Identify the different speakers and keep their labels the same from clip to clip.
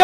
Speaker 1: ก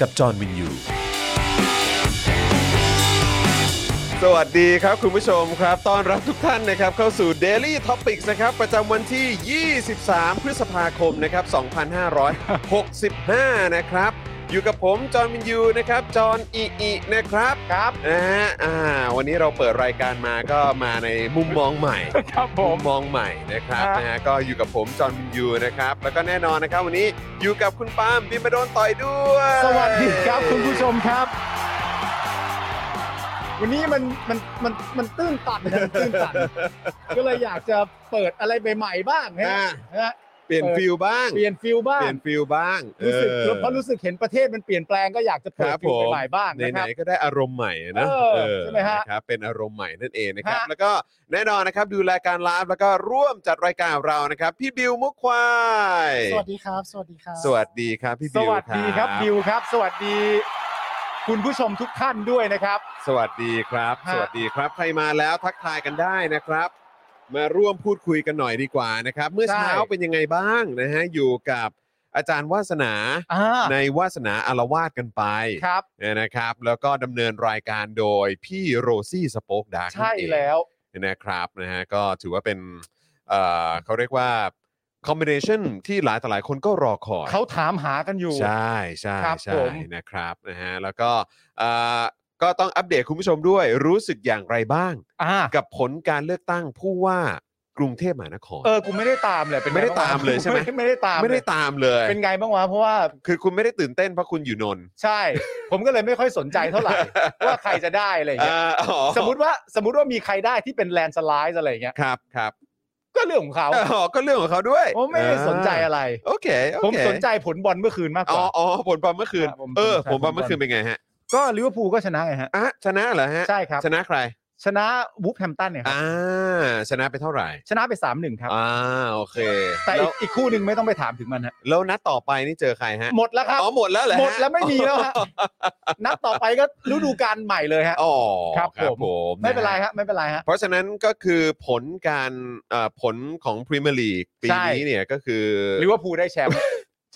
Speaker 2: กับจอห์นวินยู
Speaker 3: สวัสดีครับคุณผู้ชมครับ ต้อนรับทุกท่านนะครับเข้าสู่ Daily Topics นะครับ ประจำวันที่ 23 พฤษภาคมนะครับ 2565 นะครับ อยู่กับผม จอห์นวินยูนะครับ จอห์นอีอีนะครับครับนะฮะอ่าวันนี้เราเปิดรายการมาก็มาในมุมมองใหม่
Speaker 4: ครับผม
Speaker 3: มองใหม่นะครับ
Speaker 4: ครับ
Speaker 3: นะฮะก็อยู่กับผม จอห์นวินยูนะครับ แล้วก็แน่นอนนะครับ วันนี้อยู่กับคุณปาล์มบิมมาโดนต่อยด้วย
Speaker 4: สวัสดีครับคุณผู้ชมครับ วันนี้มันมันมันมันตื้นตันนะตื้นตัน ก็เลยอยากจะเปิดอะไรใหม่ๆบ้างฮะ
Speaker 3: อ่า
Speaker 4: ฮะ
Speaker 3: เปลี่ยนฟิลบ้าง
Speaker 4: เปลี่ยนฟิลบ้า
Speaker 3: เป
Speaker 4: ง
Speaker 3: ลี่ยนฟิลบ้าง
Speaker 4: รู้สึก
Speaker 3: เออ
Speaker 4: เพราะรู้สึกเห็นประเทศมันเปลี่ยนแปลงก็อยากจะเปิด
Speaker 3: ครับ
Speaker 4: ฟิล
Speaker 3: ผม
Speaker 4: ใหม่ๆบ้างนะ
Speaker 3: ไห
Speaker 4: คน รับ
Speaker 3: ๆก็ได้อารมณ์ใหม่นะ
Speaker 4: เออ
Speaker 3: เออ
Speaker 4: ใช่ไหมฮะ
Speaker 3: นะครับเป็นอารมณ์ใหม่นั่นเองนะครับ
Speaker 4: ฮะ
Speaker 3: แล้วก็แน่นอนนะครับดูรายการไลฟ์แล้วก็ร่วมจัดรายการเรานะครับ พี่บิวมุกควาย
Speaker 5: สวัสดีครับ สวัสดีครับ
Speaker 3: สวัสดีครับพี่
Speaker 4: ส
Speaker 3: บิว
Speaker 4: วัสดีครับบิวครับ สวัสดี คุณผู้ชมทุกท่านด้วยนะครับ
Speaker 3: สวัสดีครับ
Speaker 4: ฮะ
Speaker 3: สวัสดีครับใครมาแล้วทักทายกันได้นะครับ มาร่วมพูดคุยกันหน่อยดีกว่านะครับ เมื่อเช้าเป็นยังไงบ้างนะฮะอยู่กับอาจารย์วาสนา
Speaker 4: อ่า
Speaker 3: ในวาสนาอารวาสกันไป
Speaker 4: ครับ
Speaker 3: เนี่ยนะครับ แล้วก็ดำเนินรายการโดยพี่โรซี่สป็อกดาร์ก
Speaker 4: ใช่แล้ว
Speaker 3: นะครับนะฮะก็ถือว่าเป็นเอ่อเขาเรียกว่าคอมบิเนชันที่หลายต่อหลายคนก็รอคอย
Speaker 4: เขาถามหากันอยู่
Speaker 3: ใช่ใช่
Speaker 4: ครับ
Speaker 3: ใช่
Speaker 4: ผม
Speaker 3: นะครับนะฮะแล้วก็เอ่อก็ต้องอัปเดตคุณผู้ชมด้วยรู้สึกอย่างไรบ้าง
Speaker 4: อ่า
Speaker 3: กับผลการเลือกตั้งผู้ว่ากรุงเทพมหานคร
Speaker 4: เออกูไม่ได้ตามเลยเป็นง
Speaker 3: ไม่ได้
Speaker 4: บ้งวะ
Speaker 3: ตามเลยใช่ไหม
Speaker 4: ไม่ได้ตามเลย
Speaker 3: ไม่ได้ตามเลย
Speaker 4: เป็นไงบ้างวะเพราะว่า
Speaker 3: คือคุณไม่ได้ตื่นเต้นเพราะคุณอยู่นนท์
Speaker 4: ใช่ ผมก็เลยไม่ค่อยสนใจ เท่าไหร่ ว่าใครจะได้อะไรอย่าง
Speaker 3: เอ่
Speaker 4: เงี้ย
Speaker 3: ออ๋อ
Speaker 4: สมมติว่าสมมติว่ามีใครได้ที่เป็นแลนสไลด์อะไรอย่างเงี้ย
Speaker 3: ครับครับ
Speaker 4: ก็เรื่องของ เขา
Speaker 3: อ๋อก็เรื่องของเขาด้วย
Speaker 4: ผมไม่ได้สนใจอะไร
Speaker 3: โอเคโอเค
Speaker 4: ผมสนใจผลบอลเมื่อคืนมากก
Speaker 3: อ๋อ
Speaker 4: ว่า
Speaker 3: อ๋อผลบอลเมื่อคืน
Speaker 4: ครับผม
Speaker 3: เออ
Speaker 4: สนใจ
Speaker 3: ผลบอล
Speaker 4: ผลบอล
Speaker 3: เมื่อคืนเป็นไงฮะ
Speaker 4: ก็ลิเวอร์พูลก็ชนะไงฮะ
Speaker 3: อ่ะชนะเหรอฮะ
Speaker 4: ใช่ครับ
Speaker 3: ชนะใคร
Speaker 4: ชนะวูฟแฮมป์ตันเนี่ยครับ
Speaker 3: อ่า ชนะไปเท่าไหร่
Speaker 4: ชนะไป3ามหนึ่งครับ
Speaker 3: อ่า โอเค
Speaker 4: แต่อีกอีกคู่หนึ่งไม่ต้องไปถามถึงมันฮะ
Speaker 3: แล้วนัดต่อไปนี่เจอใครฮะ
Speaker 4: หมดแล้วครับ
Speaker 3: อ๋อ หมดแล้วเหรอฮะ
Speaker 4: หมดแล้วไม่มีแล้ว ฮะนัดต่อไปก็ฤดูกาลใหม่เลยฮะ
Speaker 3: อ๋อ
Speaker 4: ครับผม
Speaker 3: ผม
Speaker 4: ไม่เป็นไร
Speaker 3: ฮะ
Speaker 4: ฮะไม่เป็นไรฮะ
Speaker 3: เพราะฉะนั้นก็คือผลการเอ่อผลของพรีเมียร์ลีกปี
Speaker 4: ใช่
Speaker 3: นี้เนี่ยก็คือ
Speaker 4: ลิเวอร์พูลได้แชมป์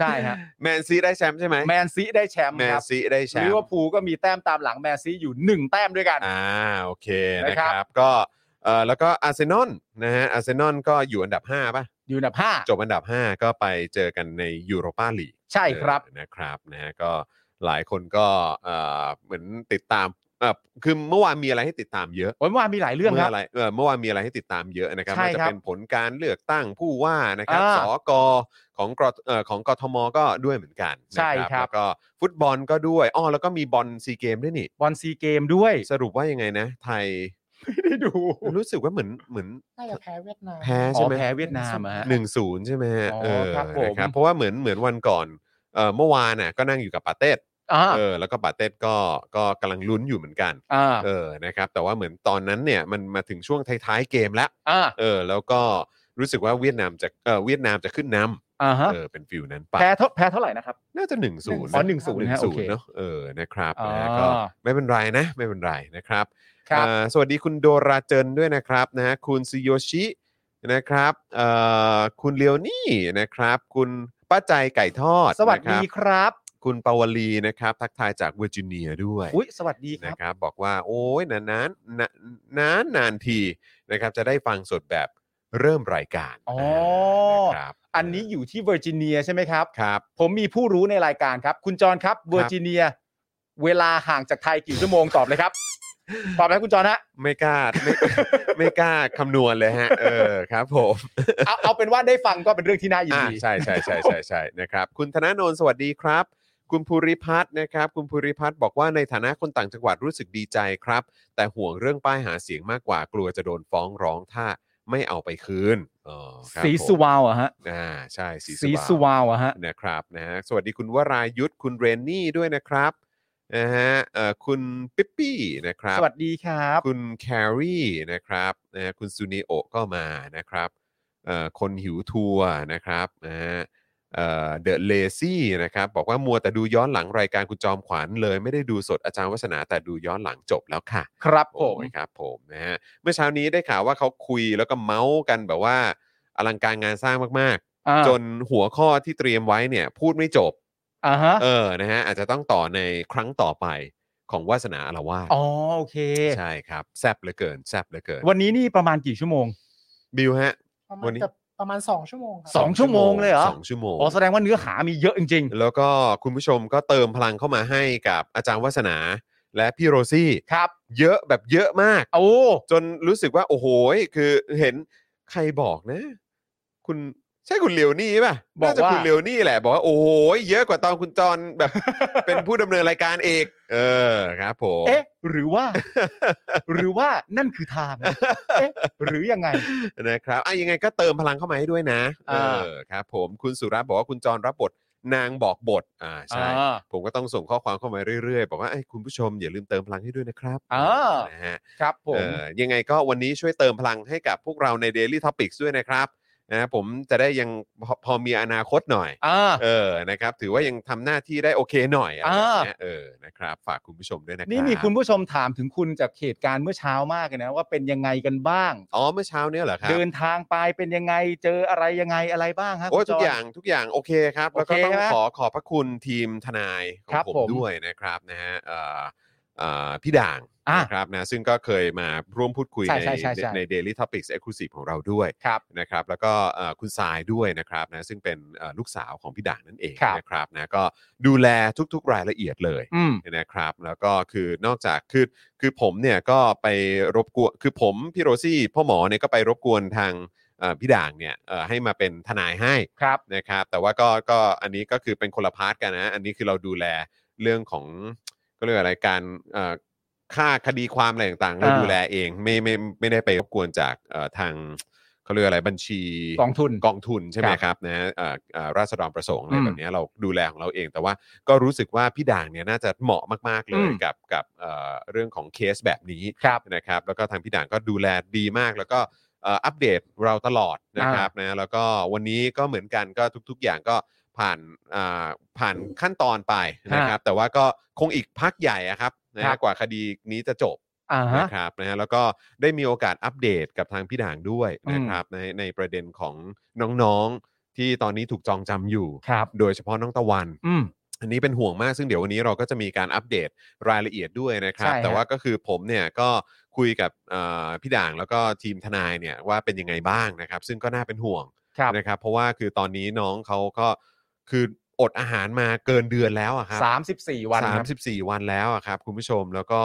Speaker 4: ใช่ฮะ
Speaker 3: แมนซีได้แชมป์ใช่ไหม
Speaker 4: แมนซีได้แชมป์
Speaker 3: แม
Speaker 4: คน รับ
Speaker 3: ซีได้แชม
Speaker 4: ลิ
Speaker 3: ป์
Speaker 4: เวอร์พูลก็มีแต้มตามหลังแมนซีอยู่ 1 แต้มด้วยกัน
Speaker 3: อ่า โอเค นะ
Speaker 4: นะค
Speaker 3: ครับ รับ ก็เอ่อแล้วก็อาร์เซนอลนะฮะ อาร์เซนอลก็อยู่อันดับ 5 ป่ะ
Speaker 4: อยู่อันดับห้า
Speaker 3: จบอันดับ 5 ก็ไปเจอกันในยูโรปาลีก
Speaker 4: ใช่ครับ
Speaker 3: เออนะครับนะฮะก็หลายคนก็เอ่อเหมือนติดตามเอ่อคือเมื่อวานมีอะไรให้ติดตามเยอะ
Speaker 4: วันว่ามีหลายเรื่องค
Speaker 3: เมื่
Speaker 4: รั
Speaker 3: อบ อะไรเออเมื่อวานมีอะไรให้ติดตามเยอะนะครับ
Speaker 4: ใช่
Speaker 3: ไม่ว่า
Speaker 4: ครั
Speaker 3: จะ
Speaker 4: บ
Speaker 3: เป็นผลการเลือกตั้งผู้ว่านะครับ
Speaker 4: อ่า
Speaker 3: สกของกรเอ่อของกทมก็ด้วยเหมือนกันนะ
Speaker 4: ใช่ครับ
Speaker 3: แล้วก็ฟุตบอลก็ด้วยอ้อแล้วก็มีบอลซีเกมด้วยนี่
Speaker 4: บอลซีเกมด้วย
Speaker 3: สรุปว่ายังไงนะ ไทย
Speaker 4: ไม่ได้ดู
Speaker 3: รู้สึกว่าเหมือนเหมือน
Speaker 5: น่าจะแพ้เวียดนาม
Speaker 3: แพ้
Speaker 4: อ๋
Speaker 3: ใช่
Speaker 4: อ
Speaker 3: ไหม
Speaker 4: แพ้เวียดนามอะฮะ
Speaker 3: หนึ่งศูนย์ใช่ไหมฮะ
Speaker 4: อ๋อ
Speaker 3: เออ
Speaker 4: ครับผม
Speaker 3: นะครับเพราะว่าเหมือนเหมือนวันก่อนเอ่อเมื่อวานน่ะก็นั่งอยู่กับปาเต้
Speaker 4: อ่า
Speaker 3: เออแล้วก็ปาเต้ก็ก็กำลังลุ้นอยู่เหมือนกัน
Speaker 4: อ่า
Speaker 3: เออนะครับแต่ว่าเหมือนตอนนั้นเนี่ยมันมาถึงช่วงท้ายๆเกมแล้ว
Speaker 4: อ่า
Speaker 3: เออแล้วก็รู้สึกว่าเวียดนามจะเออเวียดนามจะขึ้นน
Speaker 4: อ่าฮะ
Speaker 3: ำเออเป็นฟิวนั้นไปะ
Speaker 4: แพ้เท่าแพ้เท่าไหร่นะครับ
Speaker 3: น่าจะ1นึ่งศูนย์
Speaker 4: อ๋อ1-0นะฮะโอเค
Speaker 3: เนาะเออนะครับ
Speaker 4: อ๋อ
Speaker 3: นะฮะก็ไม่เป็นไรนะ ไม่เป็นไรนะครับ
Speaker 4: ครับ
Speaker 3: เอ่อสวัสดีคุณโดราเจินด้วยนะครับนะฮะคุณซิโยชินะครับเอ่อคุณเลียวนี่นะครับ คุณป้าใจไก่ทอด
Speaker 4: สวัส
Speaker 3: นะค
Speaker 4: ดี
Speaker 3: รับ
Speaker 4: ครับ
Speaker 3: คุณปาวลีนะครับ ทักทายจากเวอร์จิเนียด้วย
Speaker 4: อุ้ยสวัสดีครั
Speaker 3: นะ
Speaker 4: บ
Speaker 3: ครับบอกว่าโอ้ยนานๆนานนานนานทีนะครับจะได้ฟังสดแบบเริ่มรายการ
Speaker 4: อ๋อ
Speaker 3: นะครับ
Speaker 4: อันนี้อยู่ที่เวอร์จิเนียใช่ไหมครับ
Speaker 3: ครับ
Speaker 4: ผมมีผู้รู้ในรายการครับ คุณจรครับเวอร์จิเนีย เวลาห่างจากไทยกี่ชั่วโมงตอบ เลยครับ ตอบแล้วคุณจอนะ
Speaker 3: ไม่กล้าไม่ ไม่กล้าคำนวณเลยฮะ เออครับ ผม
Speaker 4: เอาเอาเป็นว่าได้ฟังก็เป็นเรื่องที่น่ายิน
Speaker 3: อ่า
Speaker 4: ดี
Speaker 3: ใช่ใช่ใช่ใช่ใช่นะครับ คุณธนาโนนสวัสดีครับ คุณภูริพัฒน์นะครับ คุณภูริพัฒน์บอกว่าในฐานะคนต่างจังหวัดรู้สึกดีใจครับ แต่ห่วงเรื่องป้ายหาเสียงมากกว่ากลัวจะโดนฟ้องร้องถ้าไม่เอาไปคืนอ๋อครับ
Speaker 4: สี
Speaker 3: ผม
Speaker 4: สุวาวเหรอะฮะ
Speaker 3: อ่าใช่สี
Speaker 4: สีสุวาวเหรอะฮะ
Speaker 3: นะครับนะฮะสวัสดีคุณวรายุทธ์คุณเรนนี่ด้วยนะครับนะฮะเอ่อคุณปิ๊ปปี้นะครับ
Speaker 4: สวัสดีครับ
Speaker 3: คุณแครีนะครับนะฮะคุณซูนิโอก็มานะครับเอ่อคนหิวทัวร์นะครับนะฮะเดอะเลซี่อ The Lazy นะครับบอกว่ามัวแต่ดูย้อนหลังรายการคุณจอมขวัญเลย ไม่ได้ดูสดอาจารย์วัฒนาแต่ดูย้อนหลังจบแล้วค่ะ
Speaker 4: ครับผ
Speaker 3: โอ้
Speaker 4: ม
Speaker 3: ยครับผมนะฮะเมื่อเช้านี้ได้ข่าวว่าเขาคุยแล้วก็เมาส์กันแบบว่าอลังการงานสร้างมากๆ
Speaker 4: อ่า
Speaker 3: จนหัวข้อที่เตรียมไว้เนี่ยพูดไม่จบ
Speaker 4: อ่าฮะ
Speaker 3: เออ นะฮะ อาจจะต้องต่อในครั้งต่อไปของวาสนาอารวาส
Speaker 4: อ๋อโอเค
Speaker 3: ใช่ครับ แซบเหลือเกิน แซบเหลือเกิน
Speaker 4: วันนี้นี่ประมาณกี่ชั่วโมง
Speaker 3: บิวฮะ
Speaker 1: ประ
Speaker 3: วั
Speaker 1: มาน ณ
Speaker 3: นี้
Speaker 1: กับประมาณ 2 ชั่วโมงครับ
Speaker 4: สอง ชั่วโมงเลยเหรอ
Speaker 3: สองชั่วโมง
Speaker 4: อ๋อแสดงว่าเนื้อหามีเยอะจริง
Speaker 3: แล้วก็คุณผู้ชมก็เติมพลังเข้ามาให้กับอาจารย์วาสนาและพี่โรซี่
Speaker 4: ๆ ครับ
Speaker 3: เยอะแบบเยอะมาก
Speaker 4: โอ้
Speaker 3: จนรู้สึกว่า โอ้โหยคือเห็นใครบอกนะ คุณใช่คุณเหลียวนี่ป่ะน่จะคุณเหลียวนี่แหละ บอกว่า โอ้โหยเยอะกว่าตอนคุณจรแบบ เป็นผู้ดำเนินรายการเอกเออครับผม
Speaker 4: เอ๊ะ หรือว่า หรือว่านั่นคือทางเอ๊ะหรือยังไง
Speaker 3: นะครับอ่ะยังไงก็เติมพลังเข้ามาให้ด้วยนะเอ
Speaker 4: อ่า
Speaker 3: อครับ ผมคุณสุรัตน์บอกว่าคุณจรรับบทนางบอกบทอ่าใช่
Speaker 4: อ่า
Speaker 3: ผมก็ต้องส่งข้อความเข้ามาเรื่อยๆ บอกว่าเอ้ยคุณผู้ชมอย่าลืมเติมพลังให้ด้วยนะครับ
Speaker 4: อ่า
Speaker 3: นะฮะ
Speaker 4: ครับผม
Speaker 3: เอ่อยังไงก็วันนี้ช่วยเติมพลังให้กับพวกเราใน Daily Topics ด้วยนะครับนะผมจะได้ยังพอพอมีอนาคตหน่อย
Speaker 4: อ่า
Speaker 3: เออนะครับ ถือว่ายังทำหน้าที่ได้โอเคหน่อยอะไรแบ
Speaker 4: อ่า
Speaker 3: บเนี้ยเออนะครับ ฝากคุณผู้ชมด้วยนะครับ
Speaker 4: นี่มีคุณผู้ชมถามถึงคุณจากเหตุการณ์เมื่อเช้ามากเลยนะ ว่าเป็นยังไงกันบ้าง
Speaker 3: อ๋อเมื่อเช้าเนี้ยเหรอครับ
Speaker 4: เดินทางไปเป็นยังไงเจออะไรยังไงอะไรบ้างฮะ
Speaker 3: โอ้ย
Speaker 4: คุณจ
Speaker 3: ทุกอย่างทุกอย่างโอเคครับ แล้วก็
Speaker 4: โอเค
Speaker 3: ต้อง
Speaker 4: ใช่ไหม
Speaker 3: ขอขอบพระคุณทีมทนายขอ
Speaker 4: ครั
Speaker 3: ง
Speaker 4: บ
Speaker 3: ผม
Speaker 4: ผม
Speaker 3: ด้วยนะครับนะฮะเอ่อเอ่อพี่ด่าง
Speaker 4: อ่ะ
Speaker 3: นะครับนะซึ่งก็เคยมาร่วมพูดคุย
Speaker 4: ใช่
Speaker 3: ใน
Speaker 4: ใช่ใช่ใช่
Speaker 3: ใน Daily Topics Exclusive ของเราด้วย
Speaker 4: ครับ
Speaker 3: นะครับแล้วก็เอ่อคุณสายด้วยนะครับนะซึ่งเป็นเอ่อลูกสาวของพี่ด่างนั่นเอง
Speaker 4: ครับ
Speaker 3: นะครับนะก็ดูแลทุกๆรายละเอียดเลย
Speaker 4: อืม
Speaker 3: นะครับ แล้วก็คือนอกจากคือคือผมเนี่ยก็ไปรบกวนคือผมพี่โรซี่พ่อหมอเนี่ยก็ไปรบกวนทางเอ่อพี่ด่างเนี่ยเอ่อให้มาเป็นทนายให้
Speaker 4: ครับ
Speaker 3: นะครับ แต่ว่าก็ก็อันนี้ก็คือเป็นคนละพาร์ทกันนะอันนี้คือเราดูแลเรื่องของก็เรียกว่าอะไรการเอ่อค่าคดีความอะไรต่างๆเรา
Speaker 4: อ่า
Speaker 3: ดูแลเองไม่ไม่ไม่ได้ไปรบกวนจากเอ่อทาง เขาเรียกอะไรบัญชี
Speaker 4: กองทุน
Speaker 3: กองทุนใช่ไหม
Speaker 4: ครับ
Speaker 3: ครับนะฮะเอ่อเอ่อราษฎรประสงค์อะไร
Speaker 4: อืม
Speaker 3: แบบเนี้ยเราดูแลของเราเอง แต่ว่าก็รู้สึกว่าพี่ด่างเนี่ยน่าจะเหมาะมาก ๆ เล
Speaker 4: อื
Speaker 3: ย
Speaker 4: ม
Speaker 3: กับกับเอ่อเรื่องของเคสแบบนี้
Speaker 4: ครับ
Speaker 3: นะครับ แล้วก็ทางพี่ด่างก็ดูแลดีมาก แล้วก็เอ่ออัปเดตเราตลอดนะครับนะแล้วก็วันนี้ก็เหมือนกันก็ทุก ๆ อย่างก็ผ่านอ่าผ่านขั้นตอนไปนะครับ แต่ว่าก็คงอีกพักใหญ่อะครับนะ
Speaker 4: ครั
Speaker 3: ฮะ
Speaker 4: บ
Speaker 3: กว่าคดีนี้จะจบ
Speaker 4: อ่าฮะ
Speaker 3: นะครับนะฮะแล้วก็ได้มีโอกาสอัปเดตกับทางพี่ด่างด้วย
Speaker 4: อืม
Speaker 3: นะครับในในประเด็นของน้องๆที่ตอนนี้ถูกจองจำอยู่
Speaker 4: ครับ
Speaker 3: โดยเฉพาะน้องตะวัน
Speaker 4: อืม
Speaker 3: อันนี้เป็นห่วงมากซึ่งเดี๋ยววันนี้เราก็จะมีการอัปเดตรายละเอียดด้วยนะครับ
Speaker 4: ใช่ฮะ
Speaker 3: แต่ว่าก็คือผมเนี่ยก็คุยกับเอ่อพี่ด่างแล้วก็ทีมทนายเนี่ยว่าเป็นยังไงบ้างนะครับ ซึ่งก็น่าเป็นห่วง
Speaker 4: ครับ
Speaker 3: นะครับเพราะว่าคือตอนนี้น้องเขาก็คืออดอาหารมาเกินเดือนแล้วอะครับ
Speaker 4: สามสิบสี่วันค
Speaker 3: สา
Speaker 4: รั
Speaker 3: ม
Speaker 4: บ
Speaker 3: สิบสี่วันแล้วอะครับคุณผู้ชมแล้วก็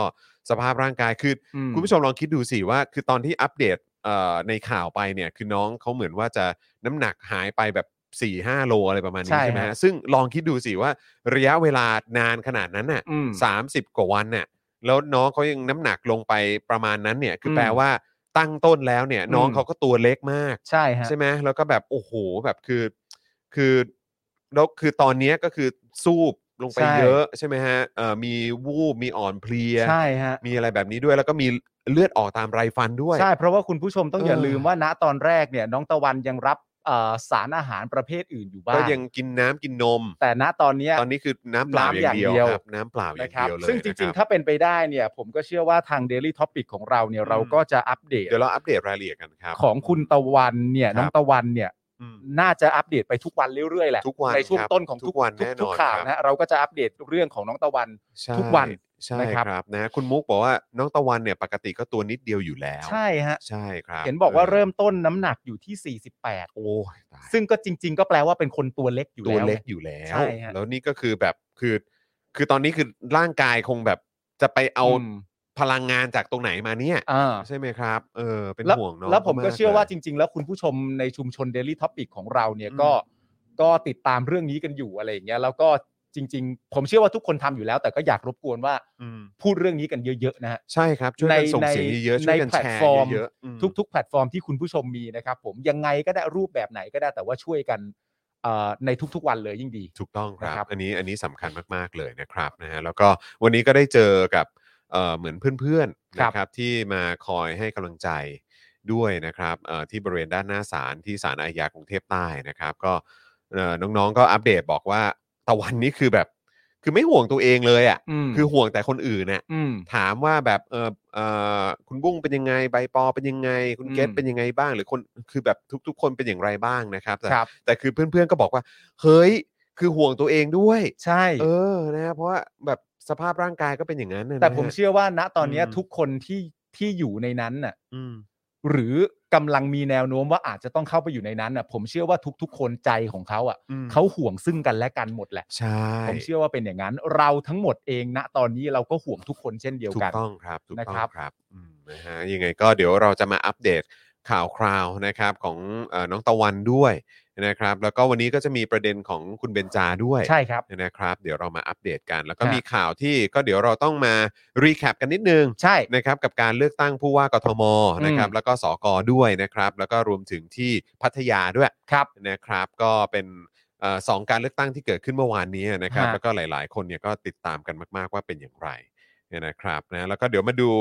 Speaker 3: สภาพร่างกายคืออ
Speaker 4: อืม
Speaker 3: คุณผู้ชมลองคิดดูสิว่า คือตอนที่อัปเดตเอ่อในข่าวไปเนี่ยคือน้องเขาเหมือนว่าจะน้ำหนักหายไปแบบ4ี่ห้าโลอะไรประมาณนี้
Speaker 4: ใช่
Speaker 3: ใช่ไหมฮะ
Speaker 4: ฮะ
Speaker 3: ซึ่งลองคิดดูสิว่า ระยะเวลานานขนาดนั้นน่ะ
Speaker 4: อืม
Speaker 3: สามสิบกว่าวันน่ะแล้วน้องเขายังน้ำหนักลงไปประมาณนั้นเนี่ยคืออ
Speaker 4: ม
Speaker 3: แปลว่าตั้งต้นแล้วเนี่ย น้อง
Speaker 4: อืม
Speaker 3: เขาก็ตัวเล็กมาก
Speaker 4: ใช่ฮะ
Speaker 3: ใช่ไหมแล้วก็แบบโอ้โหแบบคือคือแล้วคือตอนเนี้ยก็คือสูบลงไป
Speaker 4: ใช่
Speaker 3: เยอะ ใช่ไหมฮะเอ่อมีวูบมีอ่อนเพลีย
Speaker 4: ใช่ฮะ
Speaker 3: มีอะไรแบบนี้ด้วยแล้วก็มีเลือดออกตามไรฟันด้วย
Speaker 4: ใช่ เพราะว่าคุณผู้ชมต้องอย่า
Speaker 3: เออ
Speaker 4: ลืมว่าณตอนแรกเนี่ยน้องตะวันยังรับเอ่อสารอาหารประเภทอื่นอยู่บ้า
Speaker 3: ก็
Speaker 4: ง
Speaker 3: ยังกินน้ำกินนม
Speaker 4: แต่ณตอนเนี้ย
Speaker 3: ตอนนี้คือน้ำเปล่า
Speaker 4: น้ำอย่
Speaker 3: อา
Speaker 4: ย่าง ง
Speaker 3: เดียว
Speaker 4: เดียว
Speaker 3: ครับ น้ำเปล่าอย่า
Speaker 4: นะ
Speaker 3: ง
Speaker 4: ครับ
Speaker 3: เดียวเลย
Speaker 4: ซึ่งจริง
Speaker 3: นะครับ
Speaker 4: ๆถ้าเป็นไปได้เนี่ย ผมก็เชื่อว่าทาง Daily Topic ของเราเนี่ย
Speaker 3: อืม
Speaker 4: เราก็จะอัปเดต
Speaker 3: เดี๋ยวเราอัปเดตรายละเอียดกันครับ
Speaker 4: ของคุณตะวันเนี่ย
Speaker 3: ครับ
Speaker 4: น้องตะวันเนี่ย
Speaker 3: อืม
Speaker 4: น่าจะอัปเดตไปทุกวันเรื่อยๆแหละ
Speaker 3: ทุกวัน
Speaker 4: ในช่วง
Speaker 3: ครับ
Speaker 4: ต้นของ
Speaker 3: ทุกวันแน่นอน
Speaker 4: ทุกข่าว
Speaker 3: ครับ
Speaker 4: นะเราก็จะอัปเดตเรื่องของน้องตะวัน
Speaker 3: ใช่
Speaker 4: ทุกวัน
Speaker 3: ใช่
Speaker 4: นะ
Speaker 3: ค
Speaker 4: ครับ
Speaker 3: รับนะคุณมุกบอกว่าน้องตะวันเนี่ยปกติก็ตัวนิดเดียวอยู่แล้ว
Speaker 4: ใช่ฮะ
Speaker 3: ใช่ครับ
Speaker 4: เห็นบอกว่าเริ่มต้นน้ำหนักอยู่ที่
Speaker 3: โอ้ยตาย
Speaker 4: 48 ซึ่งก็จริง ๆ ก็แปลว่าเป็นคนตัวเล็กอยู่
Speaker 3: ตัว
Speaker 4: แล้ว
Speaker 3: เล็กอยู่แล้ว
Speaker 4: ใช่ฮะ
Speaker 3: แล้วนี่ก็คือแบบคือ คือตอนนี้คือร่างกายคงแบบจะไปเอา
Speaker 4: ม
Speaker 3: พลังงานจากตรงไหนมาเนี่ย
Speaker 4: อ่า
Speaker 3: ใช่ไหมครับ เออ เป็น
Speaker 4: แล้ว
Speaker 3: ห่วงน้อง
Speaker 4: แล้วผมก็
Speaker 3: าๆ
Speaker 4: เชื่อว่า
Speaker 3: ลย
Speaker 4: จริง ๆ แล้วคุณผู้ชมในชุมชน Daily Topic ของเราเนี่ย
Speaker 3: อืม
Speaker 4: ก็ก็ติดตามเรื่องนี้กันอยู่อะไรอย่างเงี้ยแล้วก็จริง ๆ ผมเชื่อว่าทุกคนทำอยู่แล้ว แต่ก็อยากรบกวนว่า
Speaker 3: อืม
Speaker 4: พูดเรื่องนี้กันเยอะๆนะฮะ
Speaker 3: ใช่ครับ ช่วยกันส่ง
Speaker 4: ใน
Speaker 3: เสียงเยอะๆ
Speaker 4: ใน
Speaker 3: ช่วยกัน
Speaker 4: ในแพล
Speaker 3: แช
Speaker 4: ต
Speaker 3: ร์
Speaker 4: ฟอร์ม
Speaker 3: เยอะๆอืม
Speaker 4: ทุก ๆ แพลตฟอร์มที่คุณผู้ชมมีนะครับผมยังไงก็ได้รูปแบบไหนก็ได้แต่ว่าช่วยกันเอ่อในทุกๆ วันเลยยิ่งดี
Speaker 3: ถูกต้องค
Speaker 4: นะค
Speaker 3: รั
Speaker 4: รับ บ
Speaker 3: อันนี้อันนี้สำคัญมาก ๆ เลยนะครับนะฮะแล้วก็วันนี้ก็ได้เจอกับเอ่อเหมือนเพื่อนๆ
Speaker 4: ครับ
Speaker 3: นะครับที่มาคอยให้กำลังใจด้วยนะครับเอ่อที่บริเวณด้านหน้าศาลที่ศาลอาญากรุงเทพใต้นะครับ ก็เอ่อน้องๆก็อัปเดตบอกว่าตะวันนี้คือแบบ คือไม่ห่วงตัวเองเลยอะ่ะ
Speaker 4: อืม
Speaker 3: คือห่วงแต่คนอื่นน่ะ
Speaker 4: อืม
Speaker 3: ถามว่าแบบเออเออคุณบุ้งเป็นยังไงใบปอเป็นยังไง คุณเกต
Speaker 4: อืม
Speaker 3: เป็นยังไงบ้าง หรือคนคือแบบทุก ๆ คนเป็นอย่างไรบ้างนะครับแต่
Speaker 4: ครับ
Speaker 3: แต่คือเพื่อนๆก็บอกว่าเฮ้ยคือห่วงตัวเองด้วย
Speaker 4: ใช่
Speaker 3: เออนะเพราะว่าแบบสภาพร่างกายก็เป็นอย่างนั้นนะ
Speaker 4: แต่ผม
Speaker 3: นะฮะ
Speaker 4: เชื่อว่าณตอนเนี้ย
Speaker 3: อืม
Speaker 4: ทุกคนที่ที่อยู่ในนั้นน่ะ
Speaker 3: อืม
Speaker 4: หรือกำลังมีแนวโน้มว่าอาจจะต้องเข้าไปอยู่ในนั้นน่ะ ผมเชื่อว่าทุก ๆ คนใจของเขาอ่ะ
Speaker 3: อืม
Speaker 4: เขาห่วงซึ่งกันและกันหมดแหละ
Speaker 3: ใช่
Speaker 4: ผมเชื่อว่าเป็นอย่างนั้น เราทั้งหมดเองณตอนนี้เราก็ห่วงทุกคนเช่นเดียว
Speaker 3: ถู
Speaker 4: กั
Speaker 3: ก
Speaker 4: น
Speaker 3: ต้องครับถูกต้อง
Speaker 4: นะ
Speaker 3: ค
Speaker 4: ครั
Speaker 3: รับบ อืมนะฮะยังไงก็เดี๋ยวเราจะมาอัปเดตข่าวคราวนะครับของเออน้องตะวันด้วยนะครับ แล้วก็วันนี้ก็จะมีประเด็นของคุณเบนจาด้วย
Speaker 4: ใช่ครับ
Speaker 3: นะครับ เดี๋ยวเรามาอัปเดตกัน แล้วก็
Speaker 4: ครับ
Speaker 3: มีข่าวที่ก็เดี๋ยวเราต้องมารีแคปกันนิดนึง
Speaker 4: ใช่
Speaker 3: นะครับกับการเลือกตั้งผู้ว่ากทมนะครับ
Speaker 4: อืม
Speaker 3: แล้วก็สกด้วยนะครับ แล้วก็รวมถึงที่พัทยาด้วย
Speaker 4: ครับ
Speaker 3: นะครับ ก็เป็นเอ่อสองการเลือกตั้งที่เกิดขึ้นเมื่อวานนี้นะครับ
Speaker 4: ฮะ
Speaker 3: แล้วก็หลาย ๆ คนเนี่ยก็ติดตามกันมาก ๆ ว่าเป็นอย่างไรเนี่ยนะครับนะแล้วก็เดี๋ยวมาดู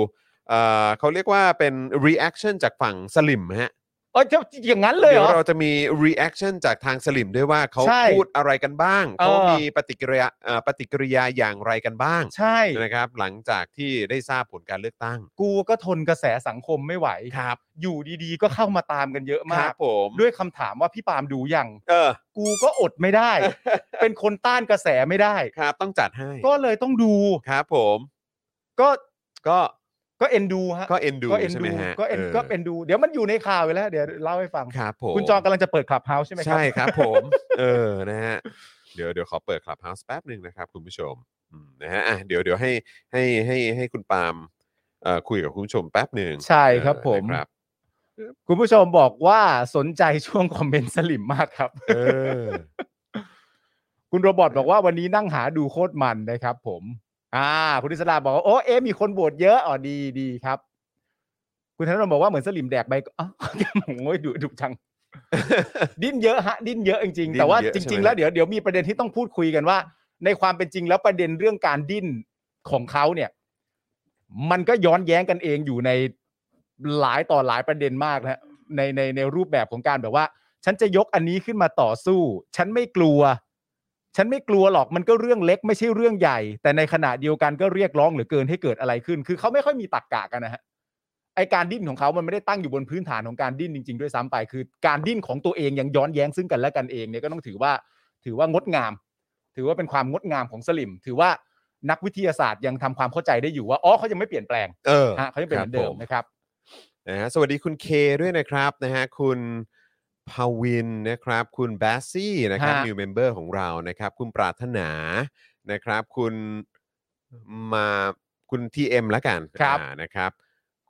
Speaker 3: เอ่อเขาเรียกว่าเป็น reaction จากฝั่งสลิมฮะ
Speaker 4: เอ้ยจะอย่างนั้นเลยเหร
Speaker 3: ยว
Speaker 4: อ
Speaker 3: เราจะมี reaction จากทางสลิมด้วยว่าเขา
Speaker 4: ใช่
Speaker 3: พูดอะไรกันบ้างเขา
Speaker 4: เออ
Speaker 3: มีปฏิกิริยาเอ่อปฏิกิริยาอย่างไรกันบ้าง
Speaker 4: ใช่
Speaker 3: นะครับ หลังจากที่ได้ทราบผลการเลือกตั้ง
Speaker 4: กูก็ทนกระแสสังคมไม่ไหว
Speaker 3: ครับ
Speaker 4: อยู่ดีๆ ก็เข้ามาตามกันเยอะ
Speaker 3: ค
Speaker 4: มา
Speaker 3: รั
Speaker 4: ก
Speaker 3: บผม
Speaker 4: ด้วยคำถามว่าพี่ปาล์มดูยัง
Speaker 3: เออ
Speaker 4: กูก็อดไม่ได้ เป็นคนต้านกระแสไม่ได้
Speaker 3: ครับต้องจัดให้
Speaker 4: ก็เลยต้องดู
Speaker 3: ครับผม
Speaker 4: ก็
Speaker 3: ก็
Speaker 4: ก็เอ็นดูฮะ
Speaker 3: ก็เอ็นดู
Speaker 4: ก็เอ็น
Speaker 3: ใช่ไหม
Speaker 4: ดู
Speaker 3: ฮะ
Speaker 4: ก็เอ็นก็เป็นดู เดี๋ยวมันอยู่ในข่าวไปแล้ว เดี๋ยวเล่าให้ฟัง
Speaker 3: ครับผม
Speaker 4: คุณจองกำลังจะเปิดคลับเฮาส์ใช่ไหมครั
Speaker 3: ใช่ครับผม เออนะฮะเดี๋ยวเดี๋ยวขอเปิดคลับเฮาส์แป๊บหนึ่งนะครับ คุณผู้ชมอืมนะฮะอ่ะเดี๋ยวเดี๋ยวให้ให้ให้ให้คุณปาล์มเอ่อคุยกับคุณผู้ชมแป๊บหนึ่ง
Speaker 4: ใช่ครับ
Speaker 3: เออ
Speaker 4: ผม
Speaker 3: นะครับ
Speaker 4: คุณผู้ชมบอกว่าสนใจช่วงค อมเมนต์สลิมมากครับ
Speaker 3: เออ
Speaker 4: คุณโรบอทบอกว่าวันนี้นั่งหาดูโคตรมันนะครับผม อ่า คุณอิสลาบอกว่าโอ้เอะมีคนโบวตเยอะอ๋อดีดีครับ คุณธนรนบอกว่าเหมือนสลิมแดกใบอ๋อโอ้ยดุดุจัง ดิ้นเยอะฮะ ดิ้นเยอะจริง
Speaker 3: ดิ้
Speaker 4: ๆ
Speaker 3: น
Speaker 4: แต่ว่า
Speaker 3: เยอะ
Speaker 4: จ
Speaker 3: ใช่
Speaker 4: ริง
Speaker 3: ไหม
Speaker 4: ๆ แล้วเดี๋ยวเดี๋ยวมีประเด็นที่ต้องพูดคุยกันว่า ในความเป็นจริงแล้วประเด็นเรื่องการดิ้นของเขาเนี่ย มันก็ย้อนแย้งกันเองอยู่ในหลายต่อหลายประเด็นมากนะฮะในในในรูปแบบของการแบบว่า ฉันจะยกอันนี้ขึ้นมาต่อสู้ ฉันไม่กลัว ฉันไม่กลัวหรอกมันก็เรื่องเล็กไม่ใช่เรื่องใหญ่ แต่ในขณะเดียวกันก็เรียกร้องเหรือเกินให้เกิดอะไรขึ้น คือเขาไม่ค่อยมีตรรกกะกันนะฮะไอการดิ้นของเขามันไม่ได้ตั้งอยู่บนพื้นฐานของการดิ้นจริง ๆ ด้วยซ้ำไป คือ การดิ้นของตัวเองยังย้อนแย้งซึ่งกันและกันเองเนี่ยก็ต้องถือว่า ถือว่างดงาม ถือว่าเป็นความงดงามของสลิม ถือว่านักวิทยาศาสตร์ยังทำความเข้าใจได้อยู่ว่าอ๋อเขายังไม่เปลี่ยนแปลง
Speaker 3: เออ
Speaker 4: ฮะเขายังเป็นเหมือน
Speaker 3: ค
Speaker 4: เดิม
Speaker 3: รับผ
Speaker 4: นะครับ
Speaker 3: นะฮะสวัสดีคุณเคด้วยนะครับนะฮะคุณพาวินนะครับ คุณแบสซี่นะครับ
Speaker 4: ฮะ
Speaker 3: new member ของเรานะครับ คุณปรารถนานะครับ คุณมาคุณ TM ละกัน
Speaker 4: ครับ
Speaker 3: อ่านะครับ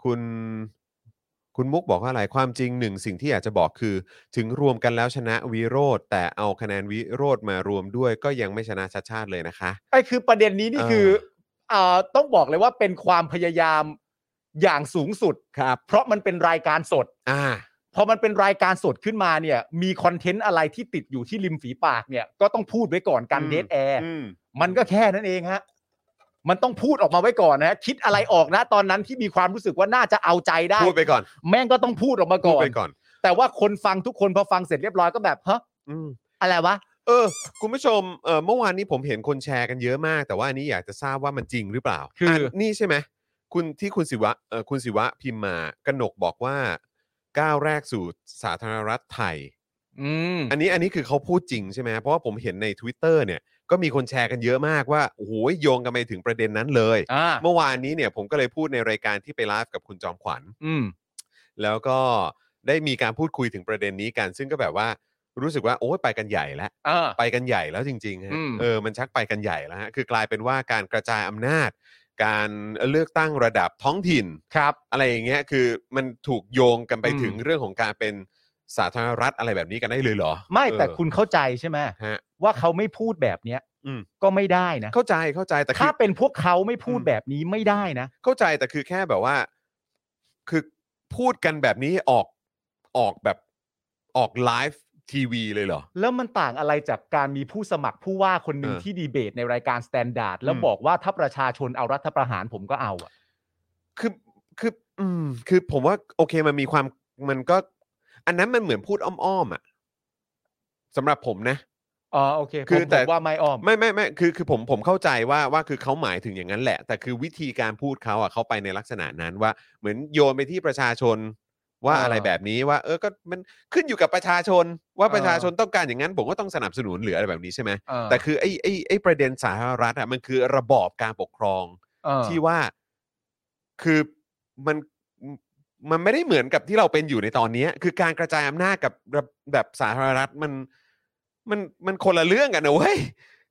Speaker 3: คุณคุณมุกบอกว่าอะไรความจริงหนึ่งสิ่งที่อยากจะบอกคือ ถึงรวมกันแล้วชนะวิโรธแต่เอาคะแนนวิโรธมารวมด้วยก็ยังไม่ชนะชาติชาติเลยนะคะ
Speaker 4: ไอ้คือประเด็นนี้นี่
Speaker 3: เออ
Speaker 4: คือเอ่อต้องบอกเลยว่าเป็นความพยายามอย่างสูงสุด
Speaker 3: ครับ
Speaker 4: เพราะมันเป็นรายการสด
Speaker 3: อ่า
Speaker 4: พอมันเป็นรายการสดขึ้นมาเนี่ย มีคอนเทนต์อะไรที่ติดอยู่ที่ริมฝีปากเนี่ย ก็ต้องพูดไว้ก่อนการ
Speaker 3: อืม
Speaker 4: เดทแอร์
Speaker 3: อืม
Speaker 4: มันก็แค่นั้นเองฮะมันต้องพูดออกมาไว้ก่อนนะฮะคิดอะไรออกนะตอนนั้นที่มีความรู้สึกว่าน่าจะเอาใจได้
Speaker 3: พูดไปก่อน
Speaker 4: แม่งก็ต้องพูดออกมา
Speaker 3: พูด
Speaker 4: ก่อน
Speaker 3: ไปก่อน
Speaker 4: แต่ว่าคนฟังทุกคนพอฟังเสร็จเรียบร้อยก็แบบฮะ
Speaker 3: อืม
Speaker 4: อะไรวะ
Speaker 3: เออคุณผู้ชมเออเมื่อวานนี้ผมเห็นคนแชร์กันเยอะมาก แต่ว่าอันนี้อยากจะทราบว่ามันจริงหรือเปล่า
Speaker 4: คืออั
Speaker 3: นนี่ใช่ไหมคุณที่คุณศิวะเออคุณศิวะพิมพ์มากนกบอกว่าก้าวแรกสู่สาธารณรัฐไทย
Speaker 4: อืม
Speaker 3: อันนี้อันนี้คือเขาพูดจริงใช่ไหมเพราะว่าผมเห็นใน Twitter เนี่ยก็มีคนแชร์กันเยอะมากว่าโอ้โหโยงกันไปถึงประเด็นนั้นเลย
Speaker 4: อ่า
Speaker 3: เมื่อวานนี้เนี่ยผมก็เลยพูดในรายการที่ไปไลฟ์กับคุณจอมขวัญ
Speaker 4: อืม
Speaker 3: แล้วก็ได้มีการพูดคุยถึงประเด็นนี้กัน ซึ่งก็แบบว่า รู้สึกว่าโอ้ยไปกันใหญ่แล้ว
Speaker 4: อ่า
Speaker 3: ไปกันใหญ่แล้วจริงๆฮะ
Speaker 4: อืม
Speaker 3: เออมันชักไปกันใหญ่แล้วฮะคือกลายเป็นว่าการกระจายอำนาจ การเลือกตั้งระดับท้องถิ่น
Speaker 4: ครับ
Speaker 3: อะไรอย่างเงี้ยคือมันถูกโยงกันไป
Speaker 4: อืม
Speaker 3: ถึงเรื่องของการเป็นสาธารณรัฐอะไรแบบนี้กันได้เลยเหรอ
Speaker 4: ไม่แต่
Speaker 3: เออ
Speaker 4: คุณเข้าใจใช่ไหม
Speaker 3: ฮะ
Speaker 4: ว่าเขาไม่พูดแบบเนี้ย
Speaker 3: อืม
Speaker 4: ก็ไม่ได้นะ
Speaker 3: เข้าใจเข้าใจแต่คื
Speaker 4: ถ้า
Speaker 3: อ
Speaker 4: เป็นพวกเขาไม่พูด
Speaker 3: อืม
Speaker 4: แบบนี้ไม่ได้นะ
Speaker 3: เข้าใจแต่คือแค่แบบว่า คือพูดกันแบบนี้ออกออกแบบออกไลฟ์ทีวีเลยเหรอ
Speaker 4: แล้วมันต่างอะไรจากการมีผู้สมัครผู้ว่าคนหนึ่ง
Speaker 3: เออ
Speaker 4: ที่ดีเบตในรายการสแตนดาร์ดแล้ว
Speaker 3: อืม
Speaker 4: บอกว่าถ้าประชาชนเอารัฐประหารผมก็เอาอะ
Speaker 3: คือคืออืมคือผมว่าโอเคมันมีความมันก็ อันนั้นมันเหมือนพูดอ้อมๆอ่ะสำหรับผมนะ
Speaker 4: อ๋อโอเค
Speaker 3: คือแต่
Speaker 4: ผมว่าไม่อ้อม
Speaker 3: ไม่ไม่ไม่คือคือผมผมเข้าใจว่าว่าคือเขาหมายถึงอย่างนั้นแหละ แต่คือวิธีการพูดเขาอ่ะเขาไปในลักษณะนั้นว่า เหมือนโยนไปที่ประชาชน ว่า
Speaker 4: เอออ
Speaker 3: อะไรแบบนี้ว่า เออก็มันขึ้นอยู่กับประชาชน ว่า
Speaker 4: เออ
Speaker 3: ประชาชนต้องการอย่างนั้น ผมก็ต้องสนับสนุนหรืออะไรแบบนี้ใช่ไหม
Speaker 4: เออ
Speaker 3: แต่คือไอ้ไอ้ไอ้ประเด็นสาธารณรัฐอ่ะมันคือระบอบการปกครอง
Speaker 4: เออ
Speaker 3: ที่ว่าคือมันมันไม่ได้เหมือนกับที่เราเป็นอยู่ในตอนเนี้ย คือการกระจายอำนาจกับระแบบสาธารณรัฐมันมันมันคนละเรื่องกันนะเว้ย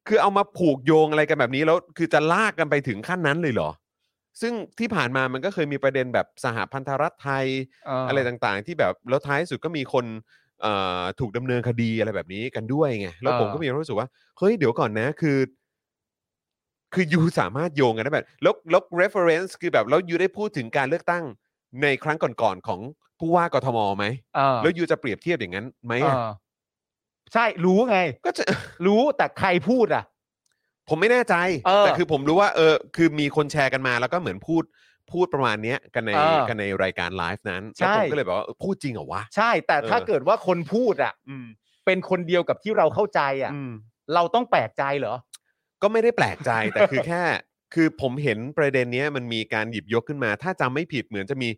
Speaker 3: คือเอามาผูกโยงอะไรกันแบบนี้แล้ว คือจะลากกันไปถึงขั้นนั้นเลยเหรอ ซึ่งที่ผ่านมามันก็เคยมีประเด็นแบบสหพันธรัฐไทย
Speaker 4: เ
Speaker 3: อะไรต่างๆ ที่แบบแล้วท้ายสุดก็มีคนเอ่อถูกดำเนินคดีอะไรแบบนี้กันด้วยไงแล้วผม
Speaker 4: เออ
Speaker 3: ก็มีความรู้สึกว่าเฮ้ยเดี๋ยวก่อนนะคือ คือ ยูสามารถโยงกันได้แบบแล้วแล้ว reference คือแบบแล้วยูได้พูดถึงการเลือกตั้งในครั้งก่อนๆของผู้ว่ากทมไหม
Speaker 4: เออ
Speaker 3: แล้วยูจะเปรียบเทียบอย่างนั้นไหม
Speaker 4: เอ
Speaker 3: อะ
Speaker 4: อใช่รู้ไง
Speaker 3: ก็จะ
Speaker 4: รู้แต่ใครพูดอ่ะ
Speaker 3: ผมไม่แน่ใจ
Speaker 4: เออ
Speaker 3: แต่คือผมรู้ว่าเออคือมีคนแชร์กันมาแล้วก็เหมือนพูดพูดประมาณเนี้ยกันใน
Speaker 4: เออ
Speaker 3: กันในรายการไลฟ์นั้น
Speaker 4: ใช่
Speaker 3: แล้วผมก็เลยแบบว่าเออพูดจริงเหรอวะ
Speaker 4: ใช่แต่ถ้า
Speaker 3: เออ
Speaker 4: เกิดว่าคนพูดอ่ะ
Speaker 3: อืม
Speaker 4: เป็นคนเดียวกับที่เราเข้าใจอ่ะ
Speaker 3: อืม
Speaker 4: เราต้องแปลกใจเหรอ
Speaker 3: ก็ไม่ได้แปลกใจ แต่คือแค่ คือผมเห็นประเด็นเนี้ยมันมีการหยิบยกขึ้นมา ถ้าจำไม่ผิดเหมือนจะมี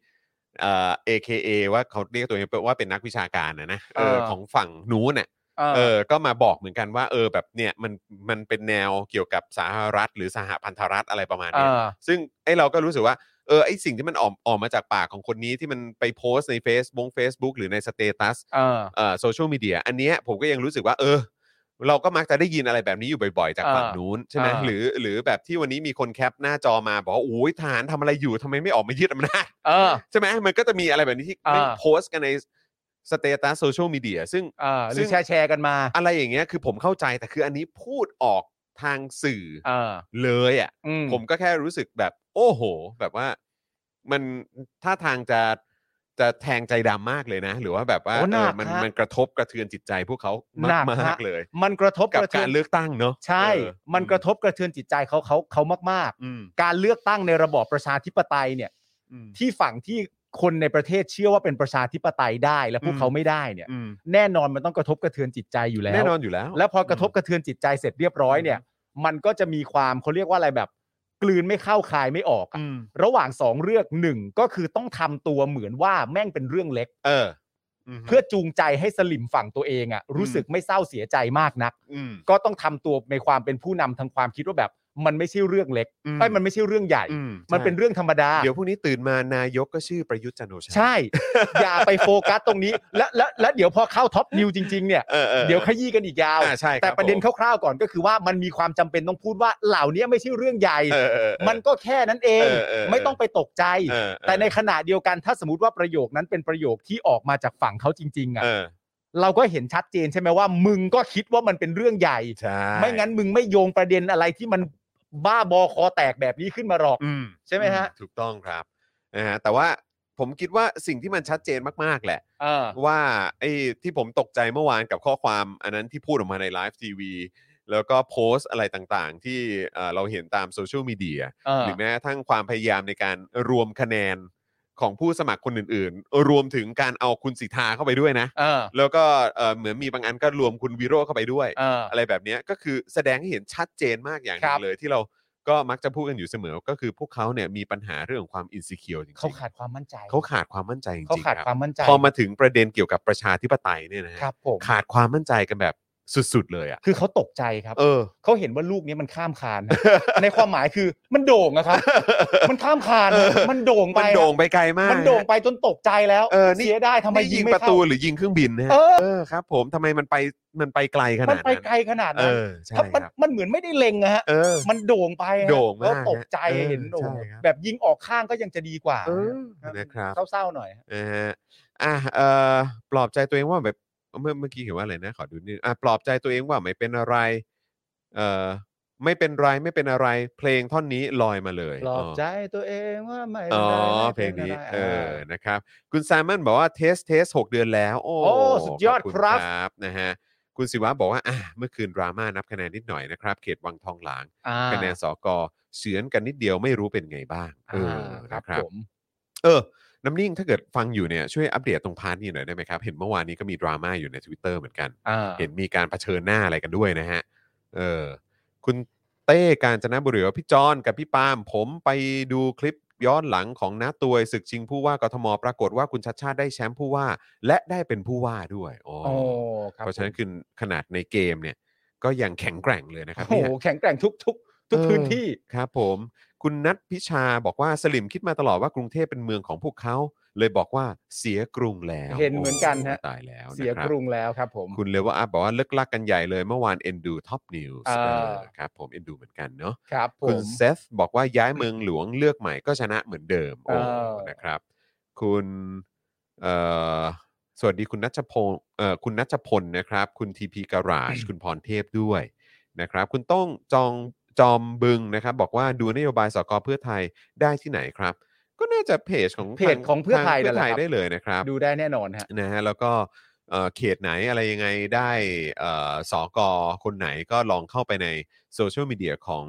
Speaker 3: เอ่อ AKA ว่าเขาเรียกตัวเองว่าเป็นนักวิชาการนะนะเออ
Speaker 4: เออ
Speaker 3: ของฝั่งนู้นน่ะ
Speaker 4: เอ
Speaker 3: เออก็มาบอกเหมือนกันว่า เออแบบเนี่ยมันมันเป็นแนวเกี่ยวกับสหรัฐ หรือสหพันธรัฐอะไรประมาณ
Speaker 4: เอ
Speaker 3: เนี้ย
Speaker 4: อ
Speaker 3: ซึ่งไอเราก็รู้สึกว่าเออไอสิ่งที่มันออกออกมาจากปากของคนนี้ที่มันไปโพสต์ใน Facebook Facebook หรือในสเตตัส
Speaker 4: เออ
Speaker 3: เอ่อโซเชียลมีเดียอันเนี้ยผมก็ยังรู้สึกว่า เออ เราก็มักจะได้ยินอะไรแบบนี้อยู่บ่อยๆ จาก
Speaker 4: อ่า
Speaker 3: ฝั่งนู้นใช่ไหม
Speaker 4: อ่า
Speaker 3: หรือหรือแบบที่วันนี้มีคนแคปหน้าจอมาบอกว่าโอ้ยทหารทำอะไรอยู่ทำไมไม่ออกมายึดอำนาจ
Speaker 4: เออ
Speaker 3: ใช่ไหมมันก็จะมีอะไรแบบนี้ที่
Speaker 4: อ่า
Speaker 3: แม่งโพสต์กันในสเตตัสโซเชียลมีเดียซึ่ง
Speaker 4: เออหรือแชร์แชร์กันมา
Speaker 3: อะไรอย่างเงี้ยคือผมเข้าใจแต่คืออันนี้พูดออกทางสื่อ
Speaker 4: เออ
Speaker 3: เลยอ่ะ
Speaker 4: อืม
Speaker 3: ผมก็แค่รู้สึกแบบ โอ้โห แบบว่ามันท่าทางจะจะแทงใจดำมากเลยนะ หรือว่าแบบว่า
Speaker 4: โอ้หนั
Speaker 3: เอก อมัน
Speaker 4: ฮะ
Speaker 3: มันกระทบกระเทือนจิตใจพวกเขา
Speaker 4: หนั
Speaker 3: มาก
Speaker 4: ก
Speaker 3: มาก
Speaker 4: ฮะ
Speaker 3: เลย
Speaker 4: มันกระทบ
Speaker 3: กับ
Speaker 4: กระเทื
Speaker 3: กา
Speaker 4: อน
Speaker 3: รเลือกตั้งเนอะ
Speaker 4: ใช่
Speaker 3: เออ
Speaker 4: มันกระทบกระเทือนจิตใจเขาเขาเขามาก
Speaker 3: อืม
Speaker 4: ๆ การเลือกตั้งในระบอบประชาธิปไตยเนี่ย
Speaker 3: อืม
Speaker 4: ที่ฝั่งที่คนในประเทศเชื่อว่าเป็นประชาธิปไตยได้ และพ
Speaker 3: อื
Speaker 4: วก
Speaker 3: ม
Speaker 4: เขาไม่ได้เนี่ย
Speaker 3: อืม
Speaker 4: แน่นอนมันต้องกระทบกระเทือนจิตใจอยู่แล้ว
Speaker 3: แน่นอนอยู่แล้ว
Speaker 4: แล้วพอกระทบกระเทือนจิตใจเสร็จเรียบร้อยเนี่ย มันก็จะมีความเขาเรียกว่าอะไรแบบ กลืนไม่เข้าคายไม่ออกอะ
Speaker 3: อืม
Speaker 4: ระหว่างสองเรื่องหนึ่งก็คือต้องทำตัวเหมือนว่าแม่งเป็นเรื่องเล็ก
Speaker 3: เอออืม
Speaker 4: เพื่อจูงใจให้สลิมฝั่งตัวเองอะรู้สึกไม่เศร้าเสียใจมากนัก
Speaker 3: ม
Speaker 4: ก็ต้องทำตัวในความเป็นผู้นำทางความคิดว่าแบบ มันไม่ใช่เรื่องเล็ก
Speaker 3: อื
Speaker 4: ไอ้ยมันไม่ใช่เรื่องใหญ่
Speaker 3: อื
Speaker 4: มันเป็นเรื่องธรรมดา
Speaker 3: ใช่เดี๋ยวพรุ่งนี้ตื่นมานายกก็ชื่อประยุทธ์จันทร์โอชา
Speaker 4: ใช่ อย่าไปโฟกัสตรงนี้ และและและเดี๋ยวพอเข้าท็อปนิวจริง ๆ เนี่ย
Speaker 3: เออออ
Speaker 4: เดี๋ยวขยี้กันอีกยาว
Speaker 3: อ่าใช่คบ
Speaker 4: แต่ประเด็น
Speaker 3: ผม
Speaker 4: คร่าวๆก่อนก็คือว่ามันมีความจำเป็นต้องพูดว่าเหล่านี้ไม่ใช่เรื่องใหญ่
Speaker 3: เออเออเออ
Speaker 4: มันก็แค่นั้นเอง
Speaker 3: เออเออเออ
Speaker 4: ไม่ต้องไปตกใจ
Speaker 3: เออเออ
Speaker 4: แต่ในขณะเดียวกันถ้าสมมติว่าประโยคนั้นเป็นประโยคที่ออกมาจากฝั่งเขาจริง ๆอะ
Speaker 3: เออ
Speaker 4: เราก็เห็นชัดเจนใช่ไหมว่า มึงก็คิดว่ามันเป็นเรื่องใหญ่
Speaker 3: ใช่
Speaker 4: ไม่งั้นมึงไม่โยงประเด็นอะไรที่มันบ้าบอคอแตกแบบนี้ขึ้นมาหรอก
Speaker 3: อืม
Speaker 4: ใช่ไหมฮะ
Speaker 3: อืถูกต้องครับนะฮะแต่ว่าผมคิดว่าสิ่งที่มันชัดเจนมาก ๆ แหละ
Speaker 4: เออ
Speaker 3: ว่าไอ้ที่ผมตกใจเมื่อวานกับข้อความอันนั้นที่พูดออกมาในไลฟ์ทีวีแล้วก็โพสต์อะไรต่างๆ ที่เอ่อเราเห็นตามโซเชียลมีเดีย
Speaker 4: เออ
Speaker 3: หรือแม้กระทั้งความพยายามในการรวมคะแนนของผู้สมัครคนอื่น ๆ รวมถึงการเอาคุณสิทธาเข้าไปด้วยนะ
Speaker 4: เออ
Speaker 3: แล้วก็เอ่อเหมือนมีบางอันก็รวมคุณวิโรจน์เข้าไปด้วย
Speaker 4: เออ
Speaker 3: อะไรแบบเนี้ยก็คือแสดงให้เห็นชัดเจนมากอย่างห
Speaker 4: ค
Speaker 3: นึ
Speaker 4: รั
Speaker 3: ง
Speaker 4: บ
Speaker 3: เลยที่เราก็มักจะพูดกันอยู่เสมอ ก็คือพวกเขาเนี่ยมีปัญหาเรื่องของความอินสิเคียวจริงๆ
Speaker 4: เขาขาดความมั่นใจ
Speaker 3: เขาขาดความมั่นใจจริง
Speaker 4: เขาขาด
Speaker 3: ๆค
Speaker 4: ควา
Speaker 3: รับ
Speaker 4: มมั่นใจ
Speaker 3: พอมาถึงประเด็นเกี่ยวกับประชาธิปไตยเนี่ยนะฮะ
Speaker 4: ครับผม
Speaker 3: ขาดความมั่นใจกันแบบ สุดๆเลยอ่ะ
Speaker 4: คือเขาตกใจครับ
Speaker 3: เออ
Speaker 4: เขาเห็นว่าลูกเนี้ยมันข้ามคานนะ ในความหมายคือมันโด่งอะครับ มันข้ามคานนะ
Speaker 3: เออ
Speaker 4: มันโด่งไป
Speaker 3: มันโด่งไปไกลมาก
Speaker 4: มันโด่งไปจนตกใจแล้ว
Speaker 3: เออนี่
Speaker 4: เสียได้ทำไม
Speaker 3: ไม่ยิ
Speaker 4: ยิง
Speaker 3: ง
Speaker 4: ไม่
Speaker 3: ประ
Speaker 4: เข้า
Speaker 3: ตูหรือยิงเครื่องบินนะฮะ
Speaker 4: เออ
Speaker 3: เออครับ ผมทำไมมันไปมันไปไกลข
Speaker 4: มั
Speaker 3: นาด
Speaker 4: นไป
Speaker 3: นั้น
Speaker 4: ไกลขนาด
Speaker 3: เอ
Speaker 4: นั้น
Speaker 3: อใช่
Speaker 4: ครับมัน
Speaker 3: ครับ
Speaker 4: มันเหมือนไม่ได้เล็งอะฮะ
Speaker 3: เออ
Speaker 4: มันโด่งไปฮะ
Speaker 3: โด่งมาก
Speaker 4: แล้วตกใจ
Speaker 3: ฮะ
Speaker 4: เห็น
Speaker 3: เออ
Speaker 4: โด่ง
Speaker 3: ใช่ครับ
Speaker 4: แบบยิงออกข้างก็ยังจะดีกว่า
Speaker 3: เออนะครับ
Speaker 4: เศร้าๆหน่อยฮะ
Speaker 3: นะฮะอ่ะเอ่อปลอบใจตัวเองว่าแบบเมื่อเมื่อกี้เห็นว่าอะไรนะขอดูนิดอ่ะปลอบใจตัวเองว่าไม่เป็นอะไรเอ่อไม่เป็นไรไม่เป็นอะไร เพลงท่อนนี้ลอยมาเลย
Speaker 4: ปลอบใจตัวเองว่าไม่
Speaker 3: อ๋อ
Speaker 4: ได้
Speaker 3: อ๋อ
Speaker 4: ไม่
Speaker 3: เพลง
Speaker 4: ป็
Speaker 3: นี้
Speaker 4: ไร
Speaker 3: เออ
Speaker 4: อ
Speaker 3: นะครับ คุณแซมมอนบอกว่าเทสเทสหกเดือนแล้ว โอ้
Speaker 4: โอ้สุดยอด
Speaker 3: ขณ
Speaker 4: ครับ
Speaker 3: นะฮะคุณศิวะบอกว่าอ่ะเมื่อคืนดราม่านับคะแนนนิดหน่อยนะครับ เขตวังทองหลาง
Speaker 4: ่า
Speaker 3: คะแนนสกเฉือนกันนิดเดียวไม่รู้เป็นไงบ้างเออ
Speaker 4: อ่าค
Speaker 3: นะ
Speaker 4: รับ
Speaker 3: ครับ
Speaker 4: ผม
Speaker 3: เออ น้ำนิ่งถ้าเกิดฟังอยู่เนี่ยช่วยอัปเดตตรงพาร์ทนี้หน่อยได้ไหมครับ เห็นเมื่อวานนี้ก็มีดราม่าอยู่ใน Twitter เหมือนกัน
Speaker 4: อ่า
Speaker 3: เห็นมีการเผชิญหน้าอะไรกันด้วยนะฮะ เออ คุณเต้การจนบุรีบอกว่าพี่จอนกับพี่ปาล์มผมไปดูคลิปย้อนหลังของน้าตัวยศึกชิงผู้ว่ากทมปรากฏว่าคุณชัดชาติได้แชมป์ผู้ว่า และได้เป็นผู้ว่าด้วยอ๋อ
Speaker 4: โอ้ครับ
Speaker 3: เพราะฉะนั้น
Speaker 4: ผม
Speaker 3: คือขนาดในเกมเนี่ย ก็ยังแข็งแกร่งเลยนะครับ
Speaker 4: โอ้
Speaker 3: เนี่ย
Speaker 4: โหแข็งแกร่งทุกทุกทุก
Speaker 3: เออ
Speaker 4: พื้นที่
Speaker 3: ครับผมคุณนัทพิชาบอกว่าสลิมคิดมาตลอดว่ากรุงเทพเป็นเมืองของพวกเขา เลยบอกว่าเสียกรุงแล้ว
Speaker 4: เห็นเหมือนกันฮะ
Speaker 3: โตายแล้ว
Speaker 4: เสีย
Speaker 3: นะคบ
Speaker 4: กรุงแล้วครับผม
Speaker 3: คุณเลว่าอัพบอกว่าเลิกลักกันใหญ่เลยเมื่อวานเอ็นดูท็อปนิวส์
Speaker 4: อ่า
Speaker 3: ครับผมเอ็นดูเหมือนกันเนาะ
Speaker 4: ครับผ
Speaker 3: คุณ
Speaker 4: ม
Speaker 3: เซฟบอกว่าย้ายเมืองหลวงเลือกใหม่ก็ชนะเหมือนเดิมโอ้
Speaker 4: เออ
Speaker 3: นะครับ คุณเอ่อสวัสดีคุณนัชพงศ์เอ่อคุณนัชพลนะครับ คุณทีพีการาชคุณพรเทพด้วย นะครับคุณต้องจองจอมบึงนะครับ บอกว่าดูนโยบายสกเพื่อไทยได้ที่ไหนครับ ก็น่าจะเพจของ
Speaker 4: เพจของเพื่อไทย
Speaker 3: างเพื่อไทย
Speaker 4: นั่นแห
Speaker 3: ได้
Speaker 4: ละครับ
Speaker 3: เลยนะครับ
Speaker 4: ดูได้แน่นอนฮะ
Speaker 3: นะฮะแล้วก็เอ่อเขตไหนอะไรยังไงได้เอ่อสกคนไหนก็ลองเข้าไปในโซเชียลมีเดียของ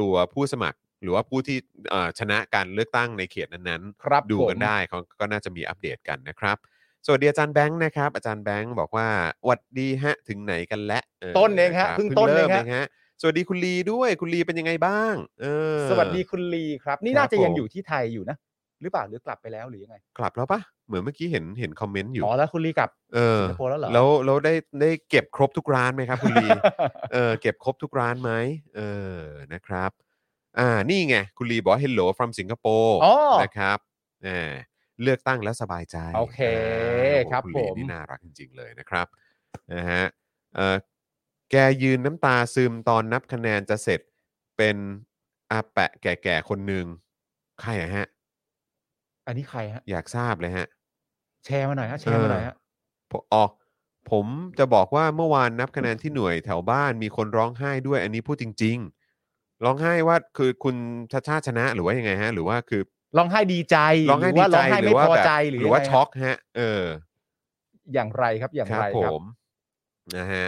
Speaker 3: ตัวผู้สมัคร หรือว่าผู้ที่เอ่อชนะการเลือกตั้งในเขตนั้น
Speaker 4: ครับ
Speaker 3: ดูกัน
Speaker 4: ผม
Speaker 3: ได้เขาก็น่าจะมีอัปเดตกันนะครับ สวัสดีอาจารย์แบงค์นะครับ อาจารย์แบงค์บอกว่าหวัดดีฮะถึงไหนกันและ
Speaker 4: ต้นเอง
Speaker 3: ค
Speaker 4: ฮะ
Speaker 3: รับ
Speaker 4: เพิ่งต้นเอง
Speaker 3: ริ่ม
Speaker 4: ฮะ
Speaker 3: สวัสดีคุณลีด้วยคุณลีเป็นยังไงบ้าง เออ
Speaker 4: สวัสดีคุณลีครับ นี่
Speaker 3: ครับ
Speaker 4: น่าจะยัง
Speaker 3: ผม
Speaker 4: อยู่ที่ไทยอยู่นะ หรือเปล่าหรือกลับไปแล้วหรือยังไง
Speaker 3: กลับแล้วปะเหมือนเมื่อกี้เห็นเห็นคอมเมนต์อยู่
Speaker 4: อ๋อแล้วคุณลีกลับ
Speaker 3: เออ
Speaker 4: สิงคโปร์แล้วเหรอ
Speaker 3: แล้วแล้วได้ได้เก็บครบทุกร้านไหมครับ คุณลีเออเก็บครบทุกร้านไหมเออนะครับ อ่านี่ไงคุณลีบอก hello from สิงคโปร์
Speaker 4: อ๋อ
Speaker 3: นะครับเออเลือกตั้งแล้วสบายใจ
Speaker 4: โอเค
Speaker 3: าโอ้โห
Speaker 4: ครับ
Speaker 3: ณลี
Speaker 4: ผม
Speaker 3: นี่น่ารักจริงๆเลยนะครับนะฮะเอ่อแกยืนน้ำตาซึมตอนนับคะแนนจะเสร็จเป็นอาแปะแก่ๆคนหนึ่งใครอะฮะ
Speaker 4: อันนี้ใครฮะ
Speaker 3: อยากทราบเลยฮะ
Speaker 4: แชร์มาหน่อยฮะแชร์มาหน่อยฮะ
Speaker 3: ผมอ๋อผมจะบอกว่าเมื่อวานนับคะแนนที่หน่วยแถวบ้านมีคนร้องไห้ด้วยอันนี้พูดจริง ๆ ร้องไห้ว่าคือคุณชาชาติชนะหรือว่ายังไงฮะ หรือว่าคือ
Speaker 4: ร้องไห้ดีใจ
Speaker 3: ร้องไห้ดี
Speaker 4: รืว่า
Speaker 3: ใจ
Speaker 4: ร้องไห้
Speaker 3: หรือ
Speaker 4: ไม่
Speaker 3: ว่า
Speaker 4: พอ
Speaker 3: แบบ
Speaker 4: ใจหรือ
Speaker 3: หรือว่า
Speaker 4: ยังไงฮะ
Speaker 3: ช็อกฮะ เออ
Speaker 4: อย่างไรครับอย่าง
Speaker 3: ครับ
Speaker 4: ไร
Speaker 3: ผ
Speaker 4: ครับ
Speaker 3: มนะฮะ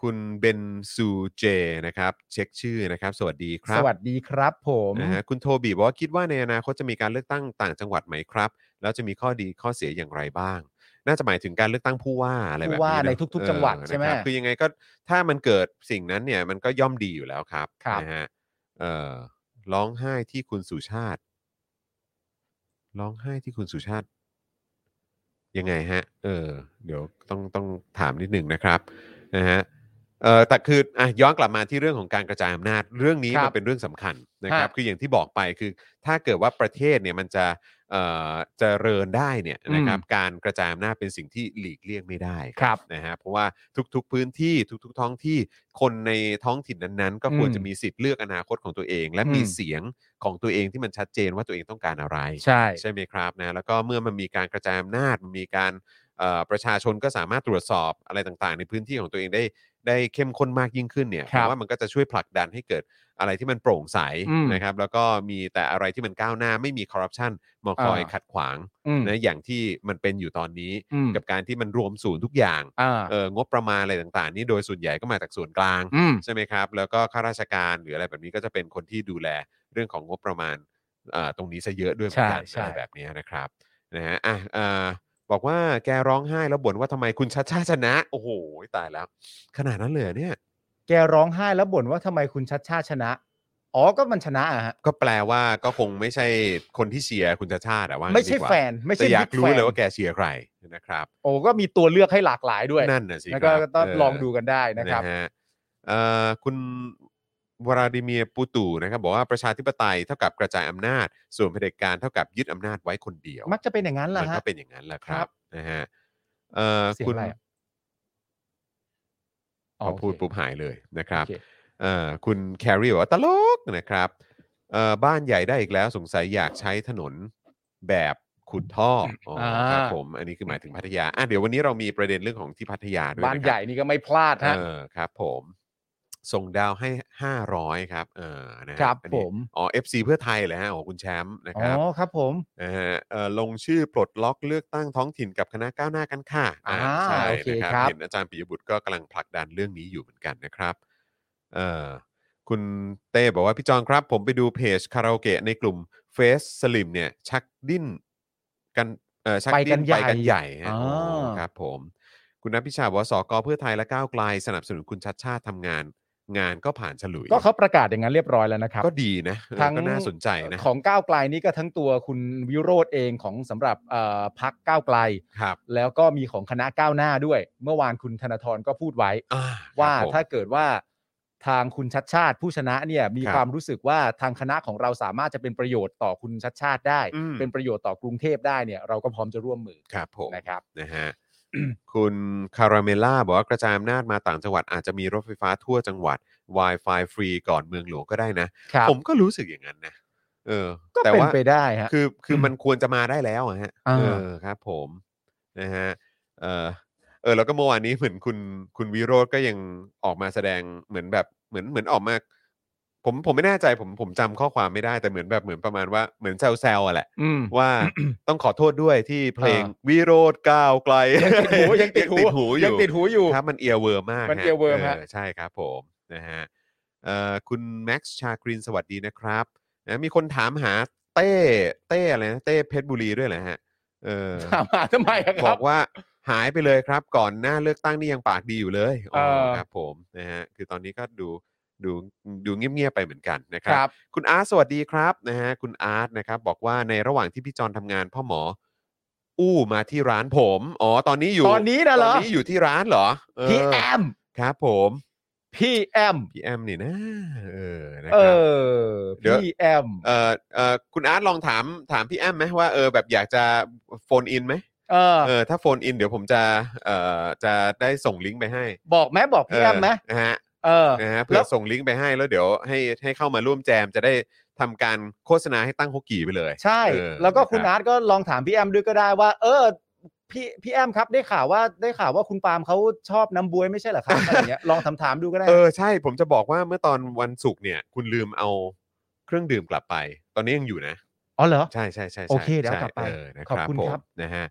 Speaker 3: คุณเบนซูเจนะครับ เช็คชื่อนะครับ สวัสดีครั
Speaker 4: ส
Speaker 3: บ
Speaker 4: วัสดีครับผม
Speaker 3: นะฮะคุณโทบีบอกว่าคิดว่าในอนาคตจะมีการเลือกตั้งต่างจังหวัดไหมครับ แล้วจะมีข้อดีข้อเสียอย่างไรบ้าง น่าจะหมายถึงการเลือกตั้งผู้ว่าอะไรแบบ
Speaker 4: ผู้
Speaker 3: นี้
Speaker 4: ว่า
Speaker 3: เอะ
Speaker 4: ในทุกๆ
Speaker 3: เออ
Speaker 4: จังหวัด
Speaker 3: นะครับ
Speaker 4: ใช่ไหม
Speaker 3: คือยังไงก็ถ้ามันเกิดสิ่งนั้นเนี่ยมันก็ย่อมดีอยู่แล้วครับ
Speaker 4: ครับ
Speaker 3: นะฮะเอ่อร้องไห้ที่คุณสุชาติ ร้องไห้ที่คุณสุชาติ ยังไงฮะ เออ เดี๋ยวต้องต้องถามนิดหนึ่งนะครับนะฮะ เอ่อแต่คืออ่ะย้อนกลับมาที่เรื่องของการกระจายอำนาจเรื่องนี้
Speaker 4: ครับ
Speaker 3: มันเป็นเรื่องสำคัญนะครับ
Speaker 4: ฮะ
Speaker 3: คืออย่างที่บอกไปคือถ้าเกิดว่าประเทศเนี่ยมันจะเอ่อเจะเริญได้เนี่ยนะครับ การกระจายอำนาจเป็นสิ่งที่หลีกเลี่ยงไม่ได้
Speaker 4: ครับ
Speaker 3: นะฮะเพราะว่าทุกๆพื้นที่ทุกๆท้องที่คนในท้องถิ่นนั้นๆ ก็ควร
Speaker 4: อืม
Speaker 3: จะมีสิทธิ์เลือกอนาคตของตัวเอง และมี
Speaker 4: อืม
Speaker 3: เสียงของตัวเองที่มันชัดเจนว่าตัวเองต้องการอะไร
Speaker 4: ใช่
Speaker 3: ใช่ไหมครับนะแล้วก็เมื่อมันมีการกระจายอำนาจมันมีการเอ่อประชาชนก็สามารถตรวจสอบอะไรต่างๆ ในพื้นที่ของตัวเองได้ได้เข้มข้นมากยิ่งขึ้นเนี่ย
Speaker 4: ครับ
Speaker 3: ผมว่ามันก็จะช่วยผลักดันให้เกิดอะไรที่มันโปร่งใส
Speaker 4: อืม
Speaker 3: นะครับ แล้วก็มีแต่อะไรที่มันก้าวหน้าไม่มีคอร์รัปชันมาคอย
Speaker 4: อ่า
Speaker 3: ขัดขวาง
Speaker 4: อืม
Speaker 3: นะอย่างที่มันเป็นอยู่ตอนนี้
Speaker 4: อืม
Speaker 3: กับการที่มันรวมศูนย์ทุกอย่าง
Speaker 4: อ่า
Speaker 3: เอองบประมาณอะไรต่างๆ นี่โดยส่วนใหญ่ก็มาจากส่วนกลาง
Speaker 4: อืม
Speaker 3: ใช่ไหมครับ แล้วก็ข้าราชการหรืออะไรแบบนี้ก็จะเป็นคนที่ดูแลเรื่องของงบประมาณอ่าตรงนี้ซะเยอะด้วยเหมือนกัน
Speaker 4: ใช่
Speaker 3: อะ
Speaker 4: ใช่
Speaker 3: ไรแบบนี้นะครับนะฮะอ่ะอ่าบอกว่าแกร้องไห้แล้วบ่นว่าทำไมคุณชัดชาติชนะ โอ้โห ตายแล้ว ขนาดนั้นเลยเหรอเนี่ย
Speaker 4: แกร้องไห้แล้วบ่นว่าทำไมคุณชัดชาติชนะ อ๋อก็มันชนะอะฮะ
Speaker 3: ก็แปลว่าก็คงไม่ใช่คนที่เชียร์คุณชาติชาติอะว่างั้น
Speaker 4: ไม่ใช่
Speaker 3: ดีกว่า
Speaker 4: แฟน ไม่ใช่
Speaker 3: แต่อยาก
Speaker 4: บิ๊
Speaker 3: รู้
Speaker 4: แฟน
Speaker 3: เลยว่าแกเชียร์ใครนะครับ
Speaker 4: โอ้ก็มีตัวเลือกให้หลากหลายด้วย
Speaker 3: นั่นน่ะสิ
Speaker 4: แล้วก็
Speaker 3: ครับ
Speaker 4: ต้อง
Speaker 3: เล
Speaker 4: องดูกันได้นะครับ
Speaker 3: ฮเอ่อคุณวลาดิเมียร์ปูตูนะครับบอกว่าประชาธิปไตยเท่ากับกระจายอำนาจ ส่วนเผด็จการเท่ากับยึดอำนาจไว้คนเดียว
Speaker 4: มักจะเป็นอย่างนั้นแห
Speaker 3: มั
Speaker 4: ละ
Speaker 3: น
Speaker 4: ฮะ
Speaker 3: ก็เป็นอย่างนั้นแหละครั
Speaker 4: ครับ บ
Speaker 3: นะฮะเอ่อ
Speaker 4: เสียง
Speaker 3: คุณ
Speaker 4: อะไรอะ
Speaker 3: พอพูดปุ๊บหายเลยนะครับ
Speaker 4: โอเค
Speaker 3: เอ่อคุณแครีบอกว่าตลกนะครับเอ่อบ้านใหญ่ได้อีกแล้วสงสัยอยากใช้ถนนแบบขุดท่ออ๋ออา ครับผมอันนี้คือหมายถึงพัทยาอ่ะเดี๋ยววันนี้เรามีประเด็นเรื่องของที่พัทยาด้วย
Speaker 4: บ้าน
Speaker 3: นะครับ
Speaker 4: ใหญ่นี่ก็ไม่พลาดฮะ
Speaker 3: เออครับผมส่งดาวให้ 500 ครับเออนะฮะ
Speaker 4: ครับ
Speaker 3: อัน
Speaker 4: ผ
Speaker 3: นี้
Speaker 4: ม
Speaker 3: อ๋อ FC เพื่อไทยเหรอฮะของคุณแชมป์นะค
Speaker 4: อ๋
Speaker 3: รับ
Speaker 4: อครับผม
Speaker 3: นะฮะเอ่อลงชื่อปลดล็อกเลือกตั้งท้องถิ่นกับคณะก้าวหน้ากันค่ะะ
Speaker 4: อ่า
Speaker 3: ใช่
Speaker 4: โอเค
Speaker 3: นะครับ เห็นอาจารย์ปิยบุตรก็กำลังผลักดันเรื่องนี้อยู่เหมือนกันนะครับเอ่อ คุณเต้บอกว่า พี่จองครับ ผมไปดูเพจคาราโอเกะในกลุ่มเฟสสลิมเนี่ย ชักดิ้นกันเออชัก
Speaker 4: ไปกั
Speaker 3: ดิ้น
Speaker 4: น
Speaker 3: ไปกันให
Speaker 4: ใหญ่
Speaker 3: ญ่ฮะ
Speaker 4: อ่า
Speaker 3: โอ้ครับผม คุณนัทพิชาบอกว่าสกเพื่อไทยและก้าวไกล สนับสนุนคุณชัดชาติทำงาน งานก็ผ่านฉลุย
Speaker 4: ก็เขาประกาศอย่างนั้นเรียบร้อยแล้วนะครับ
Speaker 3: ก็ดีนะเออ
Speaker 4: ทั้ง
Speaker 3: ก็น่าสนใจนะ
Speaker 4: ของก้าวไกลนี่ก็ทั้งตัวคุณวิโรธเองของสำหรับเอ่อพักก้าวไกล
Speaker 3: ครับ
Speaker 4: แล้วก็มีของคณะก้าวหน้าด้วย เมื่อวานคุณธนาธรก็พูดไว้
Speaker 3: อ่ครับ
Speaker 4: ว่า
Speaker 3: ผม
Speaker 4: ถ้าเกิดว่าทางคุณชัดชาติผู้ชนะเนี่ยมี
Speaker 3: ครับ
Speaker 4: ความรู้สึกว่าทางคณะของเราสามารถจะเป็นประโยชน์ต่อคุณชัดชาติได้
Speaker 3: อืม
Speaker 4: เป็นประโยชน์ต่อกรุงเทพได้เนี่ยเราก็พร้อมจะร่วมมือ
Speaker 3: ครับผม
Speaker 4: นะครับ
Speaker 3: นะฮะ คุณคาราเมล่าบอกว่ากระจายอำนาจมาต่างจังหวัดอาจจะมีรถไฟฟ้าทั่วจังหวัด Wi-Fi ฟรีก่อนเมืองหลวงก็ได้นะ
Speaker 4: ครับ
Speaker 3: ผมก็รู้สึกอย่างนั้นนะ เออ
Speaker 4: ก็
Speaker 3: แต่
Speaker 4: เป็น
Speaker 3: ว่า
Speaker 4: ไปได้ฮะ
Speaker 3: คือคือมันควรจะมาได้แล้วอะฮะ
Speaker 4: อ่า
Speaker 3: เออครับผมนะฮะ เออเออแล้วก็เมื่อวานนี้เหมือนคุณคุณวิโรธก็ยังออกมาแสดงเหมือนแบบเหมือนเหมือนออกมา ผมผมไม่แน่ใจผมผมจำข้อความไม่ได้แต่เหมือนแบบเหมือนประมาณว่าเหมือนแซวๆอะแหละ
Speaker 4: อืม
Speaker 3: ว่า ต้องขอโทษด้วยที่เพลงวิโรธก้าวไกล
Speaker 4: ยังติดหูยังติดหู
Speaker 3: อ
Speaker 4: ยั
Speaker 3: ยู่
Speaker 4: งติดหูอยู่
Speaker 3: ครับมันเอียเวิร์มมาก
Speaker 4: มัน earworm ฮะ
Speaker 3: ใช่ครับผมนะฮะเอ่อคุณแม็กซ์ชากรินสวัสดีนะครับนะมีคนถามหาเต้เต้อะไรนะเต้เพชรบุรีด้วยเหรอฮะเออ
Speaker 4: ถามมาทำไมอะ
Speaker 3: บ
Speaker 4: ครั
Speaker 3: อบ กว่าหายไปเลยครับ ก่อนหน้าเลือกตั้งนี่ยังปากดีอยู่เลยอ๋อ
Speaker 4: เออ
Speaker 3: ครับผมนะฮะคือตอนนี้ก็ดูดูดูเงียบๆไปเหมือนกันนะค
Speaker 4: ครับ รับ
Speaker 3: คุณอาร์ตสวัสดีครับนะฮะคุณอาร์ตนะครับ บอกว่าในระหว่างที่พี่จอนทำงานพ่อหมอ อู้มาที่ร้านผม อ๋อ ตอนนี้อยู่
Speaker 4: ตอนนี้นะเหร
Speaker 3: ต
Speaker 4: อ
Speaker 3: อนนี้อยู่ที่ร้านเหรอเออ
Speaker 4: พี่แอม
Speaker 3: ครับ ผม
Speaker 4: พี่แอม
Speaker 3: พี่แอมนี่นะเออนะ
Speaker 4: เอ
Speaker 3: ครับ
Speaker 4: อ
Speaker 3: เดี๋ยว
Speaker 4: พี่แอม
Speaker 3: เออเออคุณอาร์ตลองถามถามพี่แอมไหมว่าเออแบบอยากจะโฟนอินไหม
Speaker 4: เออ
Speaker 3: เออถ้าโฟนอินเดี๋ยวผมจะเออจะได้ส่งลิงก์ไปให้
Speaker 4: บอกไหมบอกพี่แอมไหม
Speaker 3: เนะฮะ
Speaker 4: เออ
Speaker 3: นะฮะ
Speaker 4: แล้
Speaker 3: เพื่อ
Speaker 4: ว
Speaker 3: ส่งลิงก์ไปให้แล้วเดี๋ยวให้ให้เข้ามาร่วมแจมจะได้ทำการโฆษณาให้ตั้งฮกกี่ไปเลย
Speaker 4: ใช่
Speaker 3: เออ
Speaker 4: แล้วก็คุณ
Speaker 3: นะครับ
Speaker 4: อาร์ตก็ลองถามพี่แอมด้วยก็ได้ว่า เออ พี่พี่แอมครับได้ข่าวว่าได้ข่าวว่าคุณปาล์มเขาชอบน้ำบวยไม่ใช่ เหรอครับอะไรอย่างเงี้ยลองถามถามๆดูก็ได้
Speaker 3: เออใช่ผมจะบอกว่าเมื่อตอนวันศุกร์เนี่ยคุณลืมเอาเครื่องดื่มกลับไป ตอนนี้ยังอยู่นะ
Speaker 4: อ๋อเหรอ
Speaker 3: ใช่ใช่ใช่ใช่
Speaker 4: โอเคเดี๋ยว
Speaker 3: ใช่
Speaker 4: กลับไป
Speaker 3: เออนะ
Speaker 4: ขอบคุณ
Speaker 3: ผม
Speaker 4: ครับ
Speaker 3: นะฮะ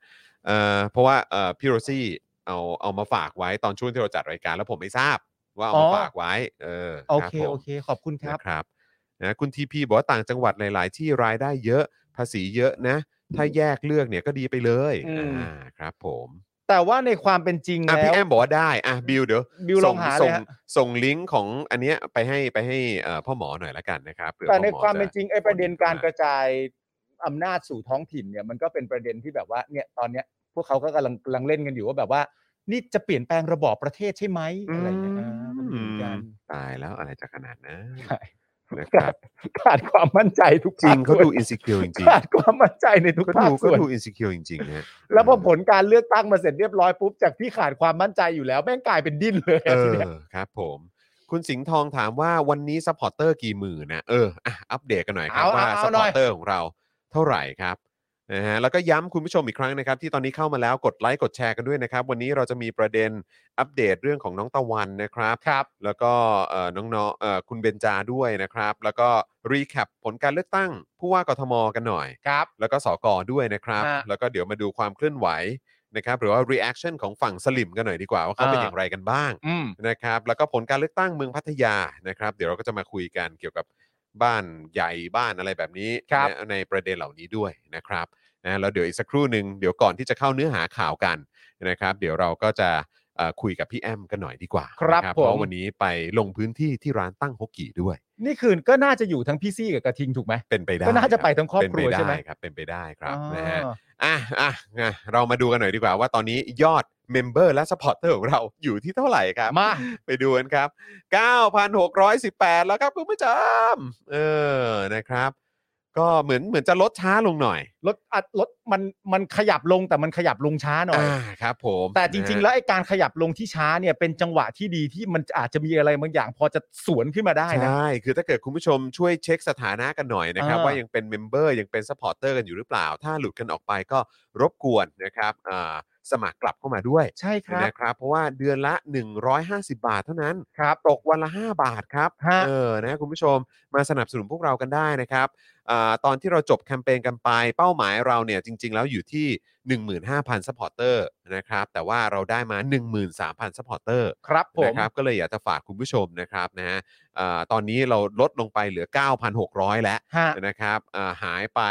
Speaker 3: เอ่อเพราะว่าเอ่อพี่โรซี่เอาเอามาฝากไว้ตอนช่วงที่เราจัดรายการแล้วผมไม่ทราบว่าเอามาฝากไว้ เออ
Speaker 4: โอ
Speaker 3: รับ
Speaker 4: เค
Speaker 3: ผม
Speaker 4: โอเค ขอบคุณครับ
Speaker 3: นะครับนะคุณทีพีบอกว่าต่างจังหวัดหลาย ๆ ที่รายได้เยอะภาษีเยอะนะ ถ้าแยกเลือกเนี่ยก็ดีไปเลย
Speaker 4: อืม
Speaker 3: อ่าครับผม
Speaker 4: แต่ว่าในความเป็นจริง
Speaker 3: อ่ะ
Speaker 4: แล้
Speaker 3: พี่
Speaker 4: ว
Speaker 3: แอมบอกว่าได้อ่ะบิวเดี๋ยว
Speaker 4: บิวลองหาเล
Speaker 3: ส่
Speaker 4: ย
Speaker 3: ง
Speaker 4: ฮะ
Speaker 3: ส่งลิงก์ของอันเนี้ยไปให้ไปให้เอ่อพ่อหมอหน่อยละกันนะครับเผื่อ
Speaker 4: แต่ใน
Speaker 3: พ่อหอ
Speaker 4: ความเป็น
Speaker 3: จะ
Speaker 4: จริงไอ้ประเด็นการกระจายอำนาจสู่ท้องถิ่นเนี่ยมันก็เป็นประเด็นที่แบบว่าเนี่ยตอนเนี้ยพวกเขาก็กำลังกำลังเล่นกันอยู่ว่าแบบว่า นี่จะเปลี่ยนแปลงระบอบประเทศใช่ไหมอะไรอย่างเงี้ยอ่าก็มีเหมือนกัน
Speaker 3: ตายแล้วอะไรจะขนาดนั้น
Speaker 4: ใช่
Speaker 3: นะครับ
Speaker 4: ขาดความมั่นใจทุก
Speaker 3: จริง
Speaker 4: ภค
Speaker 3: เขา
Speaker 4: ส่วน
Speaker 3: ดูอินสิเคียวจริง
Speaker 4: ขาดความมั่นใจในทุ
Speaker 3: ๆ
Speaker 4: ก
Speaker 3: ก็
Speaker 4: ภา
Speaker 3: ดู
Speaker 4: ค
Speaker 3: ก็
Speaker 4: ส่วน
Speaker 3: ดูอินสิเคียวจริงๆฮะ
Speaker 4: แล้วพอผลการเลือกตั้งมาเสร็จเรียบร้อยปุ๊บจากที่ขาดความมั่นใจอยู่แล้วแม่งกลายเป็นดิ้นเลย
Speaker 3: เอ
Speaker 4: อะ ที
Speaker 3: อ
Speaker 4: เนี้ย
Speaker 3: ครับผม คุณสิงห์ทองถามว่าวันนี้ซัพพอร์เตอร์กี่หมื่นนะเอออ่ะอัปเดตกันหน่อยครับ
Speaker 4: เอา
Speaker 3: ว่า
Speaker 4: เอา
Speaker 3: ซัพพ
Speaker 4: เอาหน่
Speaker 3: อ
Speaker 4: อย
Speaker 3: ร์เตอร์ของเราเท่าไหร่ครับนะฮะแล้วก็ย้ำคุณผู้ชมอีกครั้งนะครับ ที่ตอนนี้เข้ามาแล้วกดไลค์กดแชร์กันด้วยนะครับ วันนี้เราจะมีประเด็นอัปเดตเรื่องของน้องตะวันนะครับ
Speaker 4: ครับ
Speaker 3: แล้วก็เอ่อน้องๆเอ่อคุณเบนจาด้วยนะครับ แล้วก็รีแคปผลการเลือกตั้ง ผู้ว่ากทมกันหน่อย
Speaker 4: ครับ
Speaker 3: แล้วก็สกด้วยนะครับ
Speaker 4: ฮะ
Speaker 3: แล้วก็เดี๋ยวมาดูความเคลื่อนไหวนะครับ หรือว่า reaction ของฝั่งสลิมกันหน่อยดีกว่าว่าเขาเป็น
Speaker 4: อ่า
Speaker 3: อย่างไรกันบ้าง
Speaker 4: อืม
Speaker 3: นะครับ แล้วก็ผลการเลือกตั้งเมืองพัทยานะครับ เดี๋ยวเราก็จะมาคุยกันเกี่ยวกับบ้านใหญ่บ้านอะไรแบบนี้
Speaker 4: ครับ
Speaker 3: นะในประเด็นเหล่านี้ด้วยนะครับนะแล้วเดี๋ยวอีกสักครู่หนึ่งเดี๋ยวก่อนที่จะเข้าเนื้อหาข่าวกันนะครับ เดี๋ยวเราก็จะ เอ่อคุยกับพี่แอมกันหน่อยดีกว่า
Speaker 4: ครับ
Speaker 3: นะ
Speaker 4: ผม
Speaker 3: เพราะวันนี้ไปลงพื้นที่ที่ร้านตั้งฮกกี้ด้วย
Speaker 4: นี่คืนก็น่าจะอยู่ทั้งพี่ซี่กับกระทิงถูกไหม
Speaker 3: เป็นไปได้
Speaker 4: ก็น่าจะไปทั้งครอบ
Speaker 3: เป็น
Speaker 4: ครัว
Speaker 3: ด้
Speaker 4: ใช่ไหม
Speaker 3: ครับ เป็นไปได้ครับ
Speaker 4: อ๋อ
Speaker 3: นะฮะ อ่ะอ่ะอ่ะเรามาดูกันหน่อยดีกว่าว่าตอนนี้ยอดเมมเบอร์และสปอร์เตอร์ของเราอยู่ที่เท่าไหร่ครับ
Speaker 4: มา
Speaker 3: ไปดูกันครับ 9,618 แล้วครับคุณผู้ชมเออนะครับ ก็เหมือนเหมือนจะลดช้าลงหน่อย
Speaker 4: รถอัดรถมันมันขยับลงแต่มันขยับลงช้าหน่อย
Speaker 3: อ่าครับผม
Speaker 4: แต่จริง
Speaker 3: นะ
Speaker 4: ๆ
Speaker 3: ฮะ
Speaker 4: แล้วไอ้การขยับลงที่ช้าเนี่ยเป็นจังหวะที่ดีที่มันอาจจะมีอะไรบางอย่าง พอจะสวนขึ้นมาได้นะ
Speaker 3: ใช่ คือถ้าเกิดคุณผู้ชมช่วยเช็คสถานะกันหน่อยนะครับ
Speaker 4: อ่า
Speaker 3: ว่ายังเป็นเมมเบอร์ยังเป็นสปอร์เตอร์กันอยู่หรือเปล่า ถ้าหลุดกันออกไปก็รบกวนนะครับอ่าสมัครกลับเข้ามาด้วย
Speaker 4: ใช่ครับ
Speaker 3: นะครับ เพราะว่าเดือนละ 150 บาทเท่านั้น
Speaker 4: ครับ
Speaker 3: ตกวันละ 5 บาทครับ
Speaker 4: ฮะ
Speaker 3: เออนะคุณผู้ชมมาสนับสนุนพวกเรากันได้นะครับอาตอนที่เราจบแคมเปญกันไป เป้าหมายเราเนี่ยจริง ๆ แล้วอยู่ที่ 15,000ซัพพอร์เตอร์นะครับแต่ว่าเราได้มา 13,000ซัพพอร์เตอร์
Speaker 4: ครับผม
Speaker 3: นะครับก็เลยอยากจะฝากคุณผู้ชมนะครับนะฮะเอ่อตอนนี้เราลดลงไปเหลือ 9,600 แล้ว
Speaker 4: ฮะ
Speaker 3: นะครับอ่าหายไป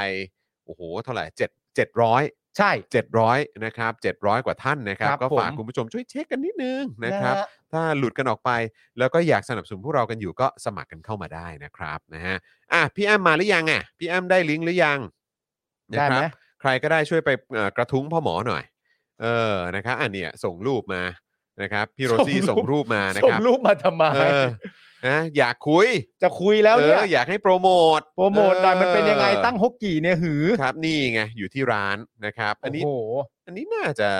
Speaker 3: โอ้โหเท่าไหร่7 700
Speaker 4: ใช่
Speaker 3: 700นะครับ700 กว่าท่านนะครับ
Speaker 4: ครับ
Speaker 3: ก็ฝาก
Speaker 4: ผม
Speaker 3: คุณผู้ชมช่วยเช็คกันนิดนึงนะครับ
Speaker 4: ฮ
Speaker 3: ถ้าหลุดกันออกไป แล้วก็อยากสนับสนุนพวกเรากันอยู่ก็สมัครกันเข้ามาได้นะครับนะฮะอ่ะพี่แอมมาหรือยังอ่ะพี่แอมได้ลิงก์หรือยังนะค
Speaker 4: ได้
Speaker 3: รับ
Speaker 4: ไหม
Speaker 3: ใครก็ได้ช่วยไปเอ่อกระทุ้งพ่อหมอหน่อย เออนะครับอันเนี้ยส่งรูปมานะครับพี่โรซี่ส่งรูปมานะ
Speaker 4: ส่
Speaker 3: ค
Speaker 4: ง
Speaker 3: รับ
Speaker 4: รูปมาทำไม
Speaker 3: เออนะอยากคุย
Speaker 4: จะคุยแล้วเนี่ย
Speaker 3: อออยากให้โปรโมท
Speaker 4: โปรโมทหน่อยมันเป็นยังไง
Speaker 3: ออ
Speaker 4: ตั้งฮกกี่เนี่ยหือ
Speaker 3: ครับนี่ไงอยู่ที่ร้านนะครับ อันนี้
Speaker 4: โอ้โห
Speaker 3: อันนี้น่าจะ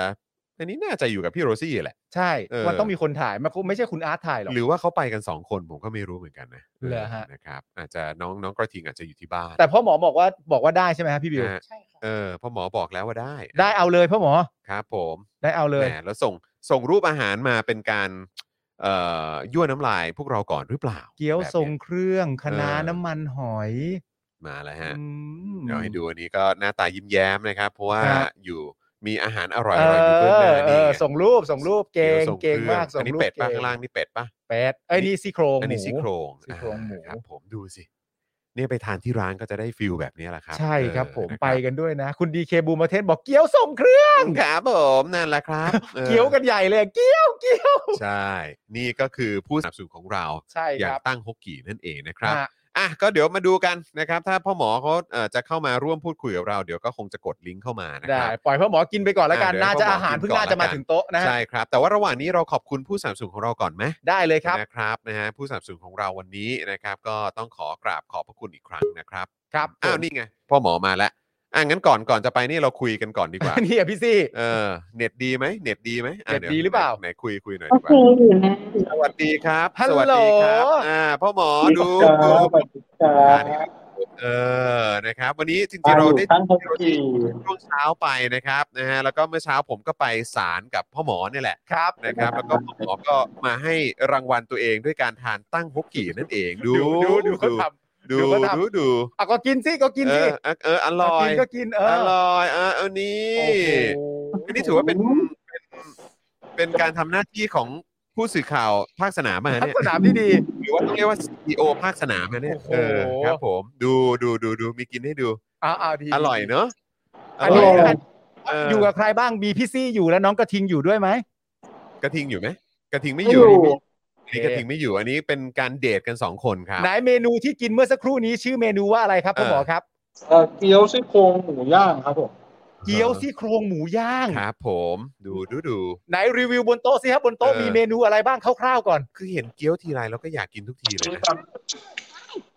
Speaker 3: อันนี้น่าจะอยู่กับพี่โรซี่แหละ
Speaker 4: ใช่
Speaker 3: เออ
Speaker 4: มันต้องมีคนถ่ายมันคงไม่ใช่คุณอาร์ตถ่ายหรอก
Speaker 3: หรือว่าเขาไปกันสองคนผมก็ไม่รู้เหมือนกันนะ
Speaker 4: เหรอฮะ
Speaker 3: นะครับ อาจจะน้องน้องกระทิงอาจจะอยู่ที่บ้าน
Speaker 4: แต่พ่อหมอบอกว่าบอกว่าได้ใช่ไหมครับพี่บิว
Speaker 3: นะฮะ
Speaker 5: ใช่ครับ
Speaker 3: เออพ่อหมอบอกแล้วว่าได้
Speaker 4: ได้เอาเลยพ่อหมอ
Speaker 3: ครับ ผม
Speaker 4: ได้เอาเลย
Speaker 3: แหมแล้วส่งส่งรูปอาหารมาเป็นการเอ่อยั่วน้ำลายพวกเราก่อนหรือเปล่า
Speaker 4: เกี๊ยว
Speaker 3: แบบ
Speaker 4: ทรง
Speaker 3: นี้ย
Speaker 4: เครื่องคะน้า
Speaker 3: เออ
Speaker 4: น้ำมันหอย
Speaker 3: มาแล้วฮะ
Speaker 4: อืม
Speaker 3: เดี๋ยวให้ดูอันนี้ก็หน้าตายิ้มแย้มนะครับ เพราะว่า
Speaker 4: ฮะ
Speaker 3: อยู่มีอาหารอร่อย
Speaker 4: เอ
Speaker 3: ๆอยู่เบื้องหน้า
Speaker 4: อเอ
Speaker 3: นี่
Speaker 4: อ
Speaker 3: ไง
Speaker 4: ส่งรูปส่งรูปเก่ง
Speaker 3: ดี๋ยวส่
Speaker 4: เก่ง
Speaker 3: ครื่อ
Speaker 4: มากส่
Speaker 3: อั
Speaker 4: ง
Speaker 3: นนี้
Speaker 4: รูป
Speaker 3: เป็ดปะ
Speaker 4: เก่
Speaker 3: ข้างล่างนี่เป็ดปะ
Speaker 4: เป็ดไอ้ยนี่ซี่โครง
Speaker 3: อันนี้
Speaker 4: หมู
Speaker 3: ซี่โครง
Speaker 4: ซี่โครงหมู
Speaker 3: อ่าครับผมดูสิเนี่ยไปทานที่ร้านก็จะได้ฟิลแบบนี้แหละครับ
Speaker 4: ใช่ครับ
Speaker 3: เออ
Speaker 4: ผม
Speaker 3: นะ
Speaker 4: ไปกันด้วยนะ คุณดีเคบูมประเทศบอกเกี๊ยวส่งเครื่อง
Speaker 3: ครับผมนั่นแหละครับออ
Speaker 4: เกี๊ยวกันใหญ่เลยเกี๊ยวเกี๊ยว
Speaker 3: ใช่ นี่ก็คือผู้สนับสนุนของเรา
Speaker 4: ใช่
Speaker 3: อย่า
Speaker 4: ค
Speaker 3: ง
Speaker 4: รับ
Speaker 3: ตั้งฮกกี่นั่นเองนะครับ
Speaker 4: ฮะ
Speaker 3: อ่ะก็เดี๋ยวมาดูกันนะครับ ถ้าพ่อหมอเขาเอ่อจะเข้ามาร่วมพูดคุยกับเราเดี๋ยวก็คงจะกดลิงก์เข้ามานะค
Speaker 4: ได้
Speaker 3: รับ
Speaker 4: ปล่อยพ่อหมอกินไปก่อนแล้วกัน
Speaker 3: อ่ะเดี๋ยว
Speaker 4: น่าจะ
Speaker 3: พ่อหมอ
Speaker 4: อาหาร
Speaker 3: กิน
Speaker 4: เพิ่ง
Speaker 3: ก่อน
Speaker 4: น่าจะมา
Speaker 3: แล้วกัน
Speaker 4: ถึงโต๊ะนะฮะ
Speaker 3: ใช่ครับ แต่ว่าระหว่างนี้เราขอบคุณผู้สนับสนุนของเราก่อนไหม
Speaker 4: ได้เลยครับ
Speaker 3: นะครับนะฮะผู้สนับสนุนของเราวันนี้นะครับ ก็ต้องขอกราบขอบพระคุณอีกครั้งนะครับ
Speaker 4: ครับ
Speaker 3: อ้าวนี่ไงพ่อหมอมาแล้วอ่ะงั้นก่อนก่อนจะไปนี่เราคุยกันก่อนดีกว่า
Speaker 4: นี่อ่ะพี่ซี่
Speaker 3: เออเน็ตดีไหมเน็ตดีไหมะ
Speaker 4: เน็ตดี
Speaker 3: ยว
Speaker 4: หรือเปล่า
Speaker 3: ไหนคุยคุยหน่อย
Speaker 6: โอ
Speaker 3: ดีกว่า
Speaker 6: เคอยู่นะ
Speaker 3: สวัสดีครับ
Speaker 4: ฮัล
Speaker 3: ส
Speaker 4: โหล
Speaker 3: วัสดีครัอ่าพ่อหมอดูดูเออนะครับ วันนี้จริงๆเราได้
Speaker 6: ตั้ง
Speaker 3: ที่เราที่ช่วงเช้าไปนะครับนะฮะแล้วก็เมื่อเช้าผมก็ไปศาลกับพ่อหมอเนี่ยแหละ
Speaker 4: ครับ
Speaker 3: นะครับ แล้วก็พ่อหมอก็มาให้รางวัลตัวเองด้วยการทานตั้งฮกกี่นั่นเองดู
Speaker 4: ดูดูดูเขา
Speaker 3: ดูดู
Speaker 4: ทดูเขาทำ
Speaker 3: ดูดู
Speaker 4: ำอ่ะก็กินสิก็กิน
Speaker 3: เอ
Speaker 4: สิ
Speaker 3: อเอออร่อย
Speaker 4: กินก็กินเอ
Speaker 3: อ
Speaker 4: อ
Speaker 3: ร่อยเออเอานี่
Speaker 4: โอ้โห
Speaker 3: อันนี้ถือว่าเป็นเป็นเป็นการทำหน้าที่ของผู้สื่อข่าวภาคสนามมา
Speaker 4: ทัก
Speaker 3: เนี่ย
Speaker 4: ษณะที่ดี
Speaker 3: หรือว่าต้องเรียกว่าซีโอภาคสนามมาเนี่ย
Speaker 4: โอ้โห
Speaker 3: เออครับผมดูดูดูดูมีกินให้ดู
Speaker 4: อ่าอ่าดี
Speaker 3: อร่อยเนอะ
Speaker 4: อันนี้
Speaker 3: ร่ยะ
Speaker 4: อัน
Speaker 3: เอออ
Speaker 4: อยู่กับใครบ้างมีพี่ซี่อยู่แล้วน้องกระทิงอยู่ด้วยไหม
Speaker 3: กระทิงอยู่ไหมกระทิงไม่
Speaker 6: ไม่
Speaker 3: อ
Speaker 6: อยู่ ยู่
Speaker 3: นี่อันนี้
Speaker 4: โอเค
Speaker 3: กระทิงไม่อยู่อันนี้เป็นการเดทกันสองคนครับ
Speaker 4: ไหนเมนูที่กินเมื่อสักครู่นี้ชื่อเมนูว่าอะไรครับพ่อหมอ
Speaker 3: เออ
Speaker 4: ครับ
Speaker 6: เอ่อเกี๊ยวซี่โครงหมูย่างครับผม
Speaker 4: เกี๊ยวซี่โครงหมูย่าง
Speaker 3: ครับผม ดูดูดู
Speaker 4: ไหนรีวิวบนโต๊ะสิครับบนโต๊ะ
Speaker 3: เออ
Speaker 4: มีเมนูอะไรบ้างคร่าวๆก่อน
Speaker 3: คือเห็นเกี๊ยวทีไรเราก็อยากกินทุกทีเลยนะ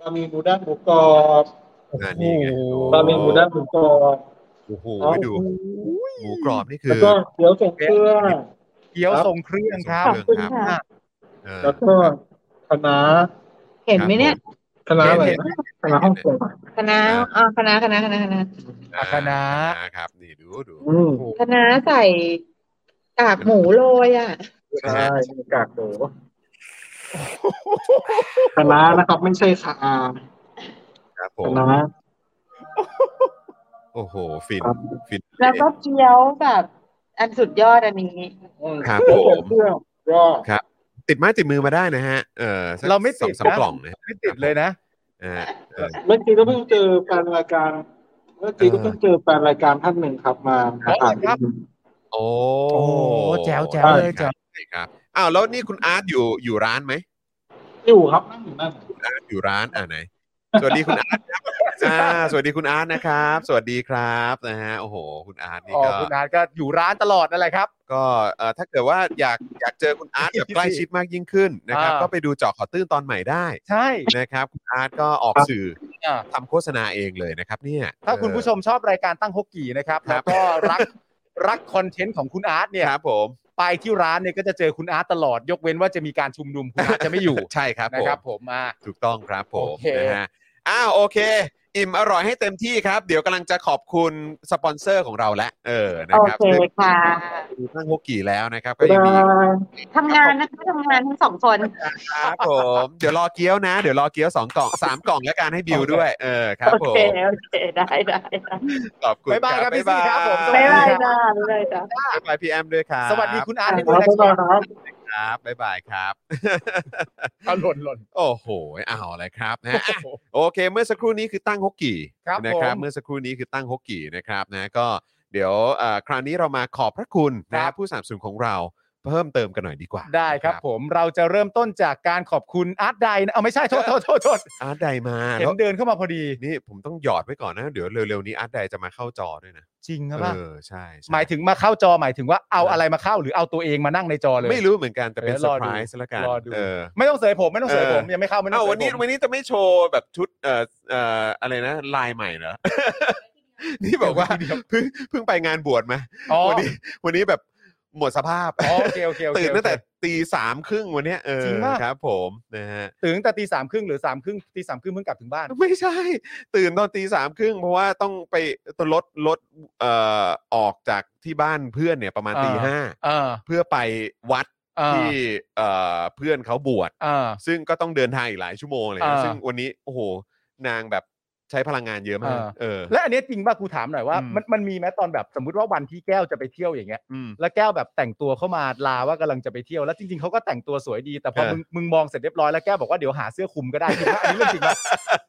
Speaker 6: บะหมี่หมูด้านหมูกรอบ
Speaker 3: อ่านี่ไง
Speaker 4: โอ้โห
Speaker 6: บะหมี่หมูด้านหมูกรอบ
Speaker 3: โอ้โห
Speaker 6: แล้ว
Speaker 3: ดูหมูกรอบนี่คื
Speaker 6: แล้ว
Speaker 3: อ
Speaker 6: ก็เกี๊ยวทรงเครื่อง
Speaker 4: เกี๊ยว
Speaker 3: ครับ
Speaker 4: ทรงเครื่องครับ
Speaker 6: ขอบคุณค่ะ
Speaker 3: เออ
Speaker 6: แล้วก็คะน้า
Speaker 7: เห็นไหมเนี่ย
Speaker 6: คะน้าอะไร
Speaker 4: เห็น
Speaker 6: นะคะน้าฮ่องกง
Speaker 7: คณะอ่าคณะคณะคณะคณะ
Speaker 3: อ่า
Speaker 4: คณะ
Speaker 3: ครับนี่ดูดู
Speaker 6: อืม
Speaker 7: คณะใส่กากหมูโรยอ่ะ
Speaker 6: ใช่มีกากหมูคะน้านะครับ ไม่ใช่ขา
Speaker 3: ครับผ
Speaker 6: คะ
Speaker 3: ม
Speaker 6: น้า
Speaker 3: โอ้โหฟิน
Speaker 6: ครับ
Speaker 3: ฟิน
Speaker 7: แล้วก็เกี๊ยวแบบอันสุดยอดอันนี้
Speaker 3: ครับ
Speaker 6: เกี๊
Speaker 3: ผ
Speaker 6: ยวทร
Speaker 3: ม
Speaker 6: งเครื่องรอบ
Speaker 3: ติดไม้ติดมือมาได้นะฮะเออสัก
Speaker 4: เราไม่ติด
Speaker 3: สองสาม
Speaker 4: นะ
Speaker 3: กล่องนะ
Speaker 4: ไม่ติดเลยนะ
Speaker 3: อ่าเออ
Speaker 6: เมื่อกี้ก็เพิ่งเจอแฟนรายการ เมื่อกี้ก็เพิ่งเจอแฟนรายการท่านหนึ่งครับมา
Speaker 4: อ๋อ
Speaker 6: ถาม
Speaker 4: ครับ
Speaker 3: โอ้
Speaker 4: โอ้แจ๋วแจ๋วเลยแจ๋ว
Speaker 3: ใช่ครับอ้าวแล้วนี่คุณอาร์ตอยู่อยู่ร้านไหม
Speaker 6: อยู่ครับนั่งอยู่
Speaker 3: อา
Speaker 6: นั่น
Speaker 3: ร์ตอยู่ร้านอ่าไหนสวัสดีคุณอาร์ตครับ อ่าสวัสดีคุณอาร์ตนะครับ สวัสดีครับนะฮะโอ้โหคุณอาร์ตนี่
Speaker 4: อ๋อ
Speaker 3: ก็
Speaker 4: คุณอาร์ตก็อยู่ร้านตลอดนั่นแหละครับ
Speaker 3: ก็เอ่อถ้าเกิดว่าอยากอยากเจอคุณอาร์ตแบบใกล้ชิดมากยิ่งขึ้นนะครับ
Speaker 4: อ่า
Speaker 3: ก็ไปดูเจาะข่าวตื้นตอนใหม่ได้
Speaker 4: ใช่
Speaker 3: นะครับคุณอาร์ตก็ออกสื่อ
Speaker 4: อ่ะ
Speaker 3: ทำโฆษณาเองเลยนะครับเนี่ย
Speaker 4: ถ้าคุณผู้ช
Speaker 3: เ
Speaker 4: มชอบรายการตั้งฮกกี่นะครับ
Speaker 3: ครั
Speaker 4: แล้
Speaker 3: บ
Speaker 4: วก็รัก รักคอนเทนต์ของคุณอาร์ต
Speaker 3: อ
Speaker 4: เนี่
Speaker 3: อย ครับผม
Speaker 4: ไปที่ร้านเนี่ยก็จะเจอคุณอาร์ตตลอด ยกเว้นว่าจะมีการชุมนุมคุณอาร์ตจะไม่อยู่
Speaker 3: ใช่ครับ
Speaker 4: นะ
Speaker 3: ผม
Speaker 4: ครับผมอ่า
Speaker 3: ถูกต้องครับผม
Speaker 4: โอเค
Speaker 3: นะฮะอ้าวโอเค อิ่มอร่อยให้เต็มที่ครับ เดี๋ยวกำลังจะขอบคุณสปอนเซอร์ของเราแล้วเออนะ
Speaker 7: โอ
Speaker 3: ครับ
Speaker 7: เคค่ะ
Speaker 3: มีตั้งฮกกี่แล้วนะครับ ก็ยังมี
Speaker 7: ทำงานนะคะทำงานทั้งสองคน
Speaker 3: ครับผมเดี๋ยวรอเกี๊ยวนะ เดี๋ยวรอเกี๊ยวสองกล่องสามกล่องแล้วกันให้บิวด้วยเออครับ
Speaker 7: โอ
Speaker 3: ผ
Speaker 7: เค
Speaker 3: ม
Speaker 7: โอเคได้ได้ได้
Speaker 3: ขอบคุณ
Speaker 4: บ๊ายบายครับพี่ซี่ครับผม
Speaker 7: ไม่
Speaker 3: บา
Speaker 7: ได้
Speaker 3: ย
Speaker 7: ได้ไม่ได้ได้
Speaker 3: บ๊ายบายพี่แอมด้วยครับ
Speaker 4: สวัสดีคุณอาร์ต
Speaker 6: ค
Speaker 4: ด้
Speaker 6: รั
Speaker 4: ว
Speaker 6: บ
Speaker 4: ยนะค
Speaker 6: บ๊ายบาย
Speaker 4: รับ
Speaker 6: ครับ
Speaker 3: ครับบ๊ายบายครับ
Speaker 4: เอาหล่นหล่น
Speaker 3: โอ้โหเอาเลยครับนะอ่ะ โอเค เมื่อสักครู่นี้คือตั้งฮกกี่
Speaker 4: ครับผม
Speaker 3: นะครับ เมื่อสักครู่นี้คือตั้งฮกกี่นะครับนะก็เดี๋ยวเอ่อคราวนี้เรามาขอบพระคุณ
Speaker 4: ค
Speaker 3: นะ
Speaker 4: รับ
Speaker 3: ผู้สนับสนุนของเราเพิ่มเติมกันหน่อยดีกว่า
Speaker 4: ได้ครับผมเราจะเริ่มต้นจากการขอบคุณอาร์ตไดนะเอาไม่ใช่โทษโทษโทษโทษ
Speaker 3: อาร์ตไดมา
Speaker 4: เห็
Speaker 3: แล้
Speaker 4: นเดินเข้ามาพอดี
Speaker 3: นี่ผมต้องหยอดไว้ก่อนนะ เดี๋ยวเร็วๆนี้อาร์ตไดจะมาเข้าจอด้วยนะ
Speaker 4: จริงครับ
Speaker 3: เออใช่ใช่
Speaker 4: หมายถึงมาเข้าจอหมายถึงว่าเอาอะไรมาเข้าหรือเอาตัวเองมานั่งในจอเลย
Speaker 3: ไม่รู้เหมือนกันแต่เป็น
Speaker 4: เออ
Speaker 3: เซ
Speaker 4: ร
Speaker 3: อ
Speaker 4: อ
Speaker 3: ร์
Speaker 4: ดู
Speaker 3: ไพรส์ละกัน
Speaker 4: รอดู
Speaker 3: เออ
Speaker 4: ไม่ต้องเสยผมไม่ต้องเสยผม
Speaker 3: เออ
Speaker 4: ยังไม่เข้าไม่ต้อง
Speaker 3: เอ้า
Speaker 4: เสย
Speaker 3: วันนี้
Speaker 4: ผม
Speaker 3: วันนี้จะไม่โชว์แบบชุดเอ่อเอ่ออะไรนะลายใหม่เหรอ นี่บอกว่าเพิ่งเพิ่งไปงานบวชมา
Speaker 4: อ๋อ
Speaker 3: วันนี้วันนี้แบบหมดสภาพ
Speaker 4: อ๋อโอเคโอเคโอเค
Speaker 3: ตื่นตั้งแต่ตีสามครึ่งวันเนี้ยเออ
Speaker 4: จริงป่ะ
Speaker 3: ครับ ผมนะ ฮะ
Speaker 4: ตื่นตั้งแต่ตีสามครึ่งหรือสามครึ่งตีสามครึ่งเพิ่งกลับถึงบ้าน
Speaker 3: ไม่ใช่ ตื่นตอนตีสามครึ่งเพราะว่าต้องไปตรถรถเอ่อออกจากที่บ้านเพื่อนเนี่ยประมาณ
Speaker 4: อ่า
Speaker 3: ตีห้า
Speaker 4: เออ
Speaker 3: เพื่อไปวัด
Speaker 4: เออ
Speaker 3: ที่เอ่อเพื่อนเขาบวช
Speaker 4: เออ
Speaker 3: ซึ่งก็ต้องเดินทางอีกหลายชั่วโมงเลยนะ
Speaker 4: อ่า
Speaker 3: ซึ่งวันนี้โอ้โหนางแบบใช้พลังงานเยอะมาก
Speaker 4: อ่า
Speaker 3: เออ
Speaker 4: และอันเนี้ยจริงป่ะกูถามหน่อยว่า
Speaker 3: อืม
Speaker 4: มันมันมีไหมตอนแบบสมมติว่าวันที่แก้วจะไปเที่ยวอย่างเงี้ย
Speaker 3: อืม
Speaker 4: แล้วแก้วแบบแต่งตัวเข้ามาลาว่ากำลังจะไปเที่ยวแล้วจริงๆเขาก็แต่งตัวสวยดีแต่พอ
Speaker 3: เออ
Speaker 4: มึงมึงมองเสร็จเรียบร้อยแล้วแก้วบอกว่าเดี๋ยวหาเสื้อคลุมก็ได้จริงปะอันนี้เรื่องจริงปะ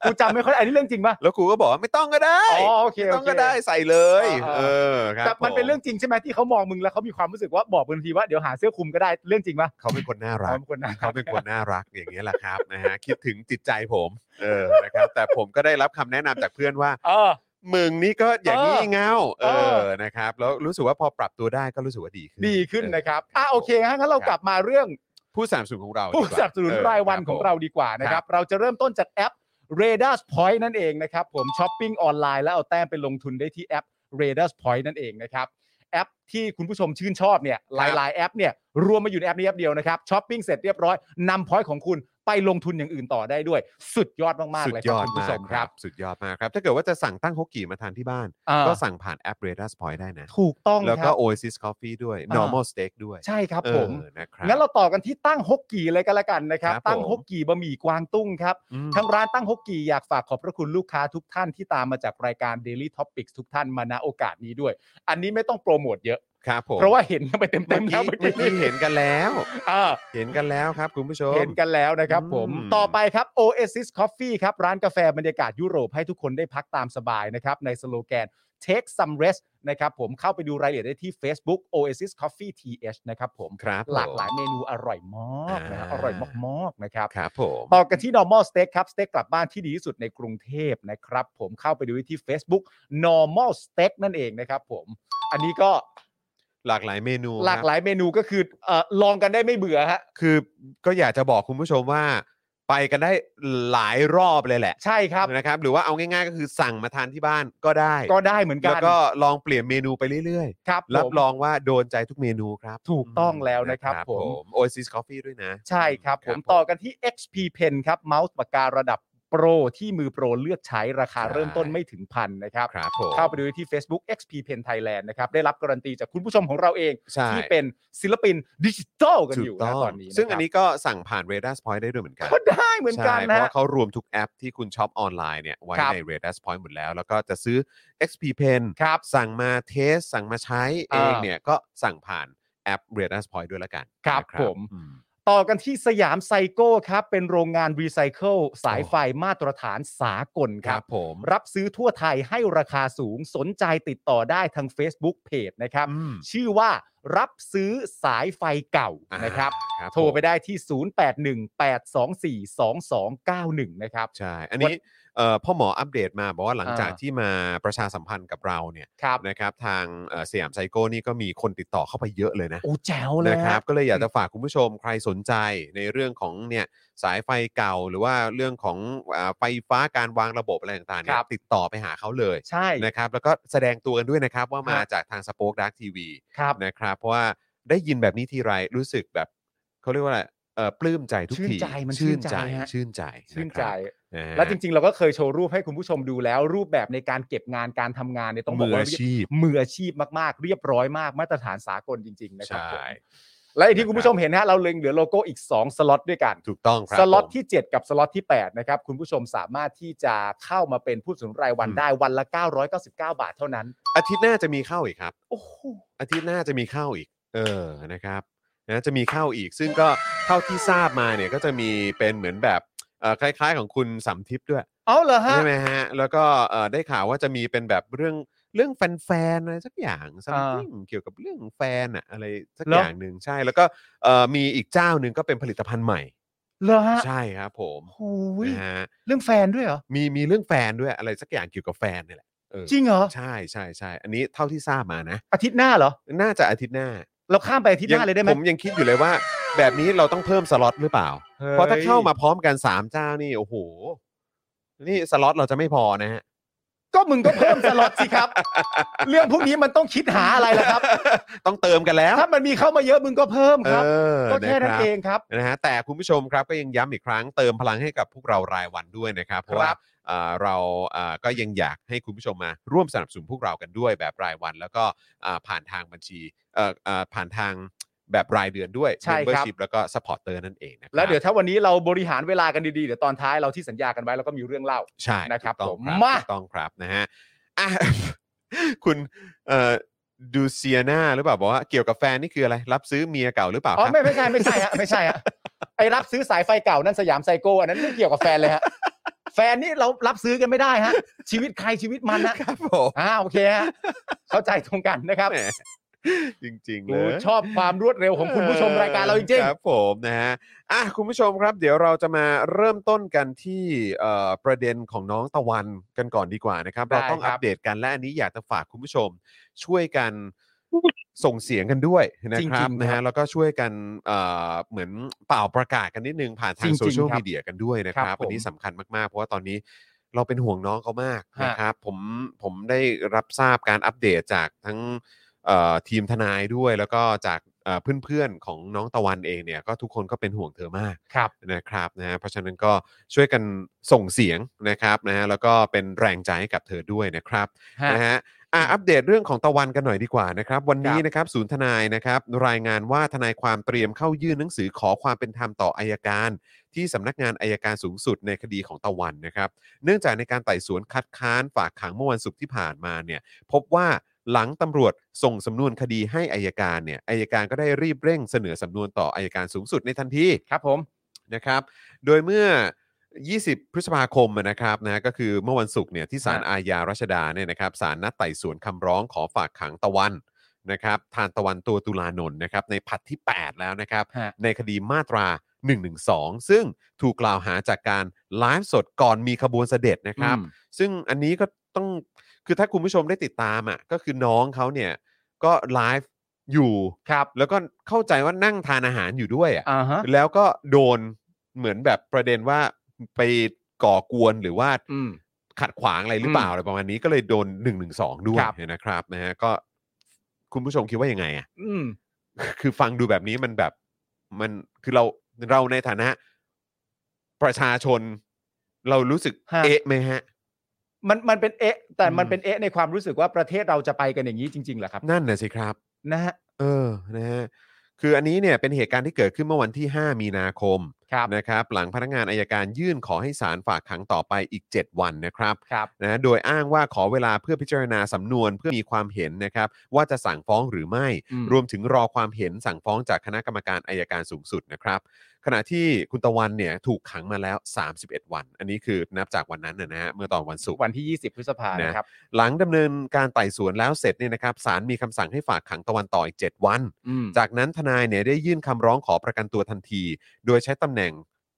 Speaker 4: กูจำไม่ค่อยอันนี้เรื่องจริงปะ
Speaker 3: แล้วครูก็บอกว่าไม่ต้องก็ได้
Speaker 4: อ๋อโอเค
Speaker 3: ไม่
Speaker 4: โอ
Speaker 3: ต้อง
Speaker 4: เค
Speaker 3: ก็ได้ใส่เลย
Speaker 4: อ่าๆ
Speaker 3: เออครับ
Speaker 4: แต่มันเป็น
Speaker 3: ผ
Speaker 4: เรื่องจริงใช่ไหมที่เขามองมึงแล้วเขามีความรู้สึกว่าบอกบางทีว่าเดี๋ยวหาเสื้อคลุมก็ได้เรื่องจริงปะ
Speaker 3: เขาเป็นคนน่ารั
Speaker 4: อ๋อก เป็นคนนะ
Speaker 3: เขาเป็นคนน่ารักอย่างนี้ยแหละครับนะฮะคิดถึงจิตใจผม เออนะครับ แต่ผมก็ได้รับคำแนะนำจากเพื่อนว่า
Speaker 4: เออ
Speaker 3: มึงนี่ก็อย่างนี้เง่าเอ
Speaker 4: เอ
Speaker 3: อ
Speaker 4: อ
Speaker 3: นะครับ แล้วรู้สึกว่าพอปรับตัวได้ก็รู้สึกว่าดีขึ้น
Speaker 4: ดีขึ้นนะครับ
Speaker 3: เ
Speaker 4: อ่ะโอเคฮะงั้นเรากลับมาเรื่อง
Speaker 3: ผู้สนับสนุนของเราดี
Speaker 4: ผู้
Speaker 3: ก
Speaker 4: ส
Speaker 3: ว่า
Speaker 4: นับสนุน
Speaker 3: เออ
Speaker 4: รายวัน
Speaker 3: คบ
Speaker 4: ของ
Speaker 3: ผม
Speaker 4: เราดีกว่านะค
Speaker 3: ครั
Speaker 4: รับ บ เราจะเริ่มต้นจากแอป r a d a r Point นั่นเองนะครับ ผมช้อปปิ้งออนไลน์แล้วเอาแต้มไปลงทุนได้ที่แอป r a d a r Point นั่นเองนะครับ แอปที่คุณผู้ชมชื่นชอบเนี่ยหลาย ๆ แอปเนี่ยรวมมาอยู่ในแอปนี้แอปเดียวนะครับช้อปปิ้งเสร็จเรียบร้อยนำพอยต์ของคุณไปลงทุนอย่างอื่นต่อได้ด้วย สุดยอดมาก ๆ
Speaker 3: สุด
Speaker 4: เลยค
Speaker 3: ย
Speaker 4: รับ
Speaker 3: อด
Speaker 4: คุณ
Speaker 3: มา
Speaker 4: ผู้ช
Speaker 3: ก
Speaker 4: ม
Speaker 3: ค
Speaker 4: ค
Speaker 3: รั
Speaker 4: รั
Speaker 3: บบ สุดยอดมากครับ ถ้าเกิดว่าจะสั่งตั้งฮกกี่มาทานที่บ้าน
Speaker 4: อ่า
Speaker 3: ก็สั่งผ่านแอป r a d a r Point ได้นะ
Speaker 4: ถูกต้อง
Speaker 3: แล้ว
Speaker 4: ค
Speaker 3: ก็
Speaker 4: รับ
Speaker 3: Oasis Coffee ด้วย
Speaker 4: อ่า
Speaker 3: Normal Steak ด้วย
Speaker 4: ใช่ครับ
Speaker 3: เออ
Speaker 4: ผม
Speaker 3: นะครับ
Speaker 4: งั้นเราต่อกันที่ตั้งฮกกี่เลยกันละกันนะครับ
Speaker 3: ครับ
Speaker 4: ตั้ง
Speaker 3: ผม
Speaker 4: ฮกกี่บะหมี่กวางตุ้งครับ
Speaker 3: อืม
Speaker 4: ทางร้านตั้งฮกกีอยากฝากขอบพระคุณลูกค้าทุกท่านที่ตามมาจากรายการ Daily Topics ทุกท่านมาณโอกาสนี้ด้วย อันนี้ไม่ต้องโปรโมทเยอะ
Speaker 3: ครับผม
Speaker 4: เพราะว่าเห็นไปเต็
Speaker 3: เมื่อ
Speaker 4: มๆแล้
Speaker 3: กี้
Speaker 4: ว
Speaker 3: เมื่อกี้
Speaker 4: เมื่อกี้
Speaker 3: เห็นกันแล้ว
Speaker 4: อ่า
Speaker 3: เห็นกันแล้วครับคุณผู้ชม
Speaker 4: เห็นกันแล้วนะครับผม
Speaker 3: อืม
Speaker 4: ต่อไปครับ Oasis Coffee ครับ ร้านกาแฟบรรยากาศยุโรปให้ทุกคนได้พักตามสบายนะครับ ในสโลแกน Take some rest นะครับผมเข้าไปดูรายละเอียดได้ที่ Facebook Oasis Coffee TH นะครับผม
Speaker 3: ครับ
Speaker 4: หลากหลาย
Speaker 3: ผม
Speaker 4: เมนูอร่อยมากนะฮะ
Speaker 3: อ่า
Speaker 4: อร่อยมากๆนะครับ
Speaker 3: ครับผม
Speaker 4: ต่อกันที่ normal steak ครับ สเต็กกลับบ้านที่ดีที่สุดในกรุงเทพนะครับ ผมเข้าไปดูที่ Facebook normal steak นั่นเองนะครับผม อันนี้ก็
Speaker 3: หลากหลายเมนู
Speaker 4: หลากห
Speaker 3: ครับ
Speaker 4: ลายเมนูก็คือเอ่อลองกันได้ไม่เบื่อฮะ
Speaker 3: คือก็อยากจะบอกคุณผู้ชมว่า ไปกันได้หลายรอบเลยแหละ
Speaker 4: ใช่ครับ
Speaker 3: นะครับ หรือว่าเอาง่ายๆ ก็คือสั่งมาทานที่บ้านก็ได้
Speaker 4: ก็ได้เหมือนกั
Speaker 3: แล้
Speaker 4: น
Speaker 3: วก็ลองเปลี่ยนเมนูไปเรื่อย
Speaker 4: ครับ
Speaker 3: ๆ รับ
Speaker 4: ผม
Speaker 3: รองว่าโดนใจทุกเมนูครับ
Speaker 4: ถูกต้องแล้วนะครับผม
Speaker 3: โอซิส Coffee ด้วยนะ
Speaker 4: ใช่ครับผมต่อกันที่ XP Pen ครับเมาส์ปากการะดับโปรที่มือโปรเลือกใช้ราคาเริ่มต้นไม่ถึงพันนะครับ
Speaker 3: ครับผม
Speaker 4: เข้าไปดูที่ Facebook XP Pen Thailand นะครับ ได้รับการันตีจากคุณผู้ชมของเราเอง
Speaker 3: ใช่
Speaker 4: ที่เป็นศิลปินดิจิทัลกัน
Speaker 3: ถู
Speaker 4: อยู่
Speaker 3: กต้
Speaker 4: นะตอนนี้ะครับ
Speaker 3: ซึ่งอันนี้ก็สั่งผ่าน r a d a r Point ได้ด้วยเหมือนกัน
Speaker 4: ก็ได้เหมือนกัน
Speaker 3: ใช่เพ
Speaker 4: นะ
Speaker 3: ราะ
Speaker 4: ฮะ
Speaker 3: ว่าเขารวมทุกแอปที่คุณช็อปออนไลน์เนี่ยไว้
Speaker 4: ครับ
Speaker 3: ใน r a d a r Point หมดแล้ว แล้วก็จะซื้อ XP Pen
Speaker 4: ครับ
Speaker 3: สั่งมาเทส สั่งมาใช้เอง
Speaker 4: อ่า
Speaker 3: เนี่ยก็สั่งผ่านแอป r a d a r Point ด้วยละกัน
Speaker 4: ครับ
Speaker 3: นะ
Speaker 4: ผม
Speaker 3: อื
Speaker 4: ต่ ต่อกันที่สยามไซโก้ครับ เป็นโรงงานรีไซเคิลสายไฟมาตรฐานสากล
Speaker 3: ค
Speaker 4: ครั
Speaker 3: รับ บผม
Speaker 4: รับซื้อทั่วไทยให้ราคาสูงสนใจติดต่อได้ทาง Facebook Page นะครับ
Speaker 3: อืม
Speaker 4: ชื่อว่ารับซื้อสายไฟเก่า
Speaker 3: อ่า
Speaker 4: นะครับ
Speaker 3: คบ
Speaker 4: โทรไป
Speaker 3: ผม
Speaker 4: ได้ที่ 0818242291 นะครับ
Speaker 3: ใช่ อันนี้เอ่อพ่อหมออัปเดตมาบอกว่าหลัง
Speaker 4: อ่า
Speaker 3: จากที่มาประชาสัมพันธ์กับเราเนี่ย
Speaker 4: ครับ
Speaker 3: นะครับทางเอ่อสยามไซโก้นี่ก็มีคนติดต่อเข้าไปเยอะเลยนะ
Speaker 4: โอ้แจ๋วเลย
Speaker 3: นะค
Speaker 4: ค
Speaker 3: รั
Speaker 4: รับ บ
Speaker 3: ก็เลยอยากจะฝากคุณผู้ชมใครสนใจในเรื่องของเนี่ยสายไฟเก่าหรือว่าเรื่องของอ่าไฟฟ้าการวางระบบอะไรต่างๆเนี่
Speaker 4: ค
Speaker 3: ย
Speaker 4: รับ
Speaker 3: ติดต่อไปหาเขาเลย
Speaker 4: ใช่
Speaker 3: นะครับแล้วก็แสดงตัวกันด้วยนะครับว่ามาจากทางสป็อคดักทีวี
Speaker 4: ครับ
Speaker 3: นะครับเพราะว่าได้ยินแบบนี้ทีไรรู้สึกแบบเขาเรียกว่าอะไรเอ่อปลื้มใจทุก
Speaker 4: ชื่น
Speaker 3: ที
Speaker 4: ใจมันชื่นใจฮะ
Speaker 3: ชื่นใจ
Speaker 4: ชื่นใจ
Speaker 3: นะฮะ
Speaker 4: แล้วจริงๆ เราก็เคยโชว์รูปให้คุณผู้ชมดูแล้ว รูปแบบในการเก็บงานการทำงานเนี่ยต้องบอ
Speaker 3: มื
Speaker 4: ก
Speaker 3: อ
Speaker 4: ว่า
Speaker 3: อาชีพ
Speaker 4: มืออาชีพมากๆ เรียบร้อยมากมาตรฐานสากลจริง ๆ นะครั
Speaker 3: ใช่
Speaker 4: ผมและอย่างที่คุณผู้ชมเห็นนะฮะเราเล็งเหลือโลโก้อีก 2 สล็อตด้วยกัน
Speaker 3: ถูกต้องครับ
Speaker 4: สล็อต
Speaker 3: ผม
Speaker 4: ที่ 7 กับสล็อตที่ 8 นะครับ คุณผู้ชมสามารถที่จะเข้ามาเป็นผู้สนับสนุนรายวัน
Speaker 3: อืม
Speaker 4: ได้วันละ 999 บาทเท่านั้น
Speaker 3: อาทิตย์หน้าจะมีเข้าอีกครับ
Speaker 4: โอ้โห
Speaker 3: อาทิตย์หน้าจะมีเข้าอีก เออ นะครับนะจะมีเข้าอีก ซึ่งก็เท่าที่ทราบมาเนี่ยก็จะมีเป็นเหมือนแบบเอ่อคล้ายๆ ของคุณสำทิพย์ด้วย
Speaker 4: เอาเหรอฮะ
Speaker 3: ใช่ไหมฮะ แล้วก็เอ่อได้ข่าวว่าจะมีเป็นแบบเรื่องเรื่องแฟนๆอะไรสักอย่างสัก
Speaker 4: อ่า
Speaker 3: เกี่ยวกับเรื่องแฟนอะอะไรสัก
Speaker 4: เหร
Speaker 3: อ
Speaker 4: อ
Speaker 3: ย่างหนึ่งใช่ แล้วก็เอ่อมีอีกเจ้าหนึ่งก็เป็นผลิตภัณฑ์ใหม่
Speaker 4: เหรอฮะ
Speaker 3: ใช่ครับผม
Speaker 4: โอ้ย
Speaker 3: นะฮะ
Speaker 4: เรื่องแฟนด้วยเหรอ
Speaker 3: มีมีเรื่องแฟนด้วยอะไรสักอย่างเกี่ยวกับแฟนเนี่ยแหละเออ
Speaker 4: จริงเหรอ
Speaker 3: ใช่ใช่ใช่อันนี้เท่าที่ทราบมานะ
Speaker 4: อาทิตย์หน้าเหรอ
Speaker 3: น่าจะอาทิตย์หน้า
Speaker 4: เราข้ามไปอาทิตย์หน้างเลยได้ไหม
Speaker 3: ผมยังคิดอยู่เลยว่า แบบนี้เราต้องเพิ่มสล็อตหรือเปล่า เพราะถ้าเข้ามาพร้อมกันสามเจ้านี่ โอ้โห นี่สล็อตเราจะไม่พอนะฮ ะ
Speaker 4: ก็มึงก็เพิ่มสล็อตสิครับ เรื่องพวกนี้มันต้องคิดหาอะไรล่ะครับ
Speaker 3: ต้องเติมกันแล้ว
Speaker 4: ถ้ามันมีเข้ามาเยอะมึงก็เพิ่ม
Speaker 3: เอ
Speaker 4: ครับ
Speaker 3: อ
Speaker 4: ก็แค่นั้
Speaker 3: ะ
Speaker 4: น
Speaker 3: รับ
Speaker 4: เองครับ
Speaker 3: นะฮะแต่คุณผู้ชมครับก็ยังย้ำอีกครั้งเติมพลังให้กับพวกเรารายวันด้วยนะครับ เพราะว่าเอ่อเราเอ่อก็ยังอยากให้คุณผู้ชมมาร่วมสนับสนุนพวกเรากันด้วยแบบรายวัน แล้วก็เอ่อผ่านทางบัญชีเอ่อเอ่อผ่านทางแบบรายเดือนด้วย
Speaker 4: ใช่ครับ
Speaker 3: membership แล้วก็ supporter นั่นเองนะครับ
Speaker 4: แล้วเดี๋ยวถ้าวันนี้เราบริหารเวลากันดีๆ เดี๋ยวตอนท้ายเราที่สัญญากันไว้เราก็มีเรื่องเล่า
Speaker 3: ใช่
Speaker 4: นะครับ
Speaker 3: ถูกต้อง
Speaker 4: ผม
Speaker 3: ครับ
Speaker 4: มา
Speaker 3: ถูกต้องครับนะฮะอ่ะ คุณเอ่อดูเซียนาหรือเปล่าบอกว่าเกี่ยวกับแฟนนี่คืออะไร รับซื้อเมียเก่าหรือเปล่า
Speaker 4: อ๋อ
Speaker 3: ครับ
Speaker 4: ไม่ไม่ใช่ไม่ใช่ฮะไม่ใช่ฮะไอรับซื้อสายไฟเก่านั่นสยามไซโก้อันนั้นไม่เกี่ยวกับแฟนเลยฮะแฟนนี่เรารับซื้อกันไม่ได้ฮะ ชีวิตใครชีวิตมันนะครับ
Speaker 3: ผม
Speaker 4: อ่าโอเคฮะเข้าใจตรงกันนะครับ
Speaker 3: แหมจริงๆเล
Speaker 4: กู
Speaker 3: ย
Speaker 4: ชอบความรวดเร็วของคุณผู้ชมรายการเราจริง
Speaker 3: ครับผมนะฮะอ่ะคุณผู้ชมครับ เดี๋ยวเราจะมาเริ่มต้นกันที่เอ่อประเด็นของน้องตะวันกันก่อนดีกว่านะครับ
Speaker 4: ได้
Speaker 3: เราต้อง
Speaker 4: ครั
Speaker 3: อั
Speaker 4: บ
Speaker 3: ปเดตกันและอันนี้อยากจะฝากคุณผู้ชมช่วยกันส่งเสียงกันด้วยนะ
Speaker 4: จริง
Speaker 3: ค
Speaker 4: ๆ
Speaker 3: รับนะ
Speaker 4: ครั
Speaker 3: ฮะ
Speaker 4: บ
Speaker 3: แล้วก็ช่วยกันเอ่อเหมือนเป่าประกาศกันนิดนึงผ่านทา
Speaker 4: จ
Speaker 3: ง
Speaker 4: ริงๆ
Speaker 3: โซเชียล
Speaker 4: ครับ
Speaker 3: มีเดียกันด้วยนะค
Speaker 4: ค
Speaker 3: รั
Speaker 4: รั
Speaker 3: บบ
Speaker 4: ผม
Speaker 3: อันนี้สำคัญมากๆ เพราะว่าตอนนี้เราเป็นห่วงน้องเขามาก
Speaker 4: ฮะ
Speaker 3: นะครับผมผมได้รับทราบการอัปเดตจากทั้ง เอ่อทีมทนายด้วยแล้วก็จากเอ่อเพื่อนๆของน้องตะวันเองเนี่ยก็ทุกคนก็เป็นห่วงเธอมาก
Speaker 4: ๆครับ
Speaker 3: นะครับนะฮะเพราะฉะนั้นก็ช่วยกันส่งเสียงนะครับนะฮะแล้วก็เป็นแรงใจให้กับเธอด้วยนะครับนะฮะอ่ะอัปเดตเรื่องของตะวันกันหน่อยดีกว่านะครับ วันนี้
Speaker 4: ครับ
Speaker 3: นะครับศูนย์ทนายนะครับรายงานว่าทนายความเตรียมเข้ายื่นหนังสือขอความเป็นธรรมต่ออายการ ที่สำนักงานอายการสูงสุดในคดีของตะวันนะครับ เนื่องจากในการไต่สวนคัดค้านฝากขังเมื่อวันศุกร์ที่ผ่านมาเนี่ย พบว่าหลังตำรวจส่งสำนวนคดีให้อายการเนี่ยอายการก็ได้รีบเร่งเสนอสำนวนต่ออายการสูงสุดในทันที
Speaker 4: ครับผม
Speaker 3: นะครับ โดยเมื่อ 20 พฤษภาคมนะครับนะก็คือเมื่อวันศุกร์เนี่ยที่ศาล
Speaker 4: ฮะ
Speaker 3: อาญารัชดาเนี่ยนะครับศาลนัดไต่สวนคำร้องขอฝากขังตะวันนะครับทานตะวันตัวตุลานนท์นะครับในผัดที่ 8 แล้วนะครับ
Speaker 4: ฮะ
Speaker 3: ในคดีมาตรา 112 ซึ่งถูกกล่าวหาจากการไลฟ์สดก่อนมีขบวนเสด็จนะครับ
Speaker 4: อืม
Speaker 3: ซึ่งอันนี้ก็ต้องคือถ้าคุณผู้ชมได้ติดตามอ่ะก็คือน้องเขาเนี่ยก็ไลฟ์อยู่
Speaker 4: ครับ
Speaker 3: แล้วก็เข้าใจว่านั่งทานอาหารอยู่ด้วยอ่ะ
Speaker 4: อ่าฮะ
Speaker 3: แล้วก็โดนเหมือนแบบประเด็นว่าไปก่อกวนหรือว่า
Speaker 4: อืม
Speaker 3: ขัดขวางอะไรหรือเปล่าอะไรประมาณนี้ก็เลยโดน 112 ด้วย
Speaker 4: ครับ
Speaker 3: นะครับนะฮะก็คุณผู้ชมคิดว่ายังไงอ่ะ
Speaker 4: อืม
Speaker 3: คือฟังดูแบบนี้มันแบบมันคือเราเราในฐานะ ประชาชน เรารู้สึก
Speaker 4: ฮะ
Speaker 3: เอะไหมฮะ
Speaker 4: มันมันเป็นเอ๊ะ แต่มัน
Speaker 3: อืม
Speaker 4: เป็นเอ๊ะในความรู้สึกว่าประเทศเราจะไปกันอย่างนี้จริงๆเหรอครับ
Speaker 3: นั่นน่ะสิครับ
Speaker 4: นะฮะ
Speaker 3: เออนะฮะคืออันนี้เนี่ยเป็นเหตุการณ์ที่เกิดขึ้นเมื่อวันที่ 5 มีนาคม
Speaker 4: ครับ
Speaker 3: นะครับหลังพนักงานอายการยื่นขอให้ศาลฝากขังต่อไปอีก 7 วันนะครับ
Speaker 4: ครับ
Speaker 3: นะโดยอ้างว่าขอเวลาเพื่อพิจารณาสำนวนเพื่อมีความเห็นนะครับว่าจะสั่งฟ้องหรือไม่
Speaker 4: อืม
Speaker 3: รวมถึงรอความเห็นสั่งฟ้องจากคณะกรรมการอายการสูงสุดนะครับ ขณะที่คุณตะวันเนี่ยถูกขังมาแล้ว 31 วัน อันนี้คือนับจากวันนั้นนะฮะเมื่อตอนวันศุกร์
Speaker 4: วันที่ 20 พฤษภา
Speaker 3: นะ
Speaker 4: นะครับ
Speaker 3: หลังดำเนินการไต่สวนแล้วเสร็จเนี่ยนะครับศาลมีคำสั่งให้ฝากขังตะวันต่ออีก 7 วัน
Speaker 4: อืม
Speaker 3: จากนั้นทนายเนี่ยได้ยื่นคำร้องขอประกันตัวทันที โดยใช้ตำแหน่ง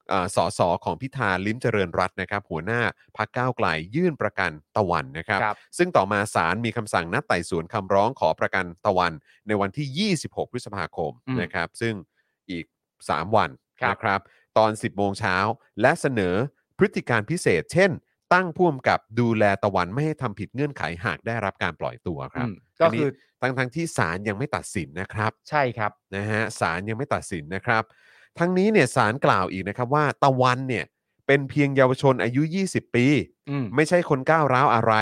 Speaker 3: เอ่อสสของพิธาลิ้มเจริญรัตน์นะครับ หัวหน้าพักก้าวไกลยื่นประกันตะวันนะครับ
Speaker 4: ครับ
Speaker 3: ซึ่งต่อมาศาลมีคำสั่งนัดไต่สวนคำร้องขอประกันตะวัน ในวันที่ 26 พฤษภาคม
Speaker 4: อืม
Speaker 3: นะครับ ซึ่งอีก 3 วัน
Speaker 4: ครับ
Speaker 3: นะครับ ตอน 10 โมงเช้าและเสนอพฤติการพิเศษ เช่น ตั้งพ่วมกับดูแลตะวันไม่ให้ทำผิดเงื่อนไขหากได้รับการปล่อยตัวค
Speaker 4: อื
Speaker 3: รับ
Speaker 4: มก็คือ
Speaker 3: ทั้งทั้งๆที่ศาลยังไม่ตัดสินนะครับ
Speaker 4: ใช่ครับ
Speaker 3: นะฮะศาลยังไม่ตัดสินนะครับ ทั้งนี้เนี่ยศาลกล่าวอีกนะครับว่าตะวันเนี่ยเป็นเพียงเยาวชนอายุ 20 ปี
Speaker 4: อืม
Speaker 3: ไม่ใช่คนก้าวร้าวอะไร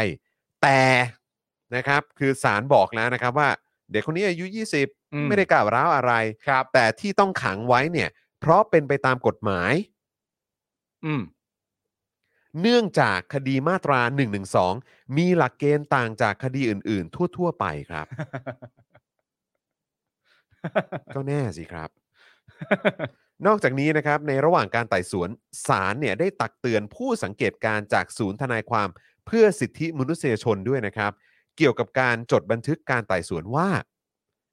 Speaker 3: แต่นะครับคือศาลบอกแล้วนะครับว่า เด็กคนนี้อายุ
Speaker 4: อื
Speaker 3: 20 ไม่ได้ก้าวร้าวอะไร
Speaker 4: ครับ
Speaker 3: แต่ที่ต้องขังไว้เนี่ยเพราะเป็นไปตามกฎหมาย
Speaker 4: อืม
Speaker 3: เนื่องจากคดีมาตรา 112 มีหลักเกณฑ์ต่างจากคดีอื่น ๆ ทั่ว ๆ ไปครับ ก็แน่สิครับ นอกจากนี้นะครับในระหว่างการไต่สวนศาลเนี่ยได้ตักเตือนผู้สังเกตการณ์จากศูนย์ทนายความเพื่อสิทธิมนุษยชนด้วยนะครับ เกี่ยวกับการจดบันทึกการไต่สวนว่า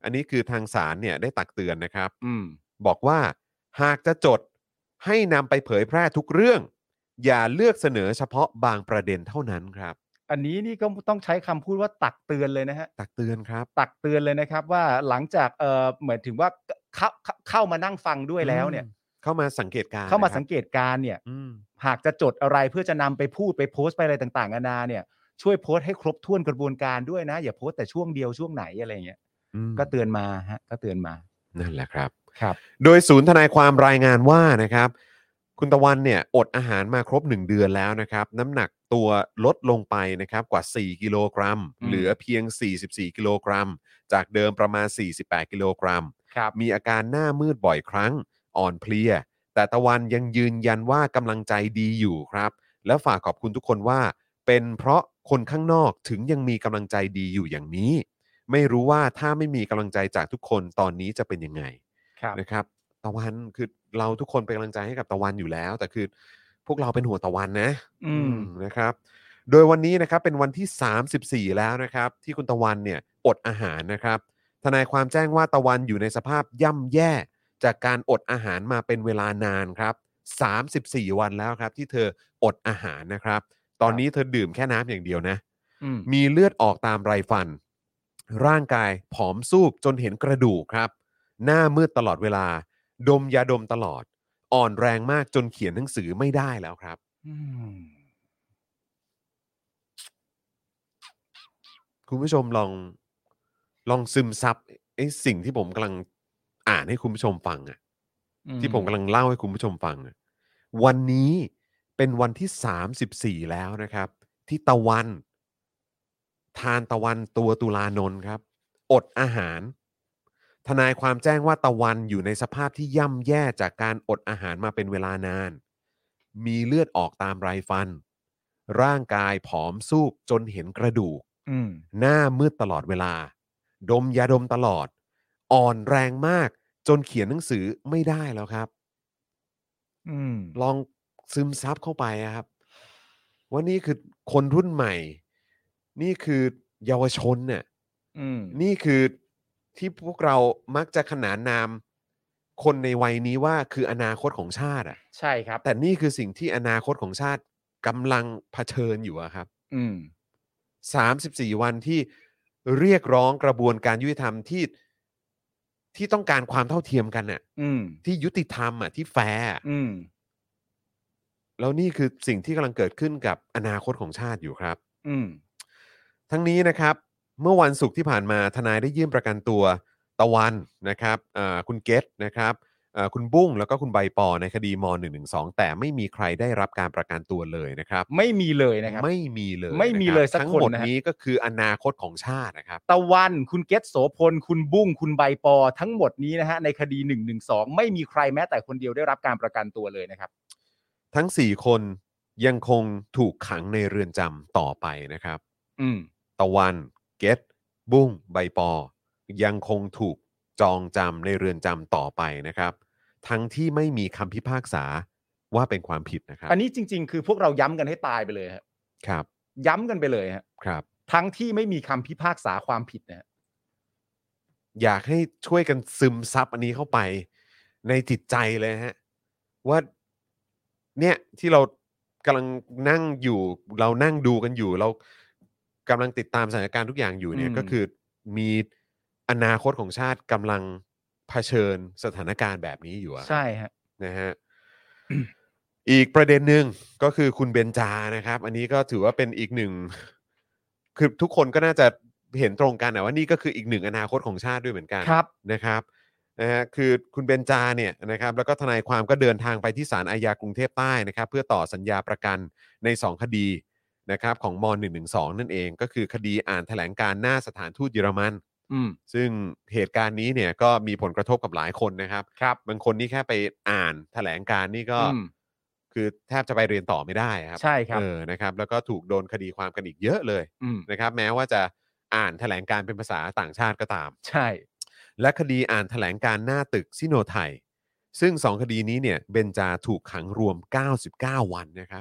Speaker 3: อันนี้คือทางศาลเนี่ยได้ตักเตือนนะครับ
Speaker 4: อืม
Speaker 3: บอกว่าหากจะจดให้นำไปเผยแพร่ทุกเรื่อง อย่าเลือกเสนอเฉพาะบางประเด็นเท่านั้นครับ
Speaker 4: อันนี้นี่ก็ต้องใช้คำพูดว่าตักเตือนเลยนะฮะ
Speaker 3: ตักเตือนครับ
Speaker 4: ตักเตือนเลยนะครับ ว่าหลังจากเอ่อเหมือนถึงว่าเข้าเข้าเข้ามานั่งฟังด้วยแล้วเนี่ย
Speaker 3: อืมเข้ามาสังเกตการณ์
Speaker 4: เข้ามา
Speaker 3: นะครับ
Speaker 4: สังเกตการณ์เนี่ย
Speaker 3: อืม
Speaker 4: หากจะจดอะไรเพื่อจะนำไปพูดไปโพสต์ไปอะไรต่างๆนานาเนี่ย ช่วยโพสต์ให้ครบถ้วนกระบวนการด้วยนะ อย่าโพสต์แต่ช่วงเดียวช่วงไหนอะไรอย่างเงี้ย
Speaker 3: อืม
Speaker 4: ก็เตือนมาฮะ ก็เตือนมา
Speaker 3: นั่นแหละครับ
Speaker 4: ครับ
Speaker 3: โดยศูนย์ทนายความรายงานว่านะครับ คุณตะวันเนี่ยอดอาหารมาครบ 1 เดือนแล้วนะครับ น้ำหนักตัวลดลงไปนะครับกว่า 4 กิโลกรัม
Speaker 4: อืม
Speaker 3: เหลือเพียง 44 กิโลกรัม จากเดิมประมาณ 48 กิโลกรัม
Speaker 4: ครับ
Speaker 3: มีอาการหน้ามืดบ่อยครั้ง อ่อนเพลีย แต่ตะวันยังยืนยันว่ากำลังใจดีอยู่ครับ และฝากขอบคุณทุกคนว่า เป็นเพราะคนข้างนอกถึงยังมีกำลังใจดีอยู่อย่างนี้ ไม่รู้ว่าถ้าไม่มีกำลังใจจากทุกคนตอนนี้จะเป็นยังไง
Speaker 4: ครับ
Speaker 3: นะครับตะวันคือเราทุกคนเป็นกำลังใจให้กับตะวันอยู่แล้ว แต่คือพวกเราเป็นหัวงตะวันนะ
Speaker 4: อืม
Speaker 3: นะครับ โดยวันนี้นะครับเป็นวันที่ 34 แล้วนะครับ ที่คุณตะวันเนี่ยอดอาหารนะครับ ทนายความแจ้งว่าตะวันอยู่ในสภาพย่ำแย่ จากการอดอาหารมาเป็นเวลานานครับ 34 วันแล้วครับ ที่เธออดอาหารนะครับ ตอนนี้เธอดื่มแค่น้ำอย่างเดียวนะ
Speaker 4: อืม
Speaker 3: มีเลือดออกตามไรฟัน ร่างกายผอมซูบจนเห็นกระดูกครับ หน้ามืดตลอดเวลา ดมยาดมตลอด อ่อนแรงมากจนเขียนหนังสือไม่ได้แล้วครับ
Speaker 4: อืม
Speaker 3: คุณผู้ชมลองลองซึมซับไอ้สิ่งที่ผมกำลังอ่านให้คุณผู้ชมฟังอะที่ผมกำลังเล่าให้คุณผู้ชมฟังอะวันนี้เป็นวันที่ 34 แล้วนะครับ ที่ตะวัน ทานตะวันตัวตุลานนท์ครับ อดอาหาร ทนายความแจ้งว่าตะวันอยู่ในสภาพที่ย่ำแย่จากการอดอาหารมาเป็นเวลานาน มีเลือดออกตามไรฟัน ร่างกายผอมซูบจนเห็นกระดูก
Speaker 4: อืม
Speaker 3: หน้ามืดตลอดเวลา ดมยาดมตลอด อ่อนแรงมากจนเขียนหนังสือไม่ได้แล้วครับ
Speaker 4: อืม
Speaker 3: ลองซึมซับเข้าไปอะครับ ว่านี่คือคนรุ่นใหม่ นี่คือเยาวชนเนี่ย
Speaker 4: อืม
Speaker 3: นี่คือที่พวกเรามักจะขนานนาม คนในวัยนี้ว่าคืออนาคตของชาติอะ
Speaker 4: ใช่ครับ
Speaker 3: แต่นี่คือสิ่งที่อนาคตของชาติกำลังเผชิญอยู่อะครับ
Speaker 4: อืม
Speaker 3: 34 วันที่เรียกร้องกระบวนการยุติธรรมที่ที่ต้องการความเท่าเทียมกันน่ะ
Speaker 4: อืม
Speaker 3: ที่ยุติธรรมอ่ะที่แฟร์อะ
Speaker 4: อืม
Speaker 3: แล้วนี่คือสิ่งที่กำลังเกิดขึ้นกับอนาคตของชาติอยู่ครับ
Speaker 4: อืม
Speaker 3: ทั้งนี้นะครับ เมื่อวันศุกร์ที่ผ่านมาทนายได้ยื่นประกันตัวตะวันนะครับเอ่อคุณเกตนะครับเ อ่าคุณบุ้งแล้วก็คุณใบปอในคดีม .112 แต่ไม่มีใครได้รับการประกันตัวเลยนะครับ
Speaker 4: ไม่มีเลยนะครับ
Speaker 3: ไม่มีเลย
Speaker 4: ไม่มีเลย
Speaker 3: นะ
Speaker 4: สั
Speaker 3: รับ
Speaker 4: ก
Speaker 3: ทั้ง
Speaker 4: คน
Speaker 3: หมด
Speaker 4: นะฮะ
Speaker 3: นี้ก็คืออนาคตของชาตินะครับ
Speaker 4: ตะวัน คุณเกตโสพล คุณบุ้ง คุณใบปอ ทั้งหมดนี้นะฮะในคดี1นึไม่มีใครแม้แต่คนเดียวได้รับการประกันตัวเลยนะครับ
Speaker 3: ทั้ง 4 คนยังคงถูกขังในเรือนจำต่อไปนะครับ
Speaker 4: อืม
Speaker 3: ตะวันเกตบุ้งใบปอ ยังคงถูกจองจำในเรือนจำต่อไปนะครับ ทั้งที่ไม่มีคำพิพากษาว่าเป็นความผิดนะครับ
Speaker 4: อันนี้จริง ๆ คือพวกเราย้ำกันให้ตายไปเลยฮะ
Speaker 3: ครับ
Speaker 4: ย้ำกันไปเลยฮะ
Speaker 3: ครับ
Speaker 4: ทั้งที่ไม่มีคำพิพากษาความผิดนะฮะ
Speaker 3: อยากให้ช่วยกันซึมซับอันนี้เข้าไป ในจิตใจเลยฮะ ว่าเนี่ยที่เรากำลังนั่งอยู่ เรานั่งดูกันอยู่ เรากำลังติดตามสถานการณ์ทุกอย่างอยู่เนี่ย
Speaker 4: อืม
Speaker 3: ก็คือมีอนาคตของชาติกำลังเผชิญสถานการณ์แบบนี้อยู่อะครับ
Speaker 4: ใช่ฮะ
Speaker 3: นะฮะ อีกประเด็นหนึ่งก็คือคุณเบนจานะครับ อันนี้ก็ถือว่าเป็นอีกหนึ่ง คือทุกคนก็น่าจะเห็นตรงกันนะว่านี่ก็คืออีกหนึ่งอนาคตของชาติด้วยเหมือนกัน
Speaker 4: ครับ
Speaker 3: นะครับนะฮะคือคุณเบนจาเนี่ยนะครับ แล้วก็ทนายความก็เดินทางไปที่ศาลอาญากรุงเทพใต้นะครับ เพื่อต่อสัญญาประกันใน 2 คดีนะครับ ของม .112 นั่นเองก็คือคดีอ่านแถลงการณ์หน้าสถานทูตเยอรมัน
Speaker 4: อืม
Speaker 3: ซึ่งเหตุการณ์นี้เนี่ยก็มีผลกระทบกับหลายคนนะครับ
Speaker 4: ครับ
Speaker 3: บางคนนี่แค่ไปอ่านแถลงการณ์นี่ก็
Speaker 4: อืม
Speaker 3: คือแทบจะไปเรียนต่อไม่ได้ครับ
Speaker 4: ใช่ครับ
Speaker 3: เออนะครับ แล้วก็ถูกโดนคดีความกันอีกเยอะเลย
Speaker 4: อืม
Speaker 3: นะครับ แม้ว่าจะอ่านแถลงการณ์เป็นภาษาต่างชาติก็ตาม
Speaker 4: ใช่
Speaker 3: และคดีอ่านแถลงการณ์หน้าตึกซิโนไทย ซึ่ง 2 คดีนี้เนี่ยเบนจาถูกขังรวม 99 วันนะครั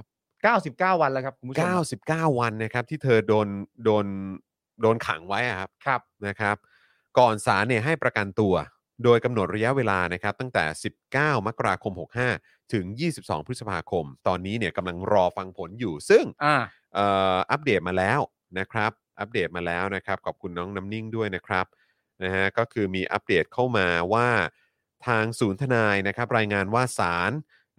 Speaker 3: บ
Speaker 4: 99 วันแล้วครับคุณผู้ชม
Speaker 3: 99 วันนะครับ ที่เธอโดนโดนโดนขังไว้อะครับ
Speaker 4: ครับ
Speaker 3: นะครับก่อนศาลเนี่ยให้ประกันตัว โดยกำหนดระยะเวลานะครับตั้งแต่ 19 มกราคม 65 ถึง 22 พฤษภาคม ตอนนี้เนี่ยกำลังรอฟังผลอยู่ ซึ่ง
Speaker 4: อ่า
Speaker 3: เอ่ออัปเดตมาแล้วนะครับ อัปเดตมาแล้วนะครับ ขอบคุณน้องน้ำนิ่งด้วยนะครับนะฮะก็คือมีอัปเดตเข้ามาว่าทางศูนย์ทนายนะครับรายงานว่าศาล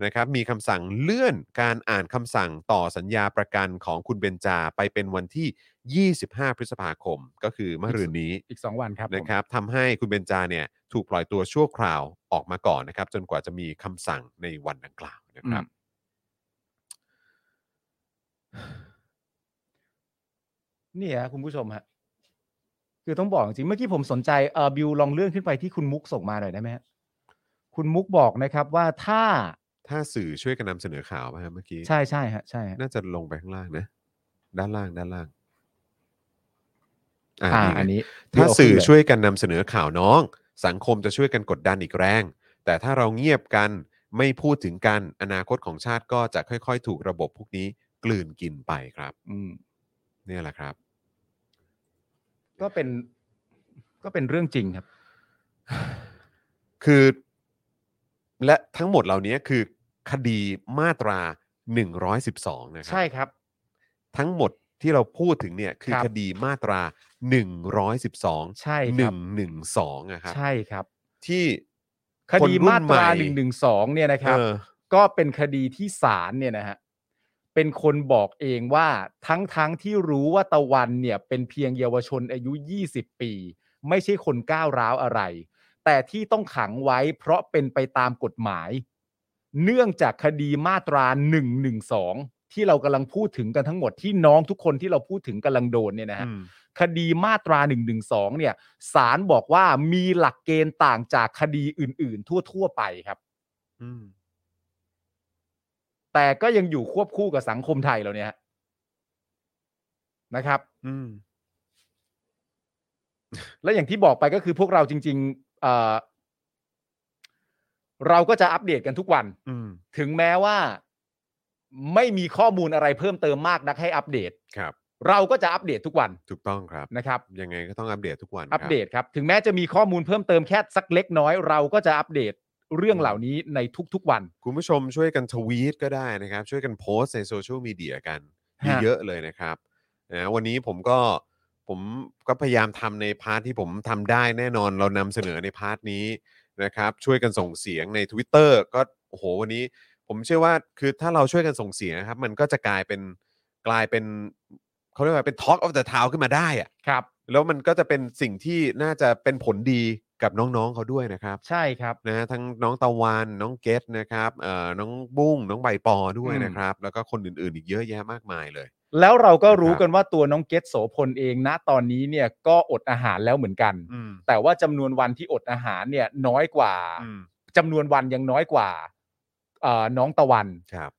Speaker 3: นะครับมีคำสั่งเลื่อนการอ่านคำสั่งต่อสัญญาประกันของคุณเบนจาไปเป็นวันที่ 25 พฤษภาคม ก็คือมะรืนนี้
Speaker 4: อีก 2 วันครับผม
Speaker 3: นะครับทำให้คุณเบนจาเนี่ยถูกปล่อยตัวชั่วคราวออกมาก่อนนะครับ จนกว่าจะมีคำสั่งในวันดังกล่าวนะ
Speaker 4: อื
Speaker 3: ค
Speaker 4: ม
Speaker 3: รับ
Speaker 4: นี่ฮะคุณผู้ชมฮะ คือต้องบอกจริงเมื่อกี้ผมสนใจเออบิวลองเลื่อนขึ้นไปที่คุณมุกส่งมาหน่อยได้ไหมฮะคุณมุกบอกนะครับว่าถ้า
Speaker 3: ถ้าสื่อช่วยกันนำเสนอข่าวมาเมื่อกี้
Speaker 4: ใช่ใช่ฮะ ใช่ฮะ
Speaker 3: น่าจะลงไปข้างล่างนะ ด้านล่างด้านล่างอ่า
Speaker 4: อ่า
Speaker 3: นี่ไง
Speaker 4: อันนี้
Speaker 3: ถ้าสื่อ
Speaker 4: เดี๋ยเขึ้นเลย
Speaker 3: ช่วยกันนำเสนอข่าวน้อง สังคมจะช่วยกันกดดันอีกแรง แต่ถ้าเราเงียบกันไม่พูดถึงกันอนาคตของชาติก็จะค่อย ๆ ถูกระบบพวกนี้กลืนกินไปครับ
Speaker 4: อืม
Speaker 3: เนี่ยแหละครับ
Speaker 4: ก็เป็น ก็เป็นเรื่องจริงครับ
Speaker 3: คือและทั้งหมดเหล่านี้คือคดีมาตรา 112 นะครั
Speaker 4: ใช่ครับ
Speaker 3: ทั้งหมดที่เราพูดถึงเนี่ยคือ
Speaker 4: ครับ
Speaker 3: คดีมาตรา 112
Speaker 4: ใช่ครับ
Speaker 3: 112นะครับ
Speaker 4: ใช่ครับ
Speaker 3: ที่
Speaker 4: คดีมาตราหนึ่งหนึ่งสองเนี่ยนะครับ
Speaker 3: เออ
Speaker 4: ก็เป็นคดีที่ศาลเนี่ยนะฮะเป็นคนบอกเองว่าทั้งทั้งที่รู้ว่าตะวันเนี่ยเป็นเพียงเยาวชนอายุ 20 ปี ไม่ใช่คนก้าวร้าวอะไร แต่ที่ต้องขังไว้เพราะเป็นไปตามกฎหมาย เนื่องจากคดีมาตรา 112 ที่เรากำลังพูดถึงกันทั้งหมดที่น้องทุกคนที่เราพูดถึงกำลังโดนเนี่ยนะฮะ
Speaker 3: อืม
Speaker 4: คดีมาตรา1นึเนี่ยศาลบอกว่ามีหลักเกณฑ์ต่างจากคดีอื่น ๆ ทั่ว ๆ ไปครับ
Speaker 3: อืม
Speaker 4: แต่ก็ยังอยู่ควบคู่กับสังคมไทยเราเนี่ยนะครับ
Speaker 3: อืม
Speaker 4: และอย่างที่บอกไปก็คือพวกเราจริงๆเอ่อเราก็จะอัปเดตกันทุกวัน
Speaker 3: อืม
Speaker 4: ถึงแม้ว่าไม่มีข้อมูลอะไรเพิ่มเติมมากนักให้อัปเดต
Speaker 3: ครับ
Speaker 4: เราก็จะอัปเดตทุกวัน
Speaker 3: ถูกต้องครับ
Speaker 4: นะครับ
Speaker 3: ยังไงก็ต้องอัปเดตทุกวันครับ
Speaker 4: อัปเดตครับ ถึงแม้จะมีข้อมูลเพิ่มเติมแค่สักเล็กน้อย เราก็จะอัปเดตเรื่องเหล่านี้ในทุกๆวัน
Speaker 3: คุณผู้ชมช่วยกันทวีตก็ได้นะครับ ช่วยกันโพสต์ในโซเชียลมีเดียกัน
Speaker 4: ฮะ
Speaker 3: เยอะๆเลยนะครับนะวันนี้ผมก็ผมก็พยายามทำในพาร์ทที่ผมทำได้แน่นอนเรานำเสนอในพาร์ทนี้นะครับ ช่วยกันส่งเสียงใน Twitter ก็โอ้โหวันนี้ ผมเชื่อว่าคือถ้าเราช่วยกันส่งเสียงนะครับ มันก็จะกลายเป็นกลายเป็นเขาเรียกว่าเป็น Talk of the Town ขึ้นมาได้อะ
Speaker 4: ครับ
Speaker 3: แล้วมันก็จะเป็นสิ่งที่น่าจะเป็นผลดี กับน้องๆเขาด้วยนะครับ
Speaker 4: ใช่ครับ
Speaker 3: นะฮะทั้งน้องตะวันน้องเกตนะครับเอ่อน้องบุ้งน้องใบปอด้วย
Speaker 4: อืม
Speaker 3: นะครับ แล้วก็คนอื่นๆ อีกเยอะแยะมากมายเลย
Speaker 4: แล้วเราก็รู้
Speaker 3: ครับ
Speaker 4: กันว่าตัวน้องเกตโสพลเองนะตอนนี้เนี่ยก็อดอาหารแล้วเหมือนกัน
Speaker 3: อืม
Speaker 4: แต่ว่าจำนวนวันที่อดอาหารเนี่ยน้อยกว่า
Speaker 3: อืม
Speaker 4: จำนวนวันยังน้อยกว่าเอ่อน้องตะวัน
Speaker 3: ครับ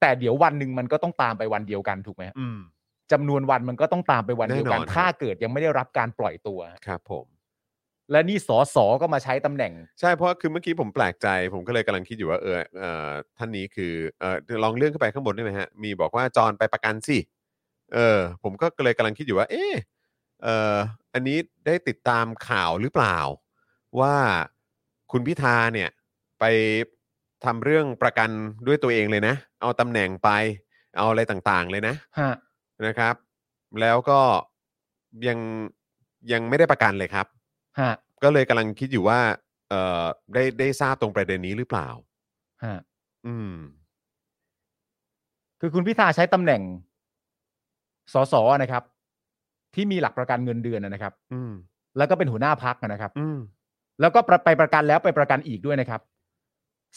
Speaker 4: แต่เดี๋ยววันหนึ่งมันก็ต้องตามไปวันเดียวกันถูกไหมฮะ
Speaker 3: อืม
Speaker 4: จำนวนวันมันก็ต้องตามไปวันเดียวกัน
Speaker 3: แน่นอน
Speaker 4: ถ้าเกิดยังไม่ได้รับการปล่อยตัว
Speaker 3: ครับผม
Speaker 4: และนี่สอสอก็มาใช้ตำแหน่ง
Speaker 3: ใช่เพราะคือเมื่อกี้ผมแปลกใจ ผมก็เลยกำลังคิดอยู่ว่าเออเอ่อท่านนี้คือเออลองเลื่อนขึ้นไปข้างบนได้ไหมฮะมีบอกว่าจอนไปประกันสิเออผมก็เลยกำลังคิดอยู่ว่า เอะเอออันนี้ได้ติดตามข่าวหรือเปล่า ว่าคุณพิธาเนี่ยไปทำเรื่องประกันด้วยตัวเองเลยนะ เอาตำแหน่งไปเอาอะไรต่างๆเลยนะ
Speaker 4: ฮะ
Speaker 3: นะครับ แล้วก็ยังยังไม่ได้ประกันเลยครับ
Speaker 4: ฮะ
Speaker 3: ก็เลยกำลังคิดอยู่ว่า เอ่อได้ได้ทราบตรงประเด็นนี้หรือเปล่า
Speaker 4: ฮะ
Speaker 3: อืม
Speaker 4: คือคุณพิธาใช้ตำแหน่งสสนะครับ ที่มีหลักประกันเงินเดือนนะครับ
Speaker 3: อืม
Speaker 4: แล้วก็เป็นหัวหน้าพักนะครับ
Speaker 3: อืม
Speaker 4: แล้วก็ประไปประกันแล้วไปประกันอีกด้วยนะครับ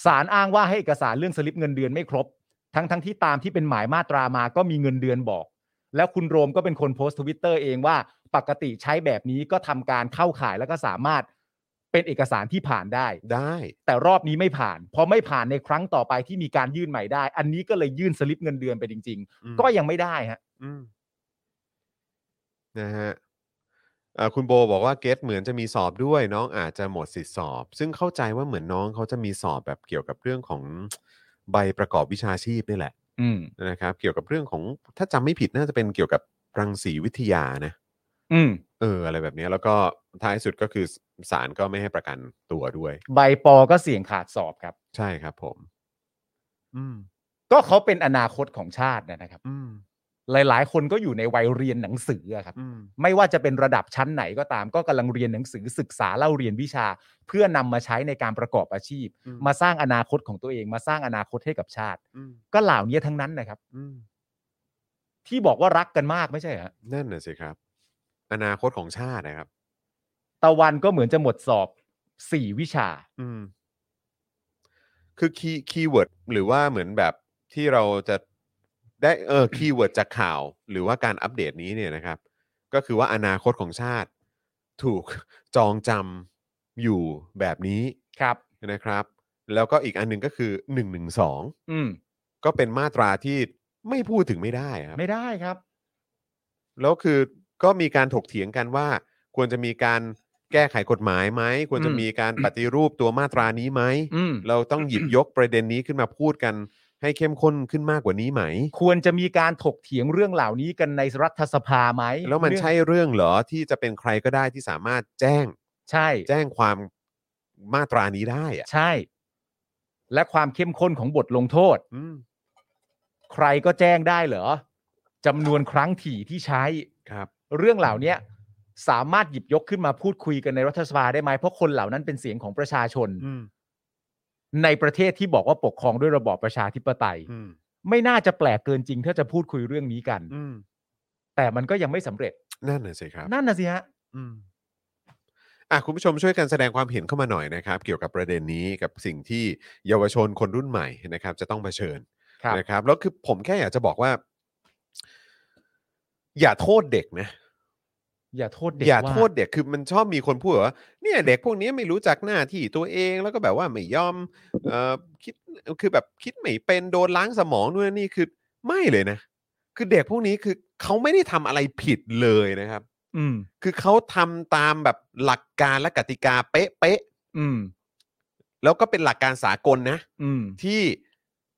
Speaker 4: ศาลอ้างว่าให้เอกสารเรื่องสลิปเงินเดือนไม่ครบ ทั้งทั้งที่ตามที่เป็นหมายมาตรามาก็มีเงินเดือนบอก แล้วคุณโรมก็เป็นคนโพสต์ทวิตเตอร์เองว่าปกติใช้แบบนี้ก็ทำการเข้าข่ายแล้วก็สามารถเป็นเอกสารที่ผ่านได้
Speaker 3: ได้
Speaker 4: แต่รอบนี้ไม่ผ่านพอไม่ผ่านในครั้งต่อไปที่มีการยื่นใหม่ได้ อันนี้ก็เลยยื่นสลิปเงินเดือนไปจริง
Speaker 3: อืม
Speaker 4: ๆ ก็ยังไม่ได้ฮะ
Speaker 3: อืมนะฮะเอ่อคุณโบบอกว่าเกตเหมือนจะมีสอบด้วย น้องอาจจะหมดสิทธิสอบ ซึ่งเข้าใจว่าเหมือนน้องเขาจะมีสอบแบบเกี่ยวกับเรื่องของใบประกอบวิชาชีพนี่แหละ
Speaker 4: อืม
Speaker 3: นะครับ เกี่ยวกับเรื่องของถ้าจำไม่ผิดน่าจะเป็นเกี่ยวกับรังสีวิทยานะ
Speaker 4: อืม
Speaker 3: เอออะไรแบบเนี้ยแล้วก็ท้ายสุดก็คือศาลก็ไม่ให้ประกันตัวด้วย
Speaker 4: ใบปอก็เสี่ยงขาดสอบครับ
Speaker 3: ใช่ครับผม อืม
Speaker 4: ก็เขาเป็นอนาคตของชาตินะครับ
Speaker 3: อืม
Speaker 4: หลาย ๆ คนก็อยู่ในวัยเรียนหนังสืออะครับ
Speaker 3: อืม
Speaker 4: ไม่ว่าจะเป็นระดับชั้นไหนก็ตาม ก็กำลังเรียนหนังสือศึกษาเล่าเรียนวิชา เพื่อนำมาใช้ในการประกอบอาชีพ
Speaker 3: อืม
Speaker 4: มาสร้างอนาคตของตัวเอง มาสร้างอนาคตให้กับชาติ
Speaker 3: อืม
Speaker 4: ก็เหล่านี้ทั้งนั้นนะครับ
Speaker 3: อืม
Speaker 4: ที่บอกว่ารักกันมากไม่ใช่เหรอ
Speaker 3: นั่นน่ะสิครับ อนาคตของชาตินะครับ
Speaker 4: ตะวันก็เหมือนจะหมดสอบสี่วิชา
Speaker 3: อืม คือคีย์คีย์เวิร์ดหรือว่าเหมือนแบบที่เราจะได้เออคีย์เวิร์ดจากข่าว หรือว่าการอัปเดตนี้เนี่ยนะครับ ก็คือว่าอนาคตของชาติ ถูกจองจำอยู่แบบนี้
Speaker 4: ครับ
Speaker 3: นะครับ แล้วก็อีกอันหนึ่งก็คือ 112
Speaker 4: อืม
Speaker 3: ก็เป็นมาตราที่ไม่พูดถึงไม่ได้ครับ
Speaker 4: ไม่ได้ครับ
Speaker 3: แล้วคือก็มีการถกเถียงกันว่า ควรจะมีการแก้ไขกฎหมายไหม ควรจะ
Speaker 4: อืม
Speaker 3: มีการปฏิรูปตัวมาตรานี้ไหม
Speaker 4: อืม
Speaker 3: เราต้องหยิบยกประเด็นนี้ขึ้นมาพูดกัน ให้เข้มข้นขึ้นมากกว่านี้ไหม
Speaker 4: ควรจะมีการถกเถียงเรื่องเหล่านี้กันในรัฐสภาไหม
Speaker 3: แล้วมัน
Speaker 4: เรื่อง
Speaker 3: ใช่เรื่องเหรอที่จะเป็นใครก็ได้ที่สามารถแจ้ง
Speaker 4: ใช่
Speaker 3: แจ้งความมาตรานี้ได้อะ
Speaker 4: ใช่ และความเข้มข้นของบทลงโทษ
Speaker 3: อืม
Speaker 4: ใครก็แจ้งได้เหรอจำนวนครั้งถี่ที่ใช้
Speaker 3: ครับ
Speaker 4: เรื่องเหล่าเนี้ยสามารถหยิบยกขึ้นมาพูดคุยกันในรัฐสภาได้ไหมเพราะคนเหล่านั้นเป็นเสียงของประชาชน
Speaker 3: อืม
Speaker 4: ในประเทศที่บอกว่าปกครองด้วยระบอบประชาธิปไตย
Speaker 3: อืม
Speaker 4: ไม่น่าจะแปลกเกินจริงถ้าจะพูดคุยเรื่องนี้กัน
Speaker 3: อืม
Speaker 4: แต่มันก็ยังไม่สำเร็จ
Speaker 3: นั่นน่ะสิครับ
Speaker 4: นั่นนะสิฮะ
Speaker 3: อืมอ่ะคุณผู้ชมช่วยกันแสดงความเห็นเข้ามาหน่อยนะครับ เกี่ยวกับประเด็นนี้กับสิ่งที่เยาวชนคนรุ่นใหม่นะครับ จะต้องเผชิญ
Speaker 4: ครับ
Speaker 3: นะครับ แล้วคือผมแค่อยากจะบอกว่า อย่าโทษเด็กนะ
Speaker 4: อย่าโทษเด็ก
Speaker 3: อย่า
Speaker 4: ว่
Speaker 3: โทษเด็กคือมันชอบมีคนพูดว่าเนี่ยเด็กพวกนี้ไม่รู้จักหน้าที่ตัวเองแล้วก็แบบว่าไม่ยอมเอ่อคิดคือแบบคิดไม่เป็นโดนล้างสมองนู่นนนนี่คือไม่เลยนะ คือเด็กพวกนี้คือเขาไม่ได้ทำอะไรผิดเลยนะครับ
Speaker 4: อืม
Speaker 3: คือเขาทำตามแบบหลักการและกติกาเป๊ะ
Speaker 4: อืม
Speaker 3: ๆแล้วก็เป็นหลักการสากลนะ
Speaker 4: อืม
Speaker 3: ที่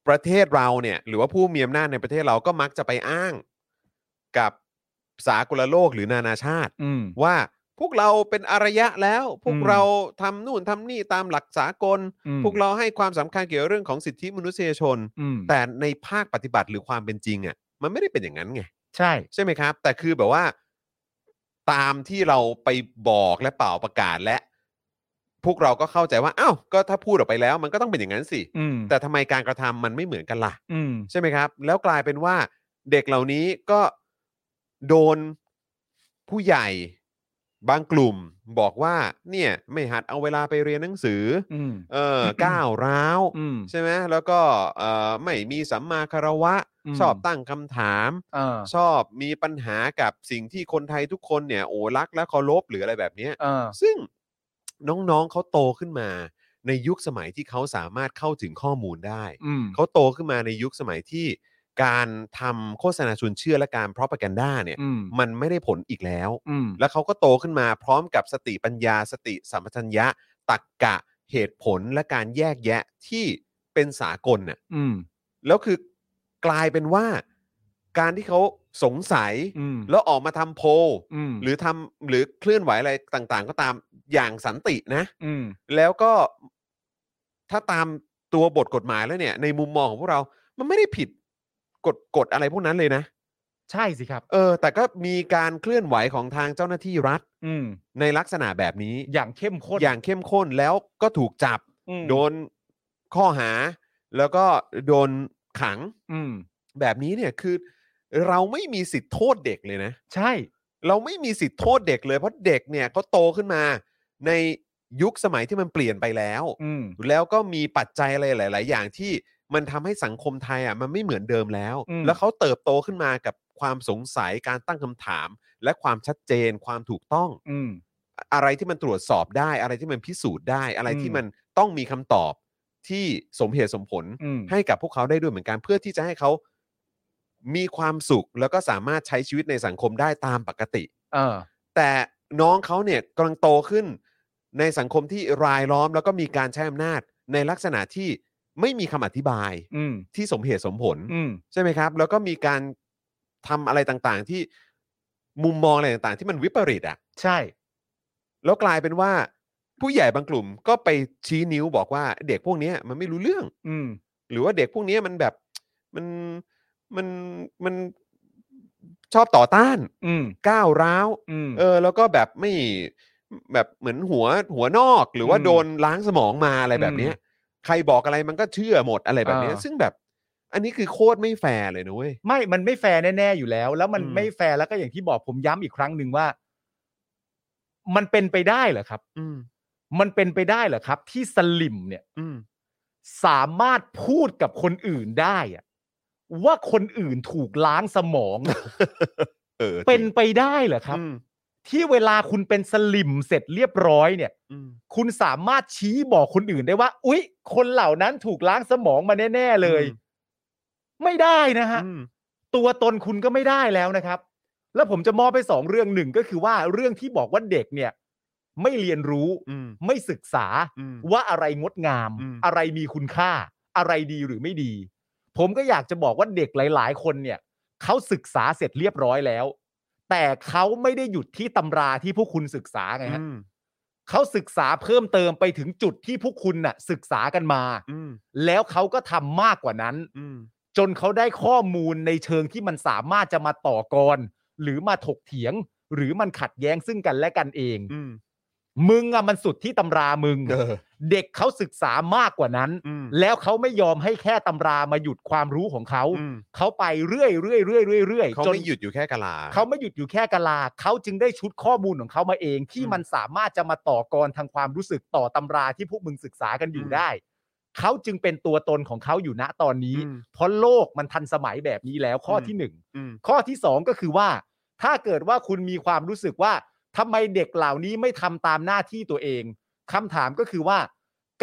Speaker 3: ประเทศเราเนี่ย หรือว่าผู้มีอำนาจในประเทศเราก็มักจะไปอ้างกับสากลโลกหรือนานาชาติ
Speaker 4: อืม
Speaker 3: ว่าพวกเราเป็นอารยะแล้ว พวก
Speaker 4: อืม
Speaker 3: เราทำนู่นทำนี่ตามหลักสากล
Speaker 4: อืม
Speaker 3: พวกเราให้ความสำคัญเกี่ยวกับเรื่องของสิทธิมนุษยชน
Speaker 4: อืม
Speaker 3: แต่ในภาคปฏิบัติหรือความเป็นจริงอะ่ะมันไม่ได้เป็นอย่างนั้นไง
Speaker 4: ใช่
Speaker 3: ใช่ไหมครับ แต่คือแบบว่าตามที่เราไปบอกและเป่าประกาศและ พวกเราก็เข้าใจว่าอ้าวก็ถ้าพูดออกไปแล้ว มันก็ต้องเป็นอย่างนั้นสิ
Speaker 4: อืม
Speaker 3: แต่ทำไมการกระทำมันไม่เหมือนกันล่ะ
Speaker 4: อืม
Speaker 3: ใช่ไหมครับ แล้วกลายเป็นว่าเด็กเหล่านี้ก็โดนผู้ใหญ่ บางกลุ่มบอกว่าเนี่ยไม่หัดเอาเวลาไปเรียนหนังสือ
Speaker 4: อืม
Speaker 3: เออก้าวร้าว
Speaker 4: อืม
Speaker 3: ใช่ไหมแล้วก็เอ่อไม่มีสัมมาคารวะ
Speaker 4: อืม
Speaker 3: ชอบตั้งคำถาม
Speaker 4: อ่า
Speaker 3: ชอบมีปัญหากับสิ่งที่คนไทยทุกคนเนี่ยโอ้รักและเคารพหรืออะไรแบบเนี้ย
Speaker 4: อ่า
Speaker 3: ซึ่งน้องๆเขาโตขึ้นมา ในยุคสมัยที่เขาสามารถเข้าถึงข้อมูลได้
Speaker 4: อืม
Speaker 3: เขาโตขึ้นมาในยุคสมัยที่การทำโฆษณาชวนเชื่อและการพรอพแกนด้าเนี่ย
Speaker 4: อืม
Speaker 3: มันไม่ได้ผลอีกแล้ว
Speaker 4: อืม
Speaker 3: แล้วเขาก็โตขึ้นมาพร้อมกับสติปัญญา สติสัมปชัญญะตักกะเหตุผลและการแยกแยะที่เป็นสากลน่ะ
Speaker 4: อืม
Speaker 3: แล้วคือกลายเป็นว่า การที่เขาสงสัย
Speaker 4: อืม
Speaker 3: แล้วออกมาทำโพล
Speaker 4: อืม
Speaker 3: หรือทำหรือเคลื่อนไหวอะไรต่างๆ ก็ตามอย่างสันตินะ
Speaker 4: อืม
Speaker 3: แล้วก็ถ้าตามตัวบทกฎหมายแล้วเนี่ย ในมุมมองของพวกเรา มันไม่ได้ผิดกฎกฎอะไรพวกนั้นเลยนะ
Speaker 4: ใช่สิครับ
Speaker 3: เออ แต่ก็มีการเคลื่อนไหวของทางเจ้าหน้าที่รัฐ
Speaker 4: อืม
Speaker 3: ในลักษณะแบบนี้
Speaker 4: อย่างเข้มข้น
Speaker 3: อย่างเข้มข้นแล้วก็ถูกจับ
Speaker 4: อืม
Speaker 3: โดนข้อหา แล้วก็โดนขัง
Speaker 4: อืม
Speaker 3: แบบนี้เนี่ยคือ เราไม่มีสิทธิ์โทษเด็กเลยนะ
Speaker 4: ใช่
Speaker 3: เราไม่มีสิทธิ์โทษเด็กเลยเพราะเด็กเนี่ยเขาโตขึ้นมาในยุคสมัยที่มันเปลี่ยนไปแล้ว
Speaker 4: อืม
Speaker 3: แล้วก็มีปัจจัยอะไรหลาย ๆ อย่างที่มันทำให้สังคมไทยอ่ะมันไม่เหมือนเดิมแล้ว
Speaker 4: อืม
Speaker 3: แล้วเขาเติบโตขึ้นมากับความสงสัยการตั้งคำถาม และความชัดเจนความถูกต้อง
Speaker 4: อืม
Speaker 3: อะไรที่มันตรวจสอบได้ อะไรที่มันพิสูจน์ได้ อะไรที่
Speaker 4: อืม
Speaker 3: มันต้องมีคำตอบที่สมเหตุสมผล
Speaker 4: อืม
Speaker 3: ให้กับพวกเขาได้ด้วยเหมือนกันเพื่อที่จะให้เขามีความสุขแล้วก็สามารถใช้ชีวิตในสังคมได้ตามปกติ
Speaker 4: เออ
Speaker 3: แต่น้องเขาเนี่ยกำลังโตขึ้น ในสังคมที่รายล้อมแล้วก็มีการใช้อำนาจในลักษณะที่ไม่มีคำอธิบาย
Speaker 4: อืม
Speaker 3: ที่สมเหตุสมผล
Speaker 4: อืม
Speaker 3: ใช่ไหมครับ แล้วก็มีการทำอะไรต่างๆ ที่มุมมองอะไรต่างๆ ที่มันวิปริตอ่ะ
Speaker 4: ใช่
Speaker 3: แล้วกลายเป็นว่า ผู้ใหญ่บางกลุ่มก็ไปชี้นิ้วบอกว่าเด็กพวกเนี้ยมันไม่รู้เรื่อง
Speaker 4: อืม
Speaker 3: หรือว่าเด็กพวกเนี้ยมันแบบมันมันมันชอบต่อต้าน
Speaker 4: อืม
Speaker 3: ก้าวร้าว
Speaker 4: อืม
Speaker 3: เออแล้วก็แบบไม่แบบเหมือนหัวหัวนอกหรือว่า
Speaker 4: อืม
Speaker 3: โดนล้างสมองมาอะไรแบบเนี้ยใครบอกอะไรมันก็เชื่อหมดอะไรแบบเนี้ย
Speaker 4: อ่า
Speaker 3: ซึ่งแบบอันนี้คือโคตรไม่แฟร์เลยนะเว้ย
Speaker 4: ไม่ มันไม่แฟร์แน่ ๆ อยู่แล้ว แล้วมัน
Speaker 3: อืม
Speaker 4: ไม่แฟร์แล้วก็อย่างที่บอกผมย้ำอีกครั้งหนึ่งว่า มันเป็นไปได้เหรอครับ
Speaker 3: อืม
Speaker 4: มันเป็นไปได้เหรอครับ ที่สลิมเนี่ย
Speaker 3: อืม
Speaker 4: สามารถพูดกับคนอื่นได้อะว่าคนอื่นถูกล้างสมอง
Speaker 3: เออ
Speaker 4: เป็นไปได้เหรอครับ
Speaker 3: อืม
Speaker 4: ที่เวลาคุณเป็นสลิมเสร็จเรียบร้อยเนี่ย
Speaker 3: อืม
Speaker 4: คุณสามารถชี้บอกคนอื่นได้ว่า อุ๊ย คนเหล่านั้นถูกล้างสมองมาแน่ ๆ เลย ไม่ได้นะฮะ
Speaker 3: อืม
Speaker 4: ตัวตนคุณก็ไม่ได้แล้วนะครับ แล้วผมจะมอบไปสองเรื่องหนึ่งก็คือว่าเรื่องที่บอกว่าเด็กเนี่ย ไม่เรียนรู้
Speaker 3: อืม
Speaker 4: ไม่ศึกษา
Speaker 3: อืม
Speaker 4: ว่าอะไรงดงาม
Speaker 3: อืม
Speaker 4: อะไรมีคุณค่า อะไรดีหรือไม่ดี ผมก็อยากจะบอกว่าเด็กหลาย ๆ คนเนี่ยเขาศึกษาเสร็จเรียบร้อยแล้ว แต่เขาไม่ได้หยุดที่ตำราที่พวกคุณศึกษาไงฮะ
Speaker 3: อืม
Speaker 4: เขาศึกษาเพิ่มเติมไปถึงจุดที่พวกคุณน่ะ ศึกษากันมา
Speaker 3: อืม
Speaker 4: แล้วเขาก็ทำมากกว่านั้น
Speaker 3: อืม
Speaker 4: จนเขาได้ข้อมูลในเชิงที่มันสามารถจะมาต่อกร หรือมาถกเถียง หรือมันขัดแย้งซึ่งกันและกันเอง
Speaker 3: อืม
Speaker 4: มึงอะมันสุดที่ตำรามึง
Speaker 3: เออ
Speaker 4: เด็กเขาศึกษามากกว่านั้น
Speaker 3: อืม
Speaker 4: แล้วเขาไม่ยอมให้แค่ตำรามาหยุดความรู้ของเขา
Speaker 3: อืม
Speaker 4: เขาไปเรื่อยเรื่อยเรื่อยเรื่อยเรื่อย
Speaker 3: เขา
Speaker 4: จน
Speaker 3: ไม่หยุดอยู่แค่กะลา
Speaker 4: เขาไม่หยุดอยู่แค่กะลา เขาจึงได้ชุดข้อมูลของเขามาเอง ที่
Speaker 3: อืม
Speaker 4: มันสามารถจะมาต่อกรทางความรู้สึกต่อตำราที่พวกมึงศึกษากันอยู่ได้ เขาจึงเป็นตัวตนของเขาอยู่ณตอนนี้
Speaker 3: อืม
Speaker 4: เพราะโลกมันทันสมัยแบบนี้แล้วข้ออ
Speaker 3: ม
Speaker 4: ที่หนึ่ง
Speaker 3: อืม
Speaker 4: ข้อที่สองก็คือว่า ถ้าเกิดว่าคุณมีความรู้สึกว่าทำไมเด็กเหล่านี้ไม่ทำตามหน้าที่ตัวเองคำถามก็คือว่า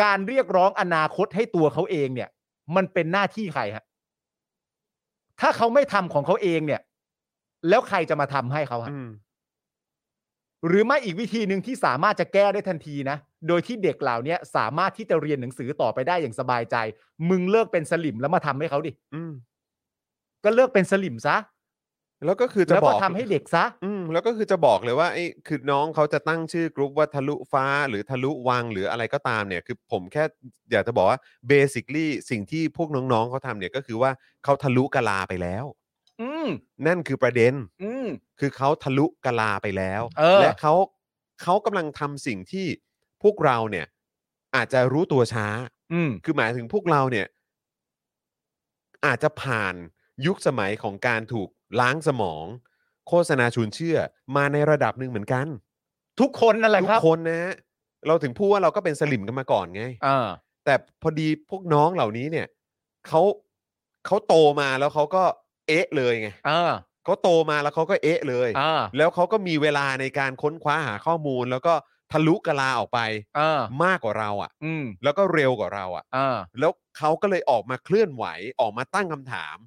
Speaker 4: การเรียกร้องอนาคตให้ตัวเขาเองเนี่ย มันเป็นหน้าที่ใครฮะถ้าเขาไม่ทำของเขาเองเนี่ย แล้วใครจะมาทำให้เขาฮะ
Speaker 3: อืม
Speaker 4: หรือไม่อีกวิธีหนึ่งที่สามารถจะแก้ได้ทันทีนะโดยที่เด็กเหล่านี้สามารถที่จะเรียนหนังสือต่อไปได้อย่างสบายใจ มึงเลิกเป็นสลิมแล้วมาทำให้เขาดิ
Speaker 3: อืม
Speaker 4: ก็เลิกเป็นสลิมซะ
Speaker 3: แล้วก็คือจะ
Speaker 4: แล้ว
Speaker 3: บ
Speaker 4: ก็
Speaker 3: อก
Speaker 4: ทำให้เด็กซะ
Speaker 3: อืมแล้วก็คือจะบอกเลยว่าไอ้คือน้องเขาจะตั้งชื่อกรุ๊ปว่าทะลุฟ้าหรือทะลุวังหรืออะไรก็ตามเนี่ย คือผมแค่อยากจะบอกว่าเบสิคลี่สิ่งที่พวกน้องๆเขาทำเนี่ยก็คือว่าเขาทะลุกะลาไปแล้ว
Speaker 4: อืม
Speaker 3: นั่นคือประเด็น
Speaker 4: อืม
Speaker 3: คือเขาทะลุกะลาไปแล้ว
Speaker 4: เออ
Speaker 3: และเขาเขากำลังทำสิ่งที่พวกเราเนี่ย อาจจะรู้ตัวช้า
Speaker 4: อืม
Speaker 3: คือหมายถึงพวกเราเนี่ย อาจจะผ่านยุคสมัยของการถูกล้างสมอง โฆษณาชวนเชื่อมาในระดับหนึ่งเหมือนกัน
Speaker 4: ทุกคนนั่นแหละ
Speaker 3: ทุ
Speaker 4: ค
Speaker 3: ก
Speaker 4: รับ
Speaker 3: คนนะฮะเราถึงพูดว่าเราก็เป็นสลิมกันมาก่อนไง
Speaker 4: อ่า
Speaker 3: แต่พอดีพวกน้องเหล่านี้เนี่ยเขาเขาโตมาแล้วเขาก็เอ๊ะเลยไง
Speaker 4: อ่า
Speaker 3: เขาโตมาแล้วเขาก็เอ๊ะเลย
Speaker 4: อ่า
Speaker 3: แล้วเขาก็มีเวลาในการค้นคว้าหาข้อมูล แล้วก็ทะลุกะลาออกไป
Speaker 4: อ่าม
Speaker 3: ากกว่าเราอะ่ะ
Speaker 4: อืม
Speaker 3: แล้วก็เร็วกว่าเราอ่ะ
Speaker 4: อ่า
Speaker 3: แล้วเขาก็เลยออกมาเคลื่อนไหวออกมาตั้งคำถาม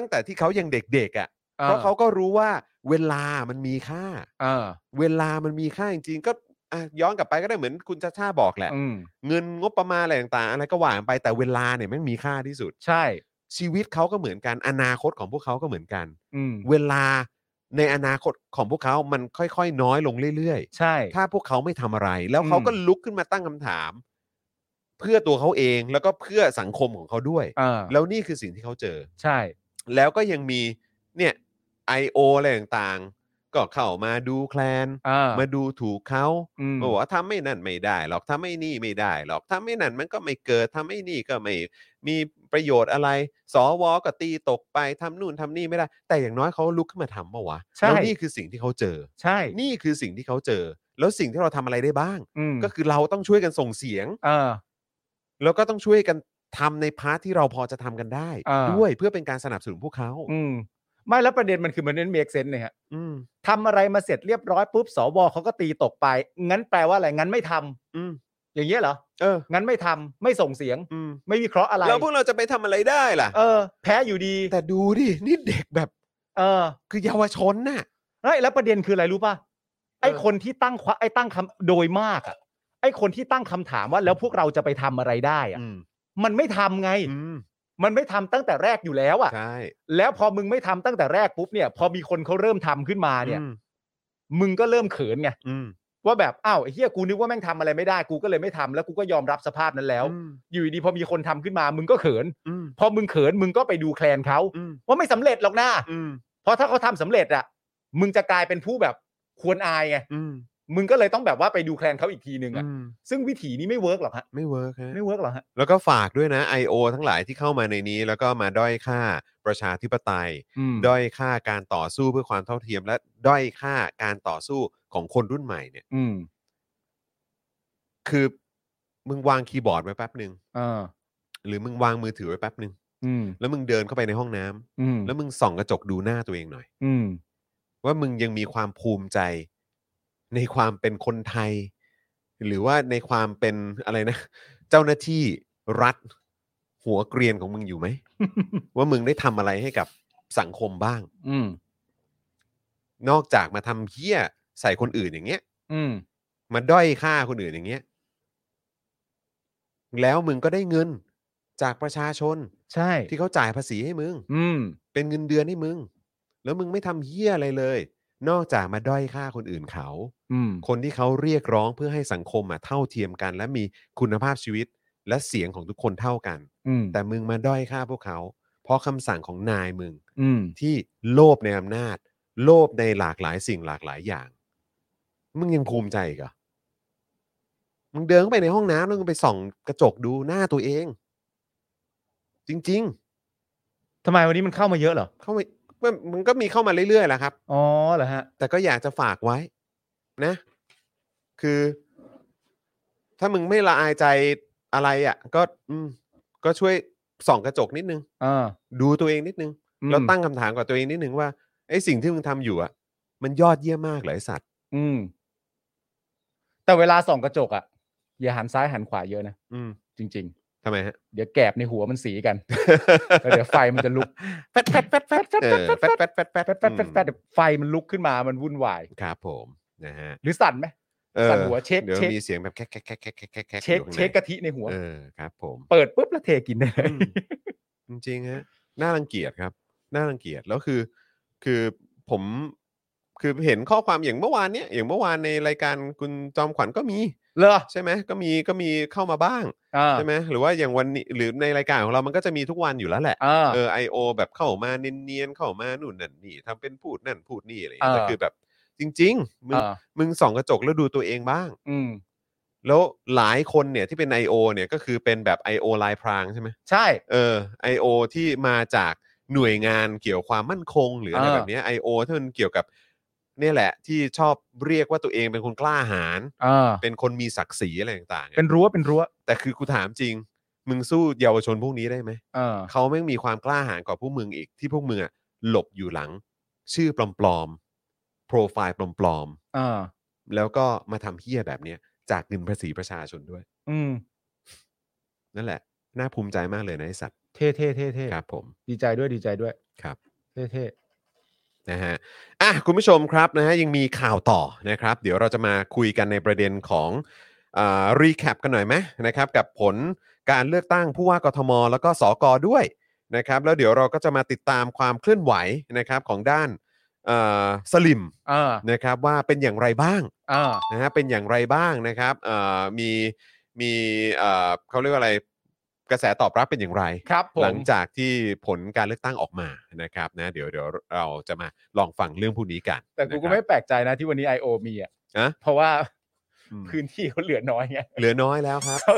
Speaker 3: ตั้งแต่ที่เขายังเด็กๆอะ่ะเพราะเขาก็รู้ว่าเวลามันมีค่า
Speaker 4: อ่า
Speaker 3: เวลามันมีค่าจริงๆก็อ่ะย้อนกลับไปก็ได้เหมือนคุณชาชาบอกแหละ
Speaker 4: อืม
Speaker 3: เงินงบประมาณอะไรต่างๆ อะไรก็ว่ากันไปแต่เวลาเนี่ยแม่งมีค่าที่สุด
Speaker 4: ใช่
Speaker 3: ชีวิตเขาก็เหมือนกันอนาคตของพวกเขาก็เหมือนกัน
Speaker 4: อืม
Speaker 3: เวลาในอนาคตของพวกเขามันค่อยๆ น้อยลงเรื่อย
Speaker 4: ใช่
Speaker 3: ๆ ถ้าพวกเขาไม่ทำอะไร แล้วเขาก็
Speaker 4: อืม
Speaker 3: ลุกขึ้นมาตั้งคำถาม เพื่อตัวเขาเองแล้วก็เพื่อสังคมของเขาด้วย
Speaker 4: อ่า
Speaker 3: แล้วนี่คือสิ่งที่เขาเจอ
Speaker 4: ใช่
Speaker 3: แล้วก็ยังมีเนี่ย I.O. อะไรต่างๆ ก็เข้ามาดูแคลน
Speaker 4: อ่า
Speaker 3: มาดูถูกเขา
Speaker 4: อืม
Speaker 3: บอกว่าทำไม่นั่นไม่ได้หรอกทำไม่นี่ไม่ได้หรอกทำไม่นั่นมันก็ไม่เกิดทำไม่นี่ก็ไม่มีประโยชน์อะไรสวก็ตีตกไปทำนู่นทำนี่ไม่ได้ แต่อย่างน้อยเขาลุกขึ้นมาทำปะวะ
Speaker 4: ใช่
Speaker 3: แล้วนี่คือสิ่งที่เขาเจอ
Speaker 4: ใช่
Speaker 3: นี่คือสิ่งที่เขาเจอ แล้วสิ่งที่เราทำอะไรได้บ้าง
Speaker 4: อืม
Speaker 3: ก็คือเราต้องช่วยกันส่งเสียง
Speaker 4: อ่า
Speaker 3: แล้วก็ต้องช่วยกันทำในพาร์ทที่เราพอจะทำกันได้
Speaker 4: อ่า
Speaker 3: ด้วยเพื่อเป็นการสนับสนุนพวกเขา
Speaker 4: อืมไม่แล้วประเด็นมันคือมันเน้นเมกเซนส์เนี่ยฮะ
Speaker 3: อืม
Speaker 4: ทำอะไรมาเสร็จเรียบร้อยปุ๊บสวเขาก็ตีตกไป งั้นแปลว่าอะไรงั้นไม่ทำ
Speaker 3: อืม
Speaker 4: อย่างเงี้ยเหรอ
Speaker 3: เออ
Speaker 4: งั้นไม่ทำไม่ส่งเสียง
Speaker 3: อืม
Speaker 4: ไม่วิเคราะห์อะไร
Speaker 3: แล้วพวกเราจะไปทำอะไรได้ล่ะ
Speaker 4: เออ แพ้อยู่ดี
Speaker 3: แต่ดูดินี่เด็กแบบ
Speaker 4: เออ
Speaker 3: คือเยาวชนน่ะ
Speaker 4: เฮ้ยแล้วประเด็นคืออะไรรู้ป่ะไอ
Speaker 3: เออ
Speaker 4: คนที่ตั้งควะไอตั้งคำโดยมากอะไอคนที่ตั้งคำถามว่าแล้วพวกเราจะไปทำอะไรได้อะ
Speaker 3: อืม
Speaker 4: มันไม่ทำไง
Speaker 3: อืม
Speaker 4: มันไม่ทำตั้งแต่แรกอยู่แล้วอะ
Speaker 3: ใช่
Speaker 4: แล้วพอมึงไม่ทำตั้งแต่แรกปุ๊บเนี่ย พอมีคนเขาเริ่มทำขึ้นมาเนี่ย
Speaker 3: อืม
Speaker 4: มึงก็เริ่มเขินไง
Speaker 3: อืม
Speaker 4: ว่าแบบอ้าวไอ้เฮียกูนึกว่าแม่งทำอะไรไม่ได้กูก็เลยไม่ทำแล้วกูก็ยอมรับสภาพนั้นแล้ว
Speaker 3: อืม
Speaker 4: อยู่ดีๆพอมีคนทำขึ้นมา มึงก็เขิน
Speaker 3: อืม
Speaker 4: พอมึงเขินมึงก็ไปดูแคลนเขา
Speaker 3: อืม
Speaker 4: ว่าไม่สำเร็จหรอกนะ
Speaker 3: อืม
Speaker 4: เพราะถ้าเขาทำสำเร็จอะมึงจะกลายเป็นผู้แบบควรอายไง
Speaker 3: อืม
Speaker 4: มึงก็เลยต้องแบบว่าไปดูแคลนเขาอีกทีนึงอะ
Speaker 3: อืม
Speaker 4: ซึ่งวิถีนี้ไม่เวิร์กหรอกฮะ
Speaker 3: ไม่เวิร์กฮะ
Speaker 4: ไม่เวิร์กหรอกฮะ
Speaker 3: แล้วก็ฝากด้วยนะ I.O. ทั้งหลายที่เข้ามาในนี้ แล้วก็มาด้อยค่าประชาธิปไตย ด้อยค่าการต่อสู้เพื่อความเท่าเทียม และด้อยค่าการต่อสู้ของคนรุ่นใหม่เนี่ย
Speaker 4: อืม
Speaker 3: คือมึงวางคีย์บอร์ดไว้แป๊บหนึ่ง
Speaker 4: อ่า
Speaker 3: หรือมึงวางมือถือไว้แป๊บหนึ่ง
Speaker 4: อืม
Speaker 3: แล้วมึงเดินเข้าไปในห้องน้ำ
Speaker 4: อืม
Speaker 3: แล้วมึงส่องกระจกดูหน้าตัวเองหน่อย
Speaker 4: อืม
Speaker 3: ว่ามึงยังมีความภูมิใจในความเป็นคนไทย หรือว่าในความเป็นอะไร นะ เจ้าหน้าที่รัฐหัวเกรียนของมึงอยู่ไหม ว่ามึงได้ทำอะไรให้กับสังคมบ้าง
Speaker 4: อืม
Speaker 3: นอกจากมาทำเหี้ยใส่คนอื่นอย่างเงี้ย
Speaker 4: อืม
Speaker 3: มาด้อยค่าคนอื่นอย่างเงี้ยแล้วมึงก็ได้เงินจากประชาชน
Speaker 4: ใช่
Speaker 3: ที่เขาจ่ายภาษีให้มึง
Speaker 4: อืม
Speaker 3: เป็นเงินเดือนให้มึง แล้วมึงไม่ทำเหี้ยอะไรเลย นอกจากมาด้อยค่าคนอื่นเขา
Speaker 4: อืม
Speaker 3: คนที่เขาเรียกร้องเพื่อให้สังคมอ่ะเท่าเทียมกัน และมีคุณภาพชีวิตและเสียงของทุกคนเท่ากัน
Speaker 4: อืม
Speaker 3: แต่มึงมาด้อยค่าพวกเขา เพราะคำสั่งของนายมึง
Speaker 4: อืม
Speaker 3: ที่โลภในอำนาจ โลภในหลากหลายสิ่งหลากหลายอย่าง มึงยังภูมิใจอีกเหรอมึงเดินเข้าไปในห้องน้ำแล้วมึงไปส่องกระจกดูหน้าตัวเอง จริง
Speaker 4: ทำไมวันนี้มันเข้ามาเยอะเหรอ
Speaker 3: ๆ เข้ามามันมันก็มีเข้ามาเรื่อยๆแหละครับ
Speaker 4: อ๋อเหรอฮะ
Speaker 3: แต่ก็อยากจะฝากไว้นะ คือ ถ้ามึงไม่ละอายใจอะไรอะ่ะ ก็อืมก็ช่วยส่องกระจกนิดนึง
Speaker 4: อ่า
Speaker 3: ดูตัวเองนิดนึง
Speaker 4: อืม
Speaker 3: แล้วตั้งคำถามกับตัวเองนิดนึงว่าไอ้สิ่งที่มึงทำอยู่อะ่ะ มันยอดเยี่ยมมากเหรอไอสัตว์
Speaker 4: อืม แต่เวลาส่องกระจกอะอย่าหันซ้ายหันขวาเยอะนะ
Speaker 3: อืม
Speaker 4: จริง
Speaker 3: ทำไมฮะ
Speaker 4: ๆ เดี๋ยวแกรบในหัวมันสีกัน แล้วเดี๋ยวไฟมันจะลุกแฟดแฟดแฟดแฟดแฟด
Speaker 3: เอ
Speaker 4: แฟ
Speaker 3: อ
Speaker 4: ด
Speaker 3: แฟ
Speaker 4: แฟ
Speaker 3: ด
Speaker 4: ด
Speaker 3: แฟดแฟดแฟด
Speaker 4: แฟดแฟดแฟดไฟมันลุกขึ้นมามันวุ่นวาย
Speaker 3: ครับผมนะฮะ
Speaker 4: หรือสั่นไหม
Speaker 3: ออ
Speaker 4: สั่นหัวเช็ค
Speaker 3: เดี๋ยว
Speaker 4: เช็ค
Speaker 3: มีเสียงแบบแคกแคกแคกแคกแคกแคก
Speaker 4: เช็
Speaker 3: อ
Speaker 4: ค
Speaker 3: ยู่ข้างใน
Speaker 4: เช็คกะทิในหัว
Speaker 3: เออครับผม
Speaker 4: เปิดปุ๊บแล้วเทกินได้เลย
Speaker 3: อืม จริงๆฮะน่ารังเกียจครับน่ารังเกียจแล้วคือ คือผมคือเห็นข้อความอย่างเมื่อวานเนี้ยอย่างเมื่อวานในรายการคุณจอมขวัญก็มี
Speaker 4: เลอ
Speaker 3: ใช่ไหมก็มีก็มีเข้ามาบ้าง
Speaker 4: อ่า
Speaker 3: ใช่ไหมหรือว่าอย่างวันนี้หรือในรายการของเรามันก็จะมีทุกวันอยู่แล้วแหละ
Speaker 4: อ่า
Speaker 3: เออไอโอแบบเข้ามาเนียนๆเข้ามานู่นนั่นนี่ทำเป็นพูดนั่นพูดนี่อะไรอย่างเงี้ย
Speaker 4: อ่า
Speaker 3: แต่คือแบบจริง ๆ มึง
Speaker 4: อ่า
Speaker 3: มึงส่องกระจกแล้วดูตัวเองบ้าง
Speaker 4: อืม
Speaker 3: แล้วหลายคนเนี่ยที่เป็น I.O. เนี่ยก็คือเป็นแบบ I.O. ลายพรางใช่ไหม
Speaker 4: ใช่
Speaker 3: เออ I.O. ที่มาจากหน่วยงานเกี่ยวความมั่นคง หรืออะไร
Speaker 4: อ่า
Speaker 3: แบบเนี้ย I.O. ที่มันเกี่ยวกับ เนี่ยแหละ ที่ชอบเรียกว่าตัวเองเป็นคนกล้าหาญ
Speaker 4: อ่า
Speaker 3: เป็นคนมีศักดิ์ศรีอะไรต่างๆ
Speaker 4: เป็น
Speaker 3: อะ
Speaker 4: รั้วเป็นรั้ว
Speaker 3: แต่คือกูถามจริง มึงสู้เยาวชนพวกนี้ได้ไหม
Speaker 4: เออ
Speaker 3: เขาไม่งมีความกล้าหาญกว่าพวกมึงอีกที่พวกมึงอะหลบอยู่หลัง ชื่อปลอมๆโปรไฟล์ปลอม
Speaker 4: อ่า
Speaker 3: ๆแล้วก็มาทำเฮี้ยแบบเนี้ยจากเงินภาษีประชาชนด้วย
Speaker 4: อืม
Speaker 3: นั่นแหละ น่าภูมิใจมากเลยนะไอสัตว์
Speaker 4: เท่เท่เท่เท่
Speaker 3: ครับผม
Speaker 4: ดีใจด้วยดีใจด้วย
Speaker 3: ครับ
Speaker 4: เท่เท่
Speaker 3: นะฮะอ่ะคุณผู้ชมครับนะฮะยังมีข่าวต่อนะครับ เดี๋ยวเราจะมาคุยกันในประเด็นของรีแคปกันหน่อยไหมนะครับ กับผลการเลือกตั้งผู้ว่ากทม แล้วก็สกด้วยนะครับแล้วเดี๋ยวเราก็จะมาติดตามความเคลื่อนไหวนะครับของด้านเอ่อสลิม
Speaker 4: อ่า
Speaker 3: นะครับว่าเป็นอย่างไรบ้าง
Speaker 4: อ่า
Speaker 3: นะฮะเป็นอย่างไรบ้างนะครับเอ่อมีมีเอ่อเขาเรียกว่าอะไรกระแสตอบรับเป็นอย่างไร
Speaker 4: ครับผม
Speaker 3: หลังจากที่ผลการเลือกตั้งออกมานะครับนะเดี๋ยวเดี๋ยวเราจะมาลองฟังเรื่องพวกนี้กัน
Speaker 4: แต่กูก็
Speaker 3: นะค
Speaker 4: ไม่
Speaker 3: รับ
Speaker 4: แปลกใจนะที่วันนี้ I.O. มีอ่ะ
Speaker 3: อะ
Speaker 4: เพราะว่า
Speaker 3: อืม
Speaker 4: พื้นที่เขาเหลือน้อยไง
Speaker 3: เหลือน้อยแล้วครับ
Speaker 4: เขา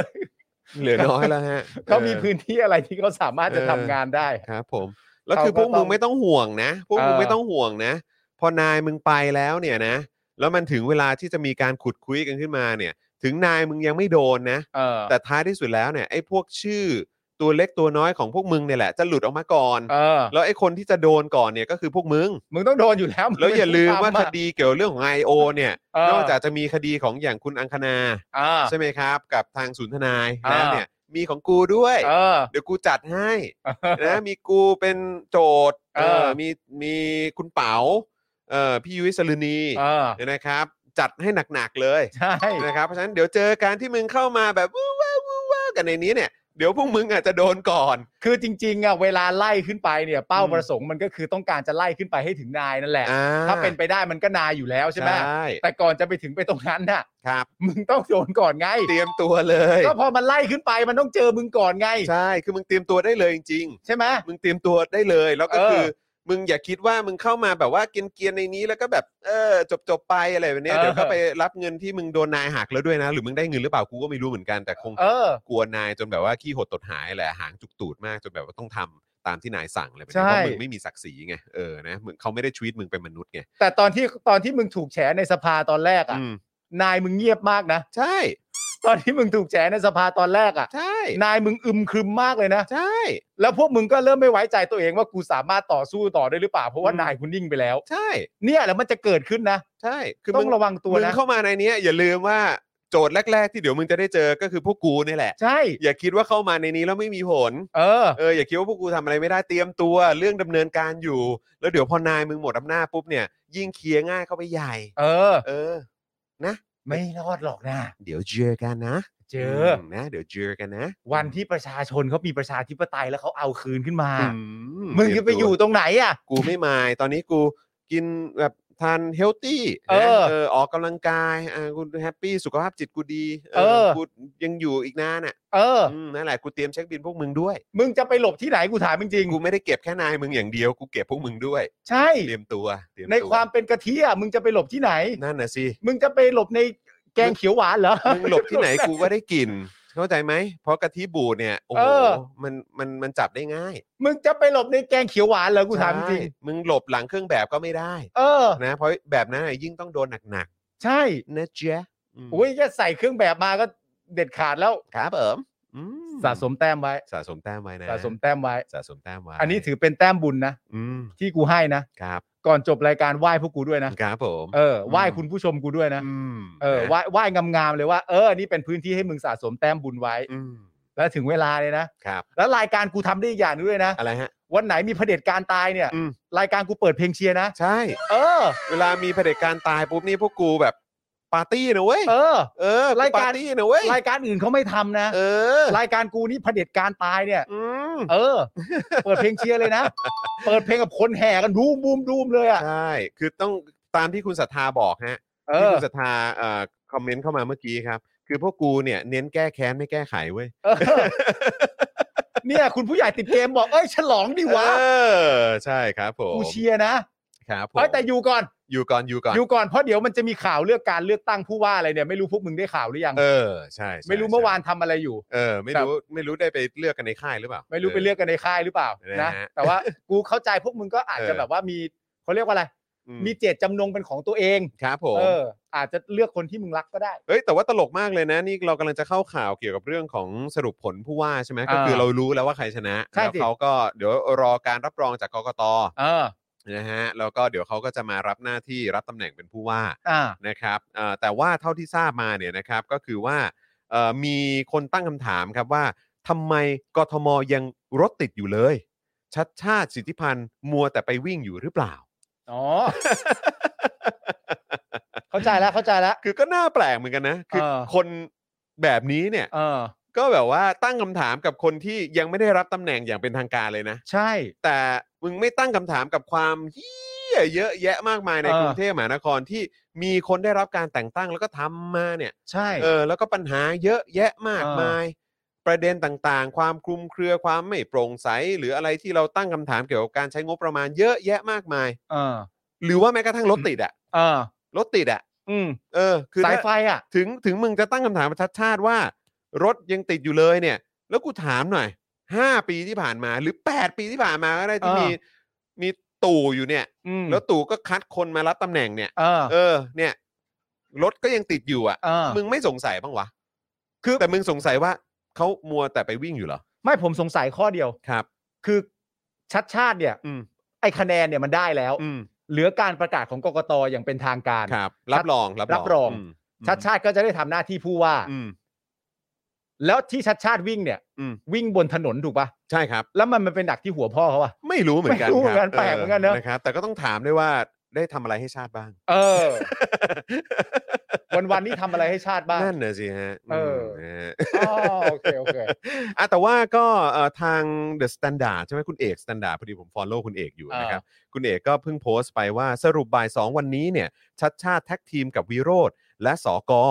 Speaker 3: เหลือน้อยแล้วฮะ
Speaker 4: เขามี
Speaker 3: ออ
Speaker 4: พื้นที่อะไรที่เขาสามารถจะ
Speaker 3: เออ
Speaker 4: ทำงานได้
Speaker 3: ครับผม แล้ว
Speaker 4: เขา
Speaker 3: คือพวก
Speaker 4: ก็ต้
Speaker 3: มึ
Speaker 4: อง ง
Speaker 3: ไม่ต้องห่วงนะ พวกมึง
Speaker 4: เออ
Speaker 3: ไม่ต้องห่วงนะ พอนายมึงไปแล้วเนี่ยนะ แล้วมันถึงเวลาที่จะมีการขุดคุยกันขึ้นมาเนี่ย ถึงนายมึงยังไม่โดนนะ
Speaker 4: เออ
Speaker 3: แต่ท้ายที่สุดแล้วเนี่ยไอ้พวกชื่อตัวเล็กตัวน้อยของพวกมึงเนี่ยแหละจะหลุดออกมาก่อน
Speaker 4: เออ
Speaker 3: แล้วไอ้คนที่จะโดนก่อนเนี่ยก็คือพวกมึง
Speaker 4: มึงต้องโดนอยู่แล้วง
Speaker 3: แล้วอย่าลืมว่า
Speaker 4: ไต้
Speaker 3: ค
Speaker 4: งทำอะ
Speaker 3: ดีเกี่ยวเรื่องของ IO เนี่ย
Speaker 4: เออน
Speaker 3: อกจากจะมีคดีของอย่างคุณอังคณา
Speaker 4: อ่า
Speaker 3: ใช่ไหมครับ กับทางศูนย์ทนายแล้ว
Speaker 4: อ่า
Speaker 3: เนี่ยมีของกูด้วย
Speaker 4: เออ
Speaker 3: เดี๋ยวกูจัดให้ นะมีกูเป็นโจทย์
Speaker 4: เออ
Speaker 3: เออมีมีคุณเป๋าเออพี่ยุ้ยสลุนี
Speaker 4: เออ
Speaker 3: นะครับ จัดให้หนักๆเลย
Speaker 4: ใช่
Speaker 3: นะครับเพราะฉะนั้นเดี๋ยวเจอการที่มึงเข้ามาแบบวู้ว้าวู้ว้ากันในนี้เนี่ยเดี๋ยวพวกมึงอาจจะโดนก่อน
Speaker 4: คือจริงๆอ่ะเวลาไล่ขึ้นไปเนี่ยเป้า
Speaker 3: อืม
Speaker 4: ประสงค์มันก็คือต้องการจะไล่ขึ้นไปให้ถึงนายนั่นแหละ
Speaker 3: อ่
Speaker 4: ถ้าเป็นไปได้มันก็นายอยู่แล้วใช่ไหม
Speaker 3: ใช่
Speaker 4: แต่ก่อนจะไปถึงไปตรงนั้นน่ะ
Speaker 3: ครับ
Speaker 4: มึงต้องโดนก่อนไง
Speaker 3: เตรียมตัวเลย
Speaker 4: ก็พอมันไล่ขึ้นไปมันต้องเจอมึงก่อนไง
Speaker 3: ใช่คือมึงเตรียมตัวได้เลยจริงๆ
Speaker 4: ใช่ไหม
Speaker 3: มึงเตรียมตัวได้เลย แล้วก็
Speaker 4: เออ
Speaker 3: คือ มึงอย่าคิดว่ามึงเข้ามาแบบว่าเกียนเกียนๆในนี้แล้วก็แบบเออจบจบๆไปอะไรแบบเนี้ย
Speaker 4: เออ
Speaker 3: เดี๋ยวก็ไปรับเงินที่มึงโดนนายหักแล้วด้วยนะ หรือมึงได้เงินหรือเปล่ากูก็ไม่รู้เหมือนกันแต่คง
Speaker 4: เออ
Speaker 3: กลัวนายจนแบบว่าขี้หดตดหายแหละหางจุกตูดมากจนแบบว่าต้องทำตามที่นายสั่งอะไรแบบนี้
Speaker 4: ใช่
Speaker 3: เพราะมึงไม่มีศักดิ์ศรีไงเออนะมึงเขาไม่ได้ชีวิตมึงเป็นมนุษย์ไง
Speaker 4: แต่ตอนที่ตอนที่มึงถูกแฉในสภาตอนแรกอ่ะ
Speaker 3: อืม
Speaker 4: นายมึงเงียบมากนะ
Speaker 3: ใช่
Speaker 4: ตอนที่มึงถูกแฉในสภาตอนแรกอ่ะ
Speaker 3: ใช่
Speaker 4: นายมึงอึมครึมมากเลยนะ
Speaker 3: ใช่
Speaker 4: แล้วพวกมึงก็เริ่มไม่ไว้ใจตัวเองว่ากูสามารถต่อสู้ต่อได้หรือเปล่าเพราะว่านายคุณนิ่งไปแล้ว
Speaker 3: ใช่
Speaker 4: เนี่ยแล้วมันจะเกิดขึ้นนะ
Speaker 3: ใช่คือ
Speaker 4: ต้
Speaker 3: มึ
Speaker 4: อง งระวังตัว
Speaker 3: มึง
Speaker 4: นะ
Speaker 3: เข้ามาในเนี้ยอย่าลืมว่าโจทย์แรก ๆ ที่เดี๋ยวมึงจะได้เจอก็คือพวกกูนี่แหละ
Speaker 4: ใช่
Speaker 3: อย่าคิดว่าเข้ามาในนี้แล้วไม่มีผล
Speaker 4: เออ
Speaker 3: เอออย่าคิดว่าพวกกูทำอะไรไม่ได้เตรียมตัวเรื่องดำเนินการอยู่ แล้วเดี๋ยวพอนายมึงหมดอำนาจปุ๊บเนี่ย ยิ่งเคลียร์ง่ายเข้าไปใหญ่
Speaker 4: เออ
Speaker 3: เออ
Speaker 4: ไม่รอดหรอกนะ
Speaker 3: เดี๋ยวเจอกันนะ
Speaker 4: เจออ
Speaker 3: มนะ เดี๋ยวเจอกันนะ
Speaker 4: วันที่ประชาชนเขามีประชาธิปไตยแล้วเขาเอาคืนขึ้นมา
Speaker 3: อื
Speaker 4: มึงจะไปอยู่
Speaker 3: เตรีมตั
Speaker 4: ตรงไหนอ่ะ
Speaker 3: วกูไม่มายตอนนี้กูกินแบบทานเฮลตี้
Speaker 4: เออ
Speaker 3: เออออกกำลังกายอ่ากูแฮปปี้สุขภาพจิตกูดี
Speaker 4: เออ
Speaker 3: กูยังอยู่อีกนานอ่ะ
Speaker 4: เออ
Speaker 3: มนั่นแหละกูเตรียมเช็คบินพวกมึงด้วย
Speaker 4: มึงจะไปหลบที่ไหนกูถามจริง
Speaker 3: กูไม่ได้เก็บแค่นายมึงอย่างเดียวกูเก็บพวกมึงด้วย
Speaker 4: ๆใช่
Speaker 3: เตรียมตัวเตรียม
Speaker 4: ใน
Speaker 3: ตัว
Speaker 4: ความเป็นกะทิอ่ะมึงจะไปหลบที่ไหน
Speaker 3: นั่นน่ะสิ
Speaker 4: มึงจะไปหลบในแกงเขียวหวานเหรอ
Speaker 3: มึงหลบที่ไหน กูก็ได้กลิ่นเข้าใจไหม เพราะกะทิบูดเนี่ย โอ้โห
Speaker 4: เออ
Speaker 3: มันมันมันจับได้ง่าย
Speaker 4: มึงจะไปหลบในแกงเขียวหวานเหรอกูถามจริง
Speaker 3: ใช่มึงหลบหลังเครื่องแบบก็ไม่ได้
Speaker 4: เออ
Speaker 3: นะ เพราะแบบนั้นน่ะยิ่งต้องโดนหนัก
Speaker 4: ใช่
Speaker 3: ๆนะเจ๊ะม
Speaker 4: อุ้ยแค่ใส่เครื่องแบบมาก็เด็ดขาดแล้ว
Speaker 3: ครับเอิมอืม
Speaker 4: สะสมแต้มไว้
Speaker 3: สะสมแต้มไว้นะ
Speaker 4: สะสมแต้มไว้
Speaker 3: สะสมแต้มไว้
Speaker 4: อันนี้ถือเป็นแต้มบุญนะ
Speaker 3: อืม
Speaker 4: ที่กูให้นะ
Speaker 3: ครับ
Speaker 4: ก่อนจบรายการไหว้พวกกูด้วยนะ
Speaker 3: ครับผม
Speaker 4: เออไหว้คุณผู้ชมกูด้วยนะ
Speaker 3: ม
Speaker 4: เออ
Speaker 3: นะ
Speaker 4: ไหว้ไหว้งามๆเลยว่าเออนี่เป็นพื้นที่ให้มึงสะสมแต้มบุญไว้
Speaker 3: อืม
Speaker 4: แล้วถึงเวลาเลยนะครับ แล้วรายการกูทำได้อีกอย่างหนึงด้วยนะ
Speaker 3: อะไรฮะ
Speaker 4: วันไหนมีเผด็จการตายเนี่ย
Speaker 3: อืม
Speaker 4: รายการกูเปิดเพลงเชียร์นะ
Speaker 3: ใช่
Speaker 4: เออ
Speaker 3: เวลามีเผด็จการตายปุ๊บนี่พวกกูแบบปาร์ตี้นะเว้ย
Speaker 4: เออ
Speaker 3: เออ
Speaker 4: รายการ
Speaker 3: ปาร์ตี้นะเว้ย
Speaker 4: รายการอื่นเขาไม่ทำนะ
Speaker 3: เออ
Speaker 4: รายการกูนี่เผด็จการตายเนี่ย
Speaker 3: อืม
Speaker 4: เออ เปิดเพลงเชียร์ เลยนะ เปิดเพลงกับคนแห่กันดูมบูมดูมเลยอ่ะ
Speaker 3: ใช่คือต้องตามที่คุณศรัทธาบอกฮะ
Speaker 4: เอ
Speaker 3: ที่
Speaker 4: อ
Speaker 3: คุณศรัทธาเอ่อคอมเมนต์เข้ามาเมื่อกี้ครับ คือพวกกูเนี่ยเน้นแก้แค้นไม่แก้ไขเว้ย
Speaker 4: เออ เนี่ยคุณผู้ใหญ่ติดเกมบอกเอ้ยฉลองดิวะ
Speaker 3: เออใช่ครับผม
Speaker 4: กูเชียร์นะครับ
Speaker 3: ผม
Speaker 4: เอ้ยแต่อยู่ก่อน
Speaker 3: อยู่ก่อนอยู่ก่อน
Speaker 4: อยู่ก่อนเพราะเดี๋ยวมันจะมีข่าวเลือกการเลือกตั้งผู้ว่าอะไรเนี่ยไม่รู้พวกมึงได้ข่าวหรือยัง
Speaker 3: เออใช่ใช่
Speaker 4: ไม่รู้เมื่อวานทำอะไรอยู่
Speaker 3: เออไม่รู้ไม่รู้ได้ไปเลือกกันในค่ายหรือเปล่า
Speaker 4: ไม่รู้ไปเลือกกันในค่ายหรือเปล่า
Speaker 3: นะ
Speaker 4: นะ
Speaker 3: ฮะ
Speaker 4: แต่ว่ากูเข้าใจพวกมึงก็อาจ
Speaker 3: เออ
Speaker 4: จะแบบว่ามีเขาเรียกว่าอะไร
Speaker 3: อืม
Speaker 4: มีเจตจำนงเป็นของตัวเอง
Speaker 3: ครับผม
Speaker 4: เออ อาจจะเลือกคนที่มึงรักก็ได้
Speaker 3: เอ้ยแต่ว่าตลกมากเลยนะนี่เรากำลังจะเข้าข่าวเกี่ยวกับเรื่องของสรุปผลผู้ว่าใช่ไหมก็คือ
Speaker 4: เออ
Speaker 3: เรารู้แล้วว่าใครชนะ
Speaker 4: ใช่
Speaker 3: แล้ว
Speaker 4: สิ
Speaker 3: เขาก็เดี๋ยวรอการรับรองจากกกต
Speaker 4: เออ
Speaker 3: นะฮะแล้วก็เดี๋ยวเขาก็จะมารับหน้าที่รับตำแหน่งเป็นผู้ว่า
Speaker 4: อ่า
Speaker 3: นะครับเอ่อแต่ว่าเท่าที่ทราบมาเนี่ยนะครับก็คือว่าเอ่อมีคนตั้งคำถามครับว่าทำไมกทมยังรถติดอยู่เลย ชัดชาติสิทธิพันธ์มัวแต่ไปวิ่งอยู่หรือเปล่า
Speaker 4: อ๋อ เข้าใจแล้ว เข้าใจแล้ว
Speaker 3: คือก็น่าแปลกเหมือนกันนะ คือ
Speaker 4: เออ
Speaker 3: คนแบบนี้เนี่ย
Speaker 4: เออ
Speaker 3: ก็แบบว่าตั้งคำถามกับคนที่ยังไม่ได้รับตำแหน่งอย่างเป็นทางการเลยนะ
Speaker 4: ใช่
Speaker 3: แต่มึงไม่ตั้งคำถามกับความเฮี้ยเยอะแยะมากมายใน
Speaker 4: เออ
Speaker 3: กรุงเทพมหานครที่มีคนได้รับการแต่งตั้งแล้วก็ทำมาเนี่ย
Speaker 4: ใช่
Speaker 3: เออแล้วก็ปัญหาเยอะแยะมาก
Speaker 4: เออ
Speaker 3: มาย ประเด็นต่างๆ ความคลุมเครือความไม่โปร่งใส หรืออะไรที่เราตั้งคำถามเกี่ยวกับการใช้งบประมาณเยอะแยะมากมาย
Speaker 4: เออ
Speaker 3: หรือว่าแม้กระทั่งรถติดอะ
Speaker 4: เออ
Speaker 3: รถติดอะ
Speaker 4: อืม
Speaker 3: เออคือ
Speaker 4: สาย
Speaker 3: ถ้า
Speaker 4: ไฟอ่ะ
Speaker 3: ถึงถึงมึงจะตั้งคำถามประชัดชาติว่า รถยังติดอยู่เลยเนี่ย แล้วกูถามหน่อย 5 ปีที่ผ่านมาหรือ 8 ปีที่ผ่านมาก็ได้ที่
Speaker 4: เออ
Speaker 3: มีมีตู่อยู่เนี่ย
Speaker 4: อืม
Speaker 3: แล้วตู่ก็คัดคนมารับตำแหน่งเนี่ย
Speaker 4: เออ
Speaker 3: เออเนี่ยรถก็ยังติดอยู่อะ
Speaker 4: เออ
Speaker 3: มึงไม่สงสัยบ้างวะ
Speaker 4: คือ
Speaker 3: แต่มึงสงสัยว่าเขามัวแต่ไปวิ่งอยู่เหรอ
Speaker 4: ไม่ผมสงสัยข้อเดียว
Speaker 3: ครับ
Speaker 4: คือชัดชาติเนี่ย
Speaker 3: อืม
Speaker 4: ไอคะแนนเนี่ยมันได้แล้ว
Speaker 3: อืม
Speaker 4: เหลือการประกาศของกกตอย่างเป็นทางการ
Speaker 3: ครับ รับรอง รับรอง
Speaker 4: รับรอง
Speaker 3: ม
Speaker 4: ชัดชาติก็จะได้ทำหน้าที่ผู้ว่า
Speaker 3: อืม
Speaker 4: แล้วที่ชัดชาติวิ่งเนี่ย
Speaker 3: อืม
Speaker 4: วิ่งบนถนนถูกปะ
Speaker 3: ใช่ครับ
Speaker 4: แล้วมันมันเป็นดักที่หัวพ่อเขาอะ
Speaker 3: ไม่รู้เหมือนกัน
Speaker 4: ไม่รู้เหมือนกัน
Speaker 3: คบ
Speaker 4: แปลกเหมือนกันเนอะ
Speaker 3: นะครับ แต่ก็ต้องถามด้วยว่าได้ทำอะไรให้ชาติบ้าง
Speaker 4: เออ วันวันๆนี้ทำอะไรให้ชาติบ้าง
Speaker 3: นั่นน่ะสิฮะ
Speaker 4: เออ
Speaker 3: มนะฮะ
Speaker 4: อ๋อโอเคโอเค
Speaker 3: อ่ะแต่ว่าก็เอ่อทาง The Standard ใช่ไหมคุณเอก Standard พอดีผม follow คุณเอกอยู่
Speaker 4: อ่าน
Speaker 3: นะครับ คุณเอกก็เพิ่งโพสต์ไปว่าสรุปบ่าย 2 วันนี้เนี่ย ชัดชาติแท็กทีมกับวิโรธและสอกอ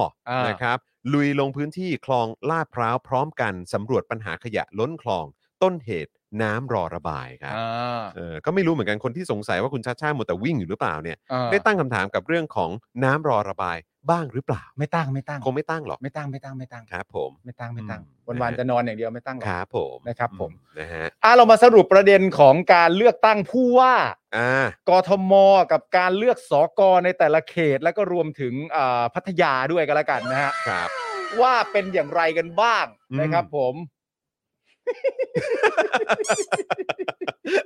Speaker 3: นะครับ ลุยลงพื้นที่คลองลาดพร้าวพร้อมกันสำรวจปัญหาขยะล้นคลอง ต้นเหตุน้ำรอระบายครับ
Speaker 4: อ่า
Speaker 3: เออก็ไม่รู้เหมือนกันคนที่สงสัยว่าคุณชัดชาติมัวแต่วิ่งอยู่หรือเปล่าเนี่ย
Speaker 6: Uh,
Speaker 4: อ่า
Speaker 3: ได้ตั้งคำถามกับเรื่องของน้ำรอระบายบ้างหรือเปล่า
Speaker 4: ไม่ตั้งไม่ตั้ง
Speaker 3: คงไม่ตั้งหรอก
Speaker 4: ไม่ตั้งไม่ตั้งไม่ตั้ง
Speaker 3: ครับผม
Speaker 4: ไม่ตั้งไม่ตั้ง
Speaker 3: อืม
Speaker 4: วันวันๆจะนอนอย่างเดียวไม่ตั้งหรอก
Speaker 3: ครับผม
Speaker 4: นะครับผม
Speaker 3: นะฮะ
Speaker 4: อ่ะเรามาสรุปประเด็นของการเลือกตั้งผู้ว่า
Speaker 3: อ่า
Speaker 4: กทม กับการเลือกสอกในแต่ละเขต แล้วก็รวมถึงอ่าพัทยาด้วยกันแล้วกันนะ ฮะ
Speaker 3: ครับ
Speaker 4: ว่าเป็นอย่างไรกันบ้าง
Speaker 3: อืม
Speaker 4: นะครับผม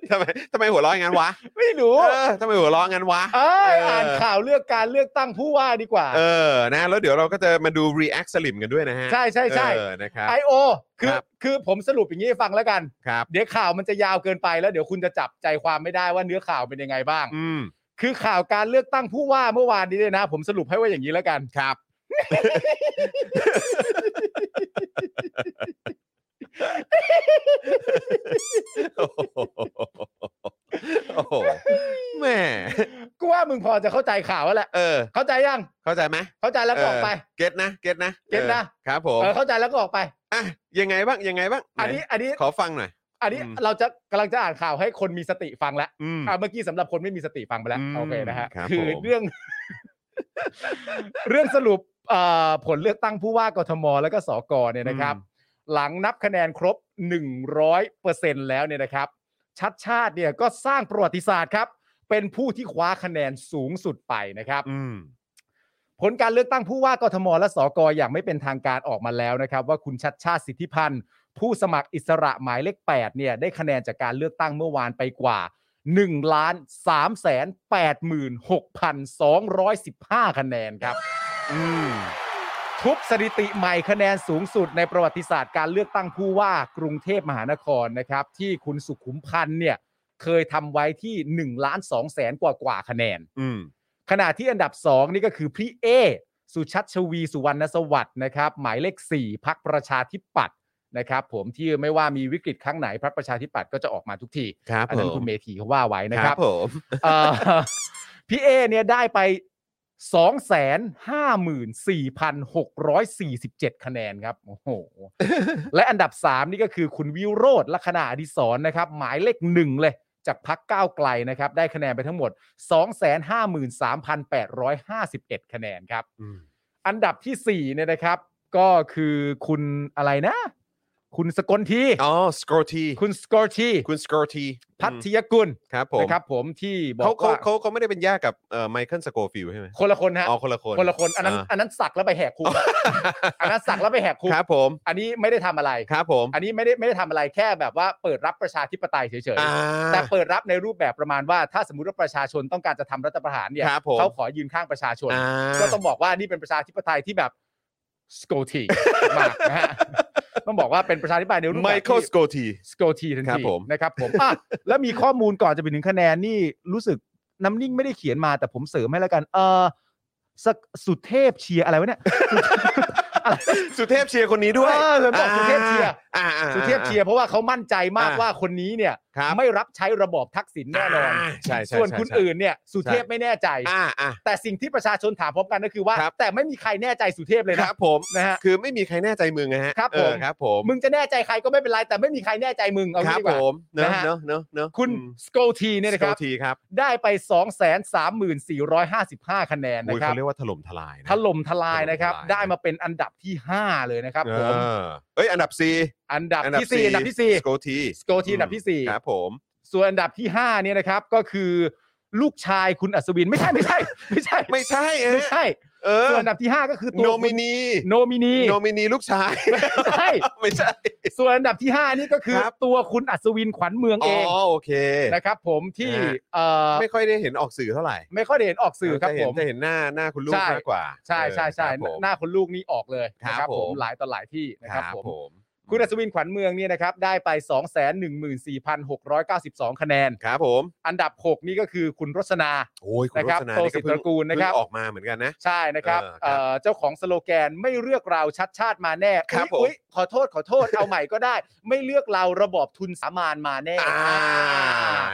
Speaker 3: ทำไมทำไมหัวเร้ออย่างนั้นวะ
Speaker 4: ไม่รู้
Speaker 3: เออทำไมหัวเร้องั้นวะ
Speaker 4: เอ้ย
Speaker 3: เอออ่
Speaker 4: อ่านข่าวเลือกการเลือกตั้งผู้ว่าดีกว่า
Speaker 3: เออนะแล้วเดี๋ยวเราก็จะมาดู react สลิมกันด้วยนะฮะ
Speaker 4: ใช่ใช่ใช่
Speaker 3: เออนะครับ
Speaker 4: ไอโอคือ
Speaker 3: ครับ
Speaker 4: คือผมสรุปอย่างนี้ให้ฟังแล้วกัน
Speaker 3: ครับ
Speaker 4: เดี๋ยวข่าวมันจะยาวเกินไปแล้วเดี๋ยวคุณจะจับใจความไม่ได้ว่าเนื้อข่าวเป็นยังไงบ้าง
Speaker 3: อืม
Speaker 4: คือข่าวการเลือกตั้งผู้ว่าเมื่อวานนี้เนี่ยนะ ผมสรุปให้ว่าอย่างนี้แล้วกัน
Speaker 3: ครับ โอ้โหโอ้โหแหม่
Speaker 4: กูว่ามึงพอจะเข้าใจข่าวแล้วแหละ
Speaker 3: เออ
Speaker 4: เข้าใจยัง
Speaker 3: เข้าใจไหม
Speaker 4: เข้าใจแล้วก็ออกไป
Speaker 3: เก็ตนะเก็ตนะ
Speaker 4: เก็ตนะ
Speaker 3: ออครับผม
Speaker 4: เออเข้าใจแล้วก็ออกไป
Speaker 3: อ่ะยังไงบ้างยังไงบ้าง
Speaker 4: อันนี้
Speaker 3: ไห
Speaker 4: อันนี้
Speaker 3: ขอฟังหน่อย
Speaker 4: อันนี้
Speaker 3: อืม
Speaker 4: เราจะกำลังจะอ่านข่าวให้คนมีสติฟังแล้ว
Speaker 3: อืม
Speaker 4: อ่าเมื่อกี้สำหรับคนไม่มีสติฟังไปแล้ว
Speaker 3: อืม
Speaker 4: โอเคนะฮะ
Speaker 3: ครับ
Speaker 4: คือ
Speaker 3: ผม
Speaker 4: เรื่อง เรื่องสรุปเอ่อผลเลือกตั้งผู้ว่ากทม แล้วก็สกเนี่ยนะครับ หลังนับคะแนนครบ 100%แล้วเนี่ยนะครับ ชัดชาติเนี่ยก็สร้างประวัติศาสตร์ครับ เป็นผู้ที่คว้าคะแนนสูงสุดไปนะครับ
Speaker 3: อืม
Speaker 4: ผลการเลือกตั้งผู้ว่ากทม และสกอย่างไม่เป็นทางการออกมาแล้วนะครับ ว่าคุณชัดชาติสิทธิพันธ์ ผู้สมัครอิสระหมายเลข8เนี่ยได้คะแนนจากการเลือกตั้งเมื่อวานไปกว่า1ล้าน3แสน8หมื่น6พัน215 คะแนนครับ
Speaker 3: อืม
Speaker 4: ทุบสถิติใหม่คะแนนสูงสุดในประวัติศาสตร์การเลือกตั้งผู้ว่ากรุงเทพมหานครนะครับ ที่คุณสุขุมพันธ์เนี่ยเคยทำไว้ที่1ล้าน2แสนกว่ากว่าคะแนน
Speaker 3: อืม
Speaker 4: ขณะที่อันดับ 2 นี่ก็คือพี่เอ สุชัชวีสุวรรณสวัสด์นะครับ หมายเลข 4พักประชาธิปัตย์นะครับ ผมที่ไม่ว่ามีวิกฤตครั้งไหนพักประชาธิปัตย์ก็จะออกมาทุกที
Speaker 3: ครับ
Speaker 4: อัน
Speaker 3: ผ
Speaker 4: นั้น
Speaker 3: ม
Speaker 4: คุณเมธีเขาว่าไว้นะค
Speaker 3: ค
Speaker 4: รั
Speaker 3: รับ บผม
Speaker 4: เอ่อพี่เอเนี่ยได้ไป 2 5 4 6 4 7 คะแนนครับ โอ้โห และอันดับ 3 นี่ก็คือคุณวิโรธลักษณะอดิศรนะครับ หมายเลขหนึ่งเลย จากพักก้าวไกลนะครับ ได้คะแนนไปทั้งหมด 253,851 คะแนนครับ
Speaker 3: อืม
Speaker 4: อันดับที่4เนี่ยนะครับ ก็คือคุณอะไรนะ คุณสกลที
Speaker 3: อ๋อสกอร์ที
Speaker 4: คุณสกอร์ที
Speaker 3: คุณสกอร์ที
Speaker 4: พัทยกุล
Speaker 3: ครับผม
Speaker 4: นะครับผมที่บอ
Speaker 3: เขา
Speaker 4: ก
Speaker 3: เขา
Speaker 4: ว่า
Speaker 3: เขาเขาไม่ได้เป็นญาติกับเอ่อไมเคิลสโกฟิลใช่ไหม
Speaker 4: คนละคนฮะ
Speaker 3: อ๋อคนละคน
Speaker 4: คนละคนอันนั้น
Speaker 3: อ่า
Speaker 4: อันนั้นสักแล้วไปแหกคุกอันนั้นสักแล้วไปแหกคุก
Speaker 3: ครับผม
Speaker 4: อันนี้ไม่ได้ทำอะไร
Speaker 3: ครับผม
Speaker 4: อันนี้ไม่ได้ไม่ได้ทำอะไรแค่แบบว่าเปิดรับประชาธิปไตยเฉย
Speaker 3: อ่า
Speaker 4: ๆแต่เปิดรับในรูปแบบประมาณว่าถ้าสมมติว่าประชาชนต้องการจะทำรัฐประหารเนี่ย
Speaker 3: ครับผม
Speaker 4: เขาขอยืนข้างประชาชน
Speaker 3: อ่า
Speaker 4: ก็ต้องบอกว่านี่เป็นประชาธิปไตยที่แบบสโกทีมากนะฮะ ต้องบอกว่าเป็นประชาธิปไตยในรูปแบบ
Speaker 3: ไมเคิลส
Speaker 4: ที่
Speaker 3: โกที
Speaker 4: สโกทีทัน
Speaker 3: ครับ
Speaker 4: ที
Speaker 3: ผม
Speaker 4: นะครับผมอ่ะแล้วมีข้อมูลก่อนจะไปถึงคะแนนนี่รู้สึกน้ำนิ่งไม่ได้เขียนมาแต่ผมเสริมให้แล้วกัน เออสกสุเทพเชียร์อะไรวะเนี่ยสุอะไร
Speaker 3: สุเทพเชียร์คนนี้ด้วย
Speaker 4: เออเหมือนบอกสุเทพเชียร์
Speaker 3: อ่าอ่าอ่า
Speaker 4: สุเทพเชียร์เพราะว่าเขามั่นใจมาก
Speaker 3: อ่ะ
Speaker 4: ว่าคนนี้เนี่ย
Speaker 3: ครับ
Speaker 4: ไม่รับใช้ระบอบทักษิณแน่นอน
Speaker 3: อ่าใช่ใช่
Speaker 4: ส่วน
Speaker 3: ใช่
Speaker 4: คุณ
Speaker 3: ใช่
Speaker 4: อื่นเนี่ยสุเทพ
Speaker 3: ใช่
Speaker 4: ไม่แน่ใจ
Speaker 3: อ่าอ่า
Speaker 4: แต่สิ่งที่ประชาชนถามพร้อมกันก็คือว่า
Speaker 3: ครับ
Speaker 4: แต่ไม่มีใครแน่ใจสุเทพเลย
Speaker 3: ค
Speaker 4: นะ
Speaker 3: รับผม
Speaker 4: นะฮะ
Speaker 3: คือไม่มีใครแน่ใจมึงนะฮะ
Speaker 4: ครับ
Speaker 3: เอ
Speaker 4: ผ
Speaker 3: อ
Speaker 4: ม
Speaker 3: ครับผม
Speaker 4: มึงจะแน่ใจใครก็ไม่เป็นไร แต่ไม่มีใครแน่ใจมึงเอา
Speaker 3: ครับ
Speaker 4: งี้ดีก
Speaker 3: ผ
Speaker 4: ว่า
Speaker 3: มเนอะ
Speaker 4: นะฮะ
Speaker 3: เนอะเนอะเนอะ
Speaker 4: คุณสโกทีเนี่ยนะครับ
Speaker 3: สโกทีครับ
Speaker 4: ได้ไป 2 3 4 5 5 คะแนน
Speaker 3: อุ๊ย
Speaker 4: นะครั
Speaker 3: เขา
Speaker 4: บ
Speaker 3: เรียกว่าถล่มทลายนะ
Speaker 4: ถล่มทลายนะครับ
Speaker 3: ถล่มทลาย
Speaker 4: ได้มาเป็นอันดับที่ 5 เลยนะครับผม
Speaker 3: เออเอ้ยอันดับสี่
Speaker 4: อันดับที่4อันดับที่4
Speaker 3: สโกที
Speaker 4: สโกทีอันดับทีสี่
Speaker 3: ครับผม
Speaker 4: 4 ส่วนอันดับที่ 5 เนี่ยนะครับ ก็คือลูกชายคุณอัศวินไม่ใช่ไม่ใช่ ไม่ใช่
Speaker 3: ไม่ใช่ฮะ
Speaker 4: ไม่ใช่
Speaker 3: เออ
Speaker 4: ส่วนอันดับที่ 5 ก็คือตัว
Speaker 3: โนมินี
Speaker 4: โนมินี
Speaker 3: โนมินีลูกชาย
Speaker 4: ใช่
Speaker 3: ไม่ใช่
Speaker 4: ส่วนอันดับที่ 5 นี่ก็คือ
Speaker 3: ครับ
Speaker 4: ตัวคุณอัศวินขวัญเมือง
Speaker 3: อ๋
Speaker 4: เอ
Speaker 3: องโอเค
Speaker 4: นะครับ ผมที่
Speaker 3: นะฮะ
Speaker 4: เอ่อ
Speaker 3: ไม่ค่อยได้เห็นออกสื่อเท่าไหร่
Speaker 4: ไม่ค่อยได้เห็นออกสื่อครับ
Speaker 3: จะเห็
Speaker 4: ผ
Speaker 3: น
Speaker 4: ม
Speaker 3: จะเห็นหน้าหน้าคุณลูก
Speaker 4: ใช่
Speaker 3: มากกว่า
Speaker 4: ใช่ใช่ใช่
Speaker 3: เออครับผม
Speaker 4: หน้าคนลูกนี่ออกเลย
Speaker 3: ค
Speaker 4: นะค
Speaker 3: รั
Speaker 4: รั
Speaker 3: บบ ผ
Speaker 4: ผม มหลายต่อหลายที่นะ
Speaker 3: ค
Speaker 4: ค
Speaker 3: รั
Speaker 4: รั
Speaker 3: บบ ผ
Speaker 4: ผม ม คุณอัศวินขวัญเมืองเนี่ยนะครับได้ไป 2 1 4 6 9 2 คะแนน
Speaker 3: ครับผม
Speaker 4: อันดับ 6 นี่ก็คือคุณรสนา
Speaker 3: โอ้ยคุณ
Speaker 4: นะ
Speaker 3: ร
Speaker 4: ครับ
Speaker 3: สนา
Speaker 4: โต
Speaker 3: นี่
Speaker 4: สิ
Speaker 3: ก็
Speaker 4: ทธิ์
Speaker 3: เพิ่ง
Speaker 4: ตระกูลนะครับ
Speaker 3: เพิ่งออกมาเหมือนกันนะ
Speaker 4: ใช่นะครับ
Speaker 3: เออครับ
Speaker 4: เอ่อเจ้าของสโลแกนไม่เลือกเราชัดชาติมาแน่
Speaker 3: ครับ
Speaker 4: อุ๊ยอุ๊ยขอโทษขอโทษ เอาใหม่ก็ได้ ไม่เลือกเราระบอบทุนสามานมาแน่
Speaker 3: อ่า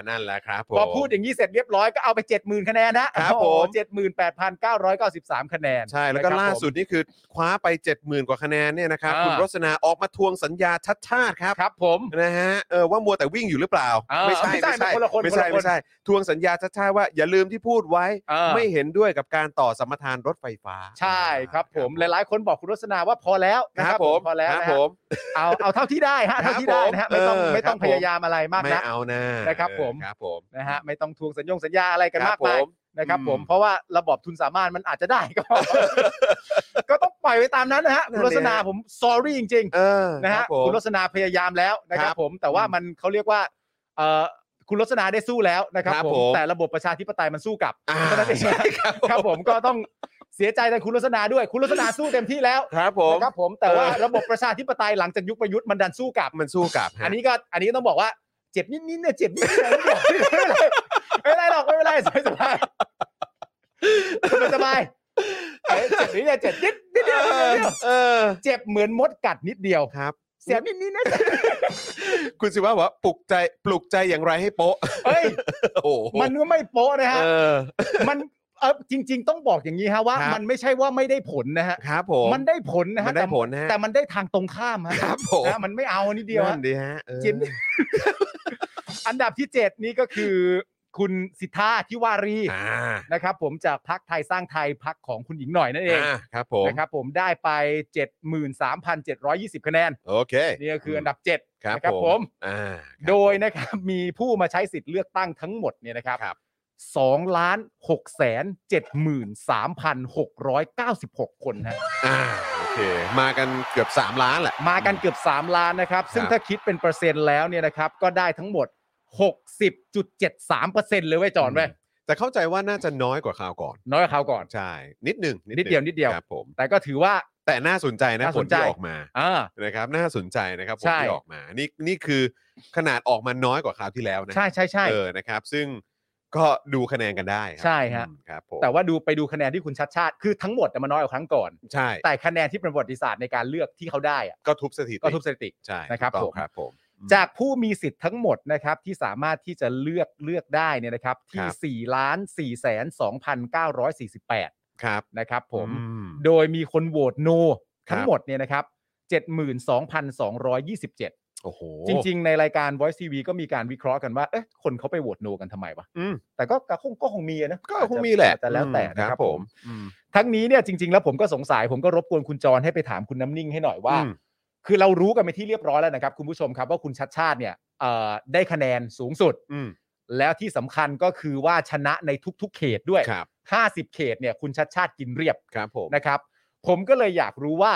Speaker 3: นั่นแหละครับผม
Speaker 4: พอพูดอย่างนี้เสร็จเรียบร้อยก็เอาไป 70,000 คะแนนนะครับ
Speaker 3: ผม
Speaker 4: เจ็ดหมื่นแปดพันเก้าร้อยเก้าสิบสามคะแนน
Speaker 3: ใช่แล้วก็
Speaker 4: นะครับ
Speaker 3: ล่าสุดนี่คือคว้าไป 70,000 กว่าคะแนนเนี่ยนะครับ
Speaker 4: อ่า
Speaker 3: คุณรสนาออกมาทวงสัญญาชัดชาติครับ
Speaker 4: ครับผม
Speaker 3: นะฮะเออว่ามัวแต่วิ่งอยู่หรือเปล่า
Speaker 4: อ่า
Speaker 3: ไม่ใช่
Speaker 4: ไม่ใช่
Speaker 3: ไม่ใช่
Speaker 4: คนละคน
Speaker 3: ไม่ใช่
Speaker 4: คนละคน
Speaker 3: ไม่ใช่ทวงสัญญาชัดชาติว่าอย่าลืมที่พูดไว้
Speaker 4: เออ
Speaker 3: ไม่เห็นด้วยกับการต่อสัมปทานรถไฟฟ้า
Speaker 4: ใช่ครับผมห
Speaker 3: และ
Speaker 4: ลายๆ คนบอกคุณรสนาว่าพอแล้ว
Speaker 3: ค
Speaker 4: นะ
Speaker 3: รั
Speaker 4: ครับบ
Speaker 3: ผ
Speaker 4: ผม มพอแล้ว
Speaker 3: ครับ
Speaker 4: นะ
Speaker 3: ผ
Speaker 4: ฮะ
Speaker 3: ม
Speaker 4: เอาเอาเท่าที่ได้ฮะ
Speaker 3: ครั
Speaker 4: เท่า
Speaker 3: บ
Speaker 4: ที่ได้นะ
Speaker 3: ผ
Speaker 4: ฮะ
Speaker 3: ม
Speaker 4: ไม่ต้อง
Speaker 3: เออ
Speaker 4: ไม่ต้อง
Speaker 3: ครับผม
Speaker 4: พยายามอะไรมาก
Speaker 3: ไม่
Speaker 4: นะ
Speaker 3: เอาหน้า
Speaker 4: นะครับผม
Speaker 3: ครับผม
Speaker 4: นะฮะไม่ต้องทวงสัญญงสัญญาอะไรกัน
Speaker 3: ครับ
Speaker 4: มากมาย
Speaker 3: ผม
Speaker 4: นะครับ
Speaker 3: อืม
Speaker 4: ผมเพราะว่าระบอบทุนสามารถมันอาจจะได้ก็ ก็ต้องปล่อยไว้ตามนั้นนะฮะ
Speaker 3: นั่
Speaker 4: คุ
Speaker 3: น
Speaker 4: ณ
Speaker 3: ดิ
Speaker 4: รสนาผม sorry จริง
Speaker 3: เออ
Speaker 4: ๆนะฮะ
Speaker 3: รับผม
Speaker 4: คุณรสนาพยายามแล้วนะครั
Speaker 3: ครับ บ
Speaker 4: ผมแต่ว่ามันเขาเรียกว่าเอ่อคุณรสนาได้สู้แล้วนะครับ
Speaker 3: ครับ
Speaker 4: ผ
Speaker 3: ผม ม
Speaker 4: แต่ระบบประชาธิปไตยมันสู้กลับ
Speaker 3: อ่า
Speaker 4: เท่านั้นเองครับผมก็ต้องเสียใจแทนคุณรสนาด้วย คุณรสนาสู้เต็มที่แล้ว
Speaker 3: ครับผม
Speaker 4: นะครับผมแต่ว่า
Speaker 3: เออ
Speaker 4: ระบบประชาธิปไตยหลังจากยุคประยุทธ์มันดันสู้กลับ
Speaker 3: มันสู้กลับฮะ
Speaker 4: อันนี้ก็อันนี้ก็ต้องบอกว่าเจ็บนิดๆเนี่ยเจ็บนิดๆนะไม่เป็นไรไม่เป็นไรหรอกไม่เป็นไรสบายสบายสบายๆเอ้ยเจ็บนิดเนี่ยเจ็บนิดนิดเดียวนิดเดียว
Speaker 3: เออ
Speaker 4: เจ็บเหมือนมดกัดนิดเดียว
Speaker 3: ครับ
Speaker 4: เสียนิดนิดๆนะ
Speaker 3: คุณสิว่าบอกว่าปลุกใจปลุกใจอย่างไรให้โป๊ะ
Speaker 4: เอ้ย
Speaker 3: โอ้โห
Speaker 4: มันก็ไม่โป๊ะนะฮะ
Speaker 3: เออ
Speaker 4: มันเออจริง ๆ ต้องบอกอย่างนี้ฮะว่า
Speaker 3: ครับ
Speaker 4: มันไม่ใช่ว่าไม่ได้ผลนะฮะ
Speaker 3: ครับผม
Speaker 4: มันได้ผลนะฮะ
Speaker 3: มันได้ผลนะฮะ
Speaker 4: แต่มันได้ทางตรงข้ามฮะ
Speaker 3: ครับผม
Speaker 4: นะมันไม่เอานิดเดียว
Speaker 3: นั่
Speaker 4: ฮะ
Speaker 3: นดีฮะเออ
Speaker 4: จิ้ม อันดับที่ 7 นี่ก็คือคุณสิทธาทิวารี
Speaker 3: อ่า
Speaker 4: นะครับผมจากพักไทยสร้างไทยพักของคุณหญิงหน่อยนั่นเอง
Speaker 3: อ่าครับผม
Speaker 4: นะครับผมได้ไป 73,720 คะแนน
Speaker 3: โอเค
Speaker 4: นี่ก็คืออันดับ 7
Speaker 3: ครับ
Speaker 4: นะครับ
Speaker 3: ผ
Speaker 4: ผม ม
Speaker 3: อ่าครับ
Speaker 4: โดยนะครับมีผู้มาใช้สิทธิ์เลือกตั้งทั้งหมดเนี่ยนะครับ
Speaker 3: ครับ
Speaker 4: 2ล้าน6แสน73,696 คนนะ
Speaker 3: อ่าโอเค มากันเกือบ 3 ล้านแหละ
Speaker 4: มากันเกือบ 3 ล้านนะครับ ซึ่งถ้าคิดเป็นเปอร์เซ็นต์แล้วเนี่ยนะครับก็ได้ทั้งหมด 60.73%เลยไว้ยจอนไว้ย
Speaker 3: แต่เข้าใจว่าน่าจะน้อยกว่าคราวก่อน
Speaker 4: น้อยกว่าคราวก่อน
Speaker 3: ใช่ นิดหนึ่ง
Speaker 4: นิดเดียวนิดเดียว
Speaker 3: ครับผม
Speaker 4: แต่ก็ถือว่า
Speaker 3: แต่น่าสนใจนะ
Speaker 4: น่า
Speaker 3: ผ
Speaker 4: ส
Speaker 3: ล
Speaker 4: นใจ
Speaker 3: ที่ออกมา
Speaker 4: อ่า
Speaker 3: นะครับน่าสนใจนะครับผม
Speaker 4: ใช่
Speaker 3: ที่ออกมานี่นี่คือขนาดออกมาน้อยกว่าคราวที่แล้วนะ
Speaker 4: ใช่ใช่ใช่
Speaker 3: เออนะครับ ซึ่งก็ดูคะแนนกันได้ครับ
Speaker 4: ใช่ฮะ
Speaker 3: อืมครับผม
Speaker 4: แต่ว่าดูไปดูคะแนนที่คุณชัดชาติ คือทั้งหมดน่ะมันน้อยกว่าครั้งก่อน
Speaker 3: ใช่
Speaker 4: แต่คะแนนที่เป็นประวัติศาสตร์ในการเลือกที่เขาได้อะ
Speaker 3: ก็ทุบสถิติ
Speaker 4: ก็ทุบสถิติ
Speaker 3: ใช่
Speaker 4: นะครับ
Speaker 3: ถูกต้อง
Speaker 4: ผม
Speaker 3: ครับผม
Speaker 4: จากผู้มีสิทธิ์ทั้งหมดนะครับที่สามารถที่จะเลือกเลือกได้เนี่ยนะครับ
Speaker 3: ค
Speaker 4: ที่
Speaker 3: รับ
Speaker 4: 4ี่ล้านสี่แสนสองพันเก้าร้อยสี่สิบแปด
Speaker 3: ครับ
Speaker 4: นะครับผม
Speaker 3: อืม
Speaker 4: โดยมีคนโหวตโน
Speaker 3: ครับ
Speaker 4: ทั้งหมดเนี่ยนะครับเจ็ดหมื่นสองพันสองร้อยยี่สิบเจ็ด
Speaker 3: โอ้โห
Speaker 4: จริง ๆ ในรายการ Voice TV ก็มีการวิเคราะห์กันว่าเอ๊ะคนเขาไปโหวตโนกันทำไมวะ
Speaker 3: อืม
Speaker 4: แต่ก็ก็คงก็คงมีนะ
Speaker 3: ก็คงมีแหละ
Speaker 4: อาจจะแล้วแต่
Speaker 3: อืม
Speaker 4: นะ
Speaker 3: ค
Speaker 4: ค
Speaker 3: รั
Speaker 4: รั
Speaker 3: บบ ผ
Speaker 4: ผม ม
Speaker 3: อืม
Speaker 4: ทั้งนี้เนี่ยจริง ๆ แล้วผมก็สงสัยผมก็รบกวนคุณจรให้ไปถามคุณน้ำนิ่งให้หน่อยว่า
Speaker 3: อืม
Speaker 4: คือเรารู้กันไปนที่เรียบร้อยแล้วนะครับ คุณผู้ชมครับว่าคุณชัดชาติเนี่ยเอ่อได้คะแนนสูงสุด
Speaker 3: อืม
Speaker 4: แล้วที่สำคัญก็คือว่าชนะในทุก ๆ เขตด้วย
Speaker 3: ครับ
Speaker 4: 50 เขตเนี่ยคุณชัดชาติกินเรียบ
Speaker 3: ครับผม
Speaker 4: นะครับ ผมก็เลยอยากรู้ว่า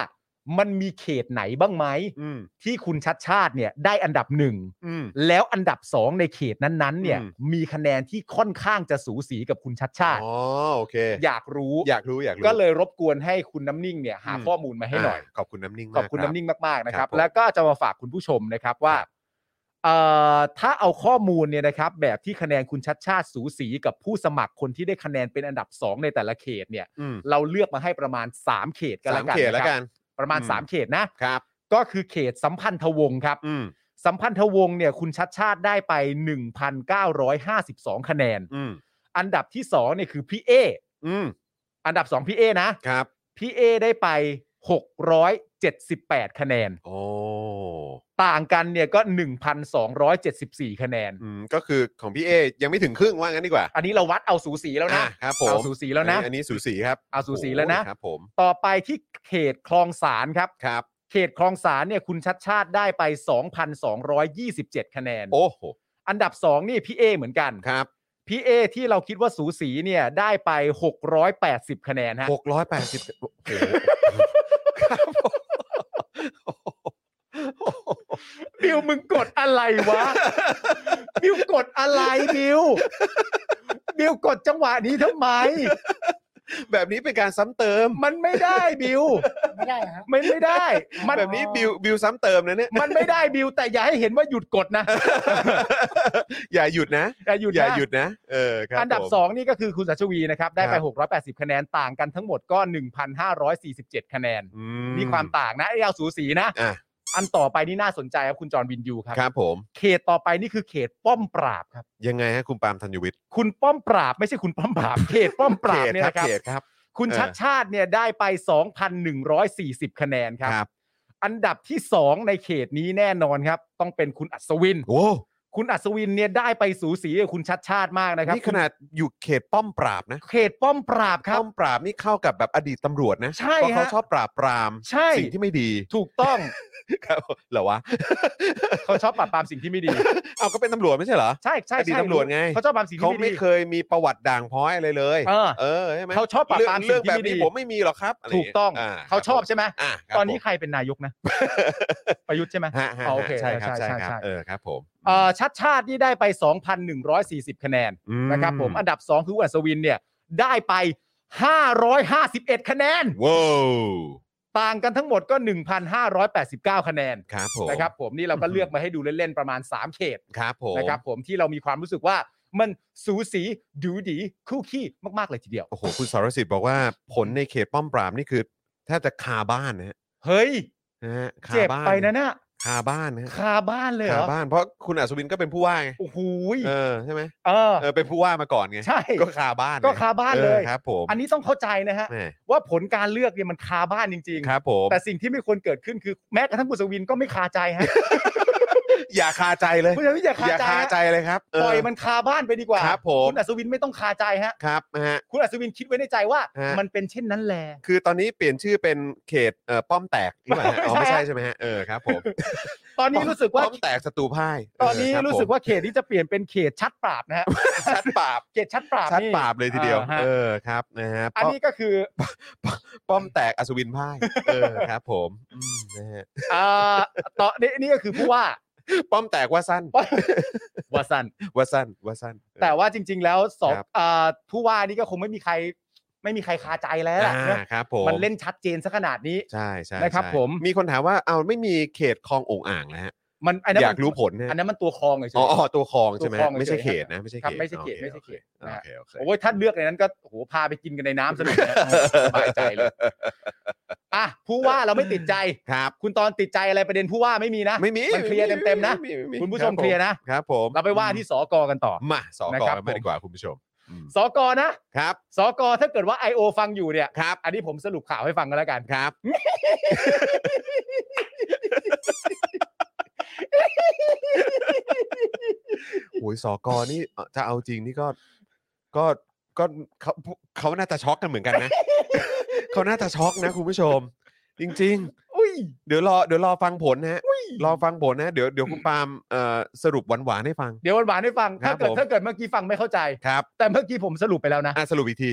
Speaker 4: มันมีเขตไหนบ้างไหม
Speaker 3: อืม
Speaker 4: ที่คุณชัดชาติเนี่ยได้อันดับหนึ่ง
Speaker 3: อืม
Speaker 4: แล้วอันดับสองในเขตนั้นๆเนี่ย
Speaker 3: อืม
Speaker 4: มีคะแนนที่ค่อนข้างจะสูสีกับคุณชัดชาติ
Speaker 3: อ๋อโอเค
Speaker 4: อยากรู้
Speaker 3: อยากรู้อยากรู้
Speaker 4: ก็เลยรบกวนให้คุณน้ำนิ่งเนี่ยหา
Speaker 3: อืม
Speaker 4: ข้อมูลมาให้หน่อย
Speaker 3: ขอบคุณน้ำนิ่งมาก
Speaker 4: ขอบคุณ
Speaker 3: รั
Speaker 4: น้ำนิ่งมากๆนะค
Speaker 3: ครั
Speaker 4: รับ
Speaker 3: บผม
Speaker 4: แล้วก็จะมาฝากคุณผู้ชมนะครับว่าเอ่อถ้าเอาข้อมูลเนี่ยนะครับ แบบที่คะแนนคุณชัดชาติสูสีกับผู้สมัครคนที่ได้คะแนนเป็นอันดับ 2 ในแต่ละเขตเนี่ย
Speaker 3: อืม
Speaker 4: เราเลือกมาให้ประมาณ 3 เขตกัน
Speaker 3: สา
Speaker 4: ละ
Speaker 3: ม
Speaker 4: กัน
Speaker 3: เขตแล้ว
Speaker 4: นะครับ
Speaker 3: กัน
Speaker 4: ประมาณ
Speaker 3: อืม
Speaker 4: 3 เขตนะครับ ก็คือเขตสัมพันธวงศ์ครับ
Speaker 3: อืม
Speaker 4: สัมพันธวงศ์เนี่ยคุณชัดชาติได้ไป 1,952 คะแนน
Speaker 3: อืม
Speaker 4: อันดับที่2เนี่ยคือพี่เอ
Speaker 3: อืม
Speaker 4: อันดับ 2 พี่เอนะครับพี่เอได้ไป 678 คะแนน
Speaker 3: โอ้
Speaker 4: ต่างกันเนี่ยก็ 1,274 คะแนน
Speaker 3: อืมก็คือของพี่เอยังไม่ถึงครึ่งว่างั้นดีกว่า
Speaker 4: อันนี้เราวัดเอาสูสีแล้วนะ
Speaker 3: อ่ะครับผม
Speaker 4: เอาสูสีแล้วนะ
Speaker 3: อัอันนี้สูสีครับ
Speaker 4: เอาสูสีแล้วนะ
Speaker 3: โอ้ยครับผม
Speaker 4: ต่อไปที่เขตคลองสารครับ
Speaker 3: ครับ
Speaker 4: เขตคลองสารเนี่ยคุณชัดชาติได้ไป 2,227 คะแนน
Speaker 3: โอ้โห
Speaker 4: อันดับ 2 นี่พี่เอเหมือนกัน
Speaker 3: ครับ
Speaker 4: พี่เอที่เราคิดว่าสูสีเนี่ยได้ไป 680 คะแนนฮะ
Speaker 3: หกร้อยแปดสิบโอ้โหครับผม
Speaker 4: บิวมึงกดอะไร วะ บิวกดอะไรบิว บิวกดจังหวะนี้ทำไม
Speaker 3: แบบนี้เป็นการซ้ำเติม
Speaker 4: มันไม่ได้บิว
Speaker 5: ไม่ได้ครับ
Speaker 4: มันไม่ได้ มัน
Speaker 3: แบบนี้บิวบิวซ้ำเติมนะเนี่ย
Speaker 4: มันไม่ได้บิวแต่อย่าให้เห็นว่าหยุดกดนะ
Speaker 3: อย่าหยุดนะ
Speaker 4: อย่าหยุด
Speaker 3: อ
Speaker 4: นะ
Speaker 3: ย่าหยุดนะ เออครับ
Speaker 4: อันดับ
Speaker 3: ผม
Speaker 4: 2 นี่ก็คือคุณสัชวีนะครับ ได้ไป
Speaker 3: ครับ
Speaker 4: 680 คะแนนต่างกันทั้งหมดก็ 1,547 คะแนน
Speaker 3: อื
Speaker 4: นี่ความต่างนะไอ้เอาสูสีนะ
Speaker 3: อ่ะ
Speaker 4: อันต่อไปนี่น่าสนใจครับคุณจอห์นวินยูครับ
Speaker 3: ครับผม
Speaker 4: เขตต่อไปนี่คือเขตป้อมปราบครับ
Speaker 3: ยังไงฮะคุณปาล์มธัญวิทย์
Speaker 4: คุณป้อมปราบไม่ใช่คุณป้อมปราบ เขตป้อมปราบเนี่ยนะค
Speaker 3: เขต
Speaker 4: รับ
Speaker 3: ครับ
Speaker 4: คุณ
Speaker 3: เออ
Speaker 4: ชัดชาติเนี่ยได้ไป 2,140 คะแนนครั
Speaker 3: ครับ
Speaker 4: อันดับที่สองในเขตนี้แน่นอนครับ ต้องเป็นคุณอัศวิน
Speaker 3: โอ้
Speaker 4: คุณอัศวินเนี่ยได้ไปสูสีกับคุณชัดชาติมากนะครับ
Speaker 3: นี่ขนาดอยู่เขตป้อมปราบนะ
Speaker 4: เขตป้อมปราบครับ
Speaker 3: ป้อมปราบนี่เข้ากับแบบอดีตตำรวจนะ
Speaker 4: ใช่
Speaker 3: เพราะเขา
Speaker 4: ฮะ
Speaker 3: ชอบปราบปราม
Speaker 4: ใช่
Speaker 3: สิ่งที่ไม่ดี
Speaker 4: ถูกต้อง
Speaker 3: ครับ เหรอวะ
Speaker 4: เขาชอบปราบปรามสิ่งที่ไม่ดี
Speaker 3: เอาก็เป็นตำรวจไม่ใช่เหรอ
Speaker 4: ใช่ใช่
Speaker 3: อดีต
Speaker 4: ใช่
Speaker 3: ตำรวจไง
Speaker 4: เขาชอบปราบสิ่ง
Speaker 3: เขา
Speaker 4: ที่ไม่
Speaker 3: ไม่
Speaker 4: ดี
Speaker 3: เคยมีประวัติด่างพร้อยอะไรเลย
Speaker 4: เออ
Speaker 3: ใช่ไหม
Speaker 4: เขาชอบปราบปราม
Speaker 3: เรื่อง
Speaker 4: สิ่ง
Speaker 3: แบบ
Speaker 4: ที่ไม่ดี
Speaker 3: นี้ผมไม่มีหรอกครับะไรย่า
Speaker 4: ถูกต้อง
Speaker 3: ย
Speaker 4: เขาชอบใช่ไหม
Speaker 3: อ่ะครับ
Speaker 4: ตอนนี้
Speaker 3: ผม
Speaker 4: ใครเป็นนายกนะ ประยุทธ์ใช่ไหม
Speaker 3: ฮะฮะ
Speaker 4: อ๋อโอเค
Speaker 3: ใช่ครับ
Speaker 4: ใช่
Speaker 3: ใช่ค
Speaker 4: ใช่
Speaker 3: รับ
Speaker 4: ใช่
Speaker 3: เออครับผม
Speaker 4: เอ่อชัดชาตินี่ได้ไป 2,140 คะแนนนะครับผมอันดับ 2 คือคุณอัศวินเนี่ยได้ไป 551 คะแนน
Speaker 3: ว้าว
Speaker 4: ต่างกันทั้งหมดก็ 1,589 คะแนน
Speaker 3: ครับผม
Speaker 4: นะครับผมนี่เราก็
Speaker 3: อืม
Speaker 4: เลือกมาให้ดูเล่นๆประมาณ 3 เขต
Speaker 3: ครับผม
Speaker 4: นะครับผมที่เรามีความรู้สึกว่ามันสูสีดูดีคู่ขี้มาก ๆ เลยทีเดียว
Speaker 3: โอ้โห คุณสรสิทธิ์บอกว่าผลในเขตป้อมปราบนี่คือแทบจะคาบ้านนะฮะ
Speaker 4: เฮ้ย
Speaker 3: นะฮะคา
Speaker 4: เจ็บ
Speaker 3: บ้าน
Speaker 4: ไปนะน่ะ
Speaker 3: คาบ้านนะฮะ
Speaker 4: คาบ้านเลยเห
Speaker 3: คาร
Speaker 4: อ
Speaker 3: บ้าน เพราะคุณอัศวินก็เป็นผู้ว่าไง
Speaker 4: โอ้โหย
Speaker 3: เออใช่ไหม
Speaker 4: เออ
Speaker 3: เออเป็นผู้ว่ามาก่อนไง
Speaker 4: ใช่
Speaker 3: ก็คาบ้าน
Speaker 4: ก็คาบ้านเลย
Speaker 3: ออครับ ผม
Speaker 4: อันนี้ต้องเข้าใจนะฮะ
Speaker 3: แหม
Speaker 4: ว่าผลการเลือกเนี่ยมันคาบ้านจริง
Speaker 3: ครับผม
Speaker 4: ๆ แต่สิ่งที่ไม่ควรเกิดขึ้นคือแม้กระทั่งกุศวินก็ไม่คาใจ ฮะ
Speaker 3: อย่าคาใจเลย
Speaker 4: เพราะฉะนั้นอย่าคา
Speaker 3: อย่า
Speaker 4: ใจ
Speaker 3: คาใจ
Speaker 4: ฮะ
Speaker 3: เลยครับเ
Speaker 4: ปล่อยมันคาบ้านไปดีกว่า
Speaker 3: ครับผม
Speaker 4: ณอัศวินไม่ต้องคาใจฮะ
Speaker 3: ครับนะฮะ
Speaker 4: คุณอัศวินคิดไว้ในใจว่า
Speaker 3: ฮะ
Speaker 4: มันเป็นเช่นนั้นแหละ
Speaker 3: คือตอนนี้เปลี่ยนชื่อเป็นเขตเอ่อป้อมแตกหรือเปล่าฮะอ๋อ
Speaker 4: ไม่
Speaker 3: ไม่
Speaker 4: ใช่
Speaker 3: ใช่ใช่ไหมฮะเออครับผม
Speaker 4: ตอนนี้รู้สึกว่า
Speaker 3: ป้อมแตกศัตรูพ่าย
Speaker 4: ตอนนี้
Speaker 3: เคบ
Speaker 4: รู้สึกว่าเขตนี้จะเปลี่ยนเป็นเขตชัดปราบนะฮะ
Speaker 3: ผมชัดปราบ
Speaker 4: เขตชัดปราบ
Speaker 3: ชัด
Speaker 4: นี่
Speaker 3: ปราบเลยทีเดียว
Speaker 4: อ่าฮะ
Speaker 3: เออครับนะฮะ
Speaker 4: อันนี้ก็ คือ
Speaker 3: ป้อมแตกอัศวินพ่าย เออครับ ผมอืมนะฮะ
Speaker 4: เอ่อต่อนี่นี่ก็คือผู้ว่า
Speaker 3: ป้อมแตกว่าสั้น
Speaker 4: วาสัน
Speaker 3: ว่าสั้นว่าสั้น
Speaker 4: แต่ว่าจริง ๆ แล้วสอง
Speaker 3: ครับ
Speaker 4: เอ่อผู้ว่านี่ก็คงไม่มีใคร ไม่มีใครคาใจแล้วล่ะ
Speaker 3: อ่า
Speaker 4: นะครับ
Speaker 3: ผม
Speaker 4: มันเล่นชัดเจนซะขนาดนี้
Speaker 3: ใช่ใช่
Speaker 4: นะครับ
Speaker 3: ใช่
Speaker 4: ผม
Speaker 3: มีคนถามว่าเอาไม่มีเขตคลองโองอ่างนะฮะ
Speaker 4: มันอันนั้น
Speaker 3: อยา
Speaker 4: มั
Speaker 3: ก
Speaker 4: น
Speaker 3: รู้ผลเนี่ย
Speaker 4: อันนั้นมันตัวคลองเฉยๆ
Speaker 3: อ๋ออ๋อตัวคลองใช่ไหม
Speaker 4: ตัวคลอง
Speaker 3: ไม่ใช่เขต
Speaker 4: เฉยๆ
Speaker 3: นะไม่ใช่
Speaker 4: ครั
Speaker 3: เข
Speaker 4: บ
Speaker 3: ต
Speaker 4: ไม่ใช่เขตไม่ใช่เขต
Speaker 3: โอเคโอเค
Speaker 4: โอ้ยถ้าเลือกในนั้นก็โอ้โหพาไปกินกันในน้ำสนุกนะสบายใจ เลยอ่ะผู้ว่าเราไม่ติดใจ
Speaker 3: ครับ
Speaker 4: คุณตอนติดใจอะไรประเด็นผู้ว่าไม่มีนะ
Speaker 3: ไม่มี
Speaker 4: นเคลียร์เต็มๆนะ
Speaker 3: ไไไ
Speaker 4: คุณผู้ชม
Speaker 3: รับ
Speaker 4: เคลียร์นะ
Speaker 3: ครับ ผม
Speaker 4: เราไปว่าที่สกกันต่อ
Speaker 3: มาสอก
Speaker 4: นะ
Speaker 3: อ
Speaker 4: ครับ
Speaker 3: กันมาก
Speaker 4: ผม
Speaker 3: ดีกว่าคุณผู้ชมอืม
Speaker 4: สกนะ
Speaker 3: ครับ
Speaker 4: สกถ้าเกิดว่า I.O. ฟังอยู่เนี่ย
Speaker 3: ครับ
Speaker 4: อันนี้ผมสรุปข่าวให้ฟังกันแล้วกัน
Speaker 3: ครับโอ้ยสอกอนี่เอ่อจะเอาจริงนี่ก็ก็ก็เขา เขาน่าจะช็อกกันเหมือนกันนะ เขาน่าจะช็อกนะคุณผู้ชม จริง ๆ
Speaker 4: อุ้ย
Speaker 3: เดี๋ยวรอเดี๋ยวรอฟังผลนะฮะรอฟังผลนะ เดี๋ยวเดี๋ยวคุณปาล์มเอ่อสรุปหวานๆให้ฟัง
Speaker 4: เดี๋ยวหวานๆให้ฟัง
Speaker 3: ครั
Speaker 4: ถ้า
Speaker 3: บ
Speaker 4: เกิด
Speaker 3: ผม
Speaker 4: ถ้าเกิดเมื่อกี้ฟังไม่เข้าใจ
Speaker 3: ครับ
Speaker 4: แต่เมื่อกี้ผมสรุปไปแล้วนะ
Speaker 3: อ่ะสรุป อีกที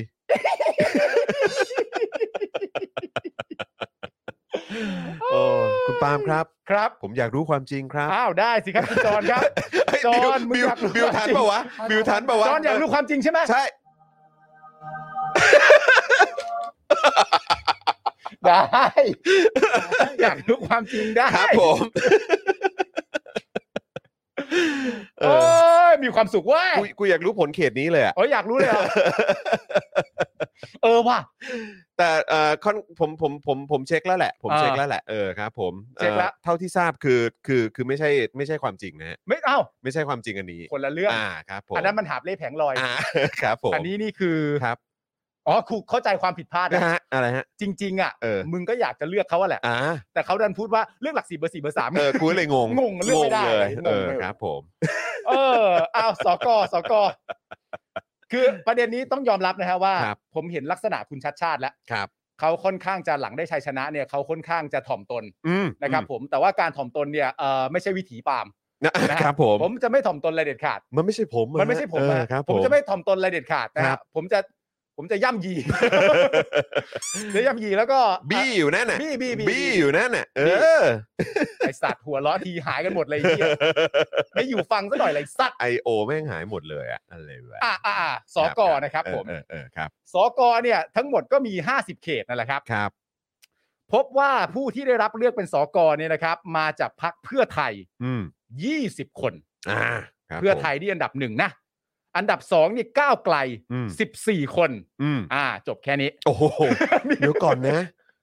Speaker 3: โอ้คุณปาล์มครับ
Speaker 4: ครับ
Speaker 3: ผมอยากรู้ความจริงครับ
Speaker 4: อ้าวได้สิครับคุณจอนครับ
Speaker 3: เฮ้ย
Speaker 4: จอห์น
Speaker 3: บิว
Speaker 4: มึง
Speaker 3: บิวย
Speaker 4: อาก
Speaker 3: ทัน
Speaker 4: รู้
Speaker 3: ปะ วะบิวทันปะวะ
Speaker 4: จอนอยากรู้ความจริงใช่ไหม
Speaker 3: ใช่
Speaker 4: ได้ อยากรู้ความจริงได้
Speaker 3: ครับผมเอ
Speaker 4: โอ้
Speaker 3: อย
Speaker 4: มีความสุขเว้ย
Speaker 3: กูกูอยากรู้ผลเขตนี้เลยอะ
Speaker 4: โอ้ยอยากรู้เลยเหร อเออว่ะ
Speaker 3: แต่เอ่อค่อนผมผมผมผมเช็คแล้วแหละ ผม
Speaker 4: อ่า
Speaker 3: เช็คแล้วแหละเออครับผม
Speaker 4: เช็คแล้ว
Speaker 3: อ่อเท่าที่ทราบคือคือคือไม่ใช่ไม่ใช่ความจริงนะฮะ
Speaker 4: ไม่เอ้า
Speaker 3: ไม่ใช่ความจริงอันนี้
Speaker 4: คนละเรื่อง
Speaker 3: อ่าครับผม
Speaker 4: อันนั้นมันหาบเล่แผงลอย
Speaker 3: อ่า ครับผม
Speaker 4: อันนี้นี่คือ
Speaker 3: ครับ
Speaker 4: อ๋อครูเข้าใจความผิดพลาด
Speaker 3: นะ
Speaker 4: นะ
Speaker 3: ฮะอะไรฮะ
Speaker 4: จริง ๆ อ่ะ
Speaker 3: เออ
Speaker 4: มึงก็อยากจะเลือกเขาอะแหละ
Speaker 3: อ่า
Speaker 4: แต่เขาดันพูดว่าเลือกหลักสี่เบอร์สี่เบอร์สาม
Speaker 3: เอ อกูเลยงง
Speaker 4: งงเรื่องไม่ได้
Speaker 3: เลย
Speaker 4: งง
Speaker 3: เออ
Speaker 4: เลย
Speaker 3: ครับผม
Speaker 4: เอออ้าวสกสกคือประเด็นนี้ต้องยอมรับนะฮะว่า ผมเห็นลักษณะคุณชัดชาติแล้ว
Speaker 3: ครับ
Speaker 4: เขาค่อนข้างจะหลังได้ชัยชนะเนี่ยเขาค่อนข้างจะถ่อมตน
Speaker 3: อืม
Speaker 4: นะครับ ผมแต่ว่าการถ่อมตนเนี่ยเออไม่ใช่วิถีปาล์ม
Speaker 3: นะ
Speaker 4: นะฮะ
Speaker 3: ครับผม
Speaker 4: ผมจะไม่ถ่อมตนอะไรเด็ดขาด
Speaker 3: มันไม่ใช่ผม
Speaker 4: มันไม่ใช่ผม
Speaker 3: เออ
Speaker 4: นะครับ ผมจะไม่ ถ่อมตนอะไรเด็ดขาดนะ
Speaker 3: ครั
Speaker 4: ฮะ
Speaker 3: บ
Speaker 4: ผมจะผมจะย่ำยี จะย่ำยีแล้วก็
Speaker 3: บี้อยู่นั่นน่ะ
Speaker 4: บี้บี้บี้
Speaker 3: บี้อยู่นั่นน่ะ เออ
Speaker 4: ไอสัตว์หัวล้อทีหายกันหมดเลยไอ้เหี้ยไม่อยู่ฟังซะหน่อยเลยสัตว์
Speaker 3: ไอโอแม่งหายหมดเลยอะอะไรวะ
Speaker 4: อ่าอ่าสกนะครับผม
Speaker 3: เออเออเออครับ
Speaker 4: สกเนี่ยทั้งหมดก็มี 50 เขตนั่นแหละครับ
Speaker 3: ครับ
Speaker 4: พบว่าผู้ที่ได้รับเลือกเป็นสกเนี่ยนะครับ มาจากพักเพื่อไทย
Speaker 3: อืม
Speaker 4: 20 คน
Speaker 3: อ่าครับ
Speaker 4: เพื่อ
Speaker 3: ผม
Speaker 4: ไทยที่อันดับหนึ่งนะ อันดับสองนี่ก้าวไกล
Speaker 3: อืม
Speaker 4: 14 คน
Speaker 3: อืม
Speaker 4: อ่า จบแค่นี้
Speaker 3: โอ้ โห เดี๋ยวก่อนนะ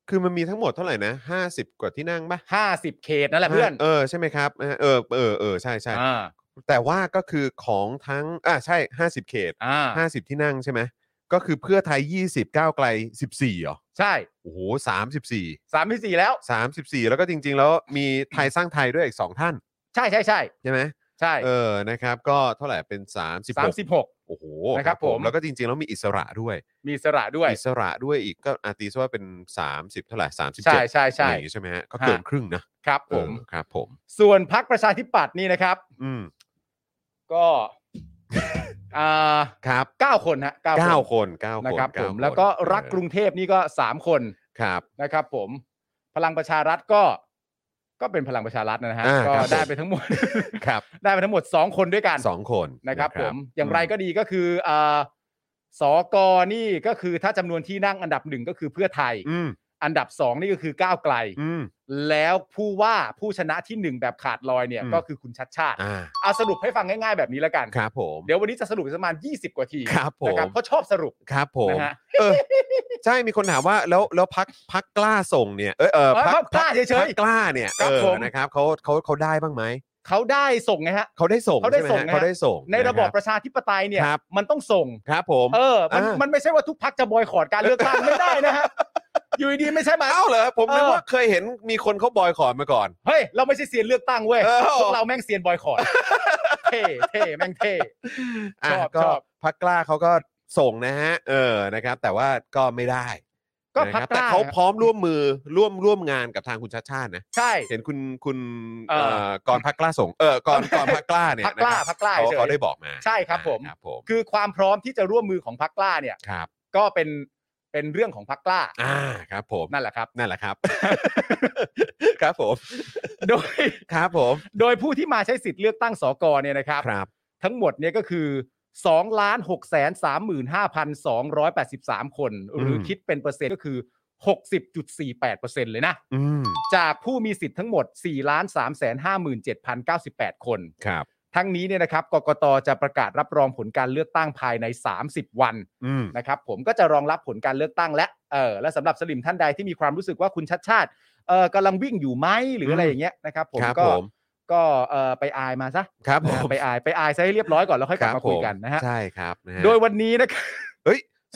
Speaker 3: คือมันมีทั้งหมดเท่าไหร่นะห้าสิบกว่าที่นั่งปะ
Speaker 4: 50 เขตนั่นแหละเพื่อน
Speaker 3: เออใช่ไหมครับเออเออเออเออใช่ใช่
Speaker 4: อ่า
Speaker 3: แต่ว่าก็คือของทั้งอ่าใช่ห้าสิบเขต
Speaker 4: อ่า
Speaker 3: ห้าสิบที่นั่งใช่ไหมก็คือเพื่อไทยยี่สิบก้าวไกลสิบสี่เหรอ
Speaker 4: ใช่
Speaker 3: โอ้โหสามสิบสี่
Speaker 4: 3ที่4แล้ว
Speaker 3: สามสิบสี่แล้วก็จริง ๆ แล้วมีไทยสร้างไทยด้วยอีกสองท่าน
Speaker 4: ใช่ใช่ใช่
Speaker 3: ใช่ไหม
Speaker 4: ใช่
Speaker 3: เออนะครับ ก็เท่าไหร่เป็นสามสิบ
Speaker 4: สามสิบหก
Speaker 3: โอ้โห
Speaker 4: นะครับผม
Speaker 3: แล้วก็จริง ๆ แล้วมีอิสระด้วย
Speaker 4: มีสระด้วย
Speaker 3: อิสระด้วยอีกก็อาตีซะว่าเป็น 30 เท่าไหร่สามสิบ
Speaker 4: ใช่
Speaker 3: เจ็ด
Speaker 4: ใช่
Speaker 3: อะ
Speaker 4: ใช่
Speaker 3: ไรอย่างงี้ใช่ไหมฮะก็เกิน
Speaker 4: ฮะ
Speaker 3: ครึ่งนะครับ
Speaker 4: ผม
Speaker 3: เออครับผม
Speaker 4: ส่วนพักประชาธิปัตย์นี่นะครับ
Speaker 3: อืม
Speaker 4: ก็ อ่า
Speaker 3: ครับ
Speaker 4: เก้าคนฮะเก้า
Speaker 3: เก้า
Speaker 4: ค
Speaker 3: คน นเก้าคน
Speaker 4: นะครับผ
Speaker 3: เาม น
Speaker 4: แล้วก็รักกรุงเทพนี่ก็สามคน
Speaker 3: ครับ
Speaker 4: นะครับ ผมพลังประชารัฐก็ ก็เป็นพลังประชารัฐนะฮะ
Speaker 3: อ่า
Speaker 4: ก็
Speaker 3: ครับผม
Speaker 4: ได้ไปทั้งหมด
Speaker 3: ครับ
Speaker 4: ได้ไปทั้งหมดสองคนด้วยกัน
Speaker 3: สองคน
Speaker 4: นะครับ ผมอย่างไรก็ดีก็คืออ่าสกนี่ก็คือถ้าจำนวนที่นั่งอันดับหนึ่งก็คือเพื่อไทย
Speaker 3: อืม
Speaker 4: อันดับสองนี่ก็คือก้าวไกล
Speaker 3: อืม
Speaker 4: แล้วผู้ว่าผู้ชนะที่หนึ่งแบบขาดลอยเนี่ย
Speaker 3: อืม
Speaker 4: ก็คือคุณชัดชาติ
Speaker 3: อ่า
Speaker 4: เอาสรุปให้ฟังง่ายๆแบบนี้แล้วกัน
Speaker 3: ครับผม
Speaker 4: เดี๋ยววันนี้จะสรุปประมาณ 20 กว่าที
Speaker 3: ครับผ
Speaker 4: นะ
Speaker 3: ม
Speaker 4: ครับเพราะชอบสรุป
Speaker 3: ครับผม
Speaker 4: นะฮะ
Speaker 3: เออใช่มีคนถามว่าแล้วแล้วพักพักกล้าส่งเนี่ยเออเออ
Speaker 4: เอ้ย
Speaker 3: พรรค
Speaker 4: พักกล้าเฉยๆ
Speaker 3: พรรคกล้าเนี่ย
Speaker 4: ครับ
Speaker 3: เออ
Speaker 4: ผม
Speaker 3: นะครับเขาเขาเขาได้บ้างไหม
Speaker 4: เขาได้ส่งไงฮะ
Speaker 3: เขาได้ส่ง
Speaker 4: เขาได้
Speaker 3: ใช่หม
Speaker 4: ส่ง
Speaker 3: ฮะ
Speaker 4: นะ
Speaker 3: เขาได้ส่ง
Speaker 4: ในระบอบ
Speaker 3: ค
Speaker 4: ประชาธิปไตยเนี่ย
Speaker 3: ครับ
Speaker 4: มันต้องส่ง
Speaker 3: ครับผม
Speaker 4: เออมัน
Speaker 3: อ่ามั
Speaker 4: มันไม่ใช่ว่าทุกพักจะบอยคอรดการเลือก ตั้ง ไม่ได้นะฮะอยู่ดีๆไม่ใช่มา
Speaker 3: เอ้าเหรอผมนึก
Speaker 4: เออ
Speaker 3: ว่าเคยเห็นมีคนเขาบอยคอรมาก่อน
Speaker 4: เฮ้ยเราไม่ใช่เซียนเลือกตั้งเว้ย
Speaker 3: เออ
Speaker 4: พวกเราแม่งเซียนบอยคอรดเท่เท่แม่งเท่
Speaker 3: อ่ะ
Speaker 4: ชอบ
Speaker 3: ก็
Speaker 4: ชอบ
Speaker 3: พักกล้าเขาก็ส่งนะฮะ เออนะครับ แต่ว่าก็ไม่ได้
Speaker 4: ก็
Speaker 3: นะ
Speaker 4: พัก
Speaker 3: ครับ
Speaker 4: ก
Speaker 3: แต่
Speaker 4: ล้า
Speaker 3: เขาพร้อมร่วมมือร่วมร่วมงานกับทางคุณชาติชาตินะ
Speaker 4: ใช่
Speaker 3: เห็นคุณคุณ
Speaker 4: เออ
Speaker 3: เอ่อก่อนพักกล้าส่งเออก่อนก่อนพักกล้าเนี่ย
Speaker 4: พรรคกล้า
Speaker 3: นะครับ
Speaker 4: พรรคกล้า
Speaker 3: เขา
Speaker 4: เฉย
Speaker 3: เขาได้บอกมา
Speaker 4: ใช่ครับผม
Speaker 3: ครับผม
Speaker 4: คือความพร้อมที่จะร่วมมือของพักกล้าเนี่ย
Speaker 3: ครับ
Speaker 4: ก็เป็นเป็นเรื่องของพักกล้า
Speaker 3: อ่าครับผม
Speaker 4: นั่นแหละครับ
Speaker 3: นั่นแหละครับ ครับผม
Speaker 4: โดย
Speaker 3: ครับผม
Speaker 4: โดยผู้ที่มาใช้สิทธิ์เลือกตั้งสกเนี่ยนะครับ
Speaker 3: ครับ
Speaker 4: ทั้งหมดเนี่ยก็คือ2ล้าน6แสน35,283 คน หรืออ
Speaker 3: ม
Speaker 4: คิดเป็นเปอร์เซ็นต์ก็คือ 60.48%เลยนะ
Speaker 3: อืม
Speaker 4: จากผู้มีสิทธิ์ทั้งหมด4ล้าน3แสน57,098 คน
Speaker 3: ครับ
Speaker 4: ทั้งนี้เนี่ยนะครับกกตจะประกาศรับรองผลการเลือกตั้งภายใน 30 วัน
Speaker 3: อืม
Speaker 4: นะครับผมก็จะรองรับผลการเลือกตั้งและเออและสำหรับสลิมท่านใดที่มีความรู้สึกว่าคุณชัดชาติเออกำลังวิ่งอยู่ไหมหรืออะไรอย่างเงี้ยนะครับผม
Speaker 3: ครับ
Speaker 4: ก็
Speaker 3: ผม
Speaker 4: ก็เออไปอายมาซะ
Speaker 3: ครับผ
Speaker 4: นะฮะ
Speaker 3: ม
Speaker 4: ไปอายไปอายซะให้เรียบร้อยก่อนแล้วค่อยกลับ
Speaker 3: รั
Speaker 4: มา
Speaker 3: บ
Speaker 4: คุย
Speaker 3: ผ
Speaker 4: กันนะฮะ
Speaker 3: ใช่ครับนะฮะ
Speaker 4: โดยวันนี้นะครับ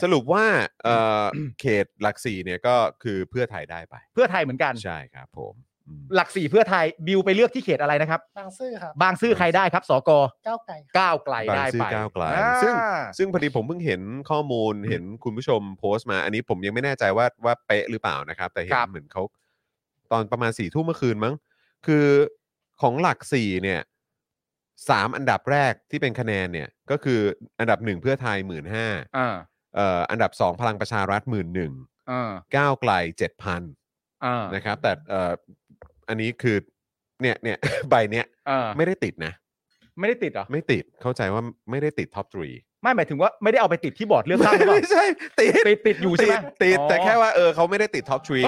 Speaker 3: สรุปว่าเอ่ อ เขตหลักสี่เนี่ยก็คือเพื่อไทยได้ไป
Speaker 4: เพื่อไทยเหมือนกัน
Speaker 3: ใช่ครับผมอืม
Speaker 4: หลักสี่เพื่อไทยบิวไปเลือกที่เขตอะไรนะครับ
Speaker 5: บางซื่อครับ
Speaker 4: บางซื่อใครได้ครับสก
Speaker 5: ก้าวไก่ครับ
Speaker 4: ก้าวไกล
Speaker 3: บาง
Speaker 4: ได้
Speaker 3: ซื่
Speaker 4: ไป
Speaker 3: อก้าวไกล
Speaker 4: อ่า
Speaker 3: ซึ่งซึ่งพอดีผมเพิ่งเห็นข้อมูลเห็นคุณผู้ชมโพสต์มา อันนี้ผมยังไม่แน่ใจว่าว่าเป๊ะหรือเปล่านะครับ แต่เห็น
Speaker 4: ครับ
Speaker 3: เหมือนเขา ตอนประมาณสี่ทุ่มเมื่อคืนมั้ง คือของหลักสี่เนี่ยสามอันดับแรกที่เป็นคะแนนเนี่ย ก็คืออันดับหนึ่งเพื่อไทยหมื่นห้า
Speaker 4: อ่า
Speaker 3: อันดับสองพลังประชารัฐหมื่นหนึ่ง
Speaker 4: อ่า
Speaker 3: ก้าวไกลเจ็ดพัน
Speaker 4: อ่า
Speaker 3: นะครับ แต่เอ่ออันนี้คือเนี่ยเนี่ย ใบเนี้ย
Speaker 4: อ่าไม่
Speaker 3: ไม่ได้ติดนะ
Speaker 4: ไม่ได้ติดเหรอ
Speaker 3: ไม่ติดเข้าใจว่าไม่ได้ติดท็อปทรี
Speaker 4: ไม่หมายถึงว่าไม่ได้เอาไปติดที่บอร์ดเลือกตั้งหรือเปล่า
Speaker 3: ไม่ใช่ติด
Speaker 4: ติดติดอยู่ใช่ไหม
Speaker 3: ติดติด
Speaker 4: อ๋อ
Speaker 3: แต่แค่ว่าเออเขาไม่ได้ติดท็อปทรี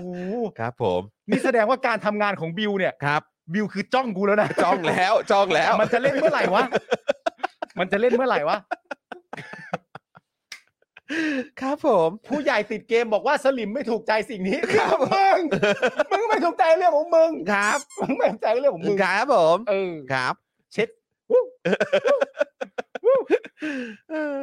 Speaker 4: โอ้โห
Speaker 3: ครับผม
Speaker 4: นี่แสดงว่าการทำงานของบิวเนี่ย
Speaker 3: ครับ
Speaker 4: บิวคือจ้องกูแล้วนะ
Speaker 3: จ้องแล้วจ้องแล้ว
Speaker 4: มันจะเล่นเมื่อไหร่วะมันจะเล่นเมื่อไหร่วะ
Speaker 3: ครับผม
Speaker 4: ผู้ใหญ่ติดเกมบอกว่าสลิมไม่ถูกใจสิ่งนี้ ครับมึงมึงไม่ถูกใจเรื่องของมึง
Speaker 3: ครับ
Speaker 4: มึงไม่ถูกใจเรื่องของมึง
Speaker 3: ครับผม
Speaker 4: เออ
Speaker 3: ครับ
Speaker 4: เช็ดวู้วู้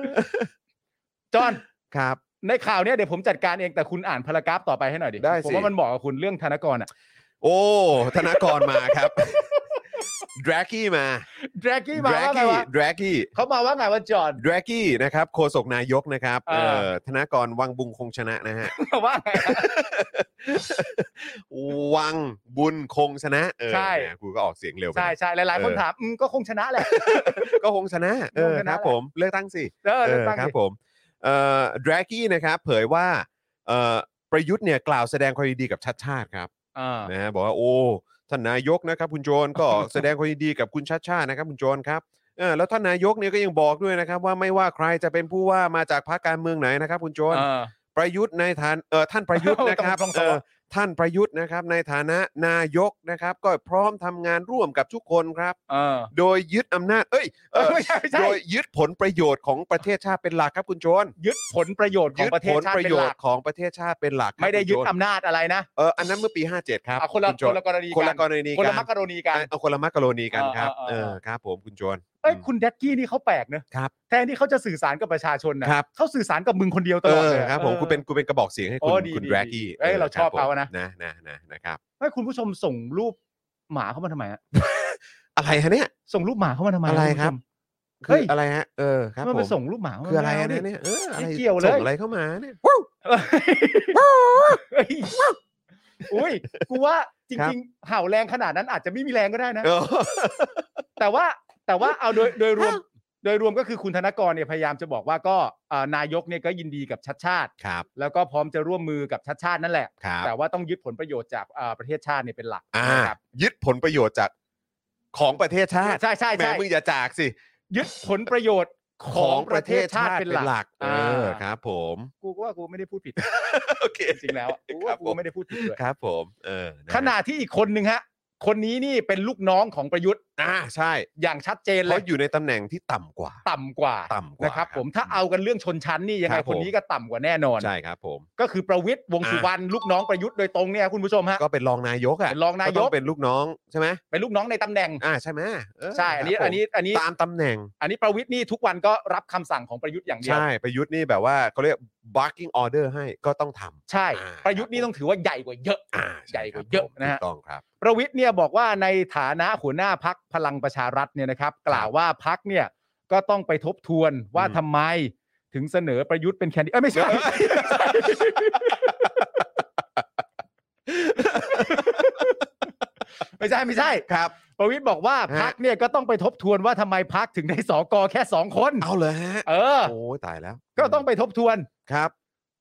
Speaker 4: จอห์น
Speaker 3: ครับ
Speaker 4: ในข่าวเนี้ยเดี๋ยวผมจัดการเองแต่คุณอ่านพารากราฟต่อไปให้หน่อยดิ
Speaker 3: ได้สิ
Speaker 4: ผมว่ามันเหมาะกับคุณเรื่องธนกรอ่ะ
Speaker 3: โอ้ธนากรมาครับ ดรากี้มา
Speaker 4: ดรากี้มา
Speaker 3: ดรา
Speaker 4: ว่าไง
Speaker 3: กี้
Speaker 4: วะ
Speaker 3: ดรากี้
Speaker 4: เขามาว่าไงว่าจอห์น
Speaker 3: ดรากี้นะครับโฆษกนายกนะครับ
Speaker 4: เอ
Speaker 3: เอ
Speaker 4: อ
Speaker 3: อธนากรวังบุญคงชนะนะ ฮะ
Speaker 4: มาว่าไง
Speaker 3: วังบุญคงชนะเออ
Speaker 4: ใช่
Speaker 3: แหมกูก็ออกเสียงเร็วไปห
Speaker 4: ใช่
Speaker 3: น่อย
Speaker 4: ใช่หลาย ๆ คนถามอืมก็คงชนะแหละ
Speaker 3: ก็คงชนะเออ
Speaker 4: คงชนะ
Speaker 3: ครับ
Speaker 4: แหละ
Speaker 3: ผมเลือกตั้งสิ
Speaker 4: เออเลือก
Speaker 3: เออ
Speaker 4: ตั้ง
Speaker 3: ครับ
Speaker 4: ดิ
Speaker 3: ผมเอ่อดรากี้นะครับเผยว่าเอ่อประยุทธ์เนี่ยกล่าวแสดงความยินดีกับชัดชาติครับ
Speaker 4: อ่า
Speaker 3: นะฮะบอกว่าโอ้ท่านนายกนะครับคุณโจ รก็ แสดงความยินดีกับคุณชัดชาตินะครับคุณโจรครับเออแล้วท่านนายกเนี่ยก็ยังบอกด้วยนะครับ ว่าไม่ว่าใครจะเป็นผู้ว่ามาจากพรรคการเมืองไหนนะครับคุณโจร
Speaker 4: เออ
Speaker 3: ประยุทธ์ในฐานเออท่านประยุทธ์นะครับ
Speaker 4: ตรงๆ
Speaker 3: เออท่านประยุทธ์นะครับในฐานะนายกนะครับ ก็พร้อมทำงานร่วมกับทุกคนครับ
Speaker 4: เออ
Speaker 3: โดยยึดอำนาจเอ้ยเออ
Speaker 4: ไม่ใช่ไม่ใช่
Speaker 3: โดยยึดผลประโยชน์ของประเทศชาติเป็นหลักครับคุณโจน
Speaker 4: ยึดผลประโยชน์ของ
Speaker 3: ยึด
Speaker 4: ประเท
Speaker 3: ผ
Speaker 4: ศ
Speaker 3: ล
Speaker 4: ชาติ
Speaker 3: ประ
Speaker 4: เป็น
Speaker 3: โย
Speaker 4: ห
Speaker 3: ช
Speaker 4: ลัก
Speaker 3: น์ของประเทศชาติเป็นหลักครับ
Speaker 4: ไม่ได้ยึด
Speaker 3: คุณโจร
Speaker 4: อำนาจอะไรนะ
Speaker 3: เอออันนั้นเมื่อปี 57 ครับ
Speaker 4: อ่ะคนละ
Speaker 3: ณโจ
Speaker 4: ค
Speaker 3: ร
Speaker 4: นละกรณี
Speaker 3: คนละ
Speaker 4: กัน
Speaker 3: กรณี
Speaker 4: คน
Speaker 3: กั
Speaker 4: ละมักกะโรนีกัน
Speaker 3: อ่ะเอาคนละมักกะโรนีกันครับ
Speaker 4: เออ
Speaker 3: เอ
Speaker 4: เออเออ
Speaker 3: อครับผมคุณโจน
Speaker 4: เอ้ยคุณแดกกี้นี่เขาแปลกเนอะ
Speaker 3: ครับ
Speaker 4: แทนที่เขาจะสื่อสารกับประชาชนนะครับ เขาสื่อสารกับมึงคนเดียวต
Speaker 3: เอ
Speaker 4: ลอด
Speaker 3: อ
Speaker 4: เลยอะ
Speaker 3: ครับผม
Speaker 4: ออ
Speaker 3: กูเป็นกูเป็นกระบอกเสียงให้คุณ
Speaker 4: โอ้ดี
Speaker 3: คุณ
Speaker 4: ดี
Speaker 3: แรกกี้
Speaker 4: ดีเอ้ยเราชอบเขาอะนะ
Speaker 3: นะนะนะนะครับ
Speaker 4: ไม่คุณผู้ชมส่งรูปหมาเข้ามาทำไมอะ
Speaker 3: อะไรฮะเนี่ย
Speaker 4: ส่งรูปหมาเข้ามาทำไม
Speaker 3: อะไร
Speaker 4: ณผู้ชม
Speaker 3: ครับ คื
Speaker 4: เฮ้
Speaker 3: อย อะไรฮะเออครับ
Speaker 4: มัน
Speaker 3: ผ
Speaker 4: ไป
Speaker 3: ม
Speaker 4: ส่งรูปหมาข้ามา
Speaker 3: คืออะไร
Speaker 4: ม่
Speaker 3: อั
Speaker 4: เาน ดิ
Speaker 3: นั้นเนี่ยเอออะไร
Speaker 4: ไม่เกี่ยวเลย
Speaker 3: ส่งอะไรเข้ามาเนี่ย
Speaker 4: เฮ้ยอุ้ยกูว่าจ
Speaker 3: ครับ
Speaker 4: ริงๆเห่าแรงขนาดนั้นอาจจะไม่มีแรงก็ได้นะ
Speaker 3: เออ
Speaker 4: แต่ว่าแต่ว่าเอาโดยโดยรวมโดยรวมก็คือคุณธนกรเนี่ยพยายามจะบอกว่าก็เอ่อนายกเนี่ยก็ยินดีกับชัดชาติ
Speaker 3: ครับ
Speaker 4: แล้วก็พร้อมจะร่วมมือกับชัดชาตินั่นแหละ
Speaker 3: ครับ
Speaker 4: แต่ว่าต้องยึดผลประโยชน์จากเอ่อประเทศชาติเนี่ยเป็นหลัก
Speaker 3: อ่า
Speaker 4: นะครับ
Speaker 3: ยึดผลประโยชน์จากของประเทศชาติ
Speaker 4: ใช่ใช่
Speaker 3: แหม
Speaker 4: ใช่
Speaker 3: มึงอย่าจากสิ
Speaker 4: ยึดผลประโยชน์ข
Speaker 3: ข
Speaker 4: อ
Speaker 3: อง ง
Speaker 4: ป
Speaker 3: ประระ
Speaker 4: เท
Speaker 3: เท
Speaker 4: ศ
Speaker 3: ศ
Speaker 4: ชา
Speaker 3: ชา
Speaker 4: ติ
Speaker 3: ติ
Speaker 4: เป็
Speaker 3: เป็น น
Speaker 4: ห
Speaker 3: ห
Speaker 4: ลั
Speaker 3: ลั
Speaker 4: ก
Speaker 3: ก เออครับผม
Speaker 4: กูก็ว่ากูไม่ได้พูดผิด
Speaker 3: โอเค
Speaker 4: จริงๆแล้วอะกูว่า
Speaker 3: ครับ
Speaker 4: กู
Speaker 3: ผม
Speaker 4: ไม่ได้พูดผิดด้วย
Speaker 3: ครับผม เออนะฮะ
Speaker 4: ขณะที่อีกคนหนึ่งฮะ คนนี้นี่เป็นลูกน้องของประยุทธ์
Speaker 3: อ่าใช่
Speaker 4: อย่างชัดเจน
Speaker 3: เพ
Speaker 4: เลย
Speaker 3: ราะอยู่ในตำแหน่งที่ต่ำกว่า
Speaker 4: ต่ำกว่า
Speaker 3: ต่ำกว่า
Speaker 4: นะครับ
Speaker 3: ครับ
Speaker 4: ผมถ้าเอากันเรื่องชนชั้นนี่ยัง
Speaker 3: ค
Speaker 4: ไง
Speaker 3: รับ
Speaker 4: ค
Speaker 3: ผ
Speaker 4: น
Speaker 3: ม
Speaker 4: นี้ก็ต่ำกว่าแน่นอน
Speaker 3: ใช่ครับผม
Speaker 4: ก็คือประวิทย์วงษ์สุวรรณลูกน้องประยุทธ์โดยตรงเนี่ยคุณผู้ชมฮะ
Speaker 3: ก็เป็นรองนายกอ่ะ
Speaker 4: เป็นรองนายก
Speaker 3: ต้เป็นลูกน้องใช่ไหม
Speaker 4: เป็นลูกน้องในตำแหน่ง
Speaker 3: อ่าใช่ไหมเ
Speaker 4: ใช่อันนี้
Speaker 3: ครับผม
Speaker 4: อันนี้อันนี้
Speaker 3: ตามตำแหน่ง
Speaker 4: อันนี้ประวิทย์นี่ทุกวันก็รับคำสั่งของประยุทธ์อย่างเดีว
Speaker 3: ใช่ประยุทธ์นี่แบบว่าเขาเรียก barking order ให้ก็ต้องท
Speaker 4: ใช่
Speaker 3: อ่า
Speaker 4: ประยุทธ์นี่ต้องถือว่าใหญ่กว่าเยอะ
Speaker 3: ำอ่า
Speaker 4: ใหญ่ก
Speaker 3: ช่
Speaker 4: ว่า
Speaker 3: ครับ
Speaker 4: เยอะ
Speaker 3: ผม
Speaker 4: นะฮะ
Speaker 3: ถูกต้องครับ
Speaker 4: ประวิทย์เนี่ยบอกว่าในฐานะหัวหน้าพักพลังประชารัฐเนี่ยนะครับ กล่าวว่าพักเนี่ยก็ต้องไปทบทวนว่า
Speaker 3: อืม
Speaker 4: ทำไมถึงเสนอประยุทธ์เป็นแคนดิเอ้ยไม่ใช่ ไม่ใช่ไม่ใช่
Speaker 3: ครับ
Speaker 4: ประวิทย์บอกว่าพักเนี่ยก็ต้องไปทบทวนว่าทำไมพักถึงได้สอกอแค่สองคน
Speaker 3: เอาเลยฮะ
Speaker 4: เออ
Speaker 3: โอ้ยตายแล้ว
Speaker 4: ก็ต้องไปทบทวน
Speaker 3: ครับ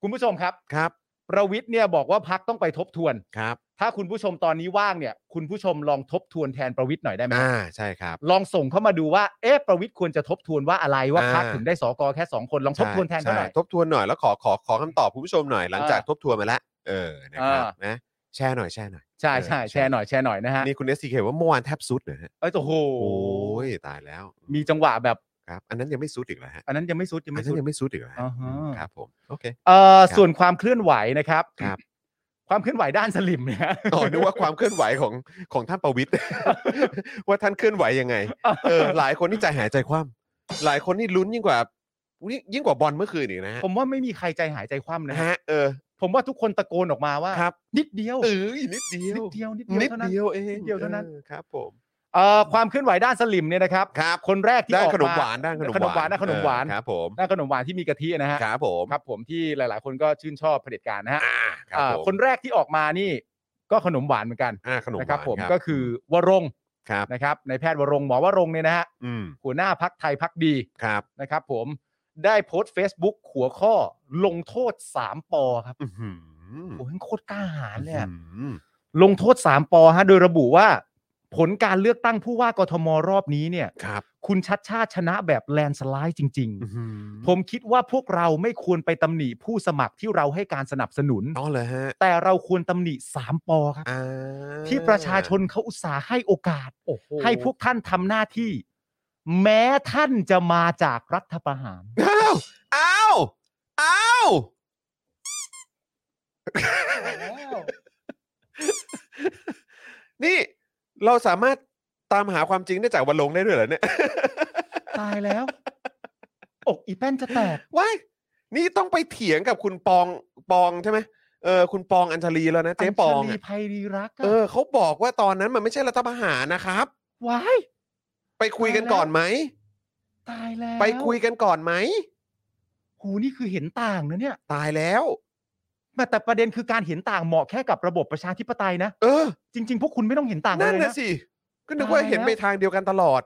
Speaker 4: คุณผู้ชมครับ
Speaker 3: ครับ
Speaker 4: ประวิทย์เนี่ยบอกว่าพักต้องไปทบทวน
Speaker 3: ครับ
Speaker 4: ถ้าคุณผู้ชมตอนนี้ว่างเนี่ย คุณผู้ชมลองทบทวนแทนประวิทย์หน่อยได้ไหม
Speaker 3: อ่าใช่ครับ
Speaker 4: ลองส่งเข้ามาดูว่า เอ๊ะ ประวิทย์ควรจะทบทวนว่าอะไรว่า
Speaker 3: อ่า
Speaker 4: พักถึงได้สอกอแค่สองคน ลองทบทวนแทนเขาหน่อย
Speaker 3: ใช่ทบทวนหน่อยแล้วขอขอขอคำตอบคุณผู้ชมหน่อยหลังจาก
Speaker 4: เออ
Speaker 3: ทบทวนมาแล้วเออนะครับ
Speaker 4: เออ
Speaker 3: นะแชร์หน่อยแชร์หน่อย
Speaker 4: ใช่ใช่แชร์หน่อยแชร์หน่อยนะฮะ
Speaker 3: นี่คุณเอสซีเคว่าเมื่อวานแทบสุดเหรอฮะ
Speaker 4: เอ้ยโอ้โห
Speaker 3: โอ้ยตายแล้ว
Speaker 4: มีจังหวะแบบ
Speaker 3: ครับ อันนั้นยังไม่สุดอีกเหรอฮะ
Speaker 4: อันนั้นยังไม่สุดยั
Speaker 3: อั
Speaker 4: ง
Speaker 3: น
Speaker 4: ไม่
Speaker 3: นั้
Speaker 4: สุ
Speaker 3: น
Speaker 4: ด
Speaker 3: ยังไม่สุดอีกเหรอฮะ
Speaker 4: อ่าฮะ
Speaker 3: อืมครับผมโอเค
Speaker 4: เอ่อ
Speaker 3: ครับ
Speaker 4: ส่วนความเคลื่อนไหวนะครับ
Speaker 3: ครับ
Speaker 4: ความเคลื่อนไหวด้านสลิมเนี่ย
Speaker 3: อ๋อนึกว่าความเคลื่อนไหวของของท่านประวิทย์ ว่าท่านเคลื่อนไหวยังไงเออหลายคนนี่ใจหายใจคว่ำหลายคนนี่ลุ้นยิ่งกว่ายิ่งยิ่งกว่าบอลเมื่อคืนอีกนะฮะ
Speaker 4: ผมว่าไม่มีใครใจหายใจคว่ำนะ
Speaker 3: นะฮะเออ
Speaker 4: ผมว่าทุกคนตะโกนออกมาว่า
Speaker 3: ครับ
Speaker 4: นิดเดียว
Speaker 3: เอออีกนิดเดีย
Speaker 4: นิ
Speaker 3: ว
Speaker 4: ดเดียวนิด
Speaker 3: นิด
Speaker 4: เดียวเท่า
Speaker 3: เดียว
Speaker 4: นั้น
Speaker 3: เอง
Speaker 4: นิดเดียวเท่านั้น
Speaker 3: ออครับผม
Speaker 4: เอ่อความเคลื่อนไหวด้านสลิมเนี่ยนะครับ
Speaker 3: ครับ
Speaker 4: คนแรกที่
Speaker 3: ด้า
Speaker 4: อน อก
Speaker 3: ขนม
Speaker 4: มา
Speaker 3: หวานด้านขนม
Speaker 4: ขนมหวานด้านขนมหวาน
Speaker 3: เออครับผม
Speaker 4: ด้านขนมหวานที่มีกะทินะฮะ
Speaker 3: ครับผม
Speaker 4: ครับผมที่หลาย ๆ คนก็ชื่นชอบเผด็จการนะฮะ
Speaker 3: อ่าครับ
Speaker 4: อ่า
Speaker 3: ผม
Speaker 4: คนแรกที่ออกมานี่ก็ขนมหวานเหมือนกัน
Speaker 3: อ่าขนมห
Speaker 4: นะ
Speaker 3: วาน
Speaker 4: ครับผมก็คือวรงค์
Speaker 3: ครับ
Speaker 4: นะครับในแพทย์วรงค์หมอวรงค์เนี่ยนะฮะ
Speaker 3: อืม
Speaker 4: หัวหน้าพักไทยพักดี
Speaker 3: ครับ
Speaker 4: นะครับผมได้โพสต์ Facebook หัวข้อลงโทษ 3ปอครับ
Speaker 3: อื้อหือ
Speaker 4: โอ้โหโคตรกล้าหาญเลยอะ
Speaker 3: อื้อหือ
Speaker 4: ลงโทษ 3 ปอฮะโดยระบุว่า ผลการเลือกตั้งผู้ว่ากทมรอบนี้เนี่ย
Speaker 3: ครับ
Speaker 4: คุณชัดชาติชนะแบบแลนสไลด์จริง
Speaker 3: อื้อหือ
Speaker 4: ๆ ผมคิดว่าพวกเราไม่ควรไปตำหนิผู้สมัครที่เราให้การสนับสนุน
Speaker 3: อ๋อเหรอฮะ
Speaker 4: แต่เราควรตำหนิ 3 ปอครับ
Speaker 3: อ่า
Speaker 4: ที่ประชาชนเขาอุตส่าห์ให้โอกาส
Speaker 8: โอ้โห
Speaker 4: ให้พวกท่านทำหน้าที่ แม้ท่านจะมาจากรัฐประหาร
Speaker 3: อ้าวอ้าวอ้าวนี่เราสามารถตามหาความจริงได้จากวันลงได้ด้วยเหรอเนี่ย
Speaker 4: ตายแล้ว อกอีแป้นจะแตก
Speaker 3: ว้ายนี่ต้องไปเถียงกับคุณปองปองใช่ไหมเออคุณปองอัญชลีแล้วนะเจ๊ปอง
Speaker 4: ญชลี
Speaker 3: อะ
Speaker 4: ภัยรีรักษ์ะ
Speaker 3: เออเขาบอกว่าตอนนั้นมันไม่ใช่รัฐประหารนะครับ
Speaker 4: ว้าย
Speaker 3: ไปคุยกันก่อนไหม
Speaker 4: ตายแล้ว
Speaker 3: ไปคุยกันก่อนไหม
Speaker 4: หูนี่คือเห็นต่างนะเนี่ย
Speaker 3: ตายแล้ว
Speaker 4: แม้แต่ประเด็นคือการเห็นต่างเหมาะแค่กับระบบประชาธิปไตยนะ
Speaker 3: เออ
Speaker 4: จริง ๆ พวกคุณไม่ต้องเห็นต่างกั
Speaker 3: นั่น
Speaker 4: นเลย
Speaker 3: นะ
Speaker 4: นะ
Speaker 3: สิ ก็นึกว่า
Speaker 4: ตายแล้ว
Speaker 3: เห็นไปทางเดียวกันตลอด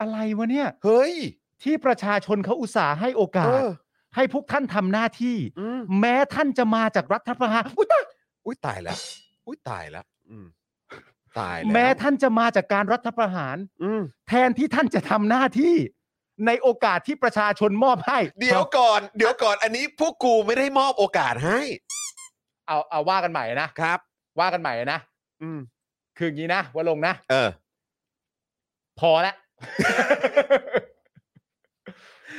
Speaker 4: อะไรวะเนี่ย
Speaker 3: เฮ้ย
Speaker 4: ที่ประชาชนเขาอุตส่าห์ให้โอกา
Speaker 3: เอ
Speaker 4: ส
Speaker 3: อ
Speaker 4: ให้พวกท่านทำหน้าที่
Speaker 3: อืม
Speaker 4: แม้ท่านจะมาจากรัฐประหารอุ๊ยตาย
Speaker 3: อุ้ยตายแล้ว อุ้ยตายแล้วอืมตายแล้ว
Speaker 4: แม้ท่านจะมาจากการรัฐประหาร
Speaker 3: อืม
Speaker 4: แทนที่ท่านจะทำหน้าที่ ในโอกาสที่ประชาชนมอบให้
Speaker 3: เดี๋ยวก่อน เดี๋ยวก่อน อันนี้พวกกูไม่ได้มอบโอกาสให้
Speaker 4: เอาเอาเอาว่ากันใหม่นะครับ ว่ากันใหม่นะ
Speaker 3: อืม
Speaker 4: คืออย่างนี้นะว่าลงค์นะ
Speaker 3: เออ
Speaker 4: พอละ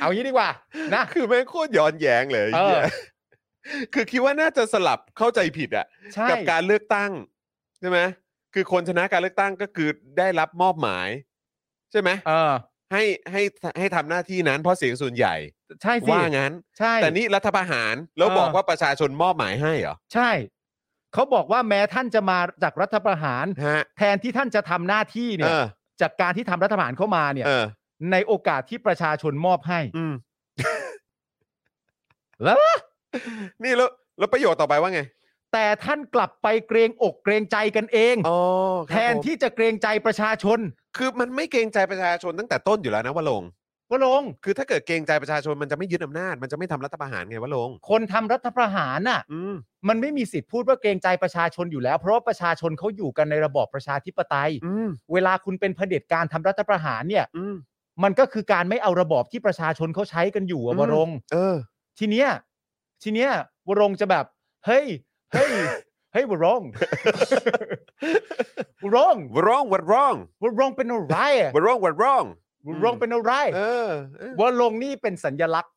Speaker 4: เอางี้ดีกว่า นะ
Speaker 3: คือแม่งโคตรย้อนแย้งเลยไอ้เหี้ย
Speaker 4: เออ
Speaker 3: คือคิดว่าน่าจะสลับเข้าใจผิดอะ
Speaker 4: ใช่
Speaker 3: กับการเลือกตั้งใช่ไหมคือคนชนะการเลือกตั้งก็คือได้รับมอบหมาย ใช่ไหม
Speaker 4: เออ
Speaker 3: ให้ให้ให้ทำหน้าที่นั้นเพราะเสียงส่วนใหญ่
Speaker 4: ใช่สิ
Speaker 3: ว่างั้น
Speaker 4: ใช่
Speaker 3: แต่นี่รัฐประหารแล้ว
Speaker 4: เออ
Speaker 3: บอกว่าประชาชนมอบหมายให้เหรอ
Speaker 4: ใช่ เขาบอกว่าแม้ท่านจะมาจากรัฐประหาร
Speaker 3: ฮะ
Speaker 4: แทนที่ท่านจะทำหน้าที่เนี่
Speaker 3: เอย อ
Speaker 4: จากการที่ทำรัฐประหารเข้ามาเนี่ย
Speaker 3: เออ
Speaker 4: ในโอกาสที่ประชาชนมอบให้
Speaker 3: อืม
Speaker 4: แล้ว
Speaker 3: นี่แล้วแล้วประโยชน์ต่อไปว่าไง
Speaker 4: แต่ท่านกลับไปเกรงอกเกรงใจกันเอง
Speaker 3: อ๋อ
Speaker 4: แทนที่จะเกรงใจประชาชน
Speaker 3: คือมันไม่เกรงใจประชาชนตั้งแต่ต้นอยู่แล้วนะว่าลงค์
Speaker 4: ว่าลงค์
Speaker 3: คือถ้าเกิดเกรงใจประชาชนมันจะไม่ยึดอำนาจ มันจะไม่ทำรัฐประหารไงว่าลงค์
Speaker 4: คนทำรัฐประหารน่ะ
Speaker 3: อืม
Speaker 4: มันไม่มีสิทธิ์พูดว่าเกรงใจประชาชนอยู่แล้ว เพราะว่าประชาชนเขาอยู่กันในระบอบประชาธิปไตย
Speaker 3: อืม
Speaker 4: เวลาคุณเป็นเผด็จการทำรัฐประหารเนี่ย
Speaker 3: อืม
Speaker 4: มันก็คือการไม่เอาระบอบที่ประชาชนเขาใช้กันอยู่อะวรงค์
Speaker 3: เออ
Speaker 4: ทีเนี้ยทีเนี้ยวรงจะแบบ เฮ้ย เฮ้ย เฮ้ยวรง วรง
Speaker 3: วัดร่องวัดร่อง
Speaker 4: วรงเป็นอะไรอะ
Speaker 3: วัดร่องวัดร่อง
Speaker 4: วรงเป็นอะไร
Speaker 3: เออเออ
Speaker 4: วรงนี่เป็นสัญลักษณ์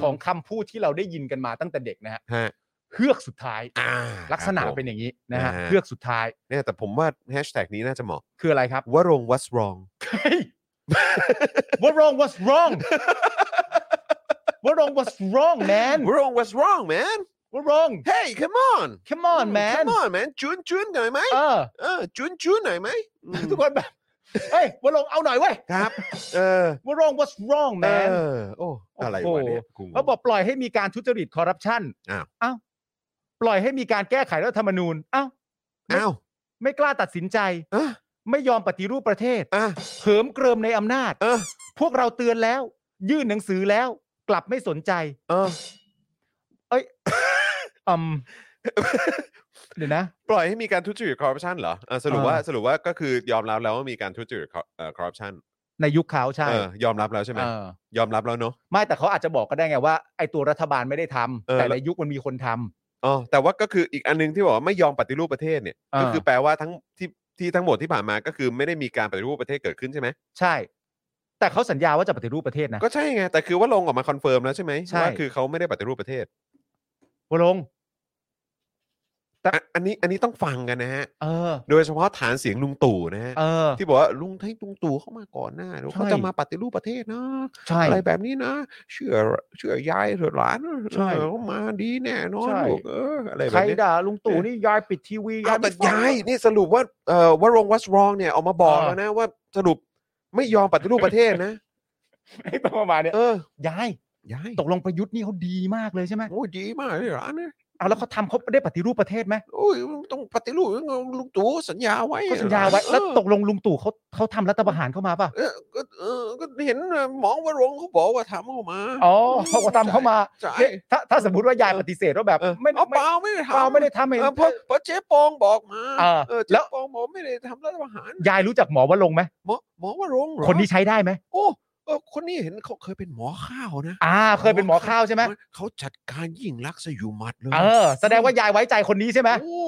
Speaker 4: ของคำพูดที่เราได้ยินกันมาตั้งแต่เด็กนะฮะ
Speaker 3: ฮะ
Speaker 4: เฮือกสุดท้าย
Speaker 3: อ่า
Speaker 4: ลักษณะ
Speaker 3: ครับผม
Speaker 4: เป็นอย่างนี้นะฮะ
Speaker 3: นะฮะ
Speaker 4: เฮือกสุดท้าย
Speaker 3: เนี่ยแต่ผมว่าแฮชแท็กนี้น่าจะเหมาะ
Speaker 4: คืออะไรครับ
Speaker 3: วรง what's wrong
Speaker 4: วรง what's wrong วรง what's wrong man
Speaker 3: วรง what's wrong man
Speaker 4: วรง
Speaker 3: hey come on
Speaker 4: come on man
Speaker 3: come on man จุนจุนหน่อยไหม
Speaker 4: เออ
Speaker 3: เออจุนจุนหน่อยไหมอืม
Speaker 4: ทุกคนแบบ เฮ้ยวรงเอาหน่อยเว้ย
Speaker 3: ครับ เออ
Speaker 4: ว่า wrong what's wrong
Speaker 3: เอ
Speaker 4: man
Speaker 3: อ โอ้ อะไรวะเนี่ยกูงง
Speaker 4: เขาบอกปล่อยให้มีการทุจริตคอร์รัปชัน
Speaker 3: อ้าว
Speaker 4: อ้าว ปล่อยให้มีการแก้ไขรัฐธรรมนูญ อ้าว
Speaker 3: อ้าว
Speaker 4: ไม่กล้าตัดสินใจ
Speaker 3: อ่ะ
Speaker 4: ไม่ยอมปฏิรูปประเทศ
Speaker 3: อ่ะ
Speaker 4: เหิมเกริมในอำนาจ
Speaker 3: เออ
Speaker 4: พวกเราเตือนแล้ว ยื่นหนังสือแล้ว กลับไม่สนใจ
Speaker 3: เออ
Speaker 4: อืม เดี๋ยวนะ
Speaker 3: ปล่อยให้มีการทุจริตคอร์รัปชันเหรอเออสรุปว่า
Speaker 4: เออ
Speaker 3: สรุปว่าก็คือยอมรับแล้วว่ามีการทุจริตคอร์รัปชัน
Speaker 4: ในยุคเขาใช่
Speaker 3: เออยอมรับแล้วใช่ไหม
Speaker 4: เออย
Speaker 3: อมรับแล้วเนอะ
Speaker 4: ไม่แต่เขาอาจจะบอกก็ได้ไงว่าไอตัวรัฐบาลไม่ได้ทำ
Speaker 3: เออ
Speaker 4: แต่ในยุคมันมีคนทำ
Speaker 3: อ๋อแต่ว่าก็คืออีกอันนึงที่บอกว่าไม่ยอมปฏิรูปประเทศเนี่ย
Speaker 4: อ่า
Speaker 3: ก็คือแปลว่าทั้งที่ที่ทั้งหมดที่ผ่านมาก็คือไม่ได้มีการปฏิรูปประเทศเกิดขึ้นใช่ไหม
Speaker 4: ใช่ แต่เขาสัญญาว่าจะปฏิรูปประเทศนะ
Speaker 3: ก็ใช่ไงแต่คือว่าลงออกมาคอนเฟิร์มแล้วใช่ไหม
Speaker 4: ใช่
Speaker 3: ว่าคือเขาไม่ได้ปฏิรูปประเทศ
Speaker 4: วรง แต่
Speaker 3: อ่ะอันนี้อันนี้ต้องฟังกันนะฮะ
Speaker 4: เออ
Speaker 3: โดยเฉพาะฐานเสียงลุงตู่นะฮะ
Speaker 4: เออ
Speaker 3: ที่บอกว่าลุงให้ลุงตู่เข้ามาก่อนหน้าเดี๋ยวเขา
Speaker 4: ใช่
Speaker 3: จะมาปฏิรูปประเทศนะ
Speaker 4: ใช่
Speaker 3: อะไรแบบนี้นะ เชื่อเชื่อยายเชื่อหลานเออ
Speaker 4: ใช่
Speaker 3: เขามาดีแน่นอน
Speaker 4: ใช่
Speaker 3: ลูกเอออะไรแบ
Speaker 4: ใคร
Speaker 3: บนี้
Speaker 4: ด่าลุงตู่นี่ยายปิดทีวี
Speaker 3: เอาแต่
Speaker 4: ไม่ฟัง
Speaker 3: ยายนี่สรุปว่าเอ่อว่ารงวัสรองเนี่ยออกมาบอก
Speaker 4: เออ
Speaker 3: แล้วนะว่าสรุปไม่ยอมปฏิรูปประเทศนะ
Speaker 4: ประมาณเนี้ย
Speaker 3: เออ
Speaker 4: ยาย
Speaker 3: ยาย
Speaker 4: ตกลงประยุทธ์นี่เขาดีมากเลยใช่ไหม
Speaker 3: โอ้ยดีมากเลยหลานเนี่ย
Speaker 4: เอาแล้วเขาทำเขาได้ปฏิรูปประเทศไหม
Speaker 3: โอ้ยต้องปฏิรูปลุงตู่สัญญาไว้
Speaker 4: เขาสัญญาไว้
Speaker 3: เออ
Speaker 4: แล้วตกลงลุงตู่เขาเขาทำรัฐประหารเข้ามาป่ะ
Speaker 3: เออก็เออก็เห็นหมอวรงค์เขาบอกว่าทำเข้ามา
Speaker 4: อ๋อเขาก็ทำเข้ามา
Speaker 3: ใช่
Speaker 4: เนี่ยถ้าถ้าสมมติว่ายายปฏิเสธว่าแบบ
Speaker 3: เออ
Speaker 4: ไม่
Speaker 3: เอา
Speaker 4: ไม่
Speaker 3: เปล่าไม่ได้ทำ
Speaker 4: เปล่าไม่ได้ทำเอง
Speaker 3: เออเพราะเพราะเจ๊ปองบอกมา
Speaker 4: เออ
Speaker 3: เจ๊
Speaker 4: แล้ว
Speaker 3: ปองบอกไม่ได้ทำรัฐประหาร
Speaker 4: ยายรู้จักหมอวะลงค์ไหม
Speaker 3: หมอหมอวรงค์เหรอ
Speaker 4: คนนี้ใช้ได้ไหม
Speaker 3: โอ้เออคนนี้เห็นเขาเคยเป็นหมอข้าวนะ
Speaker 4: อ่า เคยเป็นหมอข้าวใช่ไหม
Speaker 3: เขาจัดการยิ่งรักษณ์สยุมัดเลย
Speaker 4: เออ แสดงว่ายายไว้ใจคนนี้ใช่ไหม
Speaker 3: โอ้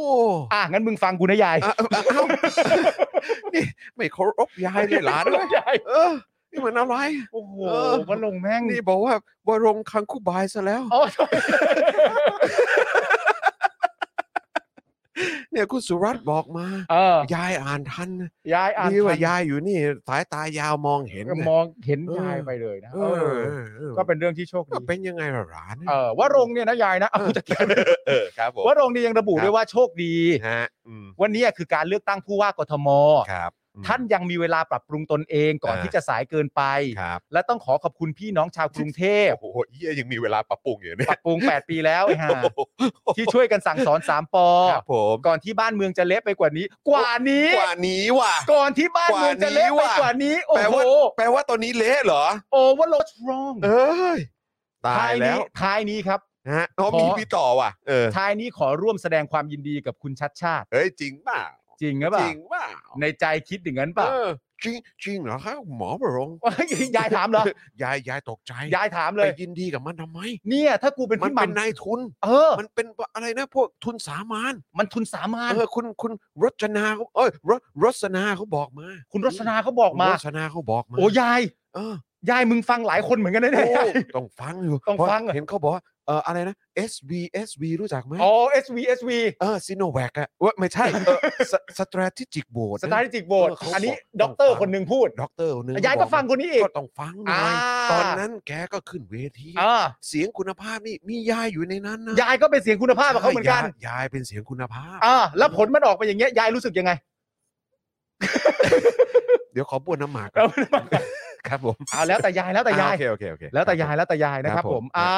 Speaker 4: อ่ะงั้นมึงฟังกูนะยาย
Speaker 3: อ่ะเอาเอา นี่ไม่เคารพยายเลยหลาน เลย
Speaker 4: ยาย
Speaker 3: เออนี่มันอะไร
Speaker 4: โอ้โห
Speaker 3: เออ
Speaker 4: วะลงค์แม่ง
Speaker 3: นี่บอกว่าวรงค์คังคูบายซะแล้ว
Speaker 4: อ๋อ
Speaker 3: เนี่ยคุณสุรัตน์บอกมา
Speaker 4: เออย
Speaker 3: ายอ่านทันนะ
Speaker 4: ยายอ่าน
Speaker 3: ดีกว่า
Speaker 4: ทัน
Speaker 3: ยายอยู่นี่ สายตายาวมองเห็น
Speaker 4: ก็
Speaker 3: น่ะ
Speaker 4: มองเห็น
Speaker 3: เออ
Speaker 4: ยายไปเลยนะ
Speaker 3: เอ
Speaker 4: เอ
Speaker 3: อ
Speaker 4: อ
Speaker 3: เออ
Speaker 4: ก็เป็นเรื่องที่โชค
Speaker 3: ก็
Speaker 4: ดี
Speaker 3: เป็นยังไงล่ะหลาน
Speaker 4: เออว่ารงค์เนี่ยนะยายนะเอาจะเกี่ยว
Speaker 3: เออครับผม
Speaker 4: ว่ารงค์นี่ยังระบุ
Speaker 3: ครับ
Speaker 4: ด้วยว่าโชคดี
Speaker 3: ฮะอืม
Speaker 4: วันนี้คือการเลือกตั้งผู้ว่ากทม
Speaker 3: ครับอืม
Speaker 4: ท่านยังมีเวลาปรับปรุงตนเองก่อน
Speaker 3: อ่า
Speaker 4: ที่จะสายเกินไป
Speaker 3: ครับ
Speaker 4: และต้องขอขอบคุณพี่น้องชาวกรุงเทพ
Speaker 3: โอ้โหเยี่ยยังมีเวลาปรับปรุงอยู่เนี่ย
Speaker 4: ปรับปรุง 8 ปีแล้วไอ้ห่าที่ช่วยกันสั่งสอน 3ปอ
Speaker 3: ครับผม
Speaker 4: ก่อนที่บ้านเมืองจะเละไปกว่านี้ กว่านี้
Speaker 3: กว่านี้ว่ะ
Speaker 4: ก่อนที่บ้านเมืองจะเละไปกว่านี้โอ้
Speaker 3: แปล
Speaker 4: โห
Speaker 3: ว่า แปลว่าตอนนี้เละเหรอ
Speaker 4: โอ้ว่า what's wrong
Speaker 3: เอ้ยตายแล้ว
Speaker 4: ท้นี้ท้ายนี้ครับ
Speaker 3: ฮะอ๋อมี
Speaker 4: ขอ
Speaker 3: มีต่อว่ะ เออ
Speaker 4: ท้ายนี้ขอร่วมแสดงความยินดีกับคุณชัดชาติ
Speaker 3: เฮ้ยจริงเปล่า
Speaker 4: จริงหรือเป
Speaker 3: จ
Speaker 4: ล่า
Speaker 3: ริงเปล่า
Speaker 4: ในใจคิดอย่างนั้นเปล่า
Speaker 3: เออจริงจริงเหรอครับหมอประรงค์
Speaker 4: เอ้ยยายถามเหรอย
Speaker 3: ายยายตกใจ
Speaker 4: ยายถามเลย
Speaker 3: ไปยินดีกับมันทำไม
Speaker 4: เนี่ย ถ้ากูเป็น
Speaker 3: มัน
Speaker 4: พี่ห
Speaker 3: เป็น
Speaker 4: ม่
Speaker 3: นายทุน
Speaker 4: ำเออ
Speaker 3: มันเป็นอะไรนะพวกทุนสามาน
Speaker 4: มันทุนสามาน
Speaker 3: เออคุณคุณรจนาเขาเอ้ยรรสนาเขาบอกมา
Speaker 4: คุณรัศนาเขาบอกมา
Speaker 3: รสนาเขาบอกมา
Speaker 4: โอ้ยาย
Speaker 3: เออย
Speaker 4: ายมึงฟังหลายคนเหมือนกันนะเนี่ย
Speaker 3: โอ้ต้องฟังอยู่
Speaker 4: ต้องฟังอะ
Speaker 3: เห็นเขาบอกว่าเอออะไรนะ SV SV รู้จักไหม
Speaker 4: อ๋อ SV SV
Speaker 3: เออซิโนแวคอะเว้ยไม่ใช่ เออสตรทิจิกโบด
Speaker 4: สตาร์จิกโบด
Speaker 3: เออเขา
Speaker 4: อันนี้
Speaker 3: บอก
Speaker 4: ด็อกเตอร์
Speaker 3: ฟัง
Speaker 4: คนหนึ่งพูด
Speaker 3: ด็อกเตอร์หนึง
Speaker 4: ยายก็
Speaker 3: บอ
Speaker 4: ฟังคนนี้อีก
Speaker 3: ก็ต้องฟังหน่
Speaker 4: อ่า
Speaker 3: อยตอนนั้นแกก็ขึ้นเวที
Speaker 4: อ่า
Speaker 3: เสียงคุณภาพนี่มียายอยู่ในนั้นนะ
Speaker 4: ยายก็เป็นเสียงคุณภาพกับเขาเหมือนกัน
Speaker 3: ยยยายเป็นเสียงคุณภาพ
Speaker 4: อ่าแล้วผลมันออกไปอย่างเงี้ยยายรู้สึกยังไง
Speaker 3: เดี๋ยวขอบ้วนน้ำหมากก่อน
Speaker 4: เอาเป็นว่า
Speaker 3: ครับผม
Speaker 4: เอาแล้วแต่ยายแล้วแต่ยาย
Speaker 3: อ่โอเคโอเคโอเค
Speaker 4: แล้วแต่ยายแล้วแต่ยายนะค
Speaker 3: ครั
Speaker 4: รั
Speaker 3: บบ ผ
Speaker 4: ผม มอ่า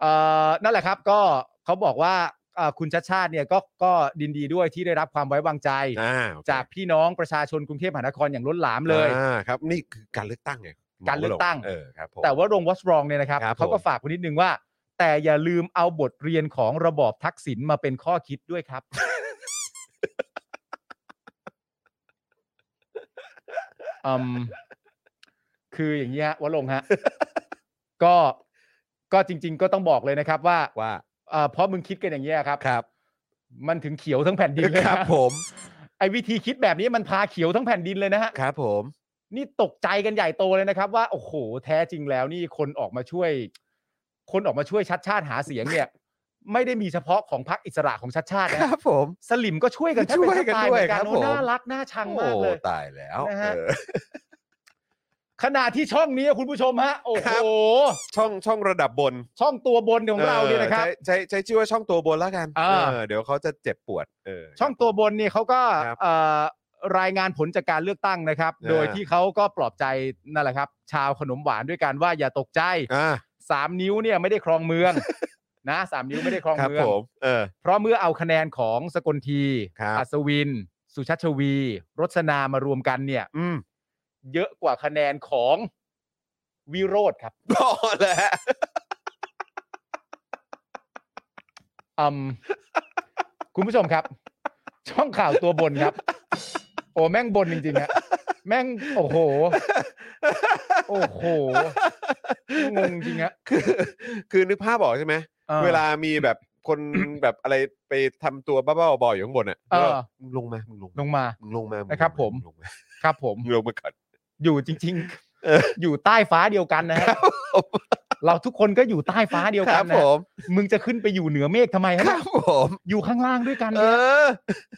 Speaker 4: เอ่อนั่นแหละครับก็เขาบอกว่าอ่าคุณชัดชาติเนี่ยก็ก็ดินดีด้วยที่ได้รับความไว้วางใจ
Speaker 3: อ่าโอเค
Speaker 4: จากพี่น้องประชาชนกรุงเทพมหานครอย่างล้นหลามเลย
Speaker 3: อ่าครับ นี่คือการเลือกตั้งไง
Speaker 4: การเลือกตั้ง
Speaker 3: เออครับผม
Speaker 4: แต่ว่าโรงวัชรองเนี่ยนะครับ
Speaker 3: ครับผม
Speaker 4: เขาก็ฝากไว้นิดนึงว่า แต่อย่าลืมเอาบทเรียนของระบอบทักษิณมาเป็นข้อคิดด้วย ครับ อืมคืออย่างเงี้ยวัลลงค์ฮะ ก็ก็จริง ๆ ก็ต้องบอกเลยนะครับ ว่า
Speaker 3: ว่า
Speaker 4: เอ่อเพราะมึงคิดกันอย่างเงี้ยครับ
Speaker 3: ครับ
Speaker 4: มันถึงเขียวทั้งแผ่นดินเลย
Speaker 3: ครับ
Speaker 4: นะ
Speaker 3: ผม
Speaker 4: ไอ้วิธีคิดแบบนี้มันพาเขียวทั้งแผ่นดินเลยนะฮะ
Speaker 3: ครับผม
Speaker 4: นี่ตกใจกันใหญ่โตเลยนะครับว่าโอ้โหแท้จริงแล้วนี่คนออกมาช่วย คนออกมาช่วยชัดชาติหาเสียงเนี่ย ไม่ได้มีเฉพาะของพรรคอิสระของชัดชาติ
Speaker 3: ค
Speaker 4: นะ
Speaker 3: รับผม
Speaker 4: สลิมก็ช่วยกันแทบ
Speaker 3: ช่
Speaker 4: เป็
Speaker 3: วน ย
Speaker 4: แทบ
Speaker 3: กัน
Speaker 4: ตาย
Speaker 3: ด้
Speaker 4: เห
Speaker 3: วย
Speaker 4: มือนกั
Speaker 3: ค
Speaker 4: น
Speaker 3: รับ
Speaker 4: โอ้
Speaker 3: ผม
Speaker 4: น่ารักน่าชังมากเลย
Speaker 3: โอ้ตายแล้ว
Speaker 4: นะฮะ
Speaker 3: เออ
Speaker 4: ขณะที่ช่องนี้คุณผู้ชมฮะ โอ้โห
Speaker 3: ช่องช่องระดับบน
Speaker 4: ช่องตัวบนของเราเนี่ยนะครับ
Speaker 3: ออใช้ใช้ใช้ชื่อว่าช่องตัวบนแล้วกัน
Speaker 4: อ่า
Speaker 3: เออเดี๋ยวเขาจะเจ็บปวดเออ
Speaker 4: ช่องตัวบนเนี่ยเขาก็
Speaker 3: ครับ
Speaker 4: เอ่อรายงานผลจากการเลือกตั้งนะครับ
Speaker 3: อ่า
Speaker 4: โดยที่เขาก็ปลอบใจนั่นแหละครับ ชาวขนมหวานด้วยกันว่าอย่าตกใจ
Speaker 3: อ่า
Speaker 4: สามนิ้วเนี่ยไม่ได้ครองเมือง นะสามนิ้วไม่ได้ครอง
Speaker 3: ครับ
Speaker 4: เมือง
Speaker 3: ผม เออ
Speaker 4: เพราะเมื่อเอาคะแนนของสกลที
Speaker 3: ครับ
Speaker 4: อัศวิน สุชัชวี รสนามารวมกันเนี่ย
Speaker 3: อืม
Speaker 4: เยอะกว่าคะแนนของวิโรธครับ
Speaker 3: พอแล้ว
Speaker 4: อืมคุณผู้ชมครับ ช่องข่าวตัวบนครับ โอ้แม่งบนจริงๆฮะแม่งโอ้โห โอ้โห งงจริงฮะ
Speaker 3: คือคือนึกภาพออกใช่ไหม
Speaker 4: ออ
Speaker 3: เวลามีแบบคน แบบอะไรไปทำตัวบ้าๆบอๆอยู่ข้างบนอ่ะ
Speaker 4: เออ
Speaker 3: แล้วมึงลงมา มึงลง
Speaker 4: ล
Speaker 3: มาง
Speaker 4: มา
Speaker 3: มึงลงมามึงลงา
Speaker 4: นะครับผม
Speaker 3: งลงา
Speaker 4: ครับผม
Speaker 3: มึงลงมาก่อน
Speaker 4: อยู่จริง
Speaker 3: เออ
Speaker 4: ๆ อยู่ใต้ฟ้าเดียวกันนะฮะ เราทุกคนก็อยู่ใต้ฟ้าเดียว
Speaker 3: ค
Speaker 4: กั
Speaker 3: รับ
Speaker 4: น
Speaker 3: ผ
Speaker 4: นะ
Speaker 3: ม
Speaker 4: มึงจะขึ้นไปอยู่เหนือเมฆทำไมฮะ
Speaker 3: ครับผม
Speaker 4: อยู่ข้างล่างด้วยกัน
Speaker 3: เอ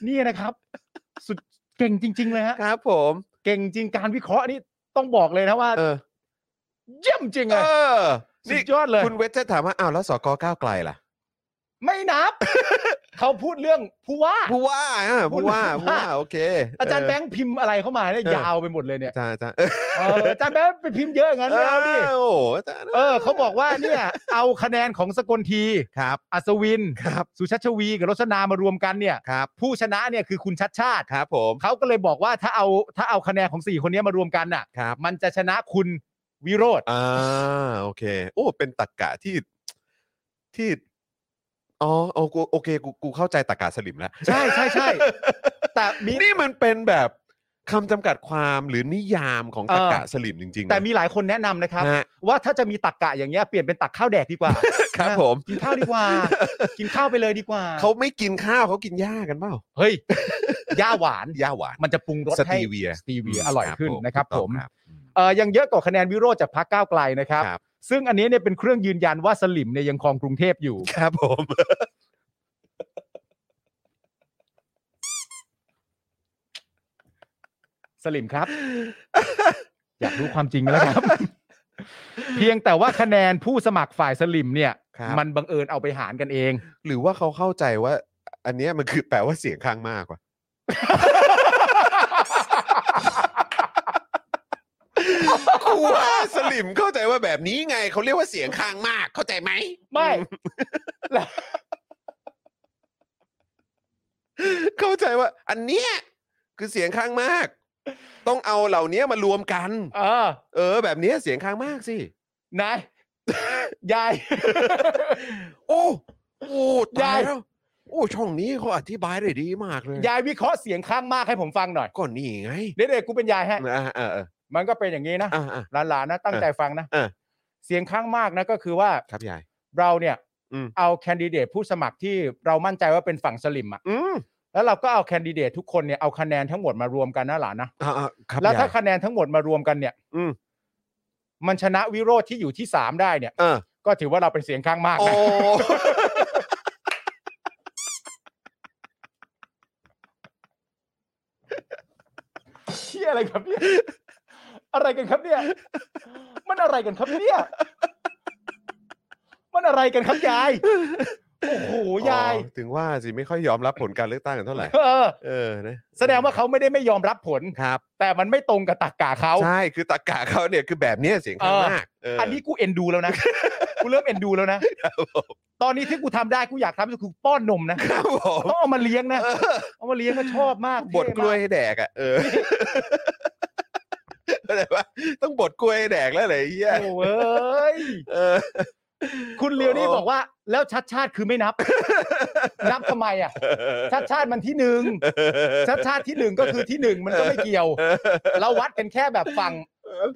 Speaker 4: เนี่ย
Speaker 3: อ
Speaker 4: นี่นะครับ สุดเก่งจริง ๆ เลยฮะ
Speaker 3: ครับผม
Speaker 4: เก่งจริงการวิเคราะห์นี่ต้องบอกเลยนะว่า
Speaker 3: เออ
Speaker 4: เยี่ยมจริง
Speaker 3: เอ
Speaker 4: เล
Speaker 3: อ
Speaker 4: ยสุ
Speaker 3: นี่
Speaker 4: ดยอดเลย
Speaker 3: คุณเวชจะถามว่า อ้าว แล้วสกก้าวไกลล่ะ
Speaker 4: ไม่นับ เขาพูดเรื่องผู้ว่า
Speaker 3: ผู้ว่าอ่ะผู้ว่า
Speaker 4: ผู้
Speaker 3: ผู้
Speaker 4: ว่า
Speaker 3: ว่า โอเค
Speaker 4: อาจารย์
Speaker 3: เ
Speaker 4: แบงค์พิมพ์อะไรเข้ามาเนี่ย
Speaker 3: เออ
Speaker 4: ยาวไปหมดเลยเนี่ย
Speaker 3: อาจารย์อาจารย์เออ
Speaker 4: เอออาจารย์แบงค์ไปพิมพ์เยอะอย่างนั้นไม่เอาดิ
Speaker 3: โอ้โหอาจารย์
Speaker 4: เออเขาบอกว่าเนี่ย เอาคะแนนของสกลที
Speaker 3: ครับ
Speaker 4: อัศวิน
Speaker 3: ครับ
Speaker 4: สุชัชวีกับรสนามารวมกันเนี่ย
Speaker 3: ครับ
Speaker 4: ผู้ชนะเนี่ยคือคุณชัดชาติ
Speaker 3: ครับผม
Speaker 4: เขาก็เลยบอกว่าถ้าเอาถ้าเอาคะแนนของ 4 คนเนี้ยมารวมกันน่ะ
Speaker 3: ครับ
Speaker 4: มันจะชนะคุณวิโรธ
Speaker 3: อ่าโอเค โอ้เป็นตรกกะที่ที่อ๋อโอกูโอเคกูกูเข้าใจตรกกะสลิมแล้ว
Speaker 4: ใช่ใช่ใช่แต่มี
Speaker 3: นี่มันเป็นแบบคำจำกัดความหรือนิยามของ
Speaker 4: เออ
Speaker 3: ตรกกะสลิมจริงๆนะ
Speaker 4: แต่มีหลายคนแนะนำ นะครับ
Speaker 3: ฮะ
Speaker 4: ว่าถ้าจะมีตักกะอย่างเงี้ยเปลี่ยนเป็นตักข้าวแดกดีกว่า
Speaker 3: ครับ
Speaker 4: นะ
Speaker 3: ผม
Speaker 4: กินข้าวดี กว่า กินข้าวไปเลยดีกว่า
Speaker 3: เขาไม่กินข้าวเขากินหญ้ากันเปล่า
Speaker 4: เฮ้ยย่าหวาน
Speaker 3: หญ้าหวาน
Speaker 4: มันจะปรุงรส
Speaker 3: ส
Speaker 4: ให้
Speaker 3: ตีเวีย
Speaker 4: สตีเวียอร่อยขึ้นนะครับผม
Speaker 3: ถูกต้องครับ
Speaker 4: เอ่อยังเยอะกว่าคะแนนวิโรจน์จากพรรคก้าวไกลนะครับ
Speaker 3: ครับ
Speaker 4: ซึ่งอันนี้เนี่ยเป็นเครื่องยืนยันว่าสลิมเนี่ยยังครองกรุงเทพอยู่
Speaker 3: ครับผม
Speaker 4: สลิม ครับ อยากรู้ความจริงแล้วครับ เพียงแต่ว่าคะแนนผู้สมัครฝ่ายสลิมเนี่ย
Speaker 3: ครับ
Speaker 4: มันบังเอิญเอาไปหารกันเอง
Speaker 3: หรือว่าเขาเข้าใจว่า อันเนี้ยมันคือแปลว่าเสียงข้างมากว่ะ กูว่าสลิมเข้าใจว่าแบบนี้ไงเขาเรียกว่าเสียงข้างมากเข้าใจไหม
Speaker 4: ไม่
Speaker 3: เข้าใจว่า อันเนี้ยคือเสียงข้างมาก ต้องเอาเหล่านี้มารวมกัน
Speaker 4: เออ
Speaker 3: เออ แบบเนี้ยเสียงข้างมากสิ
Speaker 4: นาย ยาย
Speaker 3: โอ้โอ้ตาย
Speaker 4: ยาย
Speaker 3: แล้วโอ้ช่องนี้เขาอธิบายได้ดีมากเลย
Speaker 4: ยายวิเคราะห์เสียงข้างมากให้ผมฟังหน่อย
Speaker 3: ก็นี่ไง
Speaker 4: เด็กๆกูเป็นยายให้
Speaker 3: อ่าอ่าอ่า
Speaker 4: มันก็เป็นอย่างนี้นะ
Speaker 3: อ่าอ่า
Speaker 4: หลานๆนะตั้งใจฟังนะ
Speaker 3: เออ
Speaker 4: เสียงข้างมากนะก็คือว่า
Speaker 3: ครับยาย
Speaker 4: เราเนี่ย
Speaker 3: อืม
Speaker 4: เอาแคนดิเดตผู้สมัครที่เรามั่นใจว่าเป็นฝั่งสลิมอะ
Speaker 3: อืม
Speaker 4: แล้วเราก็เอาแคนดิเดตทุกคนเนี่ยเอาคะแนนทั้งหมดมารวมกันนะหลานนะ
Speaker 3: อ่าอ่าครับ
Speaker 4: แล้ว
Speaker 3: ยา
Speaker 4: ถ้าย คะแนนทั้งหมดมารวมกันเนี่ย
Speaker 3: อืม
Speaker 4: มันชนะวิโรธที่อยู่ที่สามได้เนี่ย
Speaker 3: เออ
Speaker 4: ก็ถือว่าเราเป็นเสียงข้างมาก
Speaker 3: โอ้
Speaker 4: นะ เชี่ยอะไรครับเนี่ยอะไรกันครับเนี่ย มันอะไรกันครับเนี่ยมันอะไรกันครับยายโอ้โหยาย
Speaker 3: อ๋อถึงว่าสิไม่ค่อยยอมรับผลการเลือกตั้งกันเท่าไหร่
Speaker 4: เออ
Speaker 3: เออนะ
Speaker 4: แสดงว่าเขาไม่ได้ไม่ยอมรับผล
Speaker 3: ครับ
Speaker 4: แต่มันไม่ตรงกับตากกาเขา
Speaker 3: ใช่คือตะกะเขาเนี่ยคือแบบเนี้ยเสียงข้าง
Speaker 4: เออ
Speaker 3: มากเ
Speaker 4: อันนี้กูเอ็นดูแล้วนะ กูเริ่มเอ็นดูแล้วนะ ตอนนี้ที่กูทำได้กูอยากทำก็คือป้อนนมนะครับ
Speaker 3: ผม
Speaker 4: ต้องเอามาเลี้ยงนะ
Speaker 3: เออ
Speaker 4: เอามาเลี้ยงก็ชอบมาก
Speaker 3: บดกล้วยให้แดกอ่ะเอออะไรวะต้องบดกล้วยให้แดกแล้วเหรอไอ้เหี้ย
Speaker 4: เท่มากโอ้เว้ย
Speaker 3: เออ
Speaker 4: คุณเลียวนี่
Speaker 3: โอ้
Speaker 4: บอกว่า แล้วชัดชาติคือไม่ นับ นับทำไมอ่ะ ชัดชาติมันที่ หนึ่งชัดชาติที่หนึ่งก็คือที่หนึ่งมันก็ไม่เกี่ยว เราวัดกันแค่แบบฝั่ง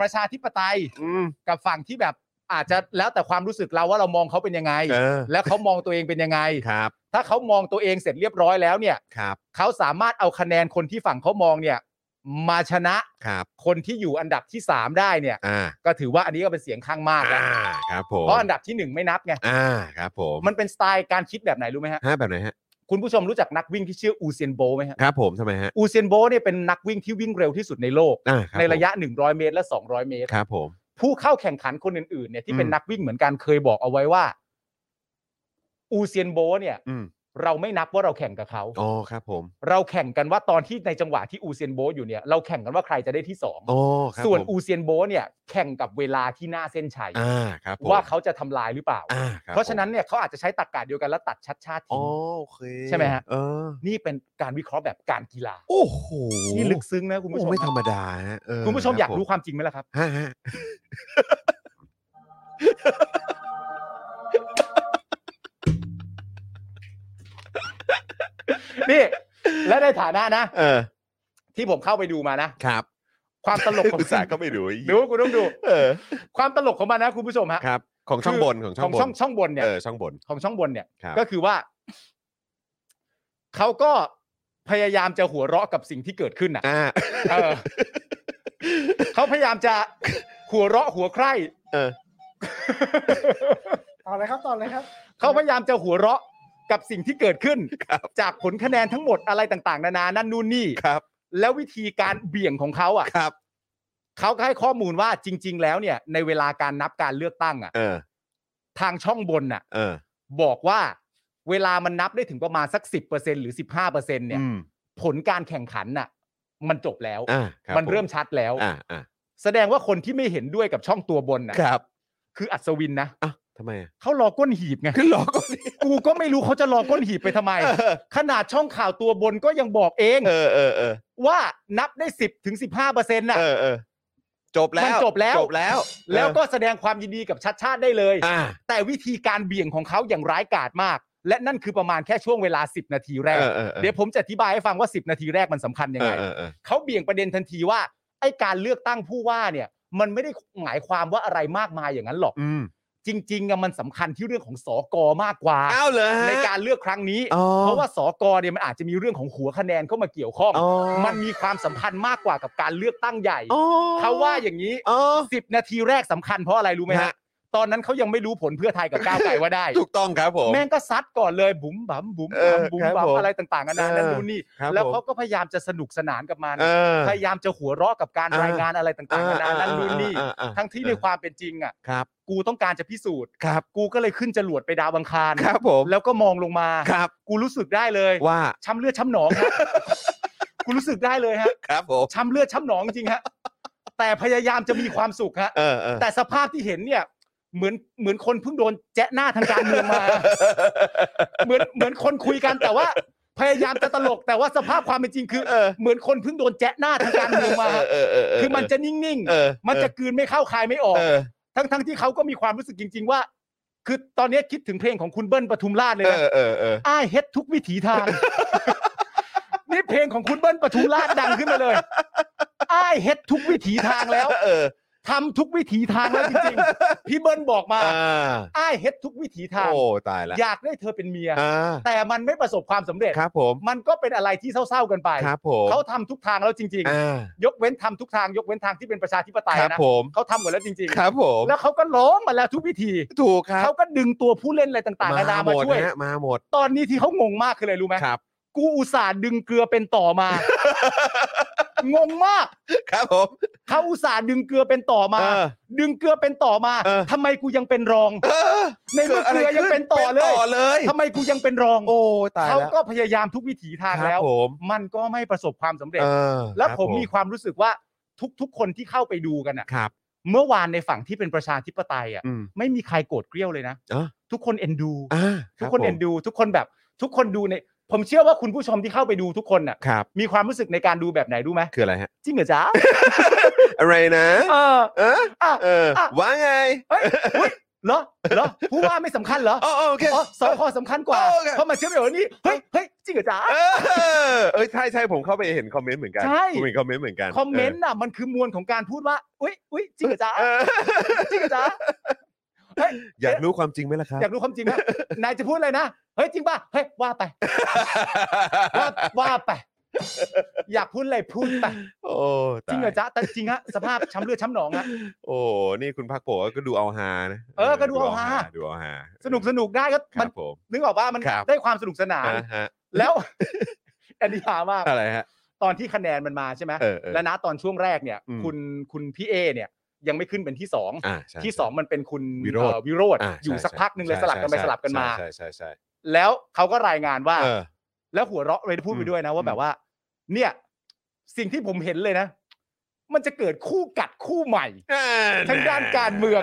Speaker 4: ประชาธิปไตย
Speaker 3: อืม
Speaker 4: กับฝั่งที่แบบอาจจะแล้วแต่ความรู้สึกเราว่าเรามองเขาเป็นยังไง
Speaker 3: เออ
Speaker 4: แล้วเขามองตัวเองเป็นยังไง
Speaker 3: ครับ
Speaker 4: ถ้าเขามองตัวเองเสร็จเรียบร้อยแล้วเนี่ย
Speaker 3: ครับ
Speaker 4: เขาสามารถเอาคะแนนคนที่ฝั่งเขามองเนี่ย มาชนะครับ คนที่อยู่อันดับที่ 3 ได้เนี่ย
Speaker 3: อ่า
Speaker 4: ก็ถือว่าอันนี้ก็เป็นเสียงข้างมาก
Speaker 3: อ่า
Speaker 4: แล้ว
Speaker 3: ครับผม
Speaker 4: เพราะอันดับทีหนึ่งไม่นับไง
Speaker 3: อ่าครับผม
Speaker 4: มันเป็นสไตล์การคิดแบบไหนรู้ไหมฮะ
Speaker 3: ฮะแบบไหนฮะ
Speaker 4: คุณผู้ชมรู้จักนักวิ่งที่ชื่ออูเซียนโบไหมฮะ
Speaker 3: ครับผมทำไมฮะ
Speaker 4: อูเซียนโบเนี่ยเป็นนักวิ่งที่วิ่งเร็วที่สุดในโลก
Speaker 3: อ่าครับ
Speaker 4: ในระ
Speaker 3: ผ
Speaker 4: ยะ 100 เมตรและ 200 เมตร
Speaker 3: มครับผม
Speaker 4: ผู้เข้าแข่งขันคนอื่นๆเนี่ยที่เป็น
Speaker 3: อืม
Speaker 4: นักวิ่งเหมือนกันเคยบอกเอาไว้ว่า อูเซียนโบเนี่ย
Speaker 3: อืม
Speaker 4: เราไม่นับว่าเราแข่งกับเขา
Speaker 3: อ๋อครับผม
Speaker 4: เราแข่งกันว่าตอนที่ในจังหวะที่อูเซียนโบทอยู่เนี่ยเราแข่งกันว่าใครจะได้ที่สอง
Speaker 3: อ๋อครับ
Speaker 4: ส่วน
Speaker 3: ผม
Speaker 4: อูเซียนโบทเนี่ยแข่งกับเวลาที่หน้าเส้นชัย
Speaker 3: อ่าครับผม
Speaker 4: ว่าเขาจะทำลายหรือเปล่า
Speaker 3: อ่าคบ
Speaker 4: เพราะฉะนั้น
Speaker 3: ผม
Speaker 4: เนี่ยเขาอาจจะใช้ตรรกะเดียวกันแล้วตัดชัดชาติ
Speaker 3: อ๋อ
Speaker 4: ทิ้
Speaker 3: ง โอเค
Speaker 4: ใช่ไหมฮะ
Speaker 3: เออ
Speaker 4: นี่เป็นการวิเคราะห์แบบการกีฬา
Speaker 3: โอ้โห
Speaker 4: ที่ลึกซึ้งนะคุณผู้ช
Speaker 3: โอ้
Speaker 4: ม
Speaker 3: ไม่ธรรมดาฮะเ
Speaker 4: คุณผู้ชม
Speaker 3: บ
Speaker 4: อยากรู้ความจริงไหมล่ะครับ
Speaker 3: ฮะฮะ
Speaker 4: นี่ และในฐานะนะ
Speaker 3: เออ
Speaker 4: ที่ผมเข้าไปดูมานะ
Speaker 3: ครับ
Speaker 4: ความตลกของ
Speaker 3: อุตส่าห์ก็ไม่รู้ไอ้เหี้ย
Speaker 4: ดูคุณต้องดู
Speaker 3: เออ
Speaker 4: ความตลกของมันนะคุณผู้ชมฮะ
Speaker 3: ครับ ของช่องบนของช่
Speaker 4: ข
Speaker 3: อ
Speaker 4: อง ง
Speaker 3: บ
Speaker 4: ช่อน งช่องบนเนี่ย
Speaker 3: เออช่องบน
Speaker 4: ของช่องบนเนี่ย
Speaker 3: ครับ
Speaker 4: ก็คือว่า เขาก็พยายามจะหัวเราะกับสิ่งที่เกิดขึ้นน่ะ
Speaker 3: อ่า
Speaker 4: เออเขาพยายามจะหัวเราะหัวใคร่
Speaker 3: เออ
Speaker 5: ต่อเลยครับต่อเลยครับ
Speaker 4: เขาพยายามจะหัวเราะกับสิ่งที่เกิดขึ้น จากผลคะแนนทั้งหมดอะไรต่าง ๆ นานานั่นนู่นนี่
Speaker 3: ครับ
Speaker 4: แล้ววิธีการเบี่ยงของเขาอ่ะ
Speaker 3: ครับ
Speaker 4: เขาก็ให้ข้อมูลว่าจริง ๆ แล้วเนี่ยในเวลาการนับการเลือกตั้งอ่ะ
Speaker 3: เออ
Speaker 4: ทางช่องบนน่ะ
Speaker 3: เออ
Speaker 4: บอกว่าเวลามันนับได้ถึงประมาณสัก 10%หรือ 15%เนี่ย
Speaker 3: อืม
Speaker 4: ผลการแข่งขันน่ะ มันจบแล้ว
Speaker 3: อ่าคบ
Speaker 4: มันเริ่มชัดแล้ว
Speaker 3: อ่าอ่า
Speaker 4: แสดงว่าคนที่ไม่เห็นด้วยกับช่องตัวบนน่ะ
Speaker 3: ครับ
Speaker 4: คืออัศวินนะ
Speaker 3: อ่ะทำไมอ่ะ
Speaker 4: เขารอก้นหีบไง
Speaker 3: คือหลอกก็
Speaker 4: กูก็ไม่รู้เขาจะรอก้นหีบไปทำไม
Speaker 3: เออ
Speaker 4: ขนาดช่องข่าวตัวบนก็ยังบอกเอง
Speaker 3: เออเออเออ
Speaker 4: ว่านับได้ 10ถึง15เปอร์เซ็นต์น่ะ
Speaker 3: เออเออจบแล้ว
Speaker 4: มันจบแล้ว
Speaker 3: จบแล้ว
Speaker 4: แล้วก็แสดงความยินดีกับชัดชาติได้เลย
Speaker 3: อ่า
Speaker 4: แต่วิธีการเบี่ยงของเขาอย่างร้ายกาจมาก และนั่นคือประมาณแค่ช่วงเวลา 10 นาทีแร
Speaker 3: เอ
Speaker 4: ก
Speaker 3: อเออออ
Speaker 4: เดี๋ยวผมจะอธิบายให้ฟังว่า 10 นาทีแรกมันสำคัญยังไง
Speaker 3: เออเออเออ
Speaker 4: เขาเบี่ยงประเด็นทันทีว่าไอ้การเลือกตั้งผู้ว่าเนี่ย มันไม่ได้หมายความว่าอะไรมากมายอย่างนั้นหรอก
Speaker 3: อืม
Speaker 4: จริงๆอะมันสำคัญที่เรื่องของสอกอมากกว่า
Speaker 3: อ้าวเหรอฮะ
Speaker 4: ในการเลือกครั้งนี้
Speaker 3: อ๋อ
Speaker 4: เพราะว่าสอกอเนี่ยมันอาจจะมีเรื่องของหัวคะแนนเข้ามาเกี่ยวข้อง
Speaker 3: อ๋อ
Speaker 4: มันมีความสำคัญมากกว่ากับการเลือกตั้งใหญ่
Speaker 3: อ๋อ
Speaker 4: เขาว่าอย่างนี้
Speaker 3: อ๋อ
Speaker 4: สิบนาทีแรกสำคัญเพราะอะไรรู้ไหมฮะ
Speaker 3: ฮะ
Speaker 4: ตอนนั้นเขายังไม่รู้ผลเพื่อไทยกับก้าวไกลว่าได้
Speaker 3: ถูกต้องครับผม
Speaker 4: แม่งก็ซัดก่อนเลยบุ๋มบั๋มบุ๋ม
Speaker 3: เอ
Speaker 4: บั๋
Speaker 3: อ
Speaker 4: มบุ๋ม
Speaker 3: ครับ
Speaker 4: บั๋ม
Speaker 3: ผม
Speaker 4: อะไรต่างๆกันานา
Speaker 3: เออ
Speaker 4: นั่นนู่นนี่
Speaker 3: ครับ
Speaker 4: แล้ว
Speaker 3: ผม
Speaker 4: เขาก็พยายามจะสนุกสนานกับมัน
Speaker 3: เออ
Speaker 4: พยายามจะหัวเราะกับการ
Speaker 3: เออ
Speaker 4: รายงานอะไรต่างๆกันานานั่นนู่นนี่
Speaker 3: อ่าอ่าอ่า
Speaker 4: ทั้งที่ในความเป็นจริงอ่ะ
Speaker 3: ครับ
Speaker 4: กูต้องการจะพิสูจน์
Speaker 3: ครับ
Speaker 4: กูก็เลยขึ้นจรวดไปดาวอังคาร
Speaker 3: ครับผม
Speaker 4: แล้วก็มองลงมา
Speaker 3: ครับ
Speaker 4: กูรู้สึกได้เลย
Speaker 3: ว่า
Speaker 4: ช้ำเลือดช้ำหนองฮะ กูรู้สึกได้เลยฮะ
Speaker 3: ครับผม
Speaker 4: ช้ำเลือดช้ำหนองจริงฮะ แต่พยายามจะมีความสุขฮะ
Speaker 3: เออเออ
Speaker 4: แต่สภาพที่เห็นเนี่ย เหมือนเหมือนคนเพิ่งโดนแจ๊ะหน้าทางการเมืองมา เหมือนเหมือนคนคุยกันแต่ว่า พยายามจะตลกแต่ว่าสภาพความเป็นจริงคือ
Speaker 3: เออ
Speaker 4: เหมือนคนเพิ่งโดนแจ๊ะหน้าทางการเมืองมา
Speaker 3: เออเอเ
Speaker 4: คือมันจะนิ่ง
Speaker 3: เออ
Speaker 4: ๆ มันจะกลืนไม่เข้าคายไม่ออก
Speaker 3: เออ
Speaker 4: ทั้งทั้งที่เขาก็มีความรู้สึกจริง ๆ ว่า คือตอนนี้คิดถึงเพลงของคุณเบิ้ลปทุมราชเลย
Speaker 3: เอ
Speaker 4: นะ
Speaker 3: อเออเออ
Speaker 4: อ้ายเฮ็ดทุกวิถีทาง นี่เพลงของคุณเบิ้ลปทุมราชดังขึ้นมาเลยอ้ายเฮ็ดทุกวิถีทางแล้ว
Speaker 3: เออ
Speaker 4: ทำทุกวิถีทางแล้วจริงๆ พี่เบิ้ลบอกมา
Speaker 3: อ่า
Speaker 4: อ้ายเฮ็ดทุกวิถีทาง
Speaker 3: โอ้ตายละ
Speaker 4: อยากได้เธอเป็นเมีย
Speaker 3: อ่า
Speaker 4: แต่มันไม่ประสบความสำเร็จ
Speaker 3: ครับผม
Speaker 4: มันก็เป็นอะไรที่เศร้าๆกันไป
Speaker 3: ครับผม
Speaker 4: เขาทำทุกทางแล้วจริง
Speaker 3: อ่า
Speaker 4: ๆ ยกเว้นทำทุกทาง ยกเว้นทางที่เป็นประชาธิปไตย
Speaker 3: ครับ
Speaker 4: นะ
Speaker 3: ผม
Speaker 4: เขาทำหมดแล้วจริง
Speaker 3: ครับผม
Speaker 4: ๆ แล้วเขาก็ล้มมาแล้วทุกวิธี
Speaker 3: ถูกครับ
Speaker 4: เขาก็ดึงตัวผู้เล่นอะไรต่างๆนานา
Speaker 3: หม
Speaker 4: มา
Speaker 3: ด
Speaker 4: ช่วย
Speaker 3: ฮะมาหมด
Speaker 4: ตอนนี้ที่เขางงมากคืออะไรรู้ไหม
Speaker 3: ครับ
Speaker 4: กูอุตส่าห์ดึงเกลือเป็นต่อ มา งงมาก
Speaker 3: ครับผม
Speaker 4: เขาอุตส่าห์ดึงเกลือเป็นต่อมา
Speaker 3: เออ
Speaker 4: ดึงเกลือเป็นต่อมา
Speaker 3: เออ
Speaker 4: ทำไมกูยังเป็นรอง
Speaker 3: เออ
Speaker 4: ในเมื่อเกลือยังเป็นต่อเล
Speaker 3: ป็น
Speaker 4: ย
Speaker 3: ต่อเลย
Speaker 4: ทำไมกูยังเป็นรอง
Speaker 3: โอ้ตาย
Speaker 4: เขา
Speaker 3: แล้ว
Speaker 4: ก็พยายามทุกวิถีทาง
Speaker 3: ครับ
Speaker 4: แล้ว
Speaker 3: ผม
Speaker 4: มันก็ไม่ประสบความสำเร็จ
Speaker 3: เออ
Speaker 4: แล้ว
Speaker 3: ครับ
Speaker 4: ผมมีความรู้สึกว่าทุกๆ คนที่เข้าไปดูกันอ่ะ
Speaker 3: ครับ
Speaker 4: เมื่อวานในฝั่งที่เป็นประชาธิปไตยอ่ะ
Speaker 3: อืม
Speaker 4: ไม่มีใครโกรธเกรี้ยวเลยนะ
Speaker 3: อ่ะ
Speaker 4: ทุกคนเอ็นดู
Speaker 3: อ่า
Speaker 4: ทุกคนเอ็นดู ทุกคนแบบ ทุกคนดูในผมเชื่อว่าคุณผู้ชมที่เข้าไปดูทุกคนอ่ะ
Speaker 3: ครับ
Speaker 4: มีความรู้สึกในการดูแบบไหนดูไหม
Speaker 3: คืออะไรฮะ
Speaker 4: จริงเหรอจ๊ะ
Speaker 3: อะไรนะ
Speaker 4: เออ
Speaker 3: เออ
Speaker 4: อ่ะ
Speaker 3: เออ
Speaker 4: อ่ะ
Speaker 3: ว่าไง
Speaker 4: เฮ้ยอุ๊ยเหรอเหรอผู้ว่าไม่สำคัญเหรอ
Speaker 3: อ๋อโอเค
Speaker 4: อ๋อสอคอสำคัญกว่า
Speaker 3: โอเค
Speaker 4: เพราะมันเชื่อมโยงนี่เฮ้ยเฮ้ยจริงเหรอจ๊ะ
Speaker 3: เออเอ้ยใช่ใช่ผมเข้าไปเห็นคอมเมนต์เหมือนกัน
Speaker 4: ใช่
Speaker 3: ผมเห็นคอมเมนต์เหมือนกัน
Speaker 4: คอมเมนต์น่ะมันคือมวลของการพูดว่าอุ้ยอุ้ยจริงเหรอจ๊ะ
Speaker 3: เออ
Speaker 4: จริงเหรอจ๊ะเฮ้ย
Speaker 3: อยากรู้ความจริงไหมล่ะครับ
Speaker 4: อยากรู้ความจริงไหมนายจะพูดอะไรนะเฮ้ยจริงป่ะเฮ้ยว่าไป ว่าว่าไป อยากพูดอะไรพูดไป
Speaker 3: โอ้
Speaker 4: จริงเหรอ
Speaker 3: ตาย
Speaker 4: จ๊ะแต่จริงฮะสภาพช้ำเลือดช้ำหนองฮะ
Speaker 3: โอ้นี่คุณพักโผก็ดูเอาฮานะ
Speaker 4: เออก็ดูเอาฮา
Speaker 3: ดูเอาฮา
Speaker 4: สนุกสนุกได้ก็
Speaker 3: ค
Speaker 4: มั
Speaker 3: รั
Speaker 4: น
Speaker 3: บผม
Speaker 4: นึกออกว่ามัน
Speaker 3: ครับ
Speaker 4: ได้ความสนุกสนาน
Speaker 3: อ่าฮะ
Speaker 4: แล้ว อันนี้หามาก
Speaker 3: อะไรฮะ
Speaker 4: ตอนที่คะแนนมันมาใช่ไหม
Speaker 3: เออเออ
Speaker 4: และนะตอนช่วงแรกเนี่ย
Speaker 3: อืม
Speaker 4: คุณคุณพี่เอเนี่ย ยังไม่ขึ้นเป็นที่สอง
Speaker 3: อ่าใช่
Speaker 4: ที่สองมันเป็นคุณ
Speaker 3: วิโรจน์
Speaker 4: เอ่อวิโรธ
Speaker 3: อ่า
Speaker 4: อยู่
Speaker 3: ใช่
Speaker 4: สักพักหนึ่งเลย
Speaker 3: ใช่
Speaker 4: สลับกันไป
Speaker 3: ใช่
Speaker 4: สลับกันมา
Speaker 3: ใช่ใช่ใช่
Speaker 4: แล้วเขาก็รายงานว่า
Speaker 3: เออ
Speaker 4: แล้วหัวเราะเลยพูดไป
Speaker 3: อืม
Speaker 4: ด้วยนะว่าแบบว่า เนี่ย สิ่งที่ผมเห็นเลยนะ มันจะเกิดคู่กัดคู่ใหม่ ทางด้านการเมือง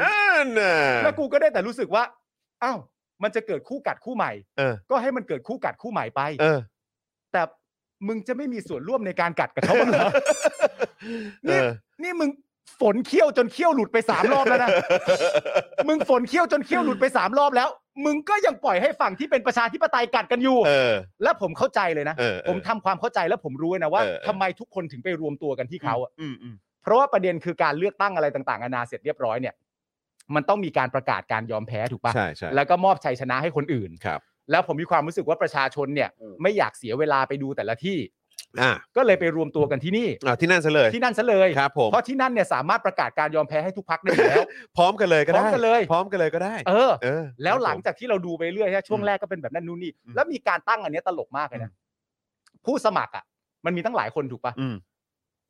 Speaker 4: แล้วกูก็ได้แต่รู้สึกว่าอ้าวมันจะเกิดคู่กัดคู่ใหม่
Speaker 3: เออ
Speaker 4: ก็ให้มันเกิดคู่กัดคู่ใหม่ไป
Speaker 3: เออ
Speaker 4: แต่มึงจะไม่มีส่วนร่วมในการกัดกับเขาบ้างเหรอ นี่
Speaker 3: เออ
Speaker 4: นี่มึงฝนเขี้ยวจนเขี้ยวหลุดไปสามรอบ แล้วนะ มึงฝนเขี้ยวจนเขี้ยวหลุดไปสามรอบแล้ว มึงก็ยังปล่อยให้ฝั่งที่เป็นประชาธิปไตยกัดกันอยู่
Speaker 3: เออ
Speaker 4: และผมเข้าใจเลยนะ
Speaker 3: เออเออ
Speaker 4: ผมทำความเข้าใจและผมรู้นะว่า
Speaker 3: เออเออ
Speaker 4: ทำไมทุกคนถึงไปรวมตัวกันที่เขาอะ
Speaker 3: อืมอืม
Speaker 4: เพราะว่าประเด็นคือการเลือกตั้งอะไรต่างๆนานาเสร็จเรียบร้อยเนี่ย มันต้องมีการประกาศการยอมแพ้ถูกปะ
Speaker 3: ใช่ใช่
Speaker 4: แล้วก็มอบชัยชนะให้คนอื่น
Speaker 3: ครับ
Speaker 4: แล้วผมมีความรู้สึกว่าประชาชนเนี่ย ไม่อยากเสียเวลาไปดูแต่ละที่
Speaker 3: อ่า
Speaker 4: ก็เลยไปรวมตัวกันที่นี่
Speaker 3: อ่าที่นั่นซะเลย
Speaker 4: ที่นั่นซะเลย
Speaker 3: ครับผม
Speaker 4: เพราะที่นั่นเนี่ยสามารถประกาศการยอมแพ้ให้ทุกพักได้อยู่แล้ว
Speaker 3: พร้อมกันเลยก็ได้
Speaker 4: พร้อมกันเลย
Speaker 3: พร้อมกันเลยก็ได้
Speaker 4: เออ
Speaker 3: เออ
Speaker 4: แล้วหลั
Speaker 3: ค
Speaker 4: ง
Speaker 3: รับ
Speaker 4: จากที่เราดูไปเรื่อยฮะช่วงแรกก็เป็นแบบนั้นนู่นนี่
Speaker 3: อืม
Speaker 4: แล้วมีการตั้งอันเนี้ยตลกมากเลยนะผู้สมัครอ่ะ มันมีตั้งหลายคนถูกปะ
Speaker 3: ผมอืม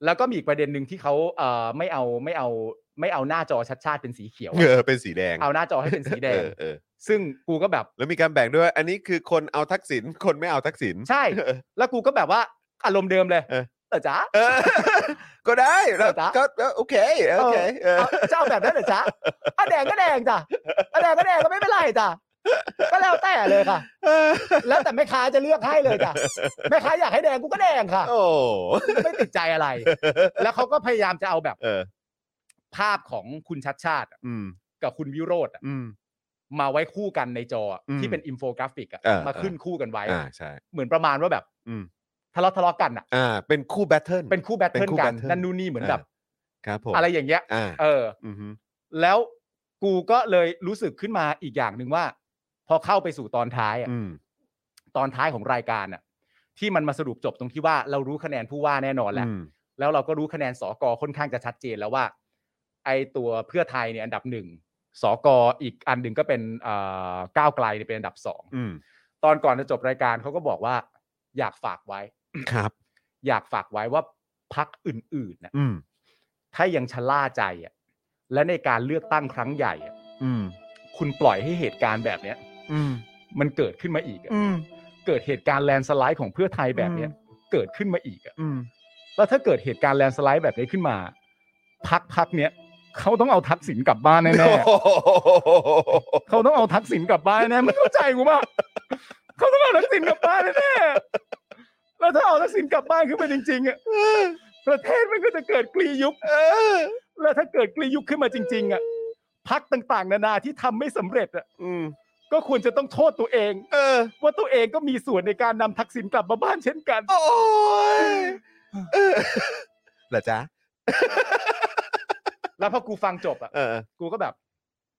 Speaker 4: แล้วก็มีอีกประเด็นหนึ่งที่เขาเอ่อไม่เอาไม่เอาไม่เอาหน้าจอชัดชาติเป็นสีเขียวอะ
Speaker 3: เออเป็นสีแดง
Speaker 4: เอาหน้าจอให้เป็นสีแดง
Speaker 3: เออเออ
Speaker 4: ซึ่งกูก็แบบ
Speaker 3: แล้วมีการแบ่งด้วย อันนี้คือคนเอาทักษิณคนไม่เอาทักษิณ
Speaker 4: ใช่ แล้วกูก็แบบว่าอารมณ์เดิมเลย
Speaker 3: เออ
Speaker 4: เออจ๊ะ
Speaker 3: เออ ก็ได้แล้ว
Speaker 4: เออจ๊ะ
Speaker 3: ก็ก็โอเคโอเคเออ
Speaker 4: เอาจะเอาแบบนั้นเหรอจ๊ะอ่ะแดงก็แดงจ้ะอ่ะแดงก็แดงก็ไม่เป็นไรจ้ะก็แล้วแต่เลยค่ะ แล้วแต่แม่ค้าจะเลือกให้เลยจ้ะแม่ค้าอยากให้แดงกูก็แดงค่ะ
Speaker 3: โอ้
Speaker 4: ไม่ติดใจอะไร แล้วเขาก็พยายามจะเอาแบบ
Speaker 3: เออ
Speaker 4: ภาพของคุณชัดชาติอะ
Speaker 3: อืม
Speaker 4: กับคุณวิโรธอะ
Speaker 3: อืม
Speaker 4: มาไว้คู่กันในจออะ
Speaker 3: อืม
Speaker 4: ที่เป็นอินโฟกราฟิกอะ
Speaker 3: เออ
Speaker 4: มาขึ้นคู่กันไว้
Speaker 3: อ่าใช่
Speaker 4: เหมือนประมาณว่าแบบ
Speaker 3: อืม
Speaker 4: ทะเลาะทะเลาะกันอ่ะ
Speaker 3: อ่า เป็นคู่แบทเทิล
Speaker 4: เป็นคู่แบท
Speaker 3: เป็
Speaker 4: เทิ
Speaker 3: น
Speaker 4: ล
Speaker 3: คู่
Speaker 4: กัน
Speaker 3: แบทเทิล
Speaker 4: นั่นนู่นนี่เหมือนแบบ
Speaker 3: ครับผม
Speaker 4: อะไรอย่างเงี้ย
Speaker 3: อ่า
Speaker 4: เออ
Speaker 3: อือฮึ
Speaker 4: แล้วกูก็เลยรู้สึกขึ้นมาอีกอย่างหนึ่งว่า พอเข้าไปสู่ตอนท้ายอะ
Speaker 3: อืม
Speaker 4: ตอนท้ายของรายการอ่ะ ที่มันมาสรุปจบตรงที่ว่าเรารู้คะแนนผู้ว่าแน่นอนแหละ
Speaker 3: อืม
Speaker 4: แล้วเราก็รู้คะแนนสอกอค่อนข้างจะชัดเจนแล้วว่า ไอ้ตัวเพื่อไทยเนี่ยอันดับหนึ่งสอกออีกอันหนึ่งก็เป็นเอ่อก้าวไกลเนี่ยเป็นอันดับสอง
Speaker 3: อืม
Speaker 4: ตอนก่อนจะจบรายการเขาก็บอกว่า อยากฝากไว้
Speaker 3: ครับ
Speaker 4: อยากฝากไว้ว่าพักอื่นๆนะ
Speaker 3: อืม
Speaker 4: ถ้ายังชะล่าใจอ่ะและในการเลือกตั้งครั้งใหญ่อะ
Speaker 3: อืม
Speaker 4: คุณปล่อยให้เหตุการณ์แบบเนี้ย
Speaker 3: อืม
Speaker 4: มันเกิดขึ้นมาอีกอะ
Speaker 5: อืม
Speaker 4: เกิดเหตุการณ์แลนด์สไลด์ของเพื่อไทยแบบเนี้ยเกิดขึ้นมาอีกอะ
Speaker 3: อืม
Speaker 4: แล้วถ้าเกิดเหตุการณ์แลนด์สไลด์แบบนี้ขึ้นมา พักพักเนี้ยเขาต้องเอาทักษิณกลับบ้านแน่ๆเขาต้องเอาทักษิณกลับบ้านแน่มันเข้าใจกูป่ะเขาต้องเอาทักษิณกลับบ้านแน่ๆแล้วถ้าเอาทักษิณกลับบ้านขึ้นไปจริงๆอ่ะประเทศมันก็จะเกิดกลียุคแล้วถ้าเกิดกลียุคขึ้นมาจริง ๆอ่ะพักต่างๆ นานาที่ทำไม่สำเร็จอ่ะ
Speaker 3: อืม
Speaker 4: ก็ควรจะต้องโทษตัวเอง
Speaker 3: เออ
Speaker 4: ว่าตัวเองก็มีส่วนในการนำทักษิณกลับมาบ้านเช่นกัน
Speaker 3: โอ้ยเออเหรอจ๊ะ
Speaker 4: แล้วพอกูฟังจบอ่ะ
Speaker 3: เออ
Speaker 4: กูก็แบบ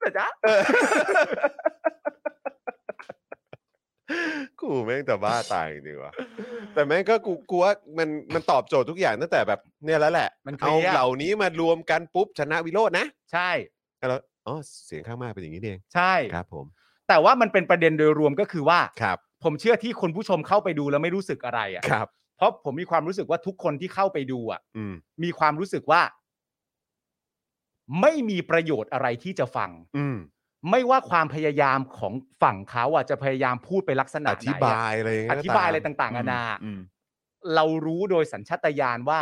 Speaker 4: แต่จ๊ะ
Speaker 3: กูแม่งแต่บ้าตายจริงๆว่ะ แต่แม่งก็กูกูว่ามันมันตอบโจทย์ทุกอย่างตั้งแต่แบบเนี่ยแล้วแหละ
Speaker 4: มันเคลี
Speaker 3: เอา
Speaker 4: ยร์
Speaker 3: เหล่านี้มารวมกันปุ๊บชนะวิโรจน์นะ
Speaker 4: ใช่
Speaker 3: แล้วอ๋อเสียงข้างมากเป็นอย่างนี้เอง
Speaker 4: ใช่
Speaker 3: ครับผม
Speaker 4: แต่ว่ามันเป็นประเด็นโดยรวมก็คือว่า
Speaker 3: ครับ
Speaker 4: ผมเชื่อที่คนผู้ชมเข้าไปดูแล้วไม่รู้สึกอะไรอ่ะ
Speaker 3: ครับ
Speaker 4: เพราะผมมีความรู้สึกว่าทุกคนที่เข้าไปดูอ่ะ
Speaker 3: อืม
Speaker 4: มีความรู้สึกว่า ไม่มีประโยชน์อะไรที่จะฟัง
Speaker 3: อืม
Speaker 4: ไม่ว่าความพยายามของฝั่งเขาอ่ะจะพยายามพูดไปลักษณะ
Speaker 3: อ
Speaker 4: ไหน
Speaker 3: ธิบายอะไรง
Speaker 4: อ
Speaker 3: ก็ตม
Speaker 4: ธิบายอะไรต่างๆนานา
Speaker 3: อืม
Speaker 4: เรารู้โดยสัญชาตญาณว่า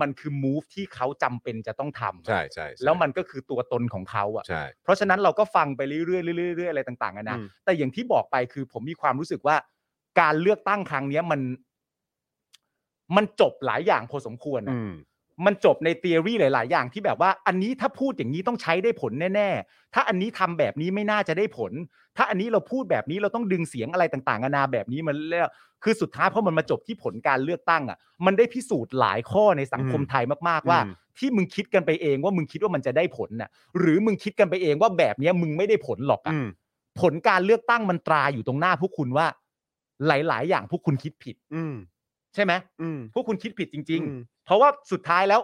Speaker 4: มันคือ move ที่เขาจำเป็นจะต้องทำอะ
Speaker 3: ใช่ใช่ใช่
Speaker 4: แล้วมันก็คือตัวตนของเขาอ่ะ
Speaker 3: ใช่
Speaker 4: เพราะฉะนั้นเราก็ฟังไปเรื่อยๆเรื่อยๆเรื่อยๆอะไรต่างๆกันานะ
Speaker 3: อืม
Speaker 4: แต่อย่างที่บอกไปคือผมมีความรู้สึกว่าการเลือกตั้งครั้งเนี้ยมัน มันจบหลายอย่างพอสมควรอะ
Speaker 3: อืม
Speaker 4: มันจบใน t h e o r y หลาย ๆ อย่างที่แบบว่า อันนี้ถ้าพูดอย่างนี้ต้องใช้ได้ผลแน่ๆ ถ้าอันนี้ทำแบบนี้ไม่น่าจะได้ผล ถ้าอันนี้เราพูดแบบนี้เราต้องดึงเสียงอะไรต่างๆกันานาแบบนี้มันแล้วคือสุดท้ายพอมันมาจบที่ผลการเลือกตั้งอ่ะ มันได้พิสูจน์หลายข้อในสังคม
Speaker 3: อืม
Speaker 4: ไทยมากๆว่า
Speaker 3: อืม
Speaker 4: ที่มึงคิดกันไปเองว่ามึงคิดว่ามันจะได้ผลน่ะ หรือมึงคิดกันไปเองว่าแบบเนี้ยมึงไม่ได้ผลหรอกอะ
Speaker 3: อืม
Speaker 4: ผลการเลือกตั้งมันตราอยู่ตรงหน้าพวกคุณว่า หลาย ๆ อย่างพวกคุณคิดผิด
Speaker 3: อืม
Speaker 4: ใช่ไหม
Speaker 3: อืม
Speaker 4: พวกคุณคิดผิดจริง
Speaker 3: อืม
Speaker 4: ๆ เพราะว่าสุดท้ายแล้ว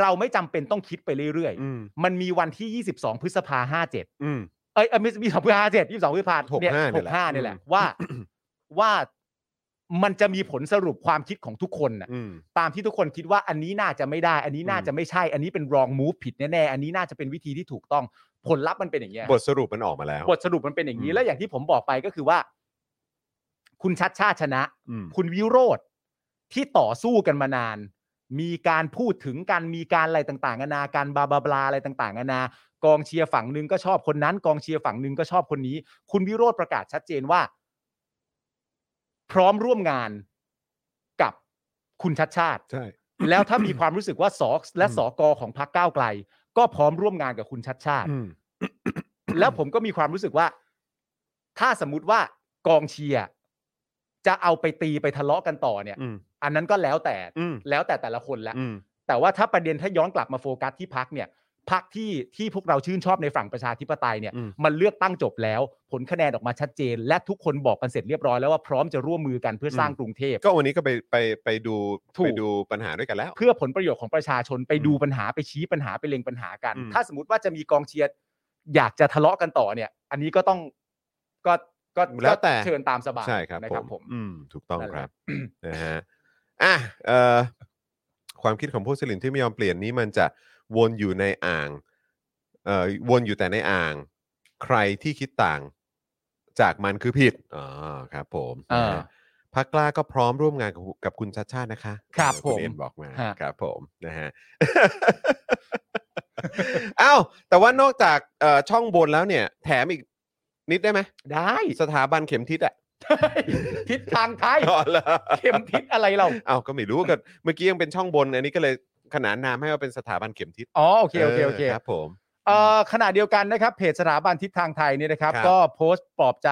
Speaker 4: เราไม่จำเป็นต้องคิดไปเรื่อย
Speaker 3: อืม
Speaker 4: ๆ มันมีวันที่ 22 พฤษภาห้าเจ็ด
Speaker 3: อืม
Speaker 4: เอ้ยเอ้ยไม่มีสองพฤษภาเจ็ดยี่สองพฤษภาเนี่ย
Speaker 3: 65เนี่ยแหละ
Speaker 4: หกห้าเนี่ยแหละ
Speaker 3: อืม
Speaker 4: ว่าว่ามันจะมีผลสรุปความคิดของทุกคนน่ะ
Speaker 3: อืม
Speaker 4: ตามที่ทุกคนคิดว่าอันนี้น่าจะไม่ได้ อันนี้น่าจะไม่ใช่ อันนี้เป็น wrong move ผิดแน่ๆ อันนี้น่าจะเป็นวิธีที่ถูกต้อง ผลลัพธ์มันเป็นอย่างเงี้ย
Speaker 3: บทสรุปมันออกมาแล้ว
Speaker 4: บทสรุปมันเป็นอย่างนี้
Speaker 3: อืม
Speaker 4: แล้วอย่างที่ผมบอกไปก็คือว่า คุณชัดชาติชนะ
Speaker 3: อืม
Speaker 4: คุณวิโรธที่ต่อสู้กันมานาน มีการพูดถึงกันมีการอะไรต่างๆนานาการบลาบลาบลาอะไรต่างๆนานากองเชียร์ฝั่งหนึ่งก็ชอบคนนั้น กองเชียร์ฝั่งหนึ่งก็ชอบคนนี้ คุณวิโรธประกาศชัดเจนว่า พร้อมร่วมงานกับคุณชัดชาติ
Speaker 3: ใช่
Speaker 4: แล้วถ้ามีความรู้สึกว่าสอและสอกอของพรรคก้าวไกล ก็พร้อมร่วมงานกับคุณชัดชาติ
Speaker 3: อืม
Speaker 4: แล้วผมก็มีความรู้สึกว่า ถ้าสมมุติว่ากองเชียร์จะเอาไปตีไปทะเลาะกันต่อเนี่ย
Speaker 3: อืม
Speaker 4: อันนั้นก็แล้วแต่
Speaker 3: อืม
Speaker 4: แล้วแต่แต่ละคนละ
Speaker 3: อืม
Speaker 4: แต่ว่าถ้าประเด็นถ้าย้อนกลับมาโฟกัสที่พักเนี่ย พรรคที่ที่พวกเราชื่นชอบในฝั่งประชาธิปไตยเนี่ย
Speaker 3: อืม
Speaker 4: มันเลือกตั้งจบแล้ว ผลคะแนนออกมาชัดเจน และทุกคนบอกกันเสร็จเรียบร้อยแล้วว่าพร้อมจะร่วมมือกันเพื่อสร้างกรุงเทพ
Speaker 3: ก็วันนี้ก็ไปไปไปดู
Speaker 4: ถูก
Speaker 3: ไปดูปัญหาด้วยกันแล้ว
Speaker 4: เพื่อผลประโยชน์ของประชาชนไปดูปัญหาไปชี้ปัญหาไปเล็งปัญหากัน
Speaker 3: อืม
Speaker 4: ถ้าสมมติว่าจะมีกองเชียร์อยากจะทะเลาะกันต่อเนี่ย อันนี้ก็ต้องก็ก็
Speaker 3: แล้วแต่
Speaker 4: ก็เชิญตามสบาย
Speaker 3: ใช่ครับ
Speaker 4: นะครับผม
Speaker 3: อืมถูกต้อง
Speaker 4: นั่น
Speaker 3: ค
Speaker 4: แหละ
Speaker 3: รับนะฮะอ่ะเอ่อความคิดของผู้สลิมที่ไม่ยอมเปลี่ยนนี้มันจะวนอยู่ในอ่างเอ่อวนอยู่แต่ในอ่าง ใครที่คิดต่างจากมันคือผิดอ๋อครับ ผม
Speaker 4: เออ
Speaker 3: นะฮะพักกล้าก็พร้อมร่วมงานกับกับคุณชัดชาตินะคะ
Speaker 4: ครับ
Speaker 3: ณ
Speaker 4: ผม
Speaker 3: เอ็มบอกมา
Speaker 4: ฮะ
Speaker 3: ครับ ผมนะ ฮะ เอ้าวแต่ว่านอกจากเอ่อช่องบนแล้วเนี่ย แถมอีกนิดได้ไหม
Speaker 4: ได้
Speaker 3: สถาบันเข็มทิศอะ
Speaker 4: ทิศทาง ไทย
Speaker 3: อ๋อเหรอ
Speaker 4: เข็มทิศอะไรเรา
Speaker 3: เอาก็ไม่รู้ก็เมื่อกี้ยังเป็นช่องบน อันนี้ก็เลยขนานนามให้ว่าเป็นสถาบันเข็มทิศ
Speaker 4: อ๋อโอเคโอเคโอเค
Speaker 3: ครับผม
Speaker 4: เอ่อขณะเดียวกันนะครับเพจสถาบันทิศทางไทยเนี่ยนะครับ
Speaker 3: ครับ
Speaker 4: ก็โพสต์ปลอบใจ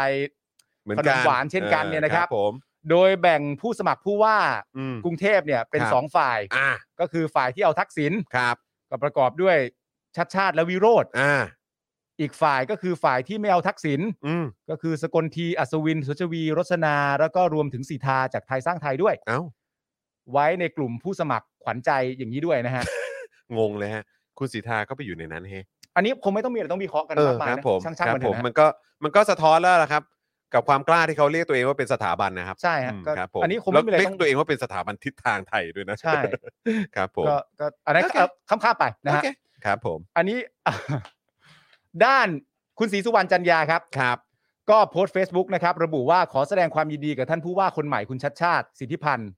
Speaker 3: เหมือน
Speaker 4: ขนม
Speaker 3: กัน
Speaker 4: หวานเช่นกันเนี่ยนะครับ
Speaker 3: ผม
Speaker 4: โดยแบ่งผู้สมัครผู้ว่า
Speaker 3: อืม
Speaker 4: กรุงเทพเนี่ยเป็น
Speaker 3: ครับ
Speaker 4: สองฝ่าย
Speaker 3: อ่า
Speaker 4: ก็คือฝ่ายที่เอาทักษิณ
Speaker 3: ครับ
Speaker 4: ก็ประกอบด้วยชัดชาติและวิโรธ
Speaker 3: อ่า
Speaker 4: อีกฝ่ายก็คือฝ่ายที่ไม่เอาทักษิณ
Speaker 3: อืม
Speaker 4: ก็คือสกลทีอัศวินสุชวีรสนา แล้วก็รวมถึงสีทาจากไทยสร้างไทยด้วย
Speaker 3: เอ้า
Speaker 4: ไว้ในกลุ่มผู้สมัครขวัญใจอย่างนี้ด้วยนะฮะ
Speaker 3: งงเลยฮะ คุณสีทาก็ไปอยู่ในนั้นเฮ้
Speaker 4: อันนี้คงไม่ต้องมีอะไรต้องวิเคราะห์กัน
Speaker 3: เออ
Speaker 4: มากมาย
Speaker 3: ครับ
Speaker 4: นะ
Speaker 3: ผม
Speaker 4: ช่าง
Speaker 3: ค
Speaker 4: ๆ
Speaker 3: รั
Speaker 4: มันเถ
Speaker 3: ผ
Speaker 4: อะ
Speaker 3: ม
Speaker 4: นะ
Speaker 3: มันก็มันก็สะท้อนแล้วล่ะครับ กับความกล้าที่เขาเรียกตัวเองว่าเป็นสถาบันนะครับ
Speaker 4: ใช่ฮะ
Speaker 3: อืม
Speaker 4: ก็
Speaker 3: ครับผม
Speaker 4: อันนี้คงไม่มีอะไร
Speaker 3: แล้วเรีย
Speaker 4: ต้อง
Speaker 3: กตัวเองว่าเป็นสถาบันทิศทางไทยด้วยนะ
Speaker 4: ใช่
Speaker 3: ครับผม
Speaker 4: ก็ก็อันนั้น
Speaker 3: โอเค
Speaker 4: เอาข้ามข้ามไปนะ
Speaker 3: โอ
Speaker 4: ฮะ
Speaker 3: เคครับผม
Speaker 4: อันนี้ ด้านคุณศรีสุวรรณจันยาครับ
Speaker 3: ครับ
Speaker 4: ก็โพสต์ Facebook นะครับ ระบุว่าขอแสดงความยินดีกับท่านผู้ว่าคนใหม่คุณชัดชาติ สิทธิพันธ์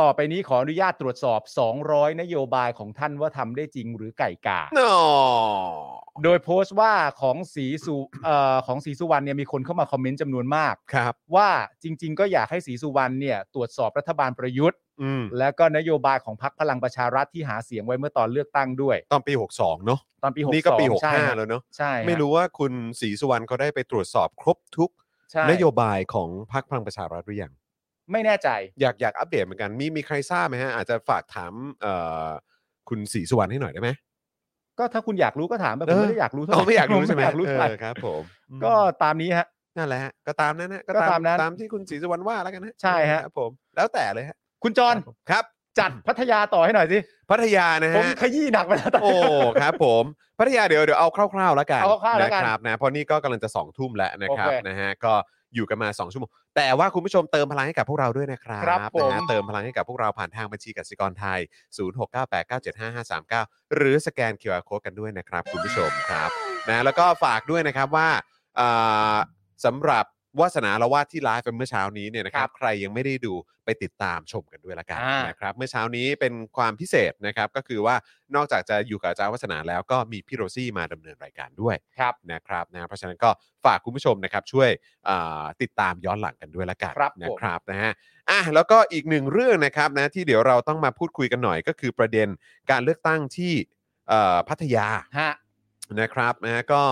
Speaker 4: ต่อไปนี้ขออนุญาตตรวจสอบ 200 นโยบายของท่านว่าทำได้จริงหรือไก่กา
Speaker 3: no
Speaker 4: โดยโพสต์ว่าของศรีสุเอ่อของศรีสุวรรณเนี่ยมีคนเข้ามาคอมเมนต์จำนวนมาก
Speaker 3: ครับ
Speaker 4: ว่าจริง ๆ ก็อยากให้ศรีสุวรรณเนี่ยตรวจสอบรัฐบาลประยุทธ์
Speaker 3: อืม
Speaker 4: และก็นโยบายของพรรคพลังประชารัฐที่หาเสียงไว้เมื่อตอนเลือกตั้งด้วย
Speaker 3: ตอนปี62เนาะ
Speaker 4: ตอนปี62
Speaker 3: นี่ก็ปี
Speaker 4: ใช่ฮะ
Speaker 3: 65แล้วเนาะ
Speaker 4: ใช่ฮะ
Speaker 3: ไม่รู้ว่าคุณศรีสุวรรณเขาได้ไปตรวจสอบครบทุก
Speaker 4: ใช่
Speaker 3: นโยบายของพรรคพลังประชารัฐหรือยัง
Speaker 4: ไม่แน่ใจ
Speaker 3: อยากอยากอัปเดตเหมือนกันมีมีใครทราบไหมฮะ อาจจะฝากถามเอ่อคุณศรีสุวรรณให้หน่อยได้ไหม
Speaker 4: ก็ถ้าคุณอยากรู้ก็ถามไปผ
Speaker 3: เอ
Speaker 4: ม
Speaker 3: อ
Speaker 4: ไม่ได้อยากรู้เท่าไห
Speaker 3: เรา
Speaker 4: ร่
Speaker 3: ไม่อยาก
Speaker 4: ผ
Speaker 3: รู้ใช่ไหม
Speaker 4: อยากรู้เท่าไหร่
Speaker 3: เออครับ ผม
Speaker 4: ก็
Speaker 3: อืม
Speaker 4: ตามนี้ฮะ
Speaker 3: นั่นแหละฮะก็ตามนั้นนะ
Speaker 4: ก็ตามนั้น
Speaker 3: ตามที่คุณศรีสุวรรณว่าแล้วกันนะ
Speaker 4: ใช่ฮะ
Speaker 3: ครับผมแล้วแต่เลยฮะ
Speaker 4: คุณจร
Speaker 3: ครับ
Speaker 4: จัดพัทยาต่อให้หน่อยสิ
Speaker 3: พัทยานะ
Speaker 4: ผม
Speaker 3: ฮะ
Speaker 4: ขยี้หนักไปแล้วตอน
Speaker 3: โอ้
Speaker 4: นี้
Speaker 3: ครับผมพัทยาเดี๋ยวเดี๋ยวเอาคร่าวๆแล้วกัน
Speaker 4: เอาคร่าวๆแล้วกัน
Speaker 3: นะครับนะเพราะนี่ก็กำลังจะสองทุ่มแล้วนะครับ
Speaker 4: โอเค
Speaker 3: นะฮะก็อยู่กันมา 2 ชั่วโมง แต่ว่าคุณผู้ชมเติมพลังให้กับพวกเราด้วยนะครับ
Speaker 4: ครับผม
Speaker 3: นะฮะเติมพลังให้กับพวกเราผ่านทางบัญชีกสิกรไทย 0698975539 หรือสแกน QR Code กันด้วยนะครับ คุณผู้ชมครับนะแล้วก็ฝากด้วยนะครับว่าอ่าสำหรับวาสนาละวาดที่ไลฟ์เป็นเมื่อเช้านี้เนี่ยนะครับใครยังไม่ได้ดูไปติดตามชมกันด้วยละกัน
Speaker 4: อ่าน
Speaker 3: นะครับเมื่อเช้านี้เป็นความพิเศษนะครับ ก็คือว่านอกจากจะอยู่กับอาจารย์วัฒนาแล้วก็มีพี่โรซี่มาดำเนินรายการด้วย
Speaker 4: ครับ
Speaker 3: นะครับนะเพราะฉะนั้นก็ฝากคุณผู้ชมนะครับช่วยอ่าติดตามย้อนหลังกันด้วยละกัน
Speaker 4: ครับผม
Speaker 3: นะครับนะฮะอ่ะแล้วก็อีกหนึ่งเรื่องนะครับนะที่เดี๋ยวเราต้องมาพูดคุยกันหน่อย ก็คือประเด็นการเลือกตั้งที่เอ่อพัทยา
Speaker 4: ฮะ
Speaker 3: นะครับนะก็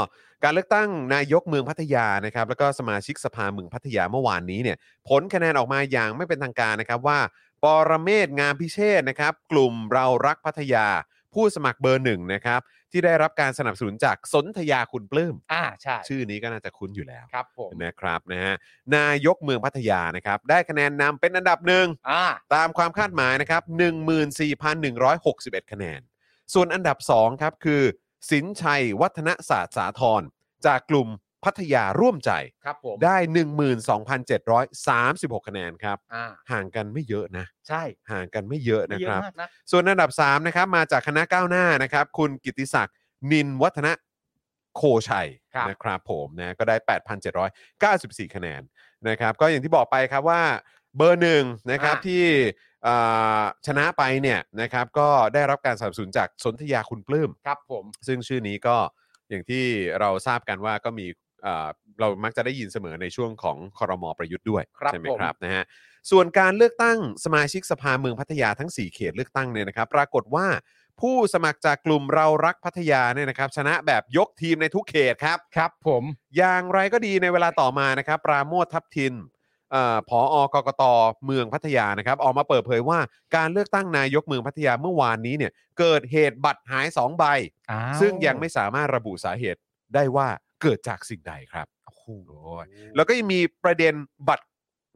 Speaker 3: การเลือกตั้งนายกเมืองพัทยานะครับ แล้วก็สมาชิกสภาเมืองพัทยาเมื่อวานนี้เนี่ย ผลคะแนนออกมาอย่างไม่เป็นทางการนะครับว่า ปรเมศงามพิเชษนะครับ กลุ่มเรารักพัทยา ผู้สมัครเบอร์หนึ่งนะครับ ที่ได้รับการสนับสนุนจากสนธยาคุณปลื้ม
Speaker 4: อ่าใช่
Speaker 3: ชื่อนี้ก็น่าจะคุ้นอยู่แล้ว
Speaker 4: ครับผม
Speaker 3: นะครับนะฮะนายกเมืองพัทยานะครับ ได้คะแนนนำเป็นอันดับหนึ่ง
Speaker 4: อ่า
Speaker 3: ตามความคาดหมายนะครับ 14,161 คะแนน ส่วนอันดับ 2 ครับ คือ สินชัยวัฒนศาสตร์สาธรจากกลุ่มพัทยาร่วมใจ
Speaker 4: ครับผม
Speaker 3: ได้ 12,736 คะแนนครับ
Speaker 4: อ่า
Speaker 3: ห่างกันไม่เยอะนะ
Speaker 4: ใช่
Speaker 3: ห่างกันไม่เยอะ
Speaker 4: ไม่
Speaker 3: นะ
Speaker 4: เย
Speaker 3: ค
Speaker 4: อะ
Speaker 3: รับ
Speaker 4: มากนะ
Speaker 3: ส่วนอันดับ 3 นะครับ มาจากคณะก้าวหน้านะครับ คุณกิติศักดิ์นินวัฒนะโคชัยนะครับผมนะก็ได้ 8,794 คะแนนนะครับ ก็อย่างที่บอกไปครับว่าเบอร์หนึ่งนะครับที่เอ่อชนะไปเนี่ยนะครับ ก็ได้รับการสนับสนุนจากสนธยาคุณปลื้ม
Speaker 4: ครับผม
Speaker 3: ซึ่งชื่อนี้ก็อย่างที่เราทราบกันว่าก็มีเอ่อเรามักจะได้ยินเสมอในช่วงของคอรมอประยุทธ์ด้วย
Speaker 4: ครับ
Speaker 3: ใช่ไหม
Speaker 4: ผม
Speaker 3: ครับนะฮะส่วนการเลือกตั้งสมาชิกสภาเมืองพัทยาทั้ง 4 เขตเลือกตั้งเนี่ยนะครับ ปรากฏว่าผู้สมัครจากกลุ่มเรารักพัทยาเนี่ยนะครับ ชนะแบบยกทีมในทุกเขตครับ
Speaker 4: ครับผม
Speaker 3: อย่างไรก็ดีในเวลาต่อมานะครับ ปราโมททัพทิน เอ่อผออกกตเมืองพัทยานะครับออกมาเปิดเผยว่าการเลือกตั้งนายกเมืองพัทยาเมื่อวานนี้เนี่ยเกิดเหตุบัตรหายสองใบ
Speaker 4: อ้าว
Speaker 3: ซึ่งยังไม่สามารถระบุสาเหตุได้ว่าเกิดจากสิ่งใดครับโอ้ยแล้วก็ยังมีประเด็นบัตร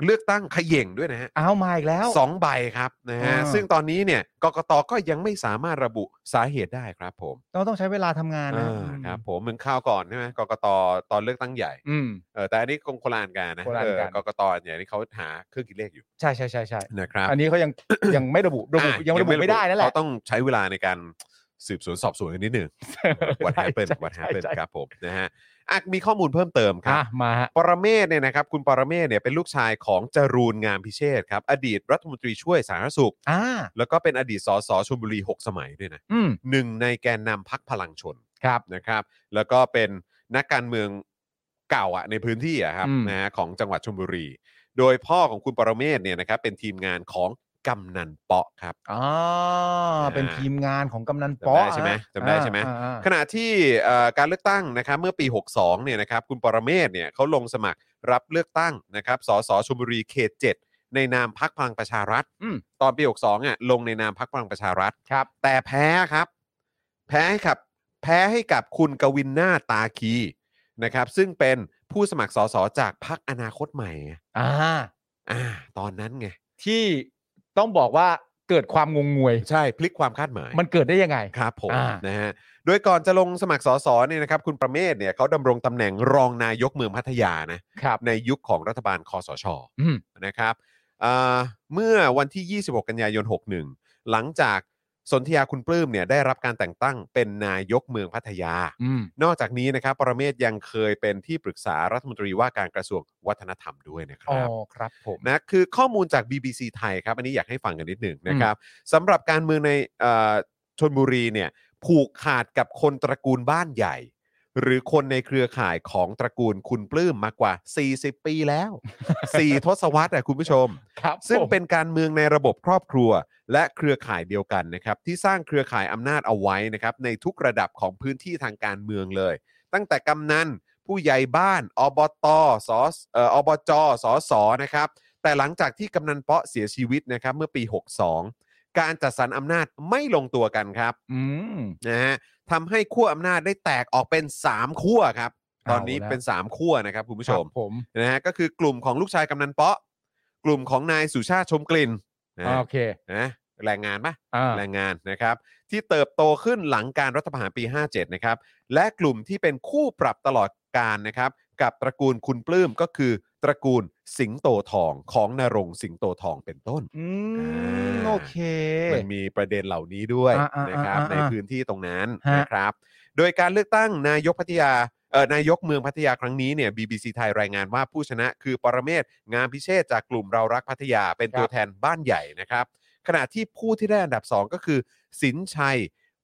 Speaker 3: เลือกตั้งเขย่งด้วยนะฮะ
Speaker 4: อ้าวมาอีกแล้ว
Speaker 3: สองใบครับนะฮะ
Speaker 4: อ่า
Speaker 3: ซึ่งตอนนี้เนี่ยกกตก็ยังไม่สามารถระบุสาเหตุได้ครับผม
Speaker 4: เราต้องใช้เวลาทำงานนะ
Speaker 3: อ่าครับผมเหมือนข่าวก่อนใช่ไหมกกตตอนเลือกตั้งใหญ่
Speaker 4: อืม
Speaker 3: เออแต่อันนี้คงโคลานการนะ
Speaker 4: โคราช
Speaker 3: เออ
Speaker 4: การ
Speaker 3: กกตเนี่ยนี่เขาหาเครื่องคิดเลขอยู่
Speaker 4: ใช่ใช่ใช่ใช่
Speaker 3: นะครับ
Speaker 4: อันนี้เขายัง ยังไม่ระบุระบุ
Speaker 3: อ่ะ
Speaker 4: ยังระบุไม่ได้นั่นแหละ
Speaker 3: เขาต้องใช้เวลาในการสืบสวนสอบสวนกันนิดห นึ่ง what
Speaker 4: ใช่
Speaker 3: happened
Speaker 4: ใช่
Speaker 3: what
Speaker 4: ใช่
Speaker 3: happened
Speaker 4: ใช่
Speaker 3: ครับผมนะฮะอ่ะมีข้อมูลเพิ่มเติมครั
Speaker 4: อ่ะ
Speaker 3: บ
Speaker 4: มาฮะ
Speaker 3: ปรเมศเนี่ยนะครับคุณปรเมศเนี่ยเป็นลูกชายของจรูนงามพิเชษครับ อดีตรัฐมนตรีช่วยสาธารณสุข
Speaker 4: อ่า
Speaker 3: แล้วก็เป็นอดีตสสชลบุรี 6 สมัยด้วยนะ
Speaker 4: อืม
Speaker 3: หนึ่งในแกนนำพักพลังชน
Speaker 4: ครับ
Speaker 3: นะครับ แล้วก็เป็นนักการเมืองเก่าอะในพื้นที่อะครับ
Speaker 4: อืม
Speaker 3: นะฮะของจังหวัดชลบุรี โดยพ่อของคุณปรเมศเนี่ยนะครับเป็นทีมงานของกำนันเปาะครับ
Speaker 4: อ่าเป็นทีมงานของกำนัน
Speaker 3: จำได้
Speaker 4: ปอ
Speaker 3: ใช่ไหมจำได้ใช่ไหม
Speaker 4: อ่าอ่า
Speaker 3: ขณะที่เอ่อการเลือกตั้งนะครับเมื่อปี 62เนี่ยนะครับคุณปรเมศเนี่ยเขาลงสมัครรับเลือกตั้งนะครับสสชลบุรีเขต7ในนามพักพลังประชารัฐ
Speaker 4: อืม
Speaker 3: ตอนปี 62อ่ะลงในนามพักพลังประชารัฐ
Speaker 4: ครับ
Speaker 3: แต่แพ้ครับ แพ้ให้กับแพ้ให้กับคุณกวินนาตาคีนะครับซึ่งเป็นผู้สมัครสสจากพักอนาคตใหม่ไง
Speaker 4: อ่า
Speaker 3: อ่าตอนนั้นไง
Speaker 4: ที่ต้องบอกว่าเกิดความงงงวย
Speaker 3: ใช่พลิกความคาดหมาย
Speaker 4: มันเกิดได้ยังไง
Speaker 3: ครับผม
Speaker 4: อ่า
Speaker 3: นะฮะโดยก่อนจะลงสมัครสสเนี่ยนะครับคุณประเมศเนี่ยเขาดำรงตำแหน่งรองนายกเมืองพัทยานะครับ ในยุคของรัฐบาลคอสช
Speaker 4: อืม
Speaker 3: นะครับอ่าเมื่อวันที่ 26 กันยายน 61 หลังจากสนธยาคุณปลื้มเนี่ยได้รับการแต่งตั้งเป็นนายกเมืองพัทยา
Speaker 4: อืม
Speaker 3: นอกจากนี้นะครับปรเมศยังเคยเป็นที่ปรึกษารัฐมนตรีว่าการกระทรวงวัฒนธรรมด้วยนะค
Speaker 4: อ๋อ
Speaker 3: รับ
Speaker 4: ครับผม
Speaker 3: นะคือข้อมูลจาก BBC ไทยครับ อันนี้อยากให้ฟังกันนิดหนึ่งนะครับสำหรับการเมืองในเอ่อชนบุรีเนี่ยผูกขาดกับคนตระกูลบ้านใหญ่ หรือคนในเครือข่ายของตระกูลคุณปลื้มมากกว่า 40 ปีแล้ว 4 ทศวรรษอะคุณผู้ชม
Speaker 4: ครับ
Speaker 3: ซึ่ง
Speaker 4: ผม
Speaker 3: เป็นการเมืองในระบบครอบครัว และเครือข่ายเดียวกันนะครับ ที่สร้างเครือข่ายอำนาจเอาไว้นะครับ ในทุกระดับของพื้นที่ทางการเมืองเลย ตั้งแต่กำนัน ผู้ใหญ่บ้าน อบตสเอ่ออบจสสนะครับ แต่หลังจากที่กำนันเปาะเสียชีวิตนะครับ เมื่อปี 62 การจัดสรรอำนาจไม่ลงตัวกันครับ
Speaker 4: อืม
Speaker 3: นะฮะทำให้ขั้วอำนาจได้แตกออกเป็น 3 ขั้วครับ ตอนนี้
Speaker 4: เอาละ
Speaker 3: เป็น 3 ขั้วนะครับคุณผู้ชม
Speaker 4: ครับผม
Speaker 3: นะฮะก็คือกลุ่มของลูกชายกำนันเปาะ กลุ่มของนายสุชาติชมกลิ่นนะ
Speaker 4: อ่าโอเค
Speaker 3: นะแรงงานปะ
Speaker 4: อ่า
Speaker 3: แรงงานนะครับ ที่เติบโตขึ้นหลังการรัฐประหารปี 57 นะครับ และกลุ่มที่เป็นคู่ปรับตลอดการนะครับ กับตระกูลคุณปลื้มก็คือ ตระกูลสิงโตทองของนรงค์สิงโตทองเป็นต้น
Speaker 4: อื
Speaker 3: อ่
Speaker 4: มา โอเค
Speaker 3: มันมีประเด็นเหล่านี้ด้วย
Speaker 4: อ่าอ่า
Speaker 3: นะครับ
Speaker 4: อ่าอ่า
Speaker 3: ในพื้นที่ตรงนั้น
Speaker 4: ฮะ
Speaker 3: นะครับ โดยการเลือกตั้งนายกพัทยาเอ่อนายกเมืองพัทยาครั้งนี้เนี่ย BBC ไทยรายงานว่าผู้ชนะคือปรเมศงามพิเชษจากกลุ่มเรารักพัทยาเป็นตัวแทนบ้านใหญ่นะครับ ขณะที่ผู้ที่ได้อันดับ 2 ก็คือ สินชัย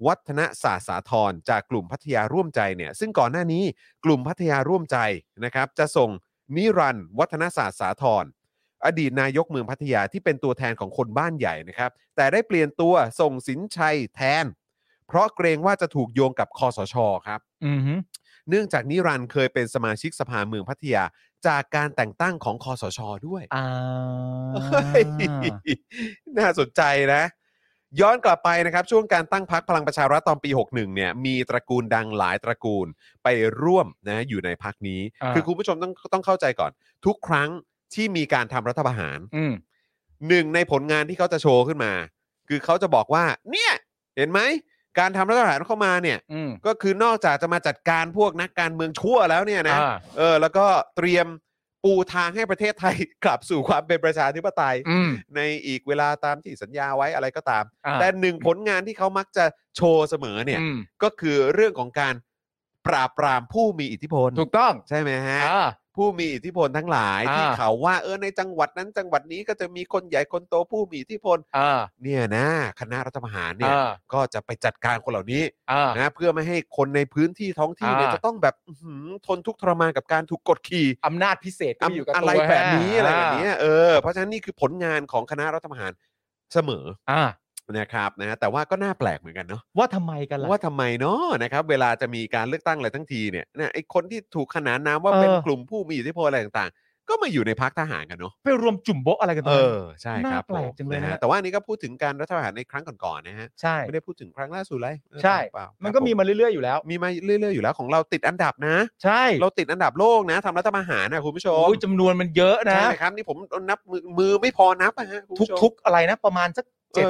Speaker 3: วัฒนศาสตร์สาธรจากกลุ่มพัทยาร่วมใจเนี่ยซึ่งก่อนหน้านี้กลุ่มพัทยาร่วมใจนะครับจะส่งนิรันดร์วัฒนศาสตร์สาธร อดีตนายกเมืองพัทยาที่เป็นตัวแทนของคนบ้านใหญ่นะครับ แต่ได้เปลี่ยนตัวส่งสินชัยแทน เพราะเกรงว่าจะถูกโยงกับคอสชครับ
Speaker 4: อืมฮึ
Speaker 3: เนื่องจากนิรันดร์เคยเป็นสมาชิกสภาเมืองพัทยาจากการแต่งตั้งของคอสชด้วย
Speaker 4: อ่า
Speaker 3: เฮ้ยน่าสนใจนะ ย้อนกลับไปนะครับ ช่วงการตั้งพักพลังประชารัฐตอนปี 61 เนี่ย มีตระกูลดังหลายตระกูลไปร่วมนะอยู่ในพักนี้
Speaker 4: อ่า
Speaker 3: คือคุณผู้ชมต้องต้องเข้าใจก่อน ทุกครั้งที่มีการทำรัฐประหาร
Speaker 4: อืม
Speaker 3: หนึ่งในผลงานที่เขาจะโชว์ขึ้นมา คือเขาจะบอกว่า เนี่ย เห็นไหม การทำรัฐประหารเข้ามาเนี่ย
Speaker 4: อืม
Speaker 3: ก็คือนอกจากจะมาจัดการพวกนักการเมืองชั่วแล้วเนี่ยนะ
Speaker 4: อ่า
Speaker 3: เออ แล้วก็เตรียมปูทางให้ประเทศไทย กลับสู่ความเป็นประชาธิปไตย
Speaker 4: อืม
Speaker 3: ในอีกเวลาตามที่สัญญาไว้อะไรก็ตาม
Speaker 4: อ่า
Speaker 3: แต่หนึ่งผลงานที่เขามักจะโชว์เสมอเนี่ย
Speaker 4: อืม
Speaker 3: ก็คือเรื่องของการปราบปรามผู้มีอิทธิพล
Speaker 4: ถูกต้อง
Speaker 3: ใช่ไหมฮะ
Speaker 4: อ่า
Speaker 3: ผู้มีอิทธิพลทั้งหลายที่
Speaker 4: อ่า
Speaker 3: เขาว่าเออในจังหวัดนั้นจังหวัดนี้ก็จะมีคนใหญ่คนโตผู้มีอิทธิพล
Speaker 4: อ่า
Speaker 3: เนี่ยนะคณะรัฐประหารเนี่ย
Speaker 4: อ่า
Speaker 3: ก็จะไปจัดการคนเหล่านี้
Speaker 4: อ่า
Speaker 3: นะเพื่อไม่ให้คนในพื้นที่ท้องที่เนี่ย
Speaker 4: อ่า
Speaker 3: จะต้องแบบอื้อหือทนทุกข์ทรมานกับการถูกกดขี่
Speaker 4: อำนาจพิเศษก็มีอยู่กับตัว
Speaker 3: อะไรแบบนี้อะไรแบบ
Speaker 4: า
Speaker 3: เนี้ยเออเพราะฉะนั้นนี่คือผลงานของคณะรัฐประหารเสมอ
Speaker 4: อ่า
Speaker 3: นะครับนะแต่ว่าก็น่าแปลกเหมือนกันเนาะ
Speaker 4: ว่าทำไมกันล่ะ
Speaker 3: ว่าทำไมเนาะนะครับเวลาจะมีการเลือกตั้งอะไรทั้งทีเนี่ยเนี่ยไอ้คนที่ถูกขนานนามว่าเป็น
Speaker 4: เออ
Speaker 3: กลุ่มผู้มีอิทธิพลอะไรต่าง ก็มาอยู่ในพักทหารกันเนาะ
Speaker 4: ไปรวมจุ่มโบะอะไรกันตร
Speaker 3: เอง
Speaker 4: นั้น
Speaker 3: อ ใช่ครับ
Speaker 4: น่าแปลก
Speaker 3: ผม
Speaker 4: จังเลยนะ
Speaker 3: ฮ
Speaker 4: ฮะ
Speaker 3: แต่ว่าอันนี้ก็พูดถึงการรัฐประหารในครั้งก่อนๆนะฮะ
Speaker 4: ใช่
Speaker 3: ไม่ได้พูดถึงครั้งล่าสุดเลยเออ
Speaker 4: ใช่
Speaker 3: เปล่าๆ
Speaker 4: มันก็
Speaker 3: ครับ
Speaker 4: มี
Speaker 3: ผ
Speaker 4: มาเรื่อยๆอยู่แล้ว
Speaker 3: มีมาเรื่อยๆอยู่แล้วของเราติดอันดับนะ
Speaker 4: ใช่
Speaker 3: เราติดอันดับโลกนะทำรัฐประหารนะคุณผู้ชม
Speaker 4: โอ้ยจำนวนมันเยอะนะ
Speaker 3: ใช่ครับนี่ผมนับมือมือไม่พอนับนะฮะคุณผู้ชม
Speaker 4: ทุกๆอะไรนะ ประมาณสักเจ็ด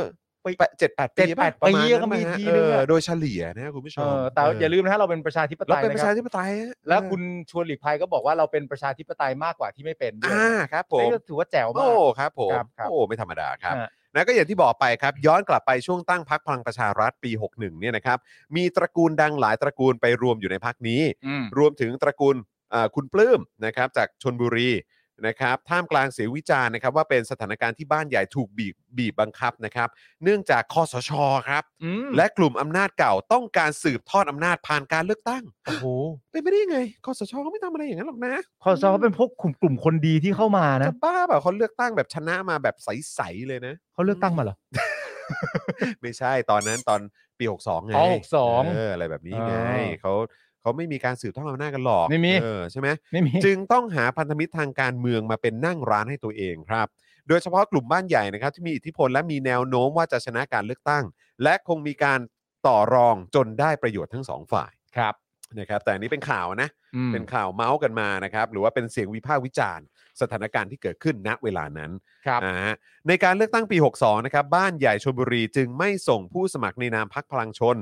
Speaker 3: ออ
Speaker 4: ปี
Speaker 3: แปดเจ็ดแปด
Speaker 4: เจ็ดแปด
Speaker 3: ะระาณ
Speaker 4: ปี
Speaker 3: นั้น
Speaker 4: ก็มี
Speaker 3: ปะฮะ
Speaker 4: ที
Speaker 3: เอ
Speaker 4: นึง
Speaker 3: อ
Speaker 4: อะ
Speaker 3: โดยเฉลี่ยนะคุณผู้ช
Speaker 4: เอ
Speaker 3: ม
Speaker 4: อแต่อย่าลืมนะฮะเราเป็นประชาธิปไต
Speaker 3: เรา
Speaker 4: ย
Speaker 3: เป็นป
Speaker 4: นะ
Speaker 3: ระ
Speaker 4: ค
Speaker 3: ชา
Speaker 4: รับ
Speaker 3: ธิปไตยฮะ
Speaker 4: แล้วคุณชวนหลีกภัยก็บอกว่าเราเป็นประชาธิปไตยมากกว่าที่ไม่เป็นด้วย
Speaker 3: อ่าครับผม
Speaker 4: นี่ก็ถือว่าแจ๋วมาก
Speaker 3: โอ้ครับผม
Speaker 4: ครับครับ
Speaker 3: โอ้ไม่ธรรมดาครับ
Speaker 4: ฮะ
Speaker 3: นะก็อย่างที่บอกไปครับ ย้อนกลับไปช่วงตั้งพักพลังประชารัฐปี 61เนี่ยนะครับมีตระกูลดังหลายตระกูลไปรวมอยู่ในพักนี้
Speaker 4: อืม
Speaker 3: รวมถึงตระกูลเอ่อคุณปลื้มนะครับจากชนบุรีนะครับท่ามกลางเสียงวิจารณ์นะครับว่าเป็นสถานการณ์ที่บ้านใหญ่ถูกบีบบีบบังคับนะครับเนื่องจากคอสชครับ
Speaker 4: อืม
Speaker 3: และกลุ่มอำนาจเก่าต้องการสืบทอดอำนาจผ่านการเลือกตั้ง
Speaker 4: โอ้โห
Speaker 3: เป็นไปได้ยังไงคอสชเขาไม่ทำอะไรอย่างนั้นหรอกนะ
Speaker 4: คอสชเขาเป็นพวกกลุ่มกลุ่มคนดีที่เข้ามานะ
Speaker 3: จะบ้าเปล่าเขาเลือกตั้งแบบชนะมาแบบใสๆเลยนะ
Speaker 4: เขาเลือกตั้งมาเหรอ
Speaker 3: ไม่ใช่ตอนนั้นตอนปี 62 ไง
Speaker 4: อ๋อ62
Speaker 3: เอออะไรแบบนี้ไง
Speaker 4: อ่า
Speaker 3: เขาเขาไม่มีการสืบทอดอำนาจกันหรอก
Speaker 4: ไม่มี
Speaker 3: เออใช่ไหม
Speaker 4: ไม่มี
Speaker 3: จึงต้องหาพันธมิตรทางการเมืองมาเป็นนั่งร้านให้ตัวเองครับ โดยเฉพาะกลุ่มบ้านใหญ่นะครับ ที่มีอิทธิพลและมีแนวโน้มว่าจะชนะการเลือกตั้ง และคงมีการต่อรองจนได้ประโยชน์ทั้งสองฝ่าย
Speaker 4: ครับ
Speaker 3: นะครับ แต่อันนี้เป็นข่าวนะ
Speaker 4: อืม
Speaker 3: เป็นข่าวเมาส์กันมานะครับ หรือว่าเป็นเสียงวิพากษ์วิจารณ์ สถานการณ์ที่เกิดขึ้นณเวลานั้น
Speaker 4: ครับ
Speaker 3: อ่าฮะในการเลือกตั้งปี 62 นะครับ บ้านใหญ่ชนบุรีจึงไม่ส่งผู้สมัครในนามพักพลังชน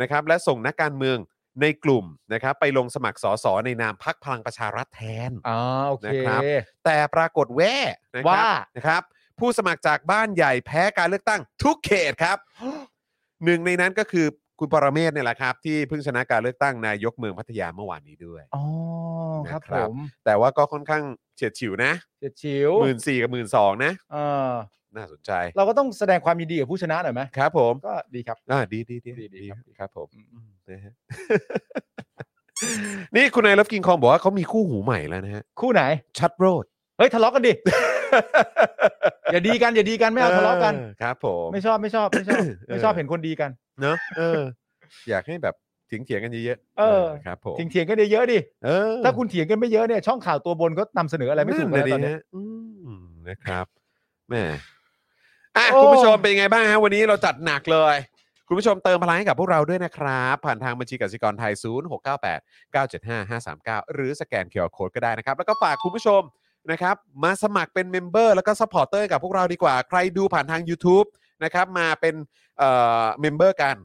Speaker 3: นะครับ และส่งนักการเมืองในกลุ่มนะครับไปลงสมัครสสในนามพักพลังประชารัฐแทน
Speaker 4: อ๋อโอเค
Speaker 3: นะครับ แต่ปรากฏแว่นะครับ
Speaker 4: ว่า
Speaker 3: นะครับ ผู้สมัครจากบ้านใหญ่แพ้การเลือกตั้งทุกเขต ครับ หนึ่งในนั้นก็คือคุณปรเมศเนี่ยแหละครับ ที่เพิ่งชนะการเลือกตั้งนายกเมืองพัทยาเมื่อวานนี้ด้วย
Speaker 4: อ๋อครับ
Speaker 3: นะค
Speaker 4: ผ
Speaker 3: รับ
Speaker 4: ม
Speaker 3: แต่ว่าก็ค่อนข้างเฉียดฉิวนะ
Speaker 4: เจ็ดชิว
Speaker 3: หมื่นสี่กับหมื่นสองนะ
Speaker 4: เออ
Speaker 3: น่าสนใจ
Speaker 4: เราก็ต้องแสดงความยินดีกับผู้ชนะหน่อยไหม
Speaker 3: ครับผม
Speaker 4: ก็ดีครับ
Speaker 3: อ่าดีดีดี
Speaker 4: ดีดีครับ
Speaker 3: ครับผมนะฮะ นี่คุณนายรับกินคองบอกว่าเขามีคู่หูใหม่แล้วนะฮะ
Speaker 4: คู่ไหน
Speaker 3: ชัดโรด
Speaker 4: เฮ้ยทะเลาะกันดิ อย่าดีกันอย่าดีกันไม่เอาทะเลาะกัน
Speaker 3: ออครับผม
Speaker 4: ไม่ชอบไม่ชอบไม่ชอบ ไม่ชอบเห็นคนดีกัน
Speaker 3: เนอะเออ อยากให้แบบเถียงเถียงๆกันเยอะๆ
Speaker 4: เออ
Speaker 3: ครับผม
Speaker 4: เถียงเถียงกันเยอะๆดิ
Speaker 3: เออ
Speaker 4: ถ้าคุณเถียงกันไม่เยอะเนี่ยช่องข่าวตัวบนก็นำเสนออะไรไม่ถูกแล้ว
Speaker 3: นั่น
Speaker 4: ตอน
Speaker 3: น่ะดิ
Speaker 4: เนี้ย
Speaker 3: ฮะอืมนะครับแหม่อ่ะ
Speaker 4: โอ้
Speaker 3: คุณผู้ชมเป็นยังไงบ้างฮะ วันนี้เราจัดหนักเลย คุณผู้ชมเติมพลังให้กับพวกเราด้วยนะครับ ผ่านทางบัญชีกสิกรไทย 0698 975 539 หรือสแกนเคอร์โคดก็ได้นะครับ แล้วก็ฝากคุณผู้ชมนะครับ มาสมัครเป็นเมมเบอร์แล้วก็ซัพพอร์เตอร์กับพวกเราดีกว่า ใครดูผ่านทาง YouTube นะครับ มาเป็นเอ่อเมมเบอร์กัน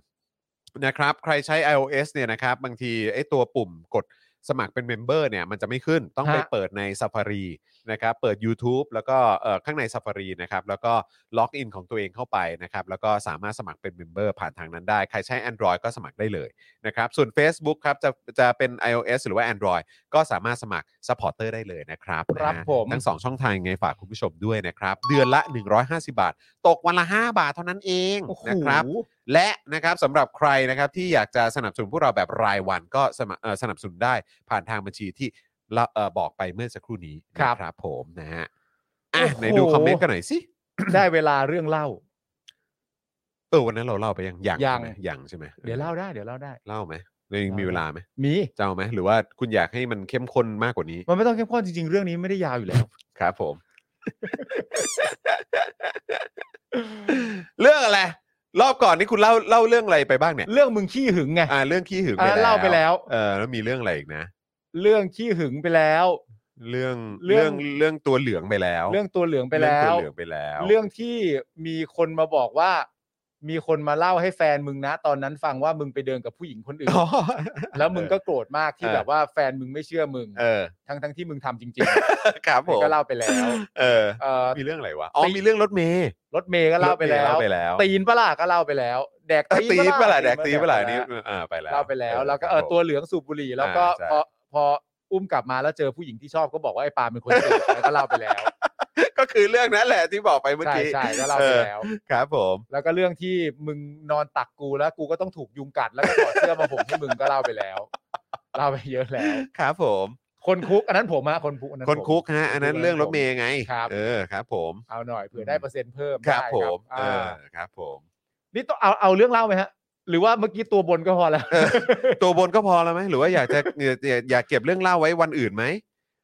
Speaker 3: นะครับ ใครใช้ iOS เนี่ยนะครับ บางทีไอ้ตัวปุ่มกดสมัครเป็นเมมเบอร์เนี่ยมันจะไม่ขึ้นต้องไป
Speaker 4: ฮะ
Speaker 3: เปิดใน Safari นะครับ เปิด YouTube แล้วก็เอ่อข้างใน Safari นะครับ แล้วก็ล็อกอินของตัวเองเข้าไปนะครับ แล้วก็สามารถสมัครเป็นเมมเบอร์ผ่านทางนั้นได้ ใครใช้ Android ก็สมัครได้เลย นะครับ ส่วน Facebook ครับจะจะเป็น iOS หรือว่า Android ก็สามารถสมัคร Supporter ได้เลยนะครับ
Speaker 4: ครับ
Speaker 3: นะฮะ
Speaker 4: ผม
Speaker 3: ทั้ง 2 ช่องทางยังไงฝากคุณผู้ชมด้วยนะครับ เดือนละ 150 บาท ตกวันละ 5 บาทเท่านั้นเอง
Speaker 4: โอ้โห
Speaker 3: นะครับ และนะครับสำหรับใครนะครับที่อยากจะสนับสนุนพวกเราแบบรายวันก็สมัครเอ่อสนับสนุนได้ผ่านทางบัญชีที่เราเอ่อบอกไปเมื่อสักครู่นี้
Speaker 4: ครับ
Speaker 3: นะครับผมนะฮะอ่ะ
Speaker 4: โอ้โห
Speaker 3: ไหนดูคอมเมนต์กันหน่อยสิ
Speaker 4: ได้เวลาเรื่องเล่า
Speaker 3: เออวันนั้นเราเล่าไปยังยัง
Speaker 4: ยั
Speaker 3: ใช่
Speaker 4: ง
Speaker 3: ไหมยังใช่ไหม
Speaker 4: เดี๋ยวเล่าได้เดี๋ยวเล่าได้
Speaker 3: เล่าไหมเรายังมีเวลาไหม
Speaker 4: มี
Speaker 3: จะเอาไหมหรือว่าคุณอยากให้มันเข้มข้นมากกว่านี้
Speaker 4: มันไม่ต้องเข้มข้นจริงๆ เรื่องนี้ไม่ได้ยาวอยู่แล้ว
Speaker 3: ครับผม เรื่องอะไรรอบก่อนนี่คุณเล่าเล่าเรื่องอะไรไปบ้างเนี่ย
Speaker 4: เรื่องมึงขี้หึงไง
Speaker 3: อ่าเรื่องขี้หึง
Speaker 4: อ่าเล่าไปแล้ว
Speaker 3: เออแล้วมีเรื่องอะไรอีกนะ
Speaker 4: เรื่องขี้หึงไปแล้ว
Speaker 3: เรื่อง
Speaker 4: เรื่
Speaker 3: เรื่อ
Speaker 4: อง ง
Speaker 3: เรื่องตัวเหลืองไปแล้ว
Speaker 4: เรื่องตัวเหลืองไปแล้
Speaker 3: เรื่อง
Speaker 4: ว
Speaker 3: ตัวเหลืองไปแล้ว
Speaker 4: เรื่องที่มีคนมาบอกว่า มีคนมาเล่าให้แฟนมึงนะ ตอนนั้นฟังว่ามึงไปเดินกับผู้หญิงคนอื่น
Speaker 3: อ๋อ
Speaker 4: แล้วมึงก็โกรธมากที่
Speaker 3: เออ
Speaker 4: แบบว่าแฟนมึงไม่เชื่อมึง
Speaker 3: เออ
Speaker 4: ทั้งทั้งที่มึงทำจริง
Speaker 3: ครับผม
Speaker 4: ๆ ก็เล่าไปแล้ว
Speaker 3: เออ
Speaker 4: เอ่อ
Speaker 3: มีเรื่องอะไรวะอ๋อ
Speaker 4: ตี
Speaker 3: มีเรื่องรถเมย์
Speaker 4: รถเมย์ก็เล่าไปแล้
Speaker 3: รถมย์
Speaker 4: ว
Speaker 3: เล่าไปแล้ว
Speaker 4: ตีนปะล่ะก็เล่าไปแล้ว แดก
Speaker 3: เออตี
Speaker 4: ะ
Speaker 3: เปะล่าแดกตีเปะล่า
Speaker 4: แดก
Speaker 3: นี่
Speaker 4: ปะ
Speaker 3: อ่าไปแล้ว
Speaker 4: เล่าไปแล้ว แล้วก็เอ
Speaker 3: ค
Speaker 4: อ
Speaker 3: รับผม
Speaker 4: ตัวเหลืองสูบบุหรี่แล้วก็
Speaker 3: อ่าใช่
Speaker 4: พอพออุ้มกลับมาแล้วเจอผู้หญิงที่ชอบก็บอกว่าไอ้ปาล์มเป็นคนสูบแล้วก็เล่าไปแล้ว
Speaker 3: ก็คือเรื่องนั้นแหละที่บอกไปเมื่อ
Speaker 4: ใช่
Speaker 3: กี้
Speaker 4: ใช่ก็เล่า
Speaker 3: อ
Speaker 4: ไป
Speaker 3: อ
Speaker 4: แล้ว
Speaker 3: ครับผม
Speaker 4: แล้วก็เรื่องที่มึงนอนตักกูแล้วกูก็ต้องถูกยุงกัดแล้วก็ถอดเสื้อมาผมให้มึงก็เล่าไปแล้วเล่าไปเยอะแล้ว
Speaker 3: ครับผม
Speaker 4: คนคุกอันนั้นผมอะคนคุกอันนั้น
Speaker 3: คน
Speaker 4: ผม
Speaker 3: คุกฮะอันนั้นเรื่องรถเมย์ไง
Speaker 4: ครับ
Speaker 3: เออครับ ผม
Speaker 4: เอาหน่อยเผื่อได้เปอร์เซ็นต์เพิ่ม
Speaker 3: ครับ
Speaker 4: ได้
Speaker 3: ผมเอ
Speaker 4: อ่า
Speaker 3: อครับผม
Speaker 4: นี่ต้องเอาเอาเรื่องเล่าไหมฮะ หรือว่าเมื่อกี้ตัวบนก็พอแล้ว
Speaker 3: ตัวบนก็พอแล้วไหมหรือว่าอยากจะ อยากอยากเก็บเรื่องเล่าไว้วันอื่นไหม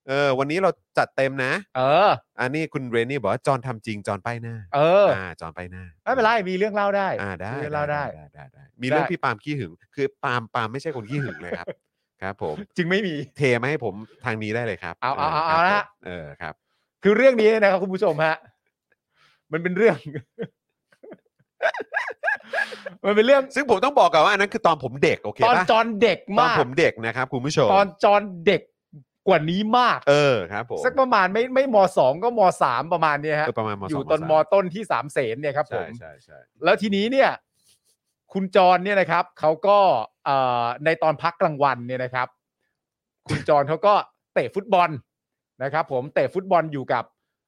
Speaker 3: เออ วันนี้เราจัดเต็มนะ
Speaker 4: เออ
Speaker 3: อันนี้คุณเรนนี่บอกว่าจอนทำจริงจอนป้ายหน้า
Speaker 4: เออ
Speaker 3: จอนป้ายหน้า
Speaker 4: ไม่เป็นไรมีเรื่องเล่าได้
Speaker 3: อ่าได้
Speaker 4: มีเรื่องเล่าได้
Speaker 3: ได้ได้ได้มีเรื่อง
Speaker 4: ได้
Speaker 3: พี่ปาล์มขี้หึง คือปาล์มปาล์มไม่ใช่คนขี้หึงนะครับ ครับผม
Speaker 4: จึงไม่มี
Speaker 3: เทมาให้ผมทางนี้ได้เลยครับ
Speaker 4: เอาเอาเอา
Speaker 3: ครับ
Speaker 4: เอาละ
Speaker 3: ผมเออครับ
Speaker 4: คือเรื่องนี้นะครับคุณผู้ชมฮะ มันเป็นเรื่อง มันเป็นเรื่อง
Speaker 3: ซึ่งผมต้องบอกก่อนว่าอันนั้นคือตอนผมเด็กโอเค
Speaker 4: ตอน
Speaker 3: ปะ
Speaker 4: จอนเด็ก
Speaker 3: ตอน
Speaker 4: มาก
Speaker 3: ผมเด็กนะครับคุณผู้ชม
Speaker 4: ตอนจอนเด็กกว่านี้มาก
Speaker 3: เออครับผม
Speaker 4: สักประมาณไม่ไม่มสองก็มสามประมาณเนี้ยฮะ
Speaker 3: เออประมาณมสง
Speaker 4: อยู่
Speaker 3: สา
Speaker 4: ตอนมต้นที่สามเสนเนี่ยครับผ
Speaker 3: ใช่
Speaker 4: ม
Speaker 3: ใช่ใช่
Speaker 4: แล้วทีนี้เนี่ย คุณจรเนี่ยนะครับเขาก็เอ่อในตอนพักกลางวันเนี่ยนะครับ คุณจรเขาก็เตะฟุตบอลนะครับ ผมเตะฟุตบอลอยู่กับ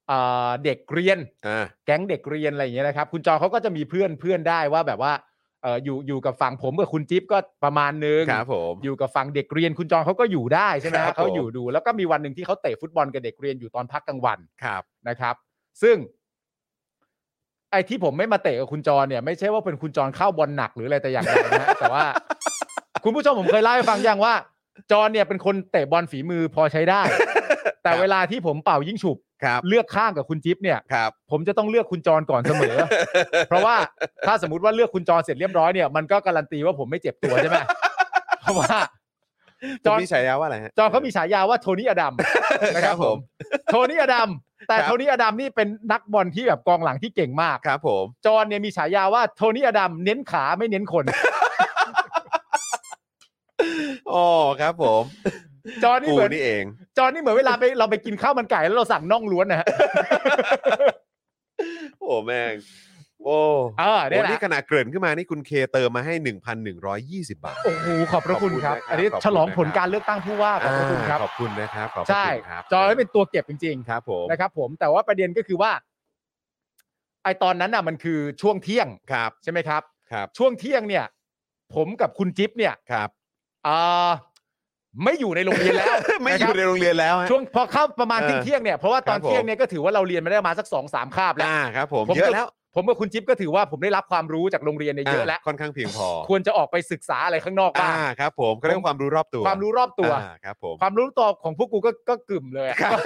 Speaker 4: เอ่อเด็กเรียน
Speaker 3: อ่า
Speaker 4: แก๊งเด็กเรียนอะไรอย่างเงี้ยนะครับ คุณจรเขาก็จะมีเพื่อนเพื่อนได้ว่าแบบว่าเอออยู่อยู่กับฝั่งผมกับคุณจิ๊บก็ประมาณนึง
Speaker 3: ครับผม
Speaker 4: อยู่กับฝั่งเด็กเรียนคุณจรเขาก็อยู่ได้ใช่ไหม
Speaker 3: ครับ
Speaker 4: ฮะ
Speaker 3: ผม
Speaker 4: เขาอยู่ดู แล้วก็มีวันหนึ่งที่เขาเตะฟุตบอลกับเด็กเรียนอยู่ตอนพักกลางวัน
Speaker 3: ครับ
Speaker 4: นะครับ ซึ่ง ไอ้ที่ผมไม่มาเตะกับคุณจรเนี่ย ไม่ใช่ว่าเป็นคุณจรเข้าบอลหนักหรืออะไรแต่อย่างใดนะฮะ แต่ว่า คุณผู้ชมผมเคยเล่าให้ฟังยังว่า จรเนี่ยเป็นคนเตะบอลฝีมือพอใช้ได้ แต่เวลาที่ผมเป่ายิ่งฉุบ
Speaker 3: ครับ
Speaker 4: เลือกข้างกับคุณจิ๊บเนี่ย
Speaker 3: ครับ
Speaker 4: ผมจะต้องเลือกคุณจรก่อนเสมอ เพราะว่าถ้าสมมติว่าเลือกคุณจรเสร็จเรียบร้อยเนี่ยมันก็การันตีว่าผมไม่เจ็บตัวใช่ไหม เพราะว่า
Speaker 3: จ
Speaker 4: จ
Speaker 3: อ
Speaker 4: อน
Speaker 3: พี่ฉายาว่าอะไรฮะ
Speaker 4: จอนเขามีฉายาว่าโทนี่อดัม นะ
Speaker 3: ค
Speaker 4: ค
Speaker 3: รั
Speaker 4: รั
Speaker 3: บบ ผ
Speaker 4: ผม ม โทนี่อดัมแต่
Speaker 3: ครับ
Speaker 4: โทนี่อดัมนี่เป็นนักบอลที่แบบกองหลังที่เก่งมาก
Speaker 3: ครับผม
Speaker 4: จอห์นเนี่ยมีฉายาว่าโทนี่อดัมเน้นขาไม่เน้นคน
Speaker 3: อ๋อครับผม
Speaker 4: จอห์นนี่
Speaker 3: กู
Speaker 4: เหมือน
Speaker 3: นี่เอง
Speaker 4: จอห์นนี่เหมือนเวลาไปเราไปกินข้าวมันไก่แล้วเราสั่งน่องล้วนนะฮะ
Speaker 3: โอ้แม่ง โอ้
Speaker 4: เออเนี่ย
Speaker 3: โอ้
Speaker 4: แหละ
Speaker 3: นี่ขนาดเกริ่นขึ้นมานี่คุณเคเติมมาให้ 1,120 บาท
Speaker 4: โอ้โหขอบพระคุณครับ
Speaker 3: ขอบคุณนะครับ
Speaker 4: อันนี้ฉลองผลการเลือกตั้งผู้ว่าขอบพระคุณครับ
Speaker 3: อ่าขอบคุณนะครับขอบพระ
Speaker 4: ใช่
Speaker 3: คุณครับ
Speaker 4: จอห์นเป็นตัวเก็บจริง
Speaker 3: ครับผม
Speaker 4: ๆ นะครับ ผมแต่ว่าประเด็นก็คือว่า ไอตอนนั้นน่ะ มันคือช่วงเที่ยง
Speaker 3: ครับ
Speaker 4: ใช่ไหมครับ
Speaker 3: ครับ
Speaker 4: ช่วงเที่ยงเนี่ย ผมกับคุณจิ๊บเนี่ย
Speaker 3: ครับ
Speaker 4: อ่าไม่อยู่ในโรงเรียนแล้ว
Speaker 3: ไม่อยู่ในโรงเรียนแล้วฮะ
Speaker 4: ช่วงพอเข้าประมาณ
Speaker 3: เออ
Speaker 4: เที่ยงๆเนี่ยเพราะว่าตอน
Speaker 3: ครับผม
Speaker 4: เที่ยงเนี่ยก็ถือว่าเราเรียนมาได้ประมาณสักสองสามคาบแล้ว
Speaker 3: อ่าครับ ผม
Speaker 4: ผม
Speaker 3: เยอะ
Speaker 4: ก็
Speaker 3: แล้ว
Speaker 4: ผมกับคุณจิ๊บก็ถือว่าผมได้รับความรู้จากโรงเรียนเนี่ยเยอะแล้ว
Speaker 3: ค่อนข้างเพียงพอ
Speaker 4: ควรจะออกไปศึกษาอะไรข้างนอกบ้า
Speaker 3: อ่าง ครับ ผมก็เรื่องความรู้รอบตัว
Speaker 4: ความรู้รอบตัว
Speaker 3: อ่าครับผม
Speaker 4: ความรู้ตัวของพวกกูก็ก็กึ่มเลยอะก็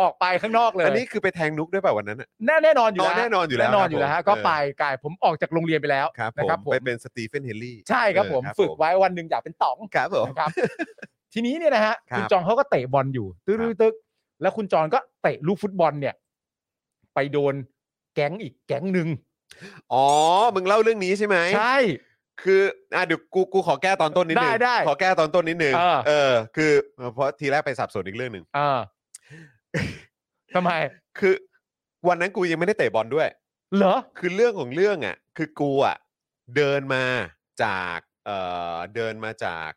Speaker 4: ออกไปข้างนอกเลย
Speaker 3: อันนี้คือไปแทงนุกด้วยเปล่าวันนั้นน่ะ
Speaker 4: แน่แน่นอนอยู่แล้ว
Speaker 3: อ๋อแน่นอนอยู่แล้ว
Speaker 4: แน่นอนอยู่แล้วฮะ
Speaker 3: ครับผม
Speaker 4: ก็ไปกายผมออกจากโรงเรียนไปแล้ว
Speaker 3: ครับ
Speaker 4: นะ
Speaker 3: ผ
Speaker 4: ครั
Speaker 3: ม
Speaker 4: บผม
Speaker 3: ไปเป็นสตีเฟนเฮนรี่
Speaker 4: ใช่ครับ
Speaker 3: เออ
Speaker 4: ผมฝึกไว้วันหนึ่งอยากเป็นต๋อง
Speaker 3: ครับผม
Speaker 4: นะครับ ทีนี้เนี่ยนะฮะ
Speaker 3: ครับ
Speaker 4: คุณจองเขาก็เตะบอลอยู่ตึ๊
Speaker 3: ครับ
Speaker 4: กตึ๊กแล้วคุณจองก็เตะลูกฟุตบอลเนี่ย ไปโดนแก๊งอีกแก๊งหนึ่ง
Speaker 3: อ๋อ มึงเล่าเรื่องนี้ใช่ไหม
Speaker 4: ใช่
Speaker 3: คืออ่ะเดี๋ยวกูกูขอแก้ตอนต้นนิดนึง
Speaker 4: ได้ได้
Speaker 3: ขอแก้ตอนต้นนิดนึง
Speaker 4: เออ
Speaker 3: เออ คือเพราะทีแรกไปสับสนอีกเรื่องหนึ่ง
Speaker 4: เออทำไม
Speaker 3: คือ วันนั้นกูยังไม่ได้เตะบอลด้วย
Speaker 4: เหรอ
Speaker 3: คือเรื่องของเรื่องอ่ะ คือกูอ่ะเดินมาจากเอ่อเดินมาจาก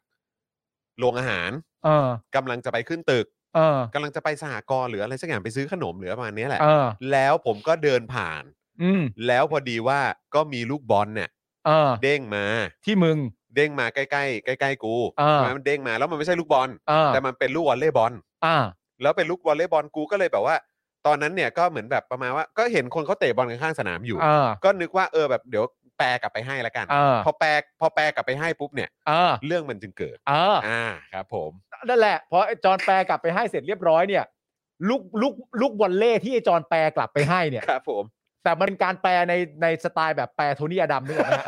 Speaker 3: โรงอาหาร
Speaker 4: เออ
Speaker 3: กำลังจะไปขึ้นตึก
Speaker 4: เออก
Speaker 3: ำลังจะไปสหกรณ์หรืออะไรสักอย่างไปซื้อขนมหรือประมาณเนี้ยแหละ
Speaker 4: เออ
Speaker 3: แล้วผมก็เดินผ่าน
Speaker 4: อืม
Speaker 3: แล้วพอดีว่าก็มีลูกบอลเนี่ย
Speaker 4: เออ
Speaker 3: เด้งมา
Speaker 4: ที่มึง
Speaker 3: เด้งมาใกล้ๆใกล้ๆกู
Speaker 4: เออ
Speaker 3: ใช่ไหมมันเด้งมาแล้วมันไม่ใช่ลูกบอล
Speaker 4: เออ
Speaker 3: แต่มันเป็นลูกวอลเลย์บอล
Speaker 4: อ่า
Speaker 3: แล้วเป็นลูกวอลเลย์บอลกูก็เลยแบบว่า ตอนนั้นเนี่ยก็เหมือนแบบประมาณว่า ก็เห็นคนเขาเตะบอลกันข้างสนามอยู่
Speaker 4: เออ
Speaker 3: ก็นึกว่าเออแบบเดี๋ยวแปลกลับไปให้ละกัน
Speaker 4: เออ
Speaker 3: พอแปลพอแปลกลับไปให้ปุ๊บเนี่ย
Speaker 4: เออ
Speaker 3: เรื่องมันจึงเกิด
Speaker 4: เออ
Speaker 3: อ่าครับผม
Speaker 4: นั่นแหละ พอไอ้จอนแปรกลับไปให้เสร็จเรียบร้อยเนี่ย ลูกลูกลูกวอลเล่ที่ไอ้จอนแปรกลับไปให้เนี่ย
Speaker 3: ครับผม
Speaker 4: แต่มันเป็นการแปลในในสไตล์แบบแปลโทนี่อดัมนึกออกไหมฮะ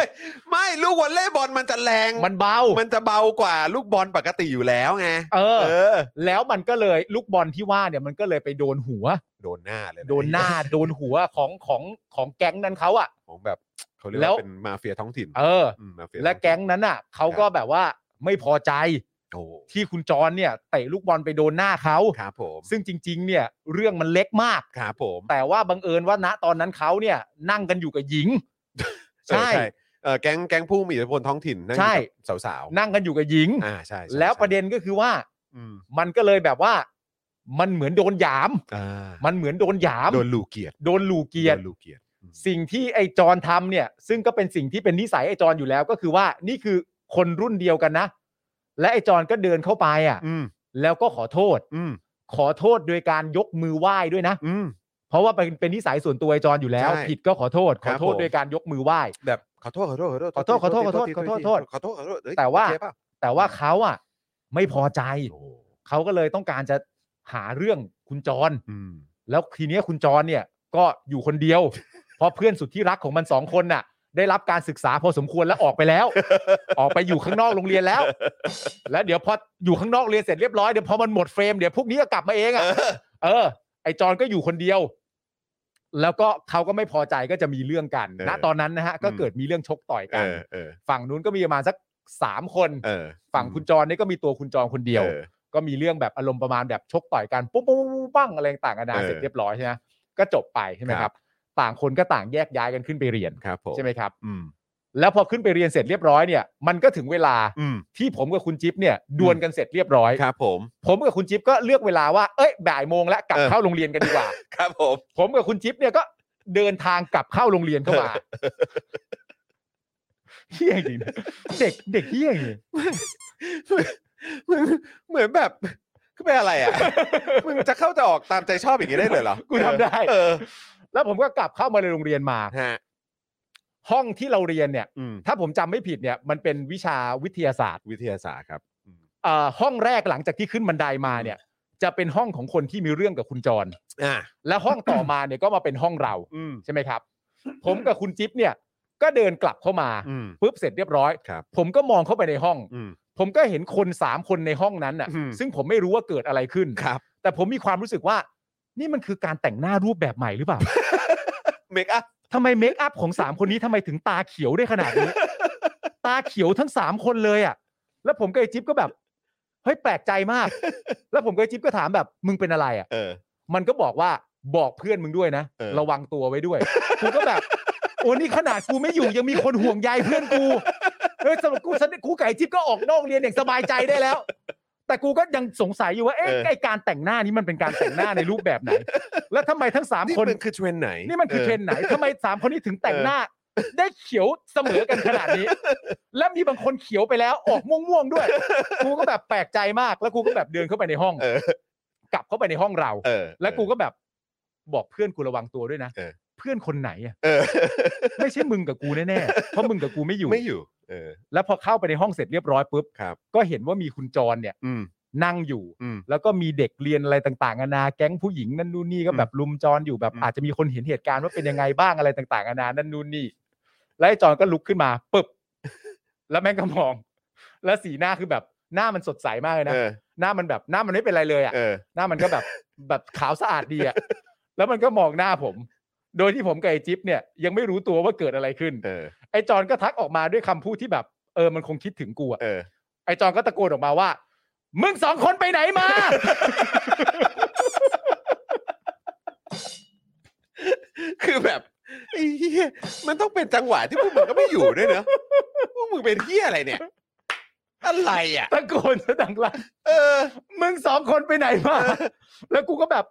Speaker 3: ไม่ลูกวอลเลย์บอลมันจะแรง
Speaker 4: มันเบา
Speaker 3: มันจะเบากว่าลูกบอลปกติอยู่แล้วไง
Speaker 4: เออ
Speaker 3: เออ
Speaker 4: แล้วมันก็เลยลูกบอลที่ว่าเนี่ยมันก็เลยไปโดนหัว
Speaker 3: โดนหน้าเลยะ
Speaker 4: โดนหน้า โดนหัวของของของแก๊งนั้นเขาอะ
Speaker 3: ของแบบเขาเรียก
Speaker 4: แล้ว
Speaker 3: ว่าเป็นมาเฟียท้องถิ่น
Speaker 4: เออ
Speaker 3: มมาเฟีย
Speaker 4: และ
Speaker 3: ท้องถิ่น
Speaker 4: แก๊งนั้นอ่ะเขาก็แบบว่าไม่พอใจ
Speaker 3: โอ้
Speaker 4: ที่คุณจรเนี่ยเตะลูกบอลไปโดนหน้าเขา
Speaker 3: ครับผม
Speaker 4: ซึ่งจริง ๆ เนี่ยเรื่องมันเล็กมาก
Speaker 3: ครับผม
Speaker 4: แต่ว่าบังเอิญว่าณตอนนั้นเขาเนี่ยนั่งกันอยู่กับหญิง
Speaker 3: เออ
Speaker 4: ใช่
Speaker 3: เออแก๊งแก๊งผู้มีอิทธิพลท้องถิ่นนั่งอ
Speaker 4: ใช่
Speaker 3: ยู่กับสาวๆ
Speaker 4: นั่งกันอยู่กับหญิง
Speaker 3: อ่าใช่ใช่
Speaker 4: แล้ว
Speaker 3: ใช่
Speaker 4: ประเด็นก็คือว่า
Speaker 3: อืม
Speaker 4: มันก็เลยแบบว่า มันเหมือนโดนหยาม
Speaker 3: อ่า
Speaker 4: มันเหมือนโดนหยาม
Speaker 3: โดนลูกเกียรติ
Speaker 4: โดนลูเกียรติ
Speaker 3: โดนลูกเกียรติอืม
Speaker 4: สิ่งที่ไอ้จอนทำเนี่ย ซึ่งก็เป็นสิ่งที่เป็นนิสัยไอ้จอนอยู่แล้วก็คือว่านี่คือคนรุ่นเดียวกันนะ และไอ้จอนก็เดินเข้าไปอ่ะ
Speaker 3: อืม
Speaker 4: แล้วก็ขอโทษ
Speaker 3: อืม
Speaker 4: ขอโทษโดยการยกมือไหว้ด้วยนะ
Speaker 3: อืม
Speaker 4: เพราะว่าเป็นเป็นนิสัยส่วนตัวไอ้จอนอยู่แล้ว
Speaker 3: ใช่
Speaker 4: ผิดก็ขอโทษ
Speaker 3: ค
Speaker 4: ข
Speaker 3: รั
Speaker 4: อบ โทษ
Speaker 3: ผม
Speaker 4: โดยการยกมือไหว้
Speaker 3: แบบขอโทษขอโทษขอโทษ
Speaker 4: ขอโทษขอโทษขอโทษขอโทษ
Speaker 3: ขอโทษขอโทษเฮ้ย
Speaker 4: แต่ว่า
Speaker 3: โอเคเปล่
Speaker 4: แต่ว่าเขาอ่ะ ไม่พอใจ
Speaker 3: โอ้
Speaker 4: เขาก็เลยต้องการจะ หาเรื่องคุณจร
Speaker 3: อืม
Speaker 4: แล้วทีเนี้ยคุณจรเนี่ยก็อยู่คนเดียว เพราะเพื่อนสุดที่รักของมันสองคนน่ะ ได้รับการศึกษาพอสมควรแล้วออกไปแล้ว ออกไปอยู่ข้างนอกโรงเรียนแล้ว แล้วเดี๋ยวพออยู่ข้างนอกเรียนเสร็จเรียบร้อยเดี๋ยวพอมันหมดเฟรมเดี๋ยวพวกนี้ก็กลับมาเองอ่ะ เออ ไอจอนก็อยู่คนเดียว แล้วก็เขาก็ไม่พอใจก็จะมีเรื่องกัน
Speaker 3: เออ
Speaker 4: ณตอนนั้นนะฮะ ก็
Speaker 3: อืม
Speaker 4: เกิดมีเรื่องชกต่อย
Speaker 3: เอ
Speaker 4: กัน
Speaker 3: อเออ
Speaker 4: ฝั่งนู้นก็มีประมาณสักสามคน
Speaker 3: เออ
Speaker 4: ฝั่งคุณจรเนี่ยก็มีตัวคุณจรคนเดียว
Speaker 3: ออ
Speaker 4: ก็มีเรื่องแบบอารมณ์ประมาณแบบชกต่อยกันปุ๊บปุ๊บปุ๊บปุ๊บปั้งอะไรต่างกันา
Speaker 3: เออ
Speaker 4: เสร็จเรียบร้อยใช่ไหมก็จบไปใช่ไหม
Speaker 3: ค
Speaker 4: ค
Speaker 3: รั
Speaker 4: รับ บ ต่างคนก็ต่างแยกย้ายกันขึ้นไปเรียน
Speaker 3: ครับผม
Speaker 4: ใช่ไหมครับ
Speaker 3: อืม
Speaker 4: แล้วพอขึ้นไปเรียนเสร็จเรียบร้อยเนี่ยมันก็ถึงเวลา
Speaker 3: อืม
Speaker 4: ที่ผมกับคุณจิ๊บเนี่ยดวลกันเสร็จเรียบร้อย
Speaker 3: ครับผม
Speaker 4: ผมกับคุณจิ๊บก็เลือกเวลาว่าเอ้ยบ่ายโมงแล้วกลับ
Speaker 3: เออ
Speaker 4: เข้าโรงเรียนกันดีกว่า
Speaker 3: ครับผม
Speaker 4: ผมกับคุณจิ๊บเนี่ยก็เดินทางกลับเข้าโรงเรียนเข้ามาเฮี้ยจริงนะเด็กเด็กเฮี้ยจริง
Speaker 3: เหมือนเหมือนแบบคือเป็นอะไร อ่ะ มึงจะเข้าจะออกตามใจชอบอย่างนี้ได้เลยเหรอ
Speaker 4: กูทำได้
Speaker 3: เออ
Speaker 4: แล้วผมก็กลับเข้ามาในโรงเรียนมา
Speaker 3: ฮะ
Speaker 4: ห้องที่เราเรียนเนี่ย
Speaker 3: อืม
Speaker 4: ถ้าผมจำไม่ผิดเนี่ยมันเป็นวิชาวิทยาศาสตร์
Speaker 3: วิทยาศาสตร์ครับอืม
Speaker 4: เอ่อห้องแรกหลังจากที่ขึ้นบันไดมาเนี่ย จะเป็นห้องของคนที่มีเรื่องกับคุณจร
Speaker 3: อ่ะ
Speaker 4: และห้องต่อมาเนี่ยก็มาเป็นห้องเรา
Speaker 3: อืม
Speaker 4: ใช่ไหมครับ ผมกับคุณจิ๊บเนี่ยก็เดินกลับเข้ามา
Speaker 3: อืม
Speaker 4: ปุ๊บเสร็จเรียบร้อย
Speaker 3: ครับ
Speaker 4: ผมก็มองเข้าไปในห้อง
Speaker 3: อืม
Speaker 4: ผมก็เห็นคนสามคนในห้องนั้นน่ะ
Speaker 3: อืม
Speaker 4: ซึ่งผมไม่รู้ว่าเกิดอะไรขึ้น
Speaker 3: ครับ
Speaker 4: แต่ผมมีความรู้สึกว่า นี่มันคือการแต่งหน้ารูปแบบใหม่หรือเปล่า
Speaker 3: เมคอัพ
Speaker 4: ทำไมเมคอัพของสามคนนี้ทำไมถึงตาเขียวได้ขนาดนี้ ตาเขียวทั้งสามคนเลยอ่ะ แล้วผมกับไอจิ๊บก็แบบเฮ้ยแปลกใจมาก แล้วผมกับไอจิ๊บก็ถามแบบมึงเป็นอะไรอ่ะ
Speaker 3: เออ
Speaker 4: มันก็บอกว่าบอกเพื่อนมึงด้วยนะ
Speaker 3: เออ
Speaker 4: ระวังตัวไว้ด้วย กูก็แบบโอ้นี่ขนาดกูไม่อยู่ยังมีคนห่วงใยเพื่อนกูเออสำหรับกูสนิทกูไก่จิ๊บก็ออกนอกเรียนอย่างสบายใจได้แล้ว แต่กูก็ยังสงสัยอยู่ว่าเอ๊ะไอการแต่งหน้านี้มันเป็นการแต่งหน้าในรูปแบบไหน แล้วทำไมทั้งสาม
Speaker 3: นี่
Speaker 4: คน
Speaker 3: มันคือเทรนด์ไหน
Speaker 4: นี่มันคือเทรนด์ไหนทำไมสามคนนี้ถึงแต่งหน้า ได้เขียวเสมอกันขนาดนี้ และมีบางคนเขียวไปแล้วออกม่วงๆด้วย กูก็แบบแปลกใจมาก แล้วกูก็แบบเดินเข้าไปในห้อง
Speaker 3: เออ
Speaker 4: กลับเข้าไปในห้องเรา
Speaker 3: เออ
Speaker 4: แล้วกูก็แบบบอกเพื่อนกูระวังตัวด้วยนะ
Speaker 3: เออ
Speaker 4: เพื่อนคนไหนอะ
Speaker 3: เออ
Speaker 4: ไม่ใช่มึงกับกูแน่ๆ เพราะมึงกับกูไม่อยู่
Speaker 3: ไม่อยู่ เออ
Speaker 4: แล้วพอเข้าไปในห้องเสร็จเรียบร้อยปุ๊บ
Speaker 3: ครับ
Speaker 4: ก็เห็นว่ามีคุณจรเนี่ย
Speaker 3: อืม
Speaker 4: นั่งอยู่
Speaker 3: อืม
Speaker 4: แล้วก็มีเด็กเรียนอะไรต่างๆนานาแก๊งผู้หญิงนั่นนู่นนี่ก็แบบลุมจอนอยู่แบบ
Speaker 3: อืม
Speaker 4: อาจจะมีคนเห็นเหตุการณ์ว่าเป็นยังไงบ้างอะไรต่างๆนานานั่นนู่นนี่แล้วไอ้จอนก็ลุกขึ้นมาปึบแล้วแม่งก็มอง แล้วสีหน้าคือแบบหน้ามันสดใสมากเลยนะ
Speaker 3: เออ
Speaker 4: หน้ามันแบบหน้ามันไม่เป็นไรเลยอ่ะ
Speaker 3: เออ
Speaker 4: หน้ามันก็แบบ แบบขาวสะอาดดีอ่ะแล้วมันก็มองหน้าผม โดยที่ผมกับไอ้จิ๊บเนี่ยยังไม่รู้ตัวว่าเกิดอะไรขึ้น
Speaker 3: เออ
Speaker 4: ไอ้จอนก็ทักออกมาด้วยคำพูดที่แบบเออมันคงคิดถึงกูอ่ะ
Speaker 3: เออ
Speaker 4: ไอจอนก็ตะโกนออกมาว่า มึงสองคนไปไหน มา
Speaker 3: คือแบบไอ้เหี้ยมันต้องเป็นจังหวะที่พวกมึงก็ไม่อยู่ด้วยเนอะพวกมึงเป็นเหี้ยอะไรเนี่ย อะไรอ่ะ
Speaker 4: ตะโกนดังลั่น
Speaker 3: เออ
Speaker 4: มึงสองคนไปไหนมา แล้วกูก็แบบ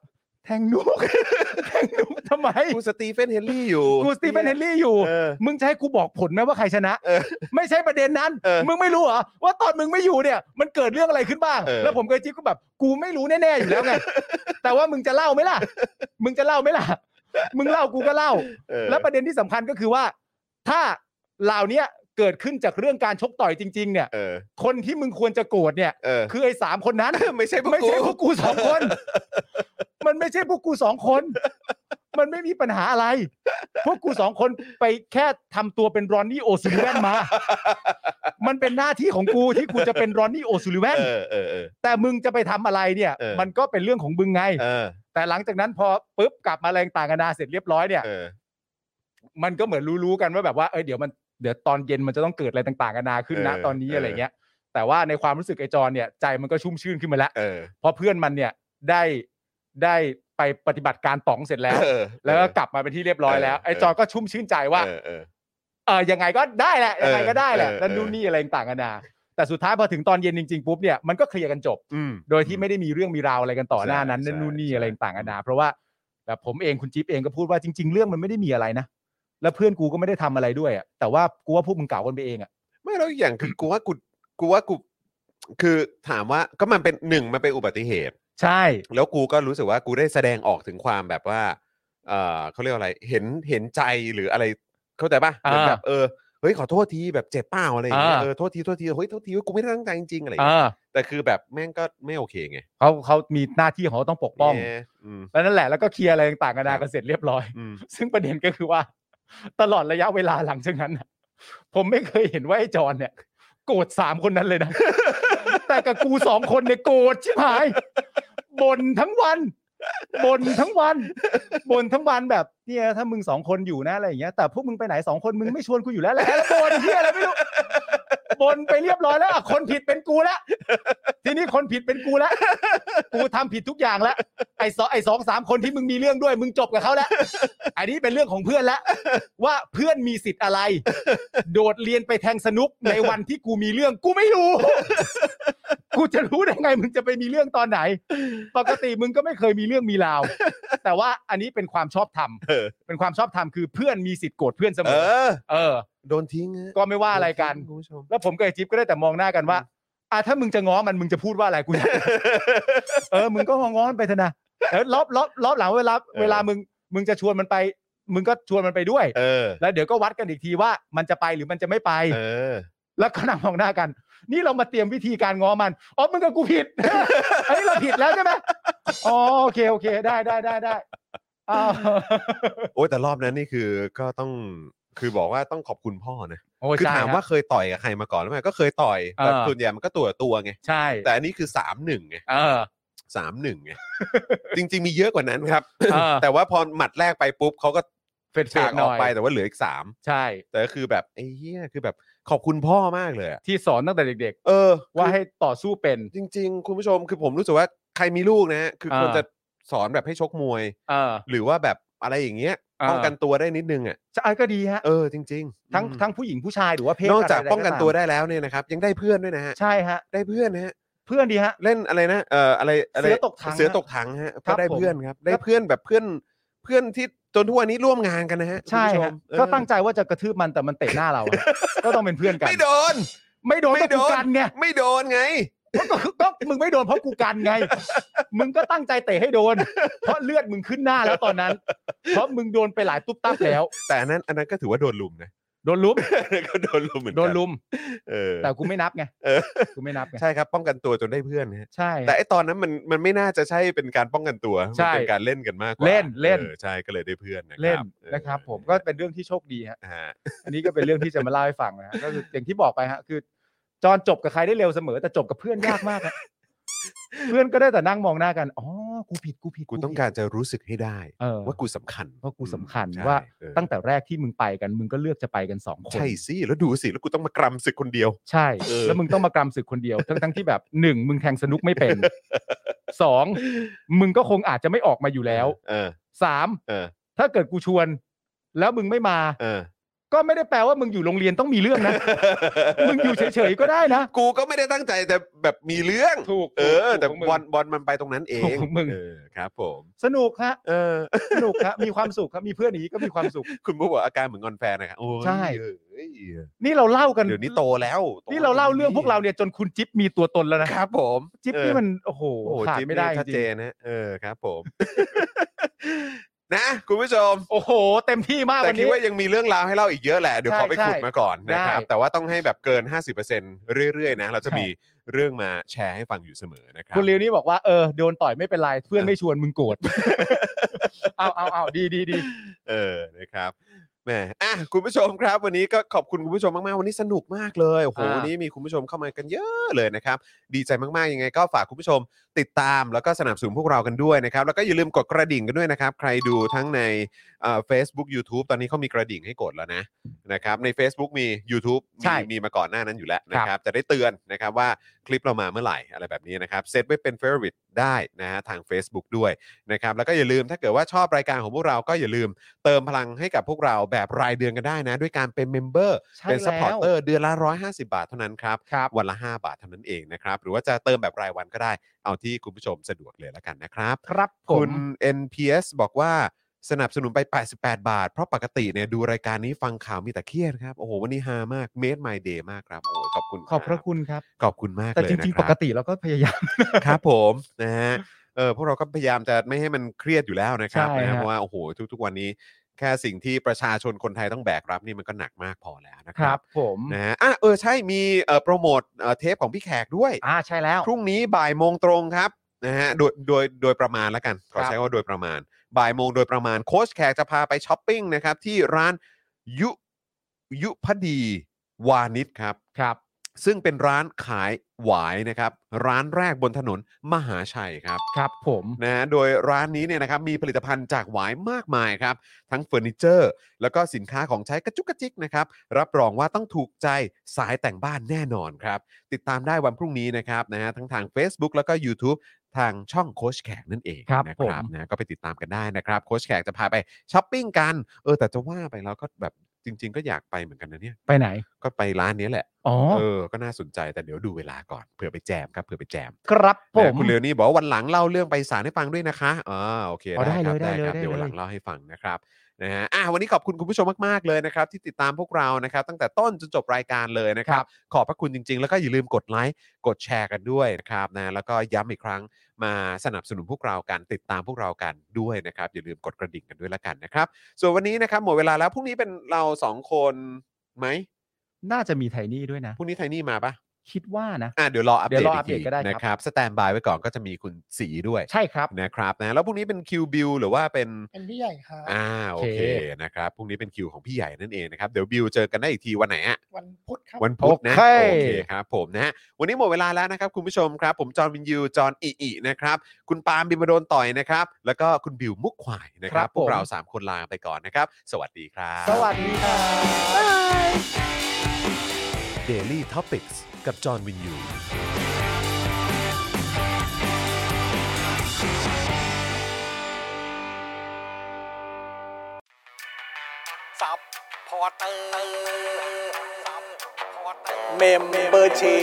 Speaker 4: แทงนุก แทงนุกทำไม
Speaker 3: กูสตีเฟนเฮนรี่อยู่
Speaker 4: กูสตีเฟนเฮนรี่อยู่
Speaker 3: เออ
Speaker 4: มึงจะให้กูบอกผลไหมว่าใครชนะ
Speaker 3: เออ
Speaker 4: ไม่ใช่ประเด็นนั้น
Speaker 3: เออ
Speaker 4: มึงไม่รู้เหรอว่าตอนมึงไม่อยู่เนี่ย มันเกิดเรื่องอะไรขึ้นบ้าง
Speaker 3: เออ
Speaker 4: แล้วผมกับจิ๊บก็แบบ กูไม่รู้แน่ๆอยู่แล้วไง แต่ว่ามึงจะเล่าไหมล่ะ มึงจะเล่าไหมล่ะ มึงเล่ากูก็เล่า
Speaker 3: เออ
Speaker 4: และประเด็นที่สำคัญก็คือว่า ถ้าเหล่าเนี้ยเกิดขึ้นจากเรื่องการชกต่อยจริง ๆ เนี่ย
Speaker 3: เออ
Speaker 4: คนที่มึงควรจะโกรธเนี่ย
Speaker 3: เออ
Speaker 4: คือไอ้สามคนนั้น
Speaker 3: ไม่ใช่พวก
Speaker 4: ไม่
Speaker 3: กู
Speaker 4: ใช่พวกกูสองคน มันไม่ใช่พวกกูสองคน มันไม่มีปัญหาอะไร พวกกูสองคนไปแค่ทำตัวเป็นรอนนี่โอซูลิแวนมา มันเป็นหน้าที่ของกูที่กูจะเป็นรอนนี่โอซูลิแวน
Speaker 3: เออเออเออ
Speaker 4: แต่มึงจะไปทำอะไรเนี่ย
Speaker 3: เออ
Speaker 4: มันก็เป็นเรื่องของมึงไง
Speaker 3: เออ
Speaker 4: แต่หลังจากนั้นพอปุ๊บกลับมาแรงต่างกันานาเสร็จเรียบร้อยเนี่ย
Speaker 3: เออ
Speaker 4: มันก็เหมือนรู้ๆกันว่าแบบว่าเอ้ยเดี๋ยวมันเดี๋ยวตอนเย็นมันจะต้องเกิดอะไรต่างๆกันานาขึ้นนะ
Speaker 3: เออ
Speaker 4: ตอนนี้
Speaker 3: เอออ
Speaker 4: อะไรเงี้ย แต่ว่าในความรู้สึกไอ้จอนเนี่ยใจมันก็ชุ่มชื่นขึ้นมาแล้ว
Speaker 3: เออ
Speaker 4: เพราะเพื่อนมันเนี่ยได้ได้ไปปฏิบัติการต๋องเสร็จแล้ว
Speaker 3: เออ
Speaker 4: แล้วก็กลับมาเป็นที่เรียบร้อยแล้ว
Speaker 3: เออ
Speaker 4: ไอ้จอนก็ชุ่มชื่นใจว่า
Speaker 3: เออเออ
Speaker 4: เออยังไงก็ได้แหละยังไงก็ได้แหละ
Speaker 3: เออเออ
Speaker 4: นั่นนู่นนี่อะไรต่างกันานาแต่สุดท้ายพอถึงตอนเย็นจริงๆปุ๊บเนี่ยมันก็เคลียร์กันจบ
Speaker 3: อืม
Speaker 4: โดยที่ไม่ได้มีเรื่องมีราวอะไรกันต่อหน้านั้น
Speaker 3: ใช่
Speaker 4: นั่นนู่นนี่
Speaker 3: ใช่
Speaker 4: อะไรต่างกันานา
Speaker 3: อืม
Speaker 4: เพราะว่าแบบผมเองคุณจิ๊บเองก็พูดว่าจริง ๆ เรื่องมันไม่ได้มีอะไรนะแล้วเพื่อนกูก็ไม่ได้ทำอะไรด้วยอะแต่ว่ากูว่าพวกมึงเก่ากันไปเองอ่ะ
Speaker 3: ไม่แล้วอีกอย่างคือกูว่ากูกูว่ากูคือถามว่าก็มันเป็นหนึ่งมันเป็นอุบัติเหตุ
Speaker 4: ใช่
Speaker 3: แล้วกูก็รู้สึกว่ากูได้แสดงออกถึงความแบบว่า เออเขาเรียกว่าอะไร เห็นเห็นใจหรืออะไรเข้าใจป่ะเหมือน
Speaker 4: อ่า
Speaker 3: แบบเออ เฮ้ยขอโทษทีแบบเจ็บเปล่าอะไรอย่างเงี้ย
Speaker 4: อ่า
Speaker 3: เออโทษทีโทษทีเฮ้ยโทษทีว่ากูไม่ได้ตั้งใจจริงๆอะไรอย่าง
Speaker 4: อ่า
Speaker 3: เงี้ยแต่คือแบบแม่งก็ไม่โอเคไง
Speaker 4: เขาเขามีหน้าที่ของเขาต้องปกป้อง
Speaker 3: แย่อืม
Speaker 4: แล้วนั่นแหละแล้วก็เคลียร์อะไรต่างๆกั
Speaker 3: ค
Speaker 4: นา
Speaker 3: รั
Speaker 4: นา
Speaker 3: บ
Speaker 4: กันเสร็จเรียบร้อย
Speaker 3: อืม
Speaker 4: ซึ่งประเด็นก็คือว่า ตลอดระยะเวลาหลังจากนั้นน่ะผมไม่เคยเห็นว่าไอ้จอนเนี่ย โกรธสามคนนั้นเลยนะ แต่กับกูสองคนเนี่ยโกรธชิบหายบ่นทั้งวันบ่นทั้งวันบ่นทั้งวันแบบเนี่ยถ้ามึงสองคนอยู่นะอะไรอย่างเงี้ยแต่พวกมึงไปไหนสองคนมึงไม่ชวนกูอยู่แล้วแหละแล้วบ่นที่อะไรไม่รู้บ่นไปเรียบร้อยแล้วอ่ะคนผิดเป็นกูแล้วทีนี้คนผิดเป็นกูแล้วกูทำผิดทุกอย่างแล้วไอ้สองไอ้สองสามคนที่มึงมีเรื่องด้วย มึงจบกับเขาแล้ว อันนี้เป็นเรื่องของเพื่อนละ ว่าเพื่อนมีสิทธิ์อะไร โดดเรียนไปแทงสนุกในวันที่กูมีเรื่องกูไม่รู้ กูจะรู้ได้ไง มึงจะไปมีเรื่องตอนไหน ปกติมึงก็ไม่เคยมีเรื่องมีราว แต่ว่าอันนี้เป็นความชอบธรรม
Speaker 3: เออ
Speaker 4: เป็นความชอบธรรมคือเพื่อนมีสิทธิ์โกรธเพื่อนเสม
Speaker 3: เอ
Speaker 4: อ
Speaker 3: อ
Speaker 4: เออ
Speaker 3: โดนทิ้งฮะ
Speaker 4: ก็ไม่ว่าอะไรกัน
Speaker 3: โดทิ้งคุณผู้ชม
Speaker 4: แล้วผมกับไอ้จิ๊บก็ได้แต่มองหน้ากันว่าอ่ะถ้ามึงจะง้อมันมึงจะพูดว่าอะไร กู เออ มึงก็ง้อๆมันไปเถอะนะเออรอบรอบรอบหลังเวลา
Speaker 3: เออ
Speaker 4: เวลามึง มึงจะชวนมันไป มึงก็ชวนมันไปด้วย
Speaker 3: เออ
Speaker 4: แล้วเดี๋ยวก็วัดกันอีกทีว่ามันจะไปหรือมันจะไม่ไป
Speaker 3: เออ
Speaker 4: แล้วก็นั่งมองหน้ากัน นี่เรามาเตรียมวิธีการง้อมัน อ๋อ มึงกับกูผิด อันนี้เราผิดแล้วใช่ไหมอ๋อ โอเค โอเค ได้ได้ได้ได้อ้าว
Speaker 3: โอ้ยแต่รอบนั้นนี่คือก็ต้องคือบอกว่าต้องขอบคุณพ่อนะ
Speaker 4: โอ้
Speaker 3: คือ
Speaker 4: ใช่
Speaker 3: ถาม
Speaker 4: รับ
Speaker 3: ว่าเคยต่อยกับใครมาก่อนหรือไม่ก็เคยต่อยแต่
Speaker 4: เออ
Speaker 3: ส่วนใหญ่มันก็ตัวต่อตัวไง
Speaker 4: ใช่
Speaker 3: แต่อันนี้คือสามหนึ่งไง
Speaker 4: เออ
Speaker 3: สามหนึ่งไงจริง ๆ มีเยอะกว่านั้นครับ
Speaker 4: เออ
Speaker 3: แต่ว่าพอหมัดแรกไปปุ๊บเขาก็
Speaker 4: เฟดเฟ
Speaker 3: ฉา
Speaker 4: ด
Speaker 3: ก
Speaker 4: ห
Speaker 3: อ
Speaker 4: น่
Speaker 3: อก
Speaker 4: อย
Speaker 3: ไปแต่ว่าเหลืออีกสาม
Speaker 4: ใช่
Speaker 3: แต่ก็คือแบบไอ้เหี้ยคือแบบขอบคุณพ่อมากเลยอะ
Speaker 4: ที่สอนตั้งแต่เด็ก
Speaker 3: เออ
Speaker 4: ๆ ว่าให้ต่อสู้เป็น
Speaker 3: จริง ๆ คุณผู้ชมคือผมรู้สึกว่าใครมีลูกนะฮะคือ
Speaker 4: เออ
Speaker 3: ควรจะสอนแบบให้ชกมวย
Speaker 4: เออ
Speaker 3: หรือว่าแบบอะไรอย่างเงี้ย
Speaker 4: เออ
Speaker 3: ป้องกันตัวได้นิดนึงอ่ะ
Speaker 4: จะอ่ะก็ดีฮะ
Speaker 3: เออจริง ๆ
Speaker 4: ทั้งทั้งผู้หญิงผู้ชายหรือว่าเพศ
Speaker 3: นอกจาก
Speaker 4: ะไรๆ
Speaker 3: ป้องกันตัว
Speaker 4: ตาม
Speaker 3: ได้แล้วเนี่ยนะครับยังได้เพื่อนด้วยนะฮะ
Speaker 4: ใช่ฮะ
Speaker 3: ได้เพื่อนนะฮะ
Speaker 4: เพื่อนดีฮะ
Speaker 3: เล่นอะไรนะเอ่ออะไรอะไร
Speaker 4: เสือตกถัง
Speaker 3: เสือตกถังฮะ
Speaker 4: ครั
Speaker 3: ก็
Speaker 4: บ
Speaker 3: ได้เพื่อน
Speaker 4: ผม
Speaker 3: ครับได้
Speaker 4: ครับ
Speaker 3: เพื่อนแบบเพื่อนเพื่อนที่จนทุกวันนี้ร่วมงานกันนะฮะ
Speaker 4: ใช่
Speaker 3: คุณผู้
Speaker 4: ฮะ
Speaker 3: มเออ
Speaker 4: ก็ตั้งใจว่าจะกระทืบมันแต่มันเตะหน้าเราอะ ก็ต้องเป็นเพื่อนกัน
Speaker 3: ไม่โดน
Speaker 4: ไม่โดน
Speaker 3: ไม่
Speaker 4: ก็
Speaker 3: โด
Speaker 4: กู
Speaker 3: น
Speaker 4: กันไง
Speaker 3: ไม่โดนไง
Speaker 4: ก็ก็มึงไม่โดนเพราะกูกันไง มึงก็ตั้งใจเตะให้โดน เพราะเลือดมึงขึ้นหน้าแล้วตอนนั้น เพราะมึงโดนไปหลายตุ๊บตับแล้ว
Speaker 3: แต่อันนั้นอันนั้นก็ถือว่าโดนลุมนะ
Speaker 4: โดนลุม
Speaker 3: ก็โดนลุมเหมือนกั
Speaker 4: โดนลุม
Speaker 3: เออ
Speaker 4: แต่กูไม่นับไง
Speaker 3: เออ
Speaker 4: กูไม่นับไง
Speaker 3: ใช่ครับป้องกันตัวจนได้เพื่อนนะฮะ
Speaker 4: ใช่
Speaker 3: แต่ไอตอนนั้นมันมันไม่น่าจะใช่เป็นการป้องกันตัวมัน
Speaker 4: ใช่
Speaker 3: เป็นการเล่นกันมากกว่า
Speaker 4: เล่นเล่น
Speaker 3: ออใช่ก็เลยได้เพื่อนนะครับ
Speaker 4: เล่น
Speaker 3: เออ
Speaker 4: นะครับ ผมก็เป็นเรื่องที่โชคดีฮะ
Speaker 3: ฮะ
Speaker 4: อันนี้ก็เป็นเรื่องที่จะมาเล่าให้ฟังนะฮะก็คืออย่างที่บอกไปฮะคือ จอนจบกับใครได้เร็วเสมอ แต่จบกับเพื่อนยากมากฮะเพื่อนก็ได้แต่นั่งมองหน้ากันอ๋อกูผิดกูผิด
Speaker 3: กูต้อง
Speaker 4: ผิด
Speaker 3: การจะรู้สึกให้ได้
Speaker 4: เออ
Speaker 3: ว่ากูสำคัญ
Speaker 4: ว่ากูสำคัญ
Speaker 3: ใช่
Speaker 4: ว่า
Speaker 3: เออ
Speaker 4: ตั้งแต่แรกที่มึงไปกัน มึงก็เลือกจะไปกันสองคน
Speaker 3: ใช่สิแล้วดูสิ แล้วกูต้องมากรำศึกคนเดียว
Speaker 4: ใช่
Speaker 3: เออ
Speaker 4: แล้วมึงต้องมากรำศึกคนเดียวทั้งทั้งที่แบบหนึ่งมึงแทงสนุกไม่ เป็นสองมึงก็คงอาจจะไม่ออกมาอยู่แล้ว
Speaker 3: เออ
Speaker 4: สาม
Speaker 3: เออ
Speaker 4: ถ้าเกิดกูชวน แล้วมึงไม่มา
Speaker 3: เออ
Speaker 4: ก็ไม่ได้แปลว่ามึงอยู่โรงเรียนต้องมีเรื่อง นะ มึงอยู่เฉยๆก็ได้นะ
Speaker 3: กูก็ไม่ได้ตั้งใจแต่แบบมีเรื่อง
Speaker 4: ถูก
Speaker 3: เออ
Speaker 4: ถูก
Speaker 3: แต่
Speaker 4: ของมึง
Speaker 3: บอลบอลมันไปตรงนั้นเอง
Speaker 4: ของมึง
Speaker 3: เออครับ ผม
Speaker 4: สนุกฮะ
Speaker 3: เออ
Speaker 4: สนุกครับมีความสุขครับมีเพื่อนอย่างนี้ก็มีความสุข
Speaker 3: คุณบุ๊กบอกอาการเหมือนงอนแฟนนะครับโอ้ย
Speaker 4: ใช่
Speaker 3: เอ้ย
Speaker 4: นี่เราเล่ากัน
Speaker 3: เดี๋ยวนี้โตแล้วโต
Speaker 4: นี่เราเล่าเรื่องพวกเราเนี่ยจนคุณจิ๊บมีตัวตนแล้วนะครับ
Speaker 3: ผม
Speaker 4: จิ๊บ
Speaker 3: เออ
Speaker 4: นี่มันโอ้โห
Speaker 3: โอ้โห
Speaker 4: ขาด
Speaker 3: จิ๊บ
Speaker 4: ไม่ได้
Speaker 3: นี่ชัด
Speaker 4: จริ
Speaker 3: เจ
Speaker 4: ง
Speaker 3: นนะเออครับ ผม นะ คุณผู้ชม
Speaker 4: ๆโอ้โห เต็มที่มาก
Speaker 3: แต่
Speaker 4: วั
Speaker 3: คิ
Speaker 4: น
Speaker 3: ด
Speaker 4: นี้
Speaker 3: ว่ายังมีเรื่องราวให้เล่าอีกเยอะแหละ เดี๋ยว
Speaker 4: ใช่
Speaker 3: ขอไปขุด
Speaker 4: ใช่
Speaker 3: มาก่อนนะครับ
Speaker 4: ได้
Speaker 3: แต่ว่าต้องให้แบบเกิน 50%เรื่อยๆนะ เราจะ
Speaker 4: ใช่
Speaker 3: มีเรื่องมาแชร์ให้ฟังอยู่เสมอนะครับ
Speaker 4: คุณเลียวนี่บอกว่าเออโดนต่อยไม่เป็นไร เพื่อนไม่ชวนมึงโกรธ เอาเอาเอาดีดีดี
Speaker 3: เออ นะครับ แหม อ่ะ คุณผู้ชมครับ วันนี้ก็ขอบคุณคุณผู้ชมมาก ๆ วันนี้สนุกมากเลย โอ้โห
Speaker 4: อ่า
Speaker 3: วันนี้มีคุณผู้ชมเข้ามากันเยอะเลยนะครับ ดีใจมาก ๆ ยังไงก็ฝากคุณผู้ชมติดตามแล้วก็สนับสนุนพวกเรากันด้วยนะครับ แล้วก็อย่าลืมกดกระดิ่งกันด้วยนะครับ ใครดูทั้งในเอ่อ Facebook YouTube ตอนนี้เขามีกระดิ่งให้กดแล้วนะ นะครับ ใน Facebook มี YouTube
Speaker 4: ใช่
Speaker 3: มีมีมาก่อนหน้านั้นอยู่แล้วนะค
Speaker 4: ครั
Speaker 3: รับ
Speaker 4: บ
Speaker 3: จะได้เตือนนะครับว่าคลิปเรามาเมื่อไหร่อะไรแบบนี้นะครับ เซตไว้เป็น favorite ได้นะฮะทาง Facebook ด้วยนะครับ แล้วก็อย่าลืมถ้าเกิดว่าชอบรายการของพวกเราก็อย่าลืม เติมพลังให้กับพวกเราแบบรายเดือนกันได้นะ ด้วยการเป็นเมมเบอร์
Speaker 4: ใช่
Speaker 3: เป็น
Speaker 4: แล้ว
Speaker 3: สปอร์เตอร์เดือนละ 150 บาทเท่านั้นครับ
Speaker 4: ครับ
Speaker 3: วันละ 5 บาทเท่านั้นเองนะครับ หรือว่าจะเติมแบบรายวันก็ได้ เอาที่คุณผู้ชมสะดวกเลยละกันนะครับ
Speaker 4: ครับผ
Speaker 3: คุ
Speaker 4: ม
Speaker 3: ณ NPS บอกว่าสนับสนุนไป 88 บาท เพราะปกติเนี่ยดูรายการนี้ฟังข่าวมีแต่เครียดครับ โอ้โห วันนี้ฮามาก made my day มากครับ โอ้ยขอบคุณ
Speaker 4: ขอบพระคุณครับ
Speaker 3: ขอบคุณมาก
Speaker 4: แต่
Speaker 3: เลย
Speaker 4: จ
Speaker 3: นะ
Speaker 4: ริง
Speaker 3: ค
Speaker 4: ๆ ป
Speaker 3: รับ
Speaker 4: กติเราก็พยายาม
Speaker 3: ครับผม นะฮะเออพวกเราก็พยายามจะไม่ให้มันเครียดอยู่แล้วนะครับ
Speaker 4: ใช่
Speaker 3: นะฮะ
Speaker 4: ฮะ
Speaker 3: เพราะว่าโอ้โหทุกๆวันนี้ ค่สิ่งที่ประชาชนคนไทยต้องแบกรับนี่มันก็หนักมากพอแล้วนะ
Speaker 4: ค
Speaker 3: ครั
Speaker 4: รั
Speaker 3: บบ
Speaker 4: ผม
Speaker 3: นะฮะอ่ะเออใช่มีเอ่อโปรโมทเอ่อเทปของพี่แขกด้วย
Speaker 4: อ่าใช่แล้ว
Speaker 3: พรุ่งนี้บ่ายโมงตรงครับนะฮะโดยโดยโดยประมาณแล้วกันขอ
Speaker 4: ครับ
Speaker 3: ใช้คำว่าโดยประมาณ บ่ายโมงโดยประมาณโค้ชแขกจะพาไปช้อปปิ้งนะครับ ที่ร้านยุยุพดีวานิชครับ
Speaker 4: ครับ
Speaker 3: ซึ่งเป็นร้านขายหวายนะครับ ร้านแรกบนถนนมหาชัยครับ
Speaker 4: ครับผม
Speaker 3: นะฮะโดยร้านนี้เนี่ยนะครับมีผลิตภัณฑ์จากหวายมากมายครับ ทั้งเฟอร์นิเจอร์ แล้วก็สินค้าของใช้กระจุกกระจิกนะครับ รับรองว่าต้องถูกใจสายแต่งบ้านแน่นอนครับ ติดตามได้วันพรุ่งนี้นะครับนะฮะทั้งทาง Facebook แล้วก็ YouTube ทางช่องโคชแขกนั่นเองนะนะก็ไปติดตามกันได้นะครับโคชแขกจะพาไปช้อปปิ้งกัน เออแต่จะว่าไปแล้วก็แบบจริง ๆ ก็อยากไปเหมือนกันนะเนี่ย
Speaker 4: ไปไหน
Speaker 3: ก็ไปร้านนี้แหละ
Speaker 4: อ๋อ
Speaker 3: เออก็น่าสนใจแต่เดี๋ยวดูเวลาก่อนเผื่อไปแจมครับเผื่อไปแจม
Speaker 4: ครับผ
Speaker 3: นะ
Speaker 4: ม
Speaker 3: คุณเรือนี่บอกว่าวันหลังเล่าเรื่องไปศาลให้ฟังด้วยนะคะอ่าโอเค
Speaker 4: อ๋อได้
Speaker 3: ครับ
Speaker 4: เลยได้
Speaker 3: ครับ
Speaker 4: เลยได้
Speaker 3: เดี๋ยววันหลัง
Speaker 4: เลย
Speaker 3: เล่าให้ฟังนะครับนะฮะอ่ะวันนี้ขอบคุณคุณผู้ชมมากๆเลยนะครับ ที่ติดตามพวกเรานะครับ ตั้งแต่ต้นจนจบรายการเลยนะครับ ขอบพระคุณจริง ๆ แล้วก็อย่าลืมกดไลค์กดแชร์กันด้วยนะครับนะแล้วก็ย้ำอีกครั้งมาสนับสนุนพวกเรากันติดตามพวกเรากันด้วยนะครับ อย่าลืมกดกระดิ่งกันด้วยละกันนะครับ ส่วนวันนี้นะครับหมดเวลาแล้วพรุ่งนี้เป็นเราสองคนไหม
Speaker 4: น่าจะมีไทนี่ด้วยนะ
Speaker 3: พรุ่งนี้ไทนี่มาปะ
Speaker 4: คิดว่านะ
Speaker 3: อ่ะเดี๋ยวรออัป
Speaker 4: เดี๋
Speaker 3: เด
Speaker 4: ย
Speaker 3: ต
Speaker 4: วรออั
Speaker 3: อีก
Speaker 4: ป
Speaker 3: ที
Speaker 4: เดตก็ได้ครับ
Speaker 3: นะครับสแตนบายไว้ก่อนก็จะมีคุณสีด้วย
Speaker 4: ใช่ครับ
Speaker 3: นะครับนะแล้วพรุ่งนี้เป็นคิวบิวหรือว่าเป็น
Speaker 5: เป็นพี่ใหญ่ครับ
Speaker 3: อ่าโอ
Speaker 4: โอ
Speaker 3: เค
Speaker 4: เค
Speaker 3: นะครับพรุ่งนี้เป็นคิวของพี่ใหญ่นั่นเองนะครับเดี๋ยวบิวเจอกันได้อีกทีวันไหนอะ
Speaker 5: วันพุธครับ
Speaker 3: วันพุธนะ
Speaker 4: โอเค
Speaker 3: โอเคครับผมนะฮะวันนี้หมดเวลาแล้วนะครับคุณผู้ชมครับ ผมจอห์นวินยูจอห์นอิอินะครับคุณปาล์มบิมาโดนต่อยนะครับแล้วก็คุณบิวมุกขวายนะครับพวกเราสามคนลาไปก่อนนะครับสวัสดีครับ
Speaker 4: สวัสดีครับ
Speaker 2: Daily Topics กับจอห์นวินยู
Speaker 9: ซับพอร์เตอร์ซับพอร์เตอร์
Speaker 1: เมมเบอร์ชี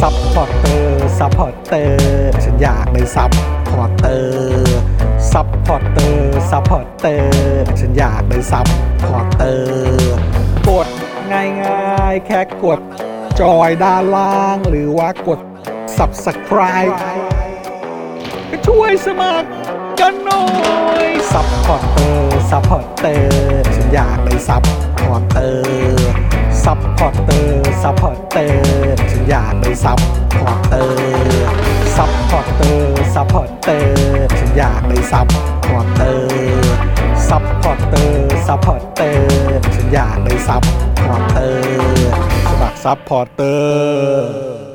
Speaker 1: ซัพพอร์เตอร์ซัพพอร์เตอร์ฉันอยากเป็นซัพพอร์เตอร์ซัพพอร์เตอร์ซัพพอร์เตอร์ฉันอยากเป็นซัพพอร์เตอร์กดง่ายง่ายๆ แค่กดจอยด้านล่าง หรือว่ากด subscribe ก็ช่วยสมัคร กันหน่อยซัพพอร์เตอร์ซัพพอร์เตอร์ฉันอยากเป็นซัพพอร์เตอร์ซัพพอร์เตอร์ซัพพอร์เตอร์ฉันอยากเป็นซัพพอร์เตอร์ซัพพอร์เตอร์ซัพพอร์เตอร์ฉันอยากเป็นซัพพอร์เตอร์ซัพพอร์เตอร์ซัพพอร์เตอร์ฉันอยากเป็นซัพพอร์เตอร์สมัครซัพพอร์เตอร์